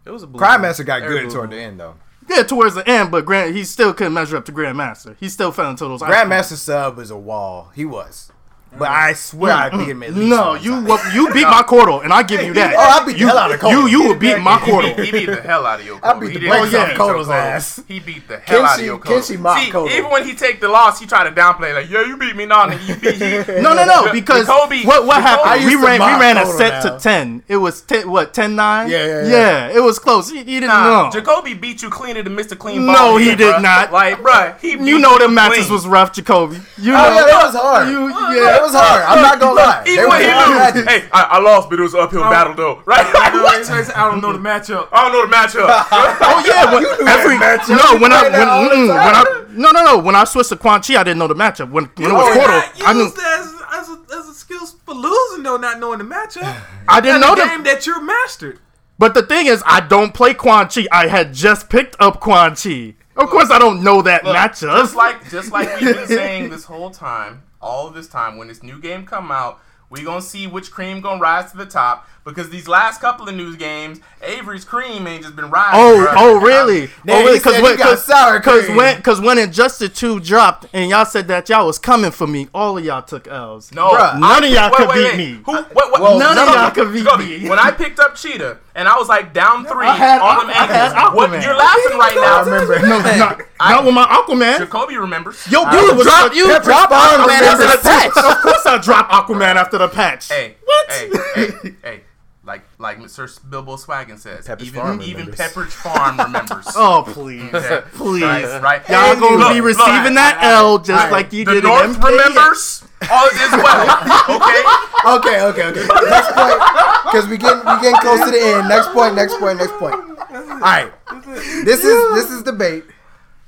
[SPEAKER 7] it was a blue
[SPEAKER 1] Crime Master got good toward the end though.
[SPEAKER 6] Yeah, towards the end, but Grand he still couldn't measure up to Grandmaster. He still fell into those. ice cones.
[SPEAKER 1] Grandmaster Sub is a wall. He was, but I swear I beat him at least.
[SPEAKER 6] Mm. No,
[SPEAKER 1] one
[SPEAKER 6] you
[SPEAKER 1] time.
[SPEAKER 6] whoop- you beat
[SPEAKER 4] *laughs*
[SPEAKER 6] my Cordle, and I give you that.
[SPEAKER 1] Oh, I beat the
[SPEAKER 6] you,
[SPEAKER 1] hell out of
[SPEAKER 6] You
[SPEAKER 1] Cordle.
[SPEAKER 6] you will beat my
[SPEAKER 2] He
[SPEAKER 6] Cordle.
[SPEAKER 2] beat, he beat the hell out of your
[SPEAKER 1] I
[SPEAKER 2] Cole.
[SPEAKER 1] beat
[SPEAKER 2] He
[SPEAKER 1] the
[SPEAKER 2] didn't
[SPEAKER 1] brakes
[SPEAKER 2] stop
[SPEAKER 1] off
[SPEAKER 2] your
[SPEAKER 1] Cole's
[SPEAKER 2] Cole.
[SPEAKER 1] ass.
[SPEAKER 2] He beat the hell out of
[SPEAKER 1] she-
[SPEAKER 2] your Cole.
[SPEAKER 1] can she mock
[SPEAKER 2] See,
[SPEAKER 1] Cole?
[SPEAKER 2] even when he take the loss, he try to downplay like, "Yeah, you beat me, nah, nigga, you beat
[SPEAKER 1] *laughs*
[SPEAKER 2] he."
[SPEAKER 6] No, no, no. Because
[SPEAKER 2] Jacoby-
[SPEAKER 6] what what
[SPEAKER 2] Jacoby- I
[SPEAKER 6] happened?
[SPEAKER 1] used
[SPEAKER 6] We
[SPEAKER 1] to
[SPEAKER 6] ran
[SPEAKER 1] mock
[SPEAKER 6] we ran a
[SPEAKER 1] Cordle
[SPEAKER 6] set
[SPEAKER 1] now.
[SPEAKER 6] to ten. It was ten, what ten nine.
[SPEAKER 1] Yeah, yeah,
[SPEAKER 6] yeah. It was close. He, he didn't
[SPEAKER 2] Nah,
[SPEAKER 6] know.
[SPEAKER 2] Jacoby beat you cleaner than Mr. Clean.
[SPEAKER 6] No,
[SPEAKER 2] Ball
[SPEAKER 6] he
[SPEAKER 2] here,
[SPEAKER 6] did
[SPEAKER 2] bruh.
[SPEAKER 6] not.
[SPEAKER 2] Like, bruh, he beat
[SPEAKER 6] you know the
[SPEAKER 2] you
[SPEAKER 6] matches
[SPEAKER 2] clean.
[SPEAKER 6] was rough, Jacoby. You
[SPEAKER 1] Oh
[SPEAKER 6] know
[SPEAKER 1] yeah, that was hard.
[SPEAKER 6] You,
[SPEAKER 1] yeah, it
[SPEAKER 6] yeah.
[SPEAKER 1] was hard. I'm not gonna lie. They
[SPEAKER 2] Even
[SPEAKER 1] were
[SPEAKER 2] when he
[SPEAKER 1] hard matches.
[SPEAKER 2] knew, hey, I, I lost, but it was an uphill battle though,
[SPEAKER 6] *laughs*
[SPEAKER 2] right?
[SPEAKER 5] I don't know, it's- it's- I don't know the matchup.
[SPEAKER 2] *laughs* I don't know the matchup.
[SPEAKER 6] Oh yeah, when, every no when I
[SPEAKER 1] play
[SPEAKER 6] when,
[SPEAKER 1] that all the
[SPEAKER 6] mm, when I
[SPEAKER 1] time. Oh,
[SPEAKER 6] no no no when I switched to Quan Chi, I didn't know the matchup. When when it was Cordle, I knew
[SPEAKER 5] used that as, as, a, as a skill for losing though, not knowing the
[SPEAKER 6] *sighs*
[SPEAKER 5] matchup.
[SPEAKER 6] I didn't
[SPEAKER 5] And the
[SPEAKER 6] know
[SPEAKER 5] game
[SPEAKER 6] the.
[SPEAKER 5] that you're mastered.
[SPEAKER 6] But the thing is, I don't play Quan Chi. I had just picked up Quan Chi. Of course, I don't know that matchup. *laughs*
[SPEAKER 2] just like just like we've been saying this whole time, all of this time, when this new game come out, We gonna see which cream gonna rise to the top because these last couple of news games, Avery's cream ain't just been rising.
[SPEAKER 6] Oh,
[SPEAKER 2] bruh.
[SPEAKER 6] oh, really?
[SPEAKER 1] Nigga,
[SPEAKER 6] oh, really?
[SPEAKER 1] he said
[SPEAKER 6] Because
[SPEAKER 1] you
[SPEAKER 6] when,
[SPEAKER 1] got sour
[SPEAKER 6] because
[SPEAKER 1] cream.
[SPEAKER 6] when, because when Injustice Two dropped, and y'all said that y'all was coming for me, all of y'all took L's.
[SPEAKER 2] No,
[SPEAKER 1] Bruh,
[SPEAKER 6] none of y'all
[SPEAKER 2] wait,
[SPEAKER 6] could
[SPEAKER 2] wait,
[SPEAKER 6] beat
[SPEAKER 2] wait.
[SPEAKER 6] me.
[SPEAKER 2] Who, what, what,
[SPEAKER 1] Whoa,
[SPEAKER 6] none of y'all
[SPEAKER 2] Jacoby,
[SPEAKER 6] could beat
[SPEAKER 2] Jacoby,
[SPEAKER 6] me.
[SPEAKER 2] When I picked up Cheetah and I was like down three
[SPEAKER 6] had
[SPEAKER 2] on
[SPEAKER 6] Aqu-
[SPEAKER 2] them
[SPEAKER 6] I had
[SPEAKER 2] ankles, what,
[SPEAKER 6] Aquaman.
[SPEAKER 2] you're laughing right now.
[SPEAKER 1] I remember.
[SPEAKER 6] *laughs* No, not,
[SPEAKER 2] I-
[SPEAKER 6] not with my Aquaman.
[SPEAKER 2] Jacoby remembers.
[SPEAKER 6] Yo,
[SPEAKER 1] You
[SPEAKER 6] brother was
[SPEAKER 1] dropped-
[SPEAKER 6] like
[SPEAKER 1] you
[SPEAKER 6] Pepper
[SPEAKER 1] dropped
[SPEAKER 6] Spy
[SPEAKER 1] Aquaman
[SPEAKER 6] after
[SPEAKER 1] after
[SPEAKER 6] the
[SPEAKER 1] the
[SPEAKER 6] patch. of course, I dropped Aquaman after the patch.
[SPEAKER 2] Hey,
[SPEAKER 6] what?
[SPEAKER 2] Hey, hey, hey. Like, like Mr. Bilbo Swaggin says,
[SPEAKER 1] Pepperidge
[SPEAKER 2] even
[SPEAKER 1] Farm
[SPEAKER 2] even
[SPEAKER 1] remembers.
[SPEAKER 2] Pepperidge Farm remembers.
[SPEAKER 6] *laughs*
[SPEAKER 2] *laughs*
[SPEAKER 6] oh please,
[SPEAKER 2] Okay,
[SPEAKER 6] please.
[SPEAKER 2] right, right.
[SPEAKER 6] Y'all
[SPEAKER 2] And
[SPEAKER 6] gonna
[SPEAKER 2] look,
[SPEAKER 6] be
[SPEAKER 2] look,
[SPEAKER 6] receiving that
[SPEAKER 2] all right,
[SPEAKER 6] L
[SPEAKER 2] all right,
[SPEAKER 6] just
[SPEAKER 2] all right.
[SPEAKER 6] like you
[SPEAKER 2] the
[SPEAKER 6] did in
[SPEAKER 2] North
[SPEAKER 6] MKX.
[SPEAKER 2] remembers all of this
[SPEAKER 6] *laughs*
[SPEAKER 2] well. Okay,
[SPEAKER 1] Okay, okay, okay. Next point, because we getting we getting close to the end. Next point, next point, next point. All right, this is this is debate.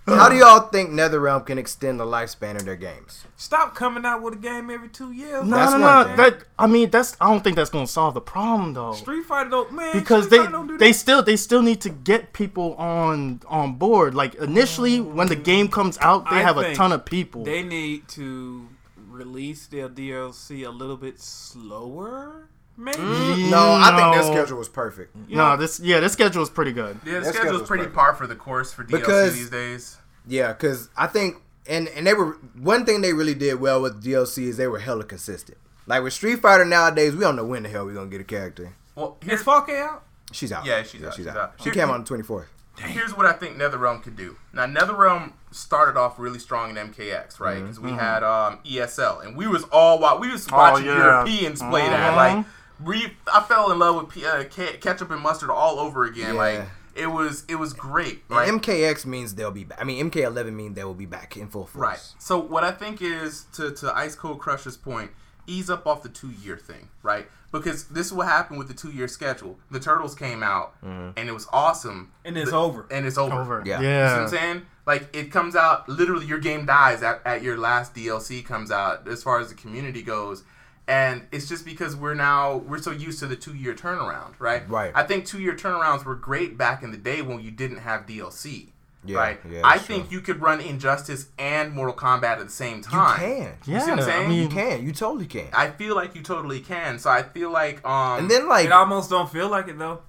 [SPEAKER 1] How do y'all think NetherRealm can extend the lifespan of their games?
[SPEAKER 5] Stop coming out with a game every two years.
[SPEAKER 6] No,
[SPEAKER 1] That's
[SPEAKER 6] no,
[SPEAKER 1] one
[SPEAKER 6] no.
[SPEAKER 1] thing.
[SPEAKER 6] That I mean, that's I don't think that's gonna solve the problem though.
[SPEAKER 5] Street Fighter don't man
[SPEAKER 6] because
[SPEAKER 5] Street
[SPEAKER 6] they
[SPEAKER 5] Fighter don't do
[SPEAKER 6] they
[SPEAKER 5] that.
[SPEAKER 6] still they still need to get people on on board. Like initially, when the game comes out, they
[SPEAKER 5] I
[SPEAKER 6] have a
[SPEAKER 5] think
[SPEAKER 6] ton of people.
[SPEAKER 5] they need to release their DLC a little bit slower, maybe.
[SPEAKER 6] Mm.
[SPEAKER 1] No, I think their
[SPEAKER 6] No.
[SPEAKER 1] schedule was perfect.
[SPEAKER 6] No, this yeah, this schedule is pretty good.
[SPEAKER 2] yeah, the
[SPEAKER 1] That
[SPEAKER 2] schedule's
[SPEAKER 1] schedule's
[SPEAKER 2] pretty
[SPEAKER 1] perfect.
[SPEAKER 2] par for the course for DLC
[SPEAKER 1] Because-
[SPEAKER 2] these days.
[SPEAKER 1] Yeah, because I think and and they were one thing they really did well with DLC is they were hella consistent. Like with Street Fighter nowadays, we don't know when the hell we're gonna get a character.
[SPEAKER 2] Well, here's
[SPEAKER 5] Is 4K out?
[SPEAKER 1] She's out.
[SPEAKER 2] Yeah, she's out, she's out.
[SPEAKER 1] She came out on the twenty fourth.
[SPEAKER 2] here's what I think NetherRealm could do. Now, NetherRealm started off really strong in MKX, right? Because we had um, ESL, and we was all wa- we was watching
[SPEAKER 6] yeah.
[SPEAKER 2] Europeans play that. Like, we, I fell in love with P- uh, Ke- ketchup and mustard all over again.
[SPEAKER 1] Yeah.
[SPEAKER 2] Like, it was it was great. Right?
[SPEAKER 1] MKX means they'll be back. I mean, MK11 means they will be back in full force.
[SPEAKER 2] Right. So what I think is to to Ice Cold Crusher's point, ease up off the two year thing, right? Because this is what happened with the two year schedule. The Turtles came out and it was awesome.
[SPEAKER 5] And it's
[SPEAKER 2] The-
[SPEAKER 5] over.
[SPEAKER 2] And it's over.
[SPEAKER 6] Mm-hmm. Over.
[SPEAKER 1] Yeah.
[SPEAKER 6] Yeah.
[SPEAKER 2] You see what I'm saying? Like it comes out literally your game dies at, at your last DLC comes out as far as the community goes. And it's just because we're now we're so used to the two year turnaround, right?
[SPEAKER 1] Right.
[SPEAKER 2] I think two year turnarounds were great back in the day when you didn't have DLC.
[SPEAKER 1] Yeah,
[SPEAKER 2] right.
[SPEAKER 1] yeah,
[SPEAKER 2] I
[SPEAKER 1] that's
[SPEAKER 2] think
[SPEAKER 1] true.
[SPEAKER 2] you could run Injustice and Mortal Kombat at the same
[SPEAKER 1] You
[SPEAKER 2] time.
[SPEAKER 1] can.
[SPEAKER 2] You see what I'm
[SPEAKER 6] Yeah, I
[SPEAKER 2] saying?
[SPEAKER 1] You
[SPEAKER 6] mean-
[SPEAKER 1] can. You totally can.
[SPEAKER 2] I feel like you totally can. So I feel like um
[SPEAKER 1] And then like,
[SPEAKER 5] It almost don't feel like it though.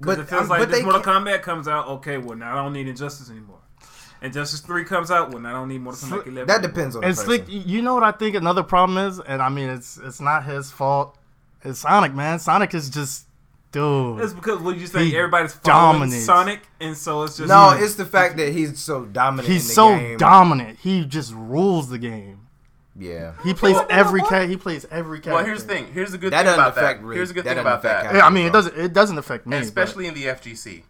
[SPEAKER 1] but
[SPEAKER 5] But it feels
[SPEAKER 1] um,
[SPEAKER 5] like
[SPEAKER 1] but
[SPEAKER 5] this
[SPEAKER 1] they
[SPEAKER 5] Mortal
[SPEAKER 1] can-
[SPEAKER 5] Kombat comes out, okay, well now I don't need Injustice anymore. Injustice three comes out, well now I don't need Mortal Kombat eleven.
[SPEAKER 1] that
[SPEAKER 5] anymore.
[SPEAKER 1] depends on the
[SPEAKER 6] And
[SPEAKER 1] person.
[SPEAKER 6] Slick, you know what I think another problem is, and I mean it's it's not his fault. It's Sonic, man. Sonic is just dude.
[SPEAKER 5] It's because what you think
[SPEAKER 6] He
[SPEAKER 5] everybody's following
[SPEAKER 6] dominates.
[SPEAKER 5] Sonic, and so it's just
[SPEAKER 1] No, it's the fact that he's so dominant. in
[SPEAKER 6] He's
[SPEAKER 1] the
[SPEAKER 6] so
[SPEAKER 1] game.
[SPEAKER 6] dominant. He just rules the game.
[SPEAKER 1] Yeah.
[SPEAKER 6] He plays every cat. He plays every character.
[SPEAKER 2] well here's the thing. Here's the good
[SPEAKER 1] That
[SPEAKER 2] thing
[SPEAKER 1] doesn't
[SPEAKER 2] about
[SPEAKER 1] affect
[SPEAKER 2] that.
[SPEAKER 1] Rick.
[SPEAKER 2] Here's the good
[SPEAKER 1] That
[SPEAKER 2] thing
[SPEAKER 1] doesn't
[SPEAKER 2] about
[SPEAKER 1] affect
[SPEAKER 2] that.
[SPEAKER 1] Cal.
[SPEAKER 6] Yeah, I mean, it doesn't it doesn't affect me.
[SPEAKER 2] And
[SPEAKER 6] but-
[SPEAKER 2] especially in the FGC.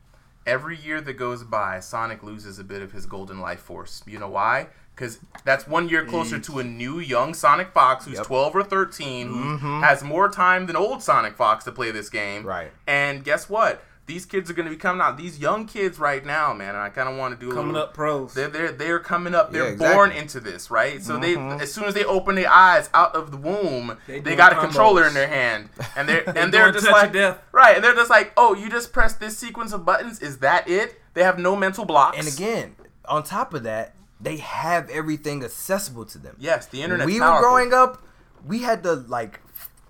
[SPEAKER 2] Every year that goes by, Sonic loses a bit of his golden life force. You know why? Because that's one year closer to a new young Sonic Fox who's 12 or 13, who
[SPEAKER 6] Mm-hmm.
[SPEAKER 2] has more time than old Sonic Fox to play this game.
[SPEAKER 1] Right.
[SPEAKER 2] And guess what? These kids are going to be coming out. These young kids right now, man. And I kind of want to do a
[SPEAKER 5] coming
[SPEAKER 2] little,
[SPEAKER 5] up pros.
[SPEAKER 2] they're they're they're coming up. They're
[SPEAKER 1] Yeah, exactly.
[SPEAKER 2] born into this, right? So they as soon as they open their eyes out of the womb, they,
[SPEAKER 5] Mm-hmm. They
[SPEAKER 2] got a
[SPEAKER 5] doing
[SPEAKER 2] controller
[SPEAKER 5] combos.
[SPEAKER 2] in their hand, and
[SPEAKER 5] *laughs*
[SPEAKER 2] they're and
[SPEAKER 5] doing
[SPEAKER 2] they're just
[SPEAKER 5] touch of
[SPEAKER 2] like
[SPEAKER 5] death.
[SPEAKER 2] right, and they're just like, oh, you just press this sequence of buttons. Is that it? They have no mental blocks.
[SPEAKER 1] And again, on top of that, they have everything accessible to them.
[SPEAKER 2] yes, the internet.
[SPEAKER 1] we were growing up, we had to like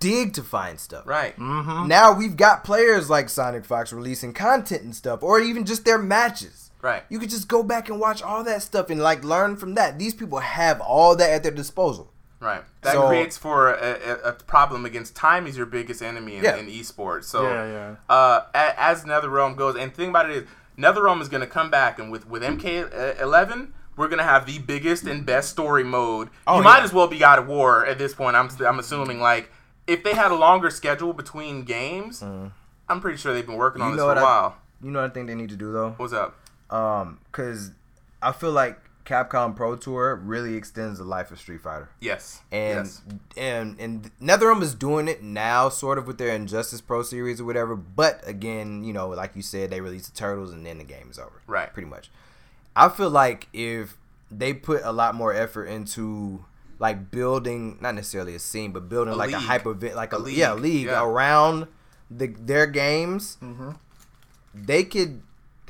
[SPEAKER 1] dig to find stuff.
[SPEAKER 2] right?
[SPEAKER 5] Mm-hmm.
[SPEAKER 1] Now we've got players like Sonic Fox releasing content and stuff, or even just their matches.
[SPEAKER 2] Right.
[SPEAKER 1] You could just go back and watch all that stuff and like learn from that. These people have all that at their disposal.
[SPEAKER 2] Right. That
[SPEAKER 1] So-
[SPEAKER 2] creates for a, a, a problem against time is your biggest enemy in,
[SPEAKER 1] Yeah.
[SPEAKER 2] in esports. So
[SPEAKER 6] Yeah,
[SPEAKER 2] Uh, a, as NetherRealm goes, and think about it is NetherRealm is going to come back, and with with MK11, we're going to have the biggest and best story mode. you might
[SPEAKER 1] Oh, yeah.
[SPEAKER 2] as well be God of War at this point. I'm I'm assuming like if they had a longer schedule between games, I'm pretty sure they've been working on
[SPEAKER 1] Mm. You
[SPEAKER 2] this
[SPEAKER 1] know
[SPEAKER 2] for a
[SPEAKER 1] what I-
[SPEAKER 2] while.
[SPEAKER 1] You know what I think they need to do though?
[SPEAKER 2] What's up?
[SPEAKER 1] Um, cause I feel like Capcom Pro Tour really extends the life of Street Fighter.
[SPEAKER 2] Yes.
[SPEAKER 1] And
[SPEAKER 2] yes.
[SPEAKER 1] and and NetherRealm is doing it now, sort of with their Injustice Pro series or whatever. But again, you know, like you said, they release the Turtles and then the game is over.
[SPEAKER 2] Right.
[SPEAKER 1] Pretty much. I feel like if they put a lot more effort into like building, not necessarily a scene, but building like a
[SPEAKER 2] league.
[SPEAKER 1] hype event, like a,
[SPEAKER 2] league,
[SPEAKER 1] yeah league
[SPEAKER 2] yeah. Mm-hmm.
[SPEAKER 1] around the their games, they could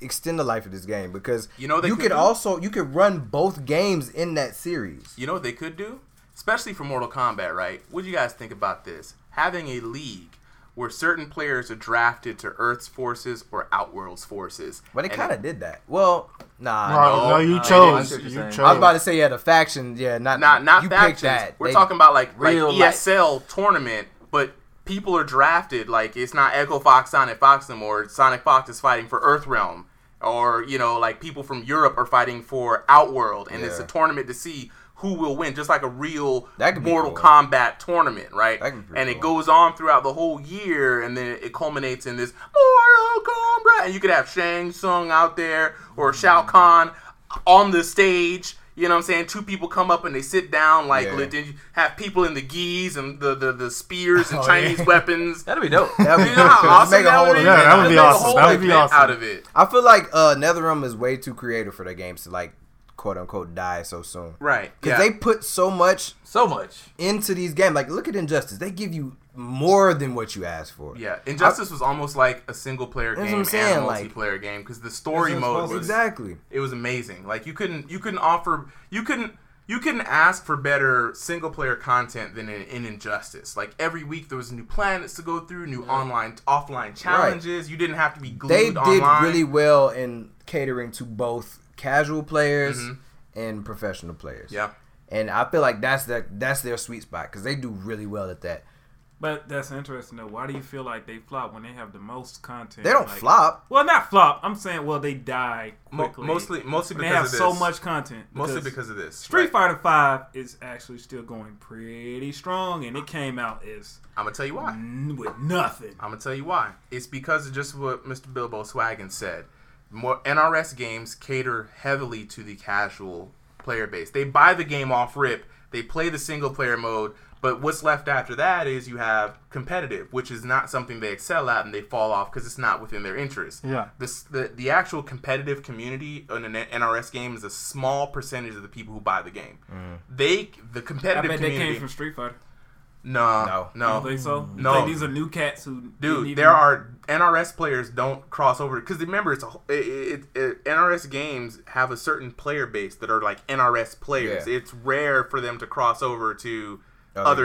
[SPEAKER 1] extend the life of this game because
[SPEAKER 2] You know what they
[SPEAKER 1] you
[SPEAKER 2] could
[SPEAKER 1] could
[SPEAKER 2] do?
[SPEAKER 1] also you could run both games in that series.
[SPEAKER 2] You know what they could do? especially for Mortal Kombat, right? What do you guys think about this? Having a league where certain players are drafted to Earth's forces or Outworld's forces.
[SPEAKER 1] But they
[SPEAKER 2] And
[SPEAKER 1] kind of did that. Well, nah.
[SPEAKER 6] No,
[SPEAKER 1] no.
[SPEAKER 6] no, you
[SPEAKER 7] I
[SPEAKER 6] chose.
[SPEAKER 7] see what you're
[SPEAKER 6] You
[SPEAKER 7] saying.
[SPEAKER 6] chose.
[SPEAKER 1] I was about to say yeah, the faction. Yeah, not
[SPEAKER 2] not not
[SPEAKER 1] you
[SPEAKER 2] factions.
[SPEAKER 1] picked that.
[SPEAKER 2] We're
[SPEAKER 1] They- *laughs*
[SPEAKER 2] talking about like like
[SPEAKER 7] Real life.
[SPEAKER 2] ESL tournament, but people are drafted. Like it's not Echo Fox, Sonic Fox anymore. Sonic Fox is fighting for Earthrealm, or you know, like people from Europe are fighting for Outworld, and it's
[SPEAKER 1] Yeah.
[SPEAKER 2] a tournament to see who will win, just like a real
[SPEAKER 1] That could be
[SPEAKER 2] Mortal
[SPEAKER 1] cool.
[SPEAKER 2] Kombat tournament, right?
[SPEAKER 1] That could be pretty
[SPEAKER 2] and it
[SPEAKER 1] cool.
[SPEAKER 2] goes on throughout the whole year, and then it culminates in this Mortal Kombat. And you could have Shang Tsung out there or
[SPEAKER 1] Mm-hmm.
[SPEAKER 2] Shao Kahn on the stage. You know what I'm saying? Two people come up and they sit down, like
[SPEAKER 1] Yeah.
[SPEAKER 2] li- then you have people in the geese and the the, the spears and
[SPEAKER 1] Oh,
[SPEAKER 2] Chinese
[SPEAKER 1] yeah. *laughs*
[SPEAKER 2] weapons.
[SPEAKER 7] That'd be dope.
[SPEAKER 2] *laughs*
[SPEAKER 1] That'd be
[SPEAKER 2] You know how
[SPEAKER 1] cool.
[SPEAKER 2] awesome
[SPEAKER 1] Make a
[SPEAKER 2] that
[SPEAKER 1] whole
[SPEAKER 2] would be?
[SPEAKER 1] event.
[SPEAKER 6] Yeah, that would be
[SPEAKER 2] Make a
[SPEAKER 6] awesome.
[SPEAKER 2] whole
[SPEAKER 6] That would be
[SPEAKER 2] event
[SPEAKER 6] awesome.
[SPEAKER 2] Out of it,
[SPEAKER 1] I feel like uh, NetherRealm is way too creative for their games to like quote unquote die so soon.
[SPEAKER 2] right?
[SPEAKER 1] Because
[SPEAKER 2] yeah.
[SPEAKER 1] they put so much
[SPEAKER 7] so much.
[SPEAKER 1] into these games. Like, look at Injustice. They give you more than what you asked for.
[SPEAKER 2] Yeah, Injustice was almost like a single player
[SPEAKER 1] That's what
[SPEAKER 2] game
[SPEAKER 1] I'm
[SPEAKER 2] and a
[SPEAKER 1] saying, like-
[SPEAKER 2] multiplayer game because the story mode was
[SPEAKER 1] Exactly.
[SPEAKER 2] it was amazing. Like you couldn't you couldn't offer you couldn't you couldn't ask for better single player content than in, in Injustice. Like every week there was new planets to go through, new online offline challenges. You didn't have to be glued
[SPEAKER 1] They did
[SPEAKER 2] online.
[SPEAKER 1] really well in catering to both casual players and professional players.
[SPEAKER 2] Mm-hmm. yeah.
[SPEAKER 1] And I feel like that's their that's their sweet spot because they do really well at that.
[SPEAKER 5] But that's interesting though. Why do you feel like they flop when they have the most content?
[SPEAKER 1] They don't
[SPEAKER 5] Like-
[SPEAKER 1] flop.
[SPEAKER 5] Well, not flop. I'm saying well they die
[SPEAKER 2] Mo-
[SPEAKER 5] quickly.
[SPEAKER 2] mostly mostly
[SPEAKER 5] when
[SPEAKER 2] because
[SPEAKER 5] they have
[SPEAKER 2] of this.
[SPEAKER 5] so much content.
[SPEAKER 2] mostly because of this.
[SPEAKER 5] Street
[SPEAKER 2] right?
[SPEAKER 5] Fighter Five is actually still going pretty strong, and it came out as
[SPEAKER 2] I'm gonna tell you why.
[SPEAKER 5] n- with nothing.
[SPEAKER 2] I'm gonna tell you why. It's because of just what Mr. Bilbo Swaggin said. More NRS games cater heavily to the casual player base. They buy the game off rip. They play the single player mode, but what's left after that is you have competitive, which is not something they excel at, and they fall off because it's not within their interest.
[SPEAKER 6] Yeah.
[SPEAKER 2] This the the actual competitive community in an NRS game is a small percentage of the people who buy the game. They the
[SPEAKER 5] I
[SPEAKER 2] competitive
[SPEAKER 5] bet they
[SPEAKER 2] community.
[SPEAKER 5] came from Street Fighter.
[SPEAKER 2] no,
[SPEAKER 5] I
[SPEAKER 2] no,
[SPEAKER 5] don't think so. You
[SPEAKER 2] No.
[SPEAKER 5] think these are new cats who didn't
[SPEAKER 2] dude
[SPEAKER 5] even-
[SPEAKER 2] there are nrs players don't cross over because remember it's a wh- it, it, it, nrs games have a certain player base that are like nrs players
[SPEAKER 1] Yeah.
[SPEAKER 2] it's rare for them to cross over to
[SPEAKER 1] Other
[SPEAKER 2] other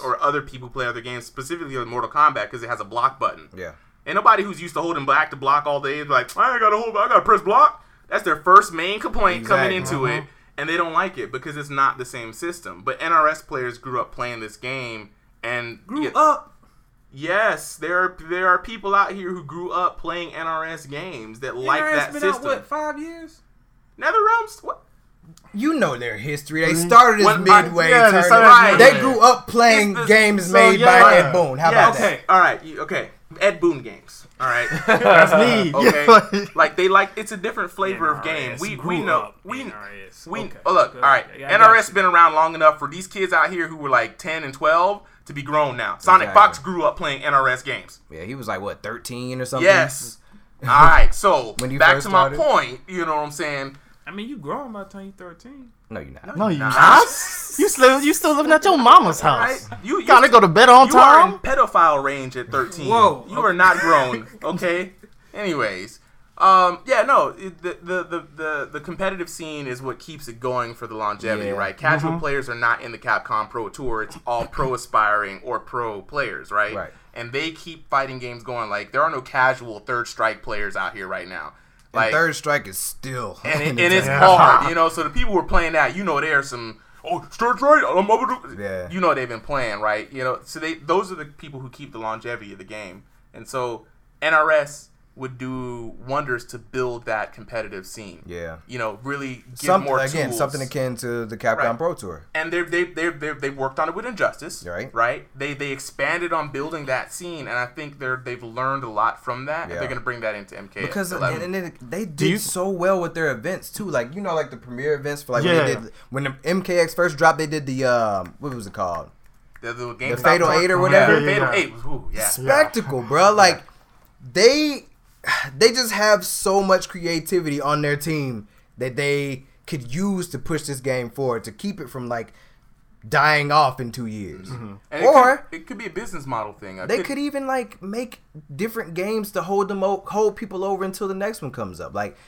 [SPEAKER 1] games.
[SPEAKER 2] or other people play other games specifically on mortal kombat because it has a block button
[SPEAKER 1] Yeah.
[SPEAKER 2] and nobody who's used to holding back to block all day is like i ain't gotta hold back i gotta press block that's their first main complaint coming into
[SPEAKER 1] Exactly. Mm-hmm.
[SPEAKER 2] it and they don't like it because it's not the same system but nrs players grew up playing this game and
[SPEAKER 5] grew
[SPEAKER 2] Yeah.
[SPEAKER 5] up.
[SPEAKER 2] Yes, there are there are people out here who grew up playing NRS games that like
[SPEAKER 5] NRS
[SPEAKER 2] that
[SPEAKER 5] been out,
[SPEAKER 2] system.
[SPEAKER 5] what five years?
[SPEAKER 2] NetherRealms, what?
[SPEAKER 1] You know their history. They started as
[SPEAKER 2] Mm-hmm. When I-
[SPEAKER 1] midway.
[SPEAKER 6] yeah, they
[SPEAKER 1] tournament.
[SPEAKER 6] started
[SPEAKER 2] as
[SPEAKER 1] They
[SPEAKER 2] midway.
[SPEAKER 1] grew up playing
[SPEAKER 2] It's the-
[SPEAKER 1] games
[SPEAKER 6] so,
[SPEAKER 1] made by
[SPEAKER 6] yeah.
[SPEAKER 1] Ed Boone. How
[SPEAKER 2] Yeah,
[SPEAKER 1] about that?
[SPEAKER 5] okay.
[SPEAKER 2] All right, you, okay. Ed Boone games. All right.
[SPEAKER 6] That's me. *laughs*
[SPEAKER 2] Okay.
[SPEAKER 6] Yeah, like-
[SPEAKER 2] like they like it's a different flavor of game.
[SPEAKER 5] NRS
[SPEAKER 2] We
[SPEAKER 5] grew
[SPEAKER 2] we know
[SPEAKER 5] up
[SPEAKER 2] we
[SPEAKER 5] NRS.
[SPEAKER 2] we
[SPEAKER 5] Okay.
[SPEAKER 2] oh, look.
[SPEAKER 5] Good.
[SPEAKER 2] All right,
[SPEAKER 5] Yeah, I got
[SPEAKER 2] NRS
[SPEAKER 5] you.
[SPEAKER 2] been around long enough for these kids out here who were like ten and twelve to be grown now. Sonic
[SPEAKER 1] Exactly.
[SPEAKER 2] Fox grew up playing NRS games.
[SPEAKER 1] Yeah, he was like what thirteen or something.
[SPEAKER 2] Yes. All right, so
[SPEAKER 1] When you
[SPEAKER 2] back
[SPEAKER 1] first
[SPEAKER 2] to my
[SPEAKER 1] started?
[SPEAKER 2] point. You know what I'm saying?
[SPEAKER 5] I mean, you grown by the time you thirteen.
[SPEAKER 1] No, you're not.
[SPEAKER 6] No, you
[SPEAKER 2] Nah.
[SPEAKER 6] not. *laughs* You still you still living at your mama's
[SPEAKER 2] Right?
[SPEAKER 6] house.
[SPEAKER 2] You, you
[SPEAKER 6] Gotta go to bed on
[SPEAKER 2] You are
[SPEAKER 6] time.
[SPEAKER 2] in pedophile range at 13.
[SPEAKER 5] Whoa.
[SPEAKER 2] You are not grown, okay? Anyways, um, yeah, no, it- the, the, the, the, the competitive scene is what keeps it going for the longevity,
[SPEAKER 1] Yeah.
[SPEAKER 2] right? Casual players are not in the Capcom Pro Tour. It's all pro aspiring or pro players, right?
[SPEAKER 1] Right.
[SPEAKER 2] And they keep fighting games going. Like, there are no casual Third Strike players out here right now. Like,
[SPEAKER 1] and Third Strike is still. *laughs*
[SPEAKER 2] and, it, and it's hard, you know. So the people who are playing that, you know, there's some oh, starts right. I'm over to,
[SPEAKER 1] Yeah.
[SPEAKER 2] you know, they've been playing right, you know. So they those are the people who keep the longevity of the game, and so NRS would do wonders to build that competitive scene.
[SPEAKER 1] Yeah.
[SPEAKER 2] you know, really give
[SPEAKER 1] Something
[SPEAKER 2] more
[SPEAKER 1] again,
[SPEAKER 2] tools.
[SPEAKER 1] something akin to the Capcom
[SPEAKER 2] Right.
[SPEAKER 1] Pro Tour.
[SPEAKER 2] and they've they they they they've worked on it with Injustice,
[SPEAKER 1] Right.
[SPEAKER 2] Right. They they expanded on building that scene, and I think they're they've learned a lot from that,
[SPEAKER 1] Yeah.
[SPEAKER 2] and they're gonna bring that into MK
[SPEAKER 1] Because and,
[SPEAKER 2] 11.
[SPEAKER 1] and it, they did
[SPEAKER 6] you-
[SPEAKER 1] so well with their events too, like you know, like the premiere events for like
[SPEAKER 6] Yeah.
[SPEAKER 1] when, they did, when the MKX first dropped, they did the um, what was it called?
[SPEAKER 2] the, the,
[SPEAKER 1] The
[SPEAKER 2] GameStop
[SPEAKER 1] Fatal
[SPEAKER 2] part-
[SPEAKER 1] Eight or whatever.
[SPEAKER 2] Yeah, Fatal
[SPEAKER 6] Yeah.
[SPEAKER 2] Eight. was- Ooh, yeah.
[SPEAKER 1] spectacle, bro. Like they they just have so much creativity on their team that they could use to push this game forward to keep it from like dying off in two years.
[SPEAKER 2] And
[SPEAKER 1] Or-
[SPEAKER 2] it could, it could be a business model thing. I
[SPEAKER 1] They could even like make different games to hold them o- hold people over until the next one comes up. Like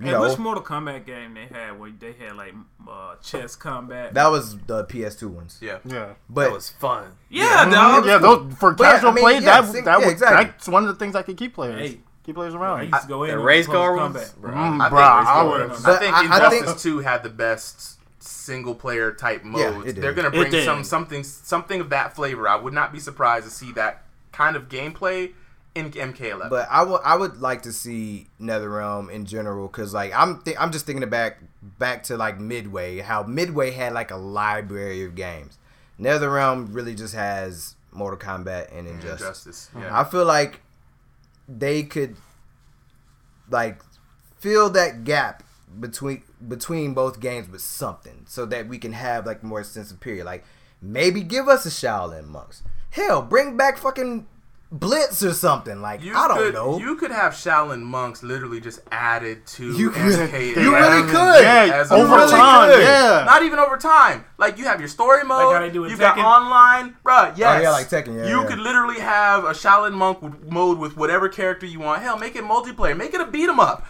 [SPEAKER 1] you
[SPEAKER 5] Hey,
[SPEAKER 1] know
[SPEAKER 5] which Mortal Kombat game they had where they had like uh, chess combat?
[SPEAKER 1] that was the PS2 ones.
[SPEAKER 2] Yeah.
[SPEAKER 6] Yeah.
[SPEAKER 1] But
[SPEAKER 7] was fun.
[SPEAKER 5] yeah, dog.
[SPEAKER 6] yeah, those, for
[SPEAKER 1] But yeah,
[SPEAKER 6] casual
[SPEAKER 1] I mean,
[SPEAKER 6] play,
[SPEAKER 1] yeah,
[SPEAKER 6] that
[SPEAKER 1] sing-
[SPEAKER 6] that
[SPEAKER 1] yeah,
[SPEAKER 6] was
[SPEAKER 1] exactly.
[SPEAKER 6] that's one of the things I could keep players
[SPEAKER 5] Hey.
[SPEAKER 6] keep players
[SPEAKER 5] I
[SPEAKER 6] around.
[SPEAKER 5] used to go in
[SPEAKER 7] The
[SPEAKER 5] on
[SPEAKER 7] race
[SPEAKER 5] Mortal
[SPEAKER 7] car
[SPEAKER 5] Kombat.
[SPEAKER 7] ones. Bro,
[SPEAKER 6] Mm,
[SPEAKER 7] I
[SPEAKER 6] bruh, I
[SPEAKER 7] think race
[SPEAKER 6] was-
[SPEAKER 2] I
[SPEAKER 1] But
[SPEAKER 2] think
[SPEAKER 1] I- I think-
[SPEAKER 2] Injustice Two had the best single player type
[SPEAKER 1] Yeah, it
[SPEAKER 2] modes.
[SPEAKER 1] did.
[SPEAKER 2] They're gonna
[SPEAKER 6] It
[SPEAKER 2] bring
[SPEAKER 6] did.
[SPEAKER 2] some something something of that flavor. I would not be surprised to see that kind of gameplay in MK11.
[SPEAKER 1] But I would I would like to see NetherRealm in general because like I'm th- I'm just thinking back back to like Midway how Midway had like a library of games. NetherRealm really just has Mortal Kombat and Injustice.
[SPEAKER 2] Injustice, yeah.
[SPEAKER 1] I feel like they could like fill that gap between between both games with something so that we can have like more sense of period. Like maybe give us a Shaolin monks. Hell, bring back fucking Blitz or something. Like
[SPEAKER 2] You
[SPEAKER 1] I don't
[SPEAKER 2] could,
[SPEAKER 1] know.
[SPEAKER 2] You could have Shaolin monks literally just added to
[SPEAKER 1] You could-
[SPEAKER 2] MK11.
[SPEAKER 1] you really could.
[SPEAKER 6] Yeah,
[SPEAKER 2] As a
[SPEAKER 6] over
[SPEAKER 2] really
[SPEAKER 6] time.
[SPEAKER 1] good.
[SPEAKER 6] Yeah.
[SPEAKER 2] *laughs* Not even over time. Like you have your story mode.
[SPEAKER 5] how they do in
[SPEAKER 2] you got
[SPEAKER 5] Tekken?
[SPEAKER 2] online, bruh. Yes.
[SPEAKER 1] Oh, yeah, like Tekken, yeah,
[SPEAKER 2] you
[SPEAKER 1] yeah.
[SPEAKER 2] could literally have a Shaolin monk w- mode with whatever character you want. Hell, make it multiplayer. Make it a beat 'em up.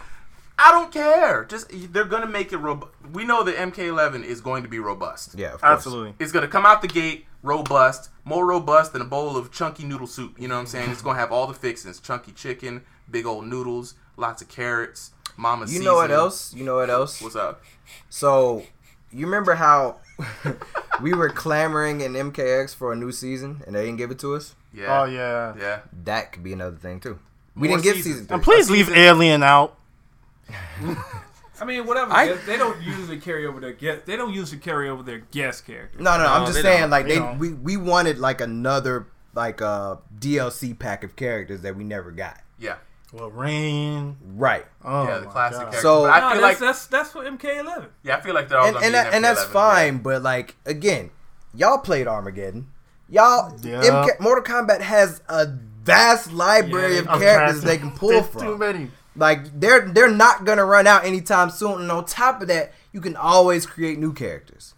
[SPEAKER 2] I don't care. Just they're gonna make it. Rob- we know that MK11 is going to be robust.
[SPEAKER 1] yeah, of course.
[SPEAKER 6] Absolutely.
[SPEAKER 2] It's gonna come out the gate robust, more robust than a bowl of chunky noodle soup. You know what I'm saying? It's gonna have all the fixings: chunky chicken, big old noodles, lots of carrots, mama.
[SPEAKER 1] You know what
[SPEAKER 2] seasoning.
[SPEAKER 1] else? You know what else?
[SPEAKER 2] What's up?
[SPEAKER 1] So, you remember how *laughs* we were clamoring in MKX for a new season and they didn't give it to us?
[SPEAKER 2] Yeah.
[SPEAKER 6] Oh yeah.
[SPEAKER 2] Yeah.
[SPEAKER 1] That could be another thing too. We
[SPEAKER 2] More
[SPEAKER 1] didn't get
[SPEAKER 2] seasons.
[SPEAKER 1] season three.
[SPEAKER 6] And please leave Alien out.
[SPEAKER 5] I mean, whatever. they don't usually carry over their guest. They don't usually carry over their guest character.
[SPEAKER 1] No, no, I'm just
[SPEAKER 7] they
[SPEAKER 1] saying
[SPEAKER 7] don't.
[SPEAKER 1] like
[SPEAKER 6] They
[SPEAKER 1] they
[SPEAKER 6] don't.
[SPEAKER 1] we, we wanted like another like uh DLC pack of characters that we never got.
[SPEAKER 2] Yeah.
[SPEAKER 6] Lorraine.
[SPEAKER 1] Right.
[SPEAKER 6] Oh
[SPEAKER 2] yeah. The
[SPEAKER 6] my
[SPEAKER 2] classic
[SPEAKER 6] God.
[SPEAKER 2] character.
[SPEAKER 1] So-
[SPEAKER 2] But
[SPEAKER 5] No,
[SPEAKER 2] I feel
[SPEAKER 5] that's,
[SPEAKER 2] like
[SPEAKER 5] that's that's for MK11.
[SPEAKER 2] yeah, I feel like they're all
[SPEAKER 1] And
[SPEAKER 2] gonna
[SPEAKER 1] and,
[SPEAKER 2] be
[SPEAKER 1] that,
[SPEAKER 2] in
[SPEAKER 1] and that's
[SPEAKER 2] MK11,
[SPEAKER 1] fine, but like again, y'all played Armageddon. Y'all
[SPEAKER 6] Yeah.
[SPEAKER 1] MK, Mortal Kombat has a vast library
[SPEAKER 5] Yeah,
[SPEAKER 1] of
[SPEAKER 6] I'm
[SPEAKER 1] characters
[SPEAKER 6] glad-
[SPEAKER 1] they can pull
[SPEAKER 6] There's
[SPEAKER 1] from.
[SPEAKER 6] Too many.
[SPEAKER 1] Like they're they're not gonna run out anytime soon. And on top of that, you can always create new characters.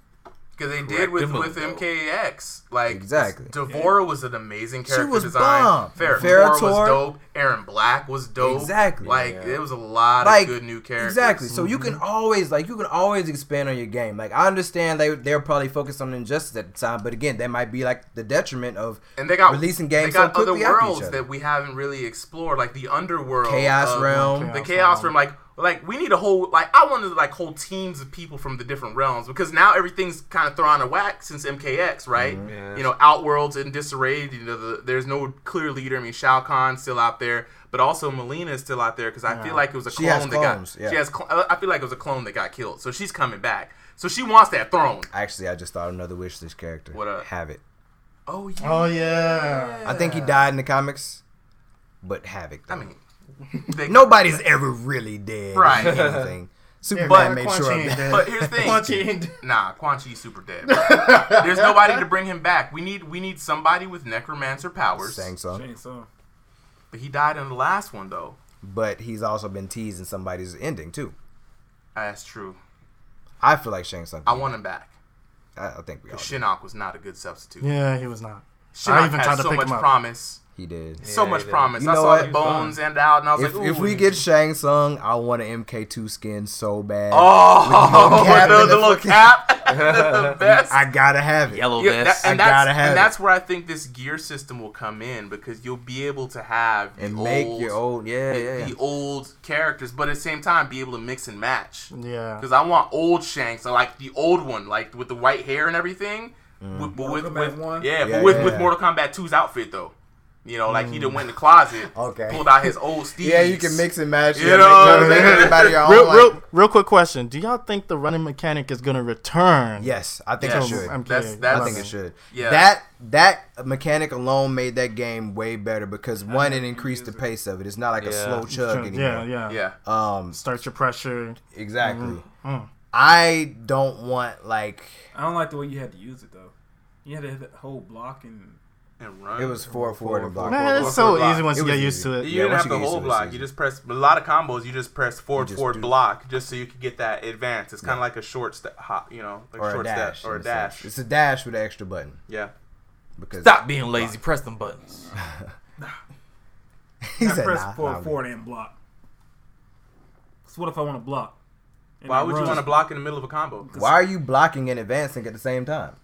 [SPEAKER 2] because they did
[SPEAKER 7] Correct
[SPEAKER 2] with
[SPEAKER 7] them
[SPEAKER 2] with
[SPEAKER 7] though.
[SPEAKER 2] MKX. Like
[SPEAKER 1] Exactly.
[SPEAKER 2] Devora was an amazing character
[SPEAKER 1] was
[SPEAKER 2] design.
[SPEAKER 1] bomb.
[SPEAKER 2] Fer-
[SPEAKER 1] Ferrotor.
[SPEAKER 2] Devora was dope. Aaron Black was dope.
[SPEAKER 1] Exactly.
[SPEAKER 2] Like
[SPEAKER 1] Yeah.
[SPEAKER 2] there was a lot
[SPEAKER 1] Like,
[SPEAKER 2] of good new characters.
[SPEAKER 1] Exactly. So you
[SPEAKER 2] Mm-hmm.
[SPEAKER 1] can always like you can always expand on your game. Like I understand they they're probably focused on injustice at the time, but again, that might be like the detriment of
[SPEAKER 2] and they got
[SPEAKER 1] releasing
[SPEAKER 2] They
[SPEAKER 1] games
[SPEAKER 2] got
[SPEAKER 1] so
[SPEAKER 2] other
[SPEAKER 1] quickly after each
[SPEAKER 2] worlds
[SPEAKER 1] other.
[SPEAKER 2] that we haven't really explored, like the underworld,
[SPEAKER 1] Chaos
[SPEAKER 2] of-
[SPEAKER 1] Realm.
[SPEAKER 2] the
[SPEAKER 6] Chaos
[SPEAKER 2] chaos realm.
[SPEAKER 6] Realm.
[SPEAKER 2] Like, like we need a whole like I wanted like whole teams of people from the different realms because now everything's kind of thrown a whack since MKX, right?
[SPEAKER 1] Mm-hmm.
[SPEAKER 2] You know, Outworlds in disarray. You know, the, there's no clear leader. I mean, Shao Kahn still out there, but also Melina is still out there because I feel like it was a
[SPEAKER 1] She
[SPEAKER 2] clone
[SPEAKER 1] has
[SPEAKER 2] that got.
[SPEAKER 1] clones, yeah.
[SPEAKER 2] She has. Cl- I feel like it was a clone that got killed, so she's coming back. So she wants that throne.
[SPEAKER 1] Actually, I just thought of another wish list character.
[SPEAKER 2] What up?
[SPEAKER 1] Havoc.
[SPEAKER 2] Oh yeah.
[SPEAKER 6] Oh yeah.
[SPEAKER 1] I think he died in the comics, but Havoc.
[SPEAKER 2] I
[SPEAKER 1] though. *laughs*
[SPEAKER 2] mean, they-
[SPEAKER 1] nobody's ever really dead. in
[SPEAKER 2] Right.
[SPEAKER 1] anything. Superman
[SPEAKER 6] But-
[SPEAKER 1] made
[SPEAKER 6] Quan
[SPEAKER 1] sure
[SPEAKER 6] Chi
[SPEAKER 1] of *laughs* that.
[SPEAKER 2] But here's the thing. Nah, Quan Chi's super dead.
[SPEAKER 1] *laughs*
[SPEAKER 2] There's nobody to bring him back. We need we need somebody with necromancer powers.
[SPEAKER 1] Sang song.
[SPEAKER 5] Dang, so.
[SPEAKER 2] But he died in the last one though.
[SPEAKER 1] But he's also been teased in somebody's ending too.
[SPEAKER 2] Ah, That's true.
[SPEAKER 1] I feel like Shang Tsung.
[SPEAKER 2] I want him back.
[SPEAKER 1] I, I think we all. do.
[SPEAKER 2] Shinnok was not a good substitute.
[SPEAKER 6] Yeah, he was not.
[SPEAKER 2] Shinnok
[SPEAKER 6] even
[SPEAKER 2] had
[SPEAKER 6] tried to
[SPEAKER 2] so
[SPEAKER 6] pick
[SPEAKER 2] much
[SPEAKER 6] him up.
[SPEAKER 2] promise.
[SPEAKER 1] He did.
[SPEAKER 2] so much promise.
[SPEAKER 1] You
[SPEAKER 2] I
[SPEAKER 1] know
[SPEAKER 2] saw
[SPEAKER 1] what?
[SPEAKER 2] the bones and out, and I was
[SPEAKER 1] If,
[SPEAKER 2] like, Ooh.
[SPEAKER 1] if we get Shang Tsung, I want an MK2 skin so bad.
[SPEAKER 2] oh,
[SPEAKER 1] Cap
[SPEAKER 2] *laughs*
[SPEAKER 1] in *laughs*
[SPEAKER 2] the,
[SPEAKER 1] the
[SPEAKER 2] the little
[SPEAKER 1] fucking- *laughs*
[SPEAKER 2] cap, *laughs* the best.
[SPEAKER 1] I gotta have it.
[SPEAKER 4] Yellow
[SPEAKER 2] Yeah,
[SPEAKER 4] vest.
[SPEAKER 2] that- and
[SPEAKER 1] I
[SPEAKER 2] that's,
[SPEAKER 1] gotta have
[SPEAKER 2] and
[SPEAKER 1] it.
[SPEAKER 2] that's where I think this gear system will come in because you'll be able to have the
[SPEAKER 1] And make
[SPEAKER 2] old,
[SPEAKER 1] your old. Yeah,
[SPEAKER 2] the,
[SPEAKER 1] yeah, yeah.
[SPEAKER 2] the old characters, but at the same time be able to mix and match.
[SPEAKER 1] *laughs*
[SPEAKER 6] Yeah.
[SPEAKER 2] Because I want old Shanks, I like the old one, like with the white hair and everything. With, but with,
[SPEAKER 5] Kombat
[SPEAKER 2] with
[SPEAKER 5] one?
[SPEAKER 2] yeah,
[SPEAKER 1] Mm. Yeah,
[SPEAKER 2] but with,
[SPEAKER 1] yeah,
[SPEAKER 2] with
[SPEAKER 1] yeah.
[SPEAKER 2] Mortal Kombat 2's outfit though, you know, like he done went in the closet,
[SPEAKER 1] *laughs* Okay.
[SPEAKER 2] pulled out his old
[SPEAKER 1] *laughs*
[SPEAKER 2] Steve.
[SPEAKER 1] Yeah, you can mix and match.
[SPEAKER 2] You
[SPEAKER 1] yeah,
[SPEAKER 2] know what
[SPEAKER 1] make,
[SPEAKER 2] I'm
[SPEAKER 1] make
[SPEAKER 2] saying?
[SPEAKER 1] Oh, everybody *laughs* your own.
[SPEAKER 6] Real,
[SPEAKER 1] like-
[SPEAKER 6] real, real quick question. Do y'all think the running mechanic is gonna return?
[SPEAKER 1] Yes, I think
[SPEAKER 2] Yeah.
[SPEAKER 1] it should.
[SPEAKER 6] I'm
[SPEAKER 2] That's-
[SPEAKER 6] kidding.
[SPEAKER 2] that's-
[SPEAKER 1] I think it should.
[SPEAKER 2] Yeah.
[SPEAKER 1] That that mechanic alone made that game way better because one, it increased the pace of it. It's not like a
[SPEAKER 7] Yeah.
[SPEAKER 1] slow chug anymore.
[SPEAKER 6] Yeah, yeah.
[SPEAKER 2] Yeah,
[SPEAKER 1] Um,
[SPEAKER 6] Start your pressure.
[SPEAKER 1] exactly.
[SPEAKER 6] Mm.
[SPEAKER 1] I don't want like
[SPEAKER 5] I don't like the way you had to use it though. You had to hit that whole block and
[SPEAKER 2] and run.
[SPEAKER 1] it was four forward and block.
[SPEAKER 6] Man,
[SPEAKER 2] Uh, four
[SPEAKER 6] it's so
[SPEAKER 2] block.
[SPEAKER 6] easy once
[SPEAKER 1] It
[SPEAKER 6] you
[SPEAKER 1] was
[SPEAKER 6] get used
[SPEAKER 1] easy.
[SPEAKER 6] to it.
[SPEAKER 2] You
[SPEAKER 1] Yeah,
[SPEAKER 2] didn't
[SPEAKER 1] once
[SPEAKER 2] have
[SPEAKER 1] you
[SPEAKER 2] the
[SPEAKER 1] get used
[SPEAKER 2] whole
[SPEAKER 1] to it,
[SPEAKER 2] block.
[SPEAKER 1] it's
[SPEAKER 2] You
[SPEAKER 1] easy.
[SPEAKER 2] just press a lot of combos. You just press forward,
[SPEAKER 1] just
[SPEAKER 2] forward
[SPEAKER 1] do-
[SPEAKER 2] block, just so you could get that advance. It's kind of like a short step, hop, you know, like
[SPEAKER 1] Or a
[SPEAKER 2] short step
[SPEAKER 1] dash.
[SPEAKER 2] or a
[SPEAKER 1] in sense.
[SPEAKER 2] dash.
[SPEAKER 1] It's a dash with an extra button
[SPEAKER 2] Yeah,
[SPEAKER 1] because *laughs*
[SPEAKER 4] Stop being lazy. Press them buttons.
[SPEAKER 1] he
[SPEAKER 5] I
[SPEAKER 1] said,
[SPEAKER 5] press
[SPEAKER 1] nah,
[SPEAKER 5] forward,
[SPEAKER 1] nah,
[SPEAKER 5] forward and block. Because what if I want to block? And
[SPEAKER 2] Why
[SPEAKER 5] it
[SPEAKER 2] would you
[SPEAKER 5] runs-
[SPEAKER 2] want to block in the middle of a combo?
[SPEAKER 1] Why are you blocking and advancing at the same time?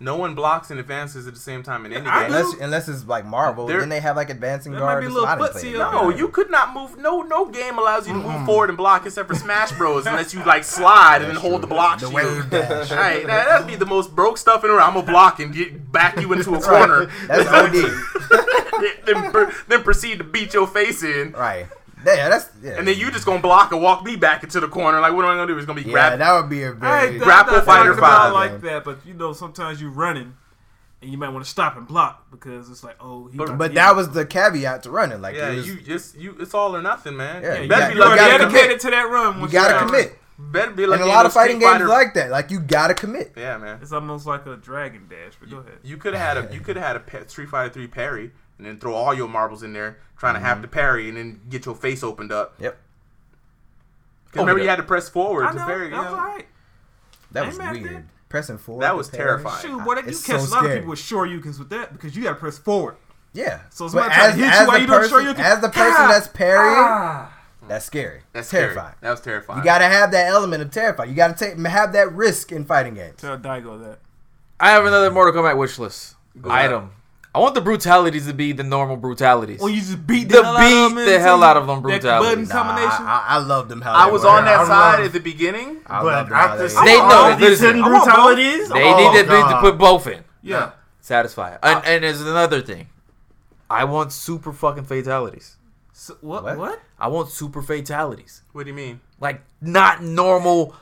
[SPEAKER 2] No one blocks and advances at the same time in any
[SPEAKER 5] I
[SPEAKER 2] game.
[SPEAKER 5] do.
[SPEAKER 1] Unless unless it's like Marvel,
[SPEAKER 2] There-
[SPEAKER 1] then they have like advancing
[SPEAKER 5] There
[SPEAKER 1] guard.
[SPEAKER 5] might be a
[SPEAKER 1] and
[SPEAKER 5] little
[SPEAKER 1] slotting
[SPEAKER 5] footsie
[SPEAKER 1] player.
[SPEAKER 5] up
[SPEAKER 2] No, you could not move. No, no game allows you to move forward and block except for Smash Bros. unless you like slide and then hold the block
[SPEAKER 1] The
[SPEAKER 2] shield.
[SPEAKER 1] wave dash.
[SPEAKER 2] Right, that, that'd be the most broke stuff in the world. I'm gonna block and get, back you into a corner,
[SPEAKER 1] *laughs* *laughs* That's OD.
[SPEAKER 2] *laughs* then pr- then proceed to beat your face in,
[SPEAKER 1] right. Yeah, that's yeah.
[SPEAKER 2] and then you just gonna block and walk me back into the corner. Like what am I gonna do? It's gonna be
[SPEAKER 1] Yeah,
[SPEAKER 2] grab.
[SPEAKER 1] that would be a
[SPEAKER 5] I
[SPEAKER 1] very
[SPEAKER 5] ain't
[SPEAKER 2] Grapple
[SPEAKER 5] I'm not
[SPEAKER 2] fighter
[SPEAKER 5] talking about
[SPEAKER 2] five,
[SPEAKER 5] like
[SPEAKER 1] man.
[SPEAKER 5] that, but you know, sometimes you running, and you might want to stop and block because it's like, oh, he
[SPEAKER 2] But-
[SPEAKER 1] But that was the caveat to running. Like
[SPEAKER 2] yeah,
[SPEAKER 1] it was-
[SPEAKER 2] you just you. It's all or nothing, man.
[SPEAKER 1] Yeah,
[SPEAKER 2] you
[SPEAKER 1] you
[SPEAKER 2] better
[SPEAKER 1] got-
[SPEAKER 2] be
[SPEAKER 5] you are
[SPEAKER 2] lucky.
[SPEAKER 1] gotta
[SPEAKER 5] dedicated to that run.
[SPEAKER 1] you
[SPEAKER 5] once
[SPEAKER 1] gotta
[SPEAKER 5] out.
[SPEAKER 1] commit.
[SPEAKER 2] Better be
[SPEAKER 1] And
[SPEAKER 2] lucky.
[SPEAKER 1] a lot of
[SPEAKER 2] Street
[SPEAKER 1] fighting games
[SPEAKER 2] Fighter-
[SPEAKER 1] like that. Like you gotta commit.
[SPEAKER 2] Yeah, man.
[SPEAKER 5] It's almost like a dragon dash. But go ahead.
[SPEAKER 2] You could have had a you could have had a pa- Street Fighter Three parry and then throw all your marbles in there, trying
[SPEAKER 4] Mm-hmm.
[SPEAKER 2] to have to parry and then get your face opened up. 'Cause
[SPEAKER 1] Yep.
[SPEAKER 2] remember, you had to press forward
[SPEAKER 5] I
[SPEAKER 2] to
[SPEAKER 5] know.
[SPEAKER 2] parry. you
[SPEAKER 5] That was
[SPEAKER 2] know?
[SPEAKER 5] alright.
[SPEAKER 1] That was
[SPEAKER 5] Amen,
[SPEAKER 1] weird.
[SPEAKER 5] dude.
[SPEAKER 1] Pressing forward.
[SPEAKER 2] That was
[SPEAKER 1] to parry.
[SPEAKER 2] terrifying.
[SPEAKER 5] Shoot, boy, that, you catch
[SPEAKER 1] It's
[SPEAKER 5] a
[SPEAKER 1] so
[SPEAKER 5] lot of
[SPEAKER 1] scary.
[SPEAKER 5] people with shoryukens with that because you gotta press forward.
[SPEAKER 1] Yeah. So
[SPEAKER 5] So somebody
[SPEAKER 1] but
[SPEAKER 5] try to
[SPEAKER 1] as,
[SPEAKER 5] hit you
[SPEAKER 1] as,
[SPEAKER 5] while
[SPEAKER 1] the
[SPEAKER 5] you doing
[SPEAKER 1] person,
[SPEAKER 5] shoryuken?
[SPEAKER 1] as the person
[SPEAKER 5] Ah!
[SPEAKER 1] that's parrying,
[SPEAKER 5] Ah.
[SPEAKER 1] that's scary.
[SPEAKER 2] That's
[SPEAKER 1] terrifying.
[SPEAKER 2] terrifying. That was terrifying.
[SPEAKER 1] You gotta have that element of terrifying. You gotta take have that risk in fighting games.
[SPEAKER 5] Tell Daigo that.
[SPEAKER 4] I have another Mortal Kombat wish list
[SPEAKER 2] ahead.
[SPEAKER 4] item. I want the brutalities to be the normal brutalities.
[SPEAKER 5] Or you just beat the,
[SPEAKER 4] The
[SPEAKER 5] hell out of
[SPEAKER 4] beat
[SPEAKER 5] them.
[SPEAKER 4] the
[SPEAKER 5] and
[SPEAKER 4] hell
[SPEAKER 5] see
[SPEAKER 4] out of them
[SPEAKER 5] that
[SPEAKER 4] brutality.
[SPEAKER 5] Button
[SPEAKER 1] Nah,
[SPEAKER 5] combination.
[SPEAKER 1] I, I, I love them. How
[SPEAKER 2] I
[SPEAKER 1] they
[SPEAKER 2] was
[SPEAKER 1] were.
[SPEAKER 2] on that
[SPEAKER 1] I
[SPEAKER 2] side
[SPEAKER 1] love-
[SPEAKER 2] at the beginning.
[SPEAKER 1] I
[SPEAKER 6] But
[SPEAKER 1] love them. how
[SPEAKER 6] after
[SPEAKER 1] they-
[SPEAKER 6] seeing
[SPEAKER 4] They know,
[SPEAKER 6] all these
[SPEAKER 4] listen,
[SPEAKER 6] hidden
[SPEAKER 5] I want both.
[SPEAKER 6] brutalities,
[SPEAKER 4] they
[SPEAKER 6] oh,
[SPEAKER 4] need, to, they need to
[SPEAKER 6] God.
[SPEAKER 4] put both in.
[SPEAKER 5] yeah.
[SPEAKER 4] Satisfy. And, and there's another thing. I want super fucking fatalities.
[SPEAKER 5] So, what, what?
[SPEAKER 1] What?
[SPEAKER 4] I want super fatalities.
[SPEAKER 2] What do you mean?
[SPEAKER 4] Like not normal.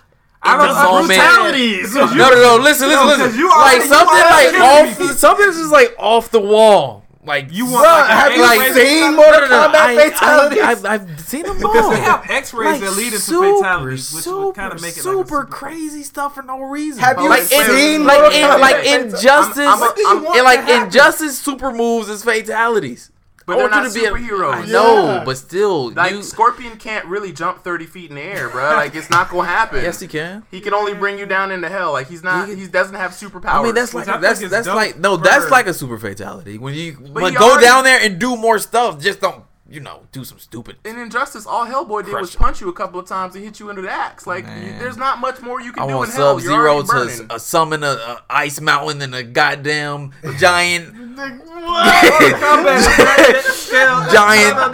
[SPEAKER 5] I
[SPEAKER 4] in
[SPEAKER 5] don't
[SPEAKER 4] the
[SPEAKER 5] like
[SPEAKER 4] moment. *laughs*
[SPEAKER 6] brutalities.
[SPEAKER 4] No, no, no. Listen, listen,
[SPEAKER 5] No, 'cause
[SPEAKER 4] listen.
[SPEAKER 5] you already-
[SPEAKER 4] like
[SPEAKER 5] you
[SPEAKER 4] something
[SPEAKER 5] already
[SPEAKER 4] like
[SPEAKER 5] killing
[SPEAKER 4] off.
[SPEAKER 5] me.
[SPEAKER 4] The, something's just like off the wall. Like
[SPEAKER 5] You
[SPEAKER 1] Bruh,
[SPEAKER 5] want like, an
[SPEAKER 1] have you
[SPEAKER 5] X-ray
[SPEAKER 1] seen
[SPEAKER 5] fatality?
[SPEAKER 1] Mortal Kombat
[SPEAKER 4] I,
[SPEAKER 1] fatalities?
[SPEAKER 4] I, I've, I've seen them all.
[SPEAKER 5] Because
[SPEAKER 4] *laughs*
[SPEAKER 5] they have X-rays that lead into fatalities, which
[SPEAKER 4] super,
[SPEAKER 5] would kind of make it
[SPEAKER 4] super
[SPEAKER 5] like a super
[SPEAKER 4] crazy stuff for no reason.
[SPEAKER 1] Have you
[SPEAKER 4] like in-
[SPEAKER 1] seen
[SPEAKER 4] like
[SPEAKER 1] Mortal
[SPEAKER 4] in,
[SPEAKER 1] Kombat?
[SPEAKER 4] like injustice?
[SPEAKER 2] I'm- I'm- I'm-
[SPEAKER 4] and like injustice super moves is fatalities.
[SPEAKER 2] But
[SPEAKER 4] I
[SPEAKER 2] they're
[SPEAKER 4] want
[SPEAKER 2] not
[SPEAKER 4] you to be a-
[SPEAKER 2] superheroes.
[SPEAKER 4] I know, but still,
[SPEAKER 2] Like
[SPEAKER 4] you,
[SPEAKER 2] Scorpion can't really jump thirty feet in the air, bro. Like it's not gonna happen.
[SPEAKER 4] yes, you can.
[SPEAKER 2] He can only bring you down into hell. Like he's not.
[SPEAKER 4] He-
[SPEAKER 2] He doesn't have superpowers.
[SPEAKER 4] I mean that's like
[SPEAKER 5] I think
[SPEAKER 4] that's
[SPEAKER 5] is
[SPEAKER 4] that's
[SPEAKER 5] dope
[SPEAKER 4] like no
[SPEAKER 5] for-
[SPEAKER 4] that's like a super fatality when you but,
[SPEAKER 2] he
[SPEAKER 4] go
[SPEAKER 2] already-
[SPEAKER 4] down there and do more stuff just don't you know do some stupid
[SPEAKER 2] in Injustice, all Hellboy did
[SPEAKER 4] Crush
[SPEAKER 2] was
[SPEAKER 4] him.
[SPEAKER 2] punch you a couple of times and hit you under the axe. Like, you,
[SPEAKER 4] Man.
[SPEAKER 2] there's not much more you can
[SPEAKER 4] I
[SPEAKER 2] do
[SPEAKER 4] want
[SPEAKER 2] in hell.
[SPEAKER 4] Sub
[SPEAKER 2] You're already
[SPEAKER 4] Zero to
[SPEAKER 2] burning.
[SPEAKER 4] s- uh, summon a, a ice mountain and a goddamn
[SPEAKER 2] *laughs*
[SPEAKER 4] giant giant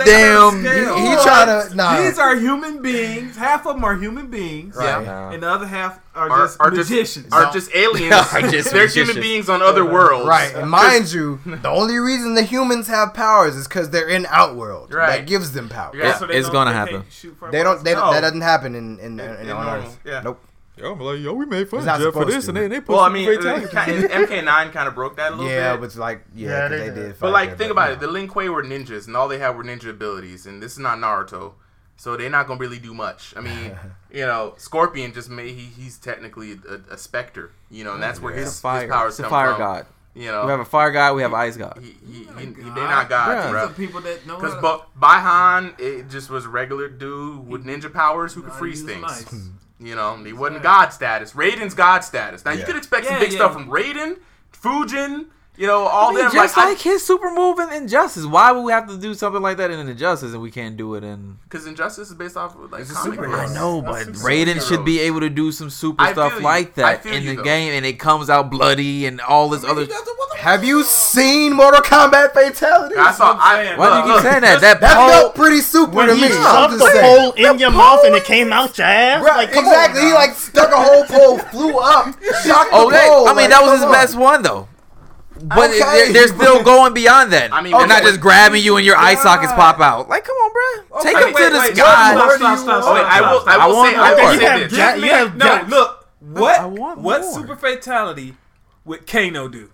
[SPEAKER 4] damn
[SPEAKER 1] He trying to nah.
[SPEAKER 5] These are human beings. Half of them are human beings,
[SPEAKER 1] Right.
[SPEAKER 4] Yeah.
[SPEAKER 5] and the other half are,
[SPEAKER 2] Are-
[SPEAKER 5] just
[SPEAKER 2] are just-
[SPEAKER 5] magicians.
[SPEAKER 2] Are just
[SPEAKER 4] *laughs*
[SPEAKER 2] aliens.
[SPEAKER 4] Are just
[SPEAKER 2] *laughs* They're
[SPEAKER 4] magicians.
[SPEAKER 2] human beings on other worlds.
[SPEAKER 1] Right, and mind you, the only reason the humans have powers is because they're in Outworld.
[SPEAKER 2] Right.
[SPEAKER 1] That gives them power.
[SPEAKER 2] Yeah.
[SPEAKER 5] So
[SPEAKER 4] It's
[SPEAKER 5] don't-
[SPEAKER 4] gonna
[SPEAKER 5] they
[SPEAKER 4] happen.
[SPEAKER 5] can't shoot from
[SPEAKER 1] They don't. They
[SPEAKER 2] No.
[SPEAKER 1] don't. That doesn't happen in in, in,
[SPEAKER 2] in
[SPEAKER 1] on
[SPEAKER 2] normal,
[SPEAKER 1] Earth.
[SPEAKER 2] yeah.
[SPEAKER 1] Nope.
[SPEAKER 7] Yo, I'm like, yo, we made fun
[SPEAKER 1] It's not Jeff for supposed this, to. and they-
[SPEAKER 7] put
[SPEAKER 2] Well, I mean, uh, MK9 kind of broke that a little
[SPEAKER 1] Yeah,
[SPEAKER 2] bit.
[SPEAKER 1] but like yeah,
[SPEAKER 6] Yeah,
[SPEAKER 1] 'cause
[SPEAKER 6] they
[SPEAKER 1] they,
[SPEAKER 6] did.
[SPEAKER 1] did.
[SPEAKER 2] But,
[SPEAKER 1] fight
[SPEAKER 2] like,
[SPEAKER 1] there,
[SPEAKER 2] think
[SPEAKER 1] but
[SPEAKER 2] about
[SPEAKER 1] no.
[SPEAKER 2] it. The Lin Kuei were ninjas, and all they had were ninja abilities, and this is not Naruto. So they're not gonna really do much. I mean,
[SPEAKER 4] *laughs*
[SPEAKER 2] you know, Scorpion just made he, he's technically a, a specter, you know, and that's where his, his powers
[SPEAKER 4] It's a
[SPEAKER 2] come
[SPEAKER 4] fire
[SPEAKER 2] from.
[SPEAKER 4] god.
[SPEAKER 2] You know,
[SPEAKER 4] We have a fire god. We have an ice god.
[SPEAKER 2] he, he, he, he- they're not gods,
[SPEAKER 4] Yeah.
[SPEAKER 2] bro.
[SPEAKER 5] the people that know.
[SPEAKER 2] Because
[SPEAKER 5] how to-
[SPEAKER 2] Bo- Baihan, it just was a regular dude with ninja powers who could
[SPEAKER 5] how to
[SPEAKER 2] freeze
[SPEAKER 5] use
[SPEAKER 2] things.
[SPEAKER 5] knives.
[SPEAKER 4] Hmm.
[SPEAKER 2] You know, he wasn't god status. Raiden's god status. Now you
[SPEAKER 1] Yeah.
[SPEAKER 2] could expect some
[SPEAKER 5] Yeah,
[SPEAKER 2] big
[SPEAKER 5] yeah.
[SPEAKER 2] stuff from Raiden, Fujin, you know, all
[SPEAKER 4] I mean,
[SPEAKER 2] them.
[SPEAKER 4] just
[SPEAKER 2] like,
[SPEAKER 4] like his super move in Injustice. Why would we have to do something like that in Injustice and we can't do it in?
[SPEAKER 2] because Injustice is based off of like
[SPEAKER 1] a
[SPEAKER 2] comic
[SPEAKER 1] superhero.
[SPEAKER 2] books.
[SPEAKER 4] I
[SPEAKER 1] Yes.
[SPEAKER 4] know,
[SPEAKER 2] That's
[SPEAKER 4] but
[SPEAKER 2] some
[SPEAKER 4] Raiden
[SPEAKER 2] superheroes.
[SPEAKER 4] should be able to do some super
[SPEAKER 2] I
[SPEAKER 4] stuff
[SPEAKER 2] feel you.
[SPEAKER 4] like
[SPEAKER 2] I
[SPEAKER 4] that
[SPEAKER 2] feel
[SPEAKER 4] in
[SPEAKER 2] you,
[SPEAKER 4] the
[SPEAKER 2] though.
[SPEAKER 4] game, and it comes out bloody and all this other.
[SPEAKER 1] have you seen Mortal Kombat fatalities?
[SPEAKER 2] I saw. I,
[SPEAKER 4] Why do you keep
[SPEAKER 2] look,
[SPEAKER 4] saying that? That
[SPEAKER 1] That
[SPEAKER 4] Paul,
[SPEAKER 1] felt pretty super
[SPEAKER 6] When
[SPEAKER 1] to
[SPEAKER 6] he
[SPEAKER 1] me. I'm just
[SPEAKER 6] shoved the
[SPEAKER 1] saying.
[SPEAKER 6] pole in your mouth and it came out your ass,
[SPEAKER 1] Right,
[SPEAKER 6] like come on
[SPEAKER 1] exactly. he
[SPEAKER 6] now.
[SPEAKER 1] like stuck a whole pole, flew
[SPEAKER 6] *laughs*
[SPEAKER 1] up, shocked
[SPEAKER 4] oh,
[SPEAKER 1] the
[SPEAKER 4] that,
[SPEAKER 1] pole.
[SPEAKER 4] I mean,
[SPEAKER 1] like,
[SPEAKER 4] that was
[SPEAKER 1] come
[SPEAKER 4] his
[SPEAKER 1] on.
[SPEAKER 4] best one though. But
[SPEAKER 1] Okay,
[SPEAKER 4] they're, they're still
[SPEAKER 1] but-
[SPEAKER 4] going beyond that.
[SPEAKER 2] *laughs* I
[SPEAKER 4] I
[SPEAKER 2] mean,
[SPEAKER 4] mean, they're not
[SPEAKER 2] okay.
[SPEAKER 4] just grabbing you and your eye sockets pop out. Like, come on, bro, take
[SPEAKER 2] Okay,
[SPEAKER 4] him
[SPEAKER 2] wait,
[SPEAKER 4] to the
[SPEAKER 2] wait,
[SPEAKER 4] sky.
[SPEAKER 2] what-
[SPEAKER 5] Stop,
[SPEAKER 2] Where
[SPEAKER 5] stop,
[SPEAKER 1] do
[SPEAKER 5] stop,
[SPEAKER 1] you
[SPEAKER 2] Oh, wait,
[SPEAKER 5] stop,
[SPEAKER 2] I will.
[SPEAKER 5] stop.
[SPEAKER 2] I
[SPEAKER 4] I
[SPEAKER 2] will
[SPEAKER 4] want
[SPEAKER 2] say.
[SPEAKER 4] more.
[SPEAKER 2] I will
[SPEAKER 4] You
[SPEAKER 2] say
[SPEAKER 6] have
[SPEAKER 2] this.
[SPEAKER 6] Jack- you have
[SPEAKER 5] no,
[SPEAKER 6] Jack-
[SPEAKER 5] look. What?
[SPEAKER 4] I want
[SPEAKER 5] what
[SPEAKER 4] more.
[SPEAKER 5] super fatality would Kano do?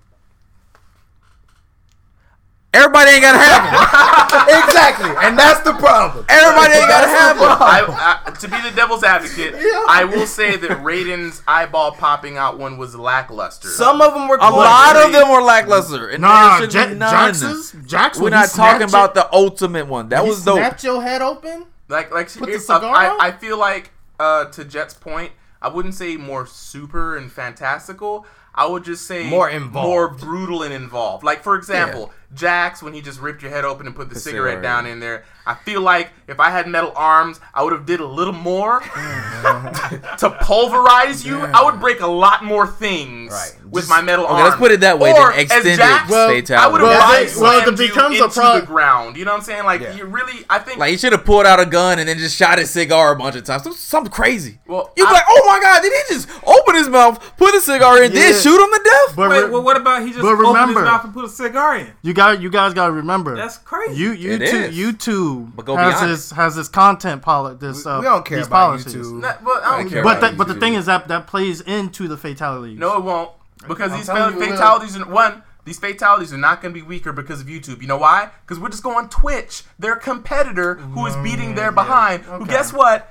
[SPEAKER 4] Everybody ain't gotta
[SPEAKER 2] *laughs*
[SPEAKER 4] have him.
[SPEAKER 1] exactly, and that's the problem.
[SPEAKER 4] Everybody ain't gotta have him.
[SPEAKER 2] I, I, to be the devil's advocate, I will say that Raiden's eyeball popping out one was lackluster.
[SPEAKER 1] Some of them were
[SPEAKER 4] A
[SPEAKER 1] cool.
[SPEAKER 4] lot of them were lackluster. And
[SPEAKER 6] Nah,
[SPEAKER 4] there should
[SPEAKER 6] Ja-
[SPEAKER 4] be none.
[SPEAKER 6] Jax's, Jax.
[SPEAKER 4] We're
[SPEAKER 6] when he
[SPEAKER 4] not talking
[SPEAKER 6] snatched
[SPEAKER 4] about
[SPEAKER 6] it-
[SPEAKER 4] the ultimate one. That
[SPEAKER 6] he
[SPEAKER 4] was dope.
[SPEAKER 6] Snapped your head open.
[SPEAKER 2] Like, like
[SPEAKER 6] Put the
[SPEAKER 2] it's-
[SPEAKER 6] cigar out?
[SPEAKER 2] I, I feel like uh, to Jet's point, I wouldn't say more super and fantastical. I would just say
[SPEAKER 1] More involved.
[SPEAKER 2] more brutal and involved. Like for example, Jax when he just ripped your head open and put the, cigarette
[SPEAKER 7] cigarette.
[SPEAKER 2] down in there. I feel like if I had metal arms, I would have did a
[SPEAKER 4] *laughs*
[SPEAKER 2] little more to pulverize you. I would break a lot more things
[SPEAKER 1] Right.
[SPEAKER 2] with
[SPEAKER 1] Just-
[SPEAKER 2] my metal
[SPEAKER 4] okay,
[SPEAKER 2] arms.
[SPEAKER 4] let's put it that way, then.
[SPEAKER 2] Or, as
[SPEAKER 4] Extended
[SPEAKER 2] Jax, I
[SPEAKER 4] fatality.
[SPEAKER 2] would
[SPEAKER 4] Well,
[SPEAKER 2] have
[SPEAKER 6] they- well, it becomes a
[SPEAKER 2] you into
[SPEAKER 6] pro-
[SPEAKER 2] the ground. You know what I'm saying? Like
[SPEAKER 1] Yeah.
[SPEAKER 2] you really, I think
[SPEAKER 4] Like he should have pulled out a gun and then just shot his cigar a bunch of times. Some- Something crazy.
[SPEAKER 2] Well,
[SPEAKER 4] you
[SPEAKER 2] I-
[SPEAKER 4] be like, oh my god, did he just open his mouth, put a cigar in,
[SPEAKER 6] Yeah.
[SPEAKER 4] then shoot him to death?
[SPEAKER 6] But
[SPEAKER 5] Wait,
[SPEAKER 6] re-
[SPEAKER 5] well, what about he just
[SPEAKER 6] but
[SPEAKER 5] opened
[SPEAKER 6] remember-
[SPEAKER 5] his mouth and put a cigar in?
[SPEAKER 6] you got you guys got to remember.
[SPEAKER 5] That's crazy.
[SPEAKER 6] you you
[SPEAKER 4] It
[SPEAKER 6] YouTube
[SPEAKER 4] is. But
[SPEAKER 6] YouTube
[SPEAKER 4] go
[SPEAKER 6] has
[SPEAKER 4] beyond
[SPEAKER 6] this has this content policy. This uh,
[SPEAKER 1] we don't care
[SPEAKER 6] these
[SPEAKER 1] about
[SPEAKER 6] policies.
[SPEAKER 1] YouTube.
[SPEAKER 2] Not- well, I don't
[SPEAKER 4] care
[SPEAKER 6] But
[SPEAKER 4] about
[SPEAKER 6] that, but the
[SPEAKER 4] YouTube.
[SPEAKER 6] thing is that that plays into the fatalities.
[SPEAKER 2] No, it won't. Because these
[SPEAKER 1] telling
[SPEAKER 2] fa-
[SPEAKER 1] you it will.
[SPEAKER 2] fatalities are one. These fatalities are not going to be weaker because of YouTube. You know why? Because we're just going on Twitch, their competitor who is beating their behind. Who guess what?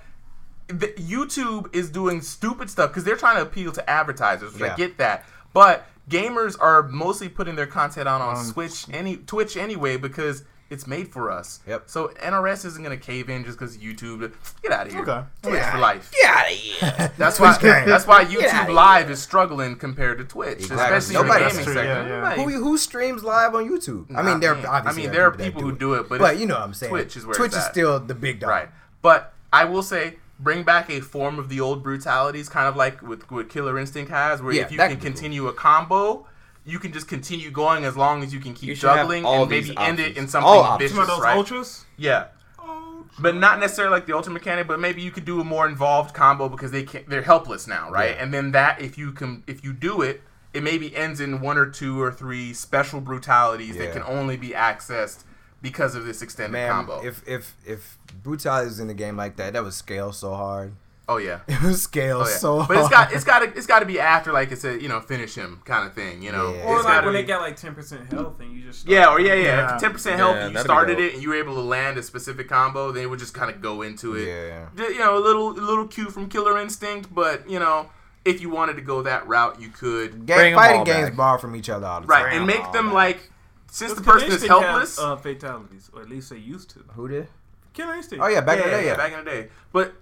[SPEAKER 2] The, YouTube is doing stupid stuff because they're trying to appeal to advertisers. Which
[SPEAKER 1] Yeah.
[SPEAKER 2] I get that, but gamers are mostly putting their content out on Switch, any Twitch anyway, because it's made for us.
[SPEAKER 1] Yep.
[SPEAKER 2] So NRS isn't going to cave in just because YouTube. Get out of here.
[SPEAKER 6] Okay.
[SPEAKER 2] Twitch for life.
[SPEAKER 4] Get out of here.
[SPEAKER 1] *laughs*
[SPEAKER 2] That's why.
[SPEAKER 1] gang.
[SPEAKER 2] That's why
[SPEAKER 4] outta
[SPEAKER 2] YouTube
[SPEAKER 4] here.
[SPEAKER 2] Live is struggling compared to Twitch,
[SPEAKER 1] Exactly.
[SPEAKER 2] especially in the
[SPEAKER 1] Nobody-
[SPEAKER 2] gaming
[SPEAKER 1] that's
[SPEAKER 2] sector.
[SPEAKER 6] true, yeah, yeah.
[SPEAKER 2] Like,
[SPEAKER 1] Who who streams live on YouTube? I mean, there
[SPEAKER 2] I mean-
[SPEAKER 1] obviously
[SPEAKER 2] I mean, there are
[SPEAKER 1] that
[SPEAKER 2] people who do it, but
[SPEAKER 1] but
[SPEAKER 2] it's-
[SPEAKER 1] you know what I'm saying.
[SPEAKER 2] Twitch is where
[SPEAKER 1] Twitch
[SPEAKER 2] it's
[SPEAKER 1] is
[SPEAKER 2] at.
[SPEAKER 1] still the big dog.
[SPEAKER 2] right. But I will say, bring back a form of the old brutalities, kind of like with what Killer Instinct has, where
[SPEAKER 4] Yeah,
[SPEAKER 2] if you
[SPEAKER 4] that
[SPEAKER 2] can
[SPEAKER 4] could be cool.
[SPEAKER 2] continue a combo. You can just continue going as long as you can keep
[SPEAKER 7] You should have
[SPEAKER 2] juggling
[SPEAKER 7] all
[SPEAKER 2] and maybe
[SPEAKER 7] these
[SPEAKER 2] end it
[SPEAKER 7] options.
[SPEAKER 2] in
[SPEAKER 4] All
[SPEAKER 2] something
[SPEAKER 4] options.
[SPEAKER 2] vicious,
[SPEAKER 5] Some of those
[SPEAKER 2] right?
[SPEAKER 5] ultras.
[SPEAKER 2] Yeah.
[SPEAKER 5] Oh,
[SPEAKER 2] But not necessarily like the ultra mechanic, but maybe you could do a more involved combo because they can't, they're helpless now, right? And then that if you can if you do it, it maybe ends in one or two or three special brutalities
[SPEAKER 1] Yeah.
[SPEAKER 2] that can only be accessed because of this extended
[SPEAKER 1] Man,
[SPEAKER 2] combo.
[SPEAKER 1] if if if brutality is in the game like that, that would scale so hard. *laughs*
[SPEAKER 2] oh yeah.
[SPEAKER 1] It would scale *laughs*
[SPEAKER 2] Oh, yeah.
[SPEAKER 1] so
[SPEAKER 2] but it's
[SPEAKER 1] hard.
[SPEAKER 2] got it's got to, it's got to be after like it's a you know finish him kind of thing you know
[SPEAKER 1] Yeah.
[SPEAKER 5] Or
[SPEAKER 2] It's
[SPEAKER 5] like
[SPEAKER 2] gotta
[SPEAKER 5] when they
[SPEAKER 2] be-
[SPEAKER 5] got like ten percent health and you just
[SPEAKER 2] yeah or yeah yeah
[SPEAKER 6] Yeah.
[SPEAKER 2] ten percent health
[SPEAKER 4] Yeah,
[SPEAKER 2] and you
[SPEAKER 4] that'd be
[SPEAKER 2] started
[SPEAKER 4] dope.
[SPEAKER 2] it and you were able to land a specific combo then it would just kind of go into it
[SPEAKER 1] yeah.
[SPEAKER 2] Ju- you know, a little a little cue from Killer Instinct, but you know, if you wanted to go that route, you could.
[SPEAKER 1] Game,
[SPEAKER 4] Bring 'em
[SPEAKER 1] fighting
[SPEAKER 4] all
[SPEAKER 1] games
[SPEAKER 4] back.
[SPEAKER 1] borrow from each other all the time. Oh,
[SPEAKER 2] Right, and make them like since the person is
[SPEAKER 5] Killer Instinct
[SPEAKER 2] helpless.
[SPEAKER 5] Has, uh, fatalities, or at least they used to.
[SPEAKER 1] Who did?
[SPEAKER 5] Killer Instinct.
[SPEAKER 1] Oh yeah, back in the
[SPEAKER 2] yeah,
[SPEAKER 1] day. Yeah.
[SPEAKER 2] back in the day. But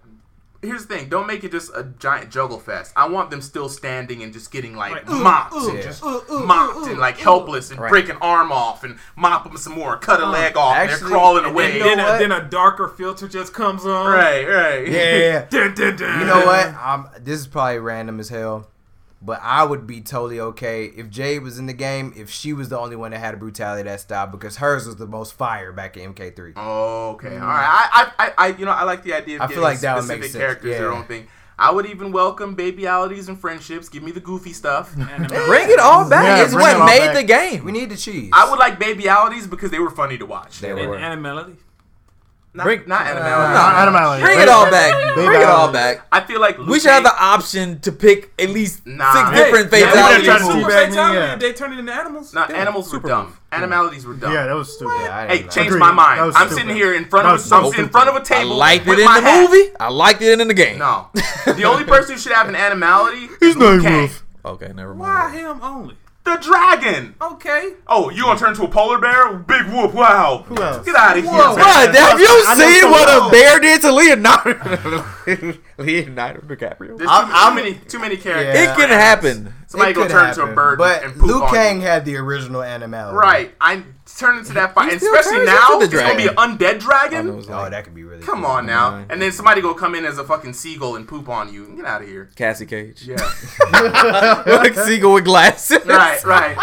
[SPEAKER 2] here's the thing: don't make it just a giant juggle fest. I want them still standing and just getting like,
[SPEAKER 5] Like, ooh,
[SPEAKER 2] mopped.
[SPEAKER 5] ooh,
[SPEAKER 1] Yeah.
[SPEAKER 5] just, ooh, ooh,
[SPEAKER 2] Mopped
[SPEAKER 5] ooh,
[SPEAKER 2] and like
[SPEAKER 5] ooh.
[SPEAKER 2] helpless and
[SPEAKER 4] Right.
[SPEAKER 2] break an arm off and mop them some more, cut a
[SPEAKER 5] Uh-huh.
[SPEAKER 2] leg off, and
[SPEAKER 1] actually,
[SPEAKER 2] they're
[SPEAKER 1] and
[SPEAKER 2] crawling
[SPEAKER 1] then
[SPEAKER 2] away.
[SPEAKER 5] And then,
[SPEAKER 1] know
[SPEAKER 5] a,
[SPEAKER 1] what?
[SPEAKER 5] then a darker filter just comes
[SPEAKER 2] *laughs*
[SPEAKER 5] on.
[SPEAKER 2] right, right.
[SPEAKER 1] Yeah, yeah,
[SPEAKER 5] Dun, dun, dun.
[SPEAKER 1] yeah. You know
[SPEAKER 2] *laughs*
[SPEAKER 1] what? Um, this is probably random as hell, but I would be totally okay if Jade was in the game if she was the only one that had a brutality that style because hers was the most fire back in MK3.
[SPEAKER 2] Okay, all right. I, I, I, I, you know, I like the idea of
[SPEAKER 1] I
[SPEAKER 2] giving
[SPEAKER 1] feel like that would
[SPEAKER 2] specific
[SPEAKER 1] make sense,
[SPEAKER 2] characters their
[SPEAKER 1] yeah.
[SPEAKER 2] own thing. I would even welcome babyalities and friendships. Give me the goofy stuff.
[SPEAKER 4] Bring it all back.
[SPEAKER 6] Yeah,
[SPEAKER 4] it's
[SPEAKER 6] bring it
[SPEAKER 4] what
[SPEAKER 6] all
[SPEAKER 4] made
[SPEAKER 6] back.
[SPEAKER 4] the game.
[SPEAKER 1] We need the cheese.
[SPEAKER 2] I would like babyalities because they were funny to watch.
[SPEAKER 1] They
[SPEAKER 5] And
[SPEAKER 1] were.
[SPEAKER 5] Animality.
[SPEAKER 2] Not,
[SPEAKER 4] Bring-
[SPEAKER 2] not animalities.
[SPEAKER 6] No, Adam Alley.
[SPEAKER 4] Bring it all back.
[SPEAKER 6] They
[SPEAKER 4] Bring it all
[SPEAKER 6] valid.
[SPEAKER 4] back.
[SPEAKER 2] I feel like
[SPEAKER 4] We
[SPEAKER 2] Luke
[SPEAKER 4] should have
[SPEAKER 2] Cage-
[SPEAKER 4] the option to pick at least
[SPEAKER 2] Nah.
[SPEAKER 4] six
[SPEAKER 2] Hey,
[SPEAKER 4] different
[SPEAKER 2] yeah, we gotta
[SPEAKER 4] fatalities.
[SPEAKER 2] try
[SPEAKER 5] Super
[SPEAKER 2] to
[SPEAKER 6] Super
[SPEAKER 5] fatality,
[SPEAKER 6] Batman, yeah.
[SPEAKER 5] they turn it into animals.
[SPEAKER 2] No, animals were dumb. Animalities were dumb.
[SPEAKER 6] Yeah, that was stupid.
[SPEAKER 1] Yeah, I
[SPEAKER 2] hey,
[SPEAKER 1] didn't like
[SPEAKER 2] change
[SPEAKER 1] it.
[SPEAKER 6] Agreed.
[SPEAKER 2] my
[SPEAKER 6] That
[SPEAKER 2] mind.
[SPEAKER 6] was
[SPEAKER 2] I'm
[SPEAKER 6] stupid.
[SPEAKER 2] sitting here in front
[SPEAKER 6] That
[SPEAKER 2] of
[SPEAKER 6] was
[SPEAKER 2] I'm
[SPEAKER 6] so
[SPEAKER 2] sitting in
[SPEAKER 6] stupid.
[SPEAKER 2] front of a
[SPEAKER 4] I
[SPEAKER 2] table.
[SPEAKER 4] liked it
[SPEAKER 2] with
[SPEAKER 4] in
[SPEAKER 2] my
[SPEAKER 4] the
[SPEAKER 2] hat.
[SPEAKER 4] movie. I liked it in the game.
[SPEAKER 2] No, the only person who should have an animality
[SPEAKER 6] His
[SPEAKER 2] is Luke
[SPEAKER 6] name
[SPEAKER 2] Cage.
[SPEAKER 6] was-
[SPEAKER 4] Okay, never
[SPEAKER 5] Why
[SPEAKER 4] mind.
[SPEAKER 5] him only?
[SPEAKER 2] the dragon.
[SPEAKER 5] Okay.
[SPEAKER 2] Oh, you gonna turn into a polar bear? Big whoop! Wow. Who
[SPEAKER 6] else?
[SPEAKER 2] Get out of here.
[SPEAKER 6] Whoa.
[SPEAKER 2] man.
[SPEAKER 4] Bruh, have you
[SPEAKER 6] I know
[SPEAKER 4] seen
[SPEAKER 6] so
[SPEAKER 4] what
[SPEAKER 6] well.
[SPEAKER 4] a bear did to Leonardo? *laughs* Leonardo DiCaprio.
[SPEAKER 2] There's too,
[SPEAKER 1] I'm-
[SPEAKER 2] too
[SPEAKER 1] I'm-
[SPEAKER 2] many too many characters.
[SPEAKER 1] Yeah.
[SPEAKER 4] It can happen.
[SPEAKER 2] Somebody
[SPEAKER 1] It
[SPEAKER 2] gonna
[SPEAKER 1] could
[SPEAKER 2] turn into a
[SPEAKER 1] happen,
[SPEAKER 2] bird
[SPEAKER 1] But
[SPEAKER 2] and poop
[SPEAKER 1] Liu
[SPEAKER 2] on you.
[SPEAKER 1] Kang had the original animality.
[SPEAKER 2] Right. I'm turning into that fight,
[SPEAKER 4] still
[SPEAKER 2] especially
[SPEAKER 4] turns
[SPEAKER 2] now.
[SPEAKER 4] into
[SPEAKER 2] It's
[SPEAKER 4] the
[SPEAKER 2] gonna be an undead
[SPEAKER 4] I know
[SPEAKER 2] dragon.
[SPEAKER 4] it's
[SPEAKER 1] Oh,
[SPEAKER 4] like
[SPEAKER 1] that could be really.
[SPEAKER 2] Come
[SPEAKER 1] cool.
[SPEAKER 2] on now, and then somebody gonna come in as a fucking seagull and poop on you. Get out of here.
[SPEAKER 4] Cassie Cage.
[SPEAKER 2] Yeah.
[SPEAKER 4] *laughs* like seagull with glasses.
[SPEAKER 2] *laughs* right. Right.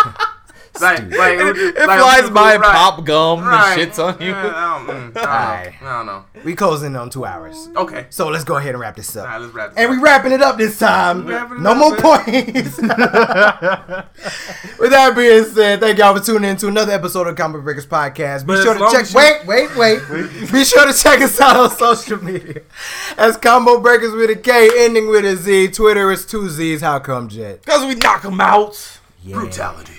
[SPEAKER 2] Like, like,
[SPEAKER 4] It, it
[SPEAKER 2] like,
[SPEAKER 4] flies by and
[SPEAKER 2] right,
[SPEAKER 4] pop gum
[SPEAKER 2] right.
[SPEAKER 4] and shits on you. *laughs*
[SPEAKER 2] Yeah, I don't, mm, I don't, I don't know.
[SPEAKER 1] We closing in on two hours,
[SPEAKER 2] Okay.
[SPEAKER 1] so let's go ahead and wrap this
[SPEAKER 2] All right,
[SPEAKER 1] up.
[SPEAKER 2] let's wrap this
[SPEAKER 1] And
[SPEAKER 2] up.
[SPEAKER 1] we wrapping it up this time.
[SPEAKER 5] wrapping it
[SPEAKER 1] No
[SPEAKER 5] up,
[SPEAKER 1] more points. *laughs* With that being said, thank y'all for tuning in to another episode of Comic Breakers Podcast. Be
[SPEAKER 5] But as
[SPEAKER 1] sure to
[SPEAKER 5] long
[SPEAKER 1] check.
[SPEAKER 5] as you-
[SPEAKER 1] Wait, wait,
[SPEAKER 5] *laughs*
[SPEAKER 1] wait. Be sure to check us out on social media. As Combo Breakers with a K, ending with a Z. Twitter is two Z's. How come, Jet?
[SPEAKER 4] Because we knock them out.
[SPEAKER 1] Yeah.
[SPEAKER 2] Brutality.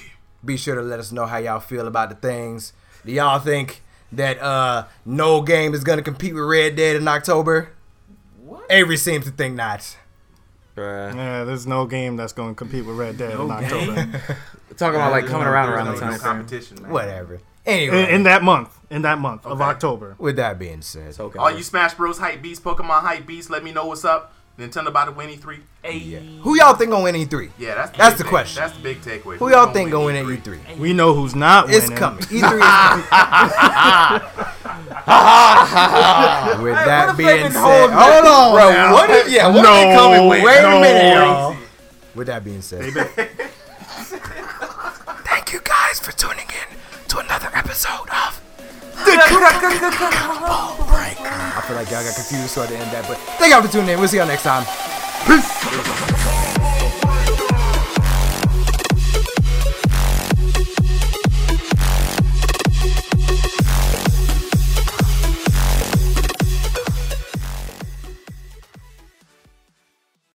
[SPEAKER 1] be sure to let us know how y'all feel about the things. Do y'all think that uh no game is gonna compete with Red Dead in October? Avery seems to think not.
[SPEAKER 6] Yeah, there's no game that's going to compete with Red Dead in October.
[SPEAKER 4] Talking about like coming around
[SPEAKER 2] There's
[SPEAKER 4] around
[SPEAKER 2] no,
[SPEAKER 4] the
[SPEAKER 2] no
[SPEAKER 4] time. frame.
[SPEAKER 2] competition, man.
[SPEAKER 1] Whatever.
[SPEAKER 6] In,
[SPEAKER 1] Anyway,
[SPEAKER 6] in that month, in that month of October.
[SPEAKER 1] with that being said, oh,
[SPEAKER 4] Okay.
[SPEAKER 2] All you Smash Bros hype beasts, Pokemon hype beasts, let me know what's up. Nintendo about to win E3?
[SPEAKER 1] Yeah. Who y'all think gonna win E3?
[SPEAKER 2] Yeah, that's the
[SPEAKER 1] That's
[SPEAKER 2] big
[SPEAKER 1] the
[SPEAKER 2] take-
[SPEAKER 1] question.
[SPEAKER 2] That's the big takeaway.
[SPEAKER 1] Who y'all think
[SPEAKER 2] E
[SPEAKER 1] gonna win E at E3?
[SPEAKER 6] We know who's not
[SPEAKER 1] It's
[SPEAKER 6] winning.
[SPEAKER 1] coming. E3 is coming. *laughs* With that being said, hold on, bro. What is, yeah, what
[SPEAKER 6] No,
[SPEAKER 1] they coming with? Wait
[SPEAKER 6] no.
[SPEAKER 1] a minute, y'all. With that being said, thank you guys for tuning in to another episode of. The Break. I feel like y'all got confused, so I had to end that. But thank y'all for tuning in. We'll see y'all next time. Peace.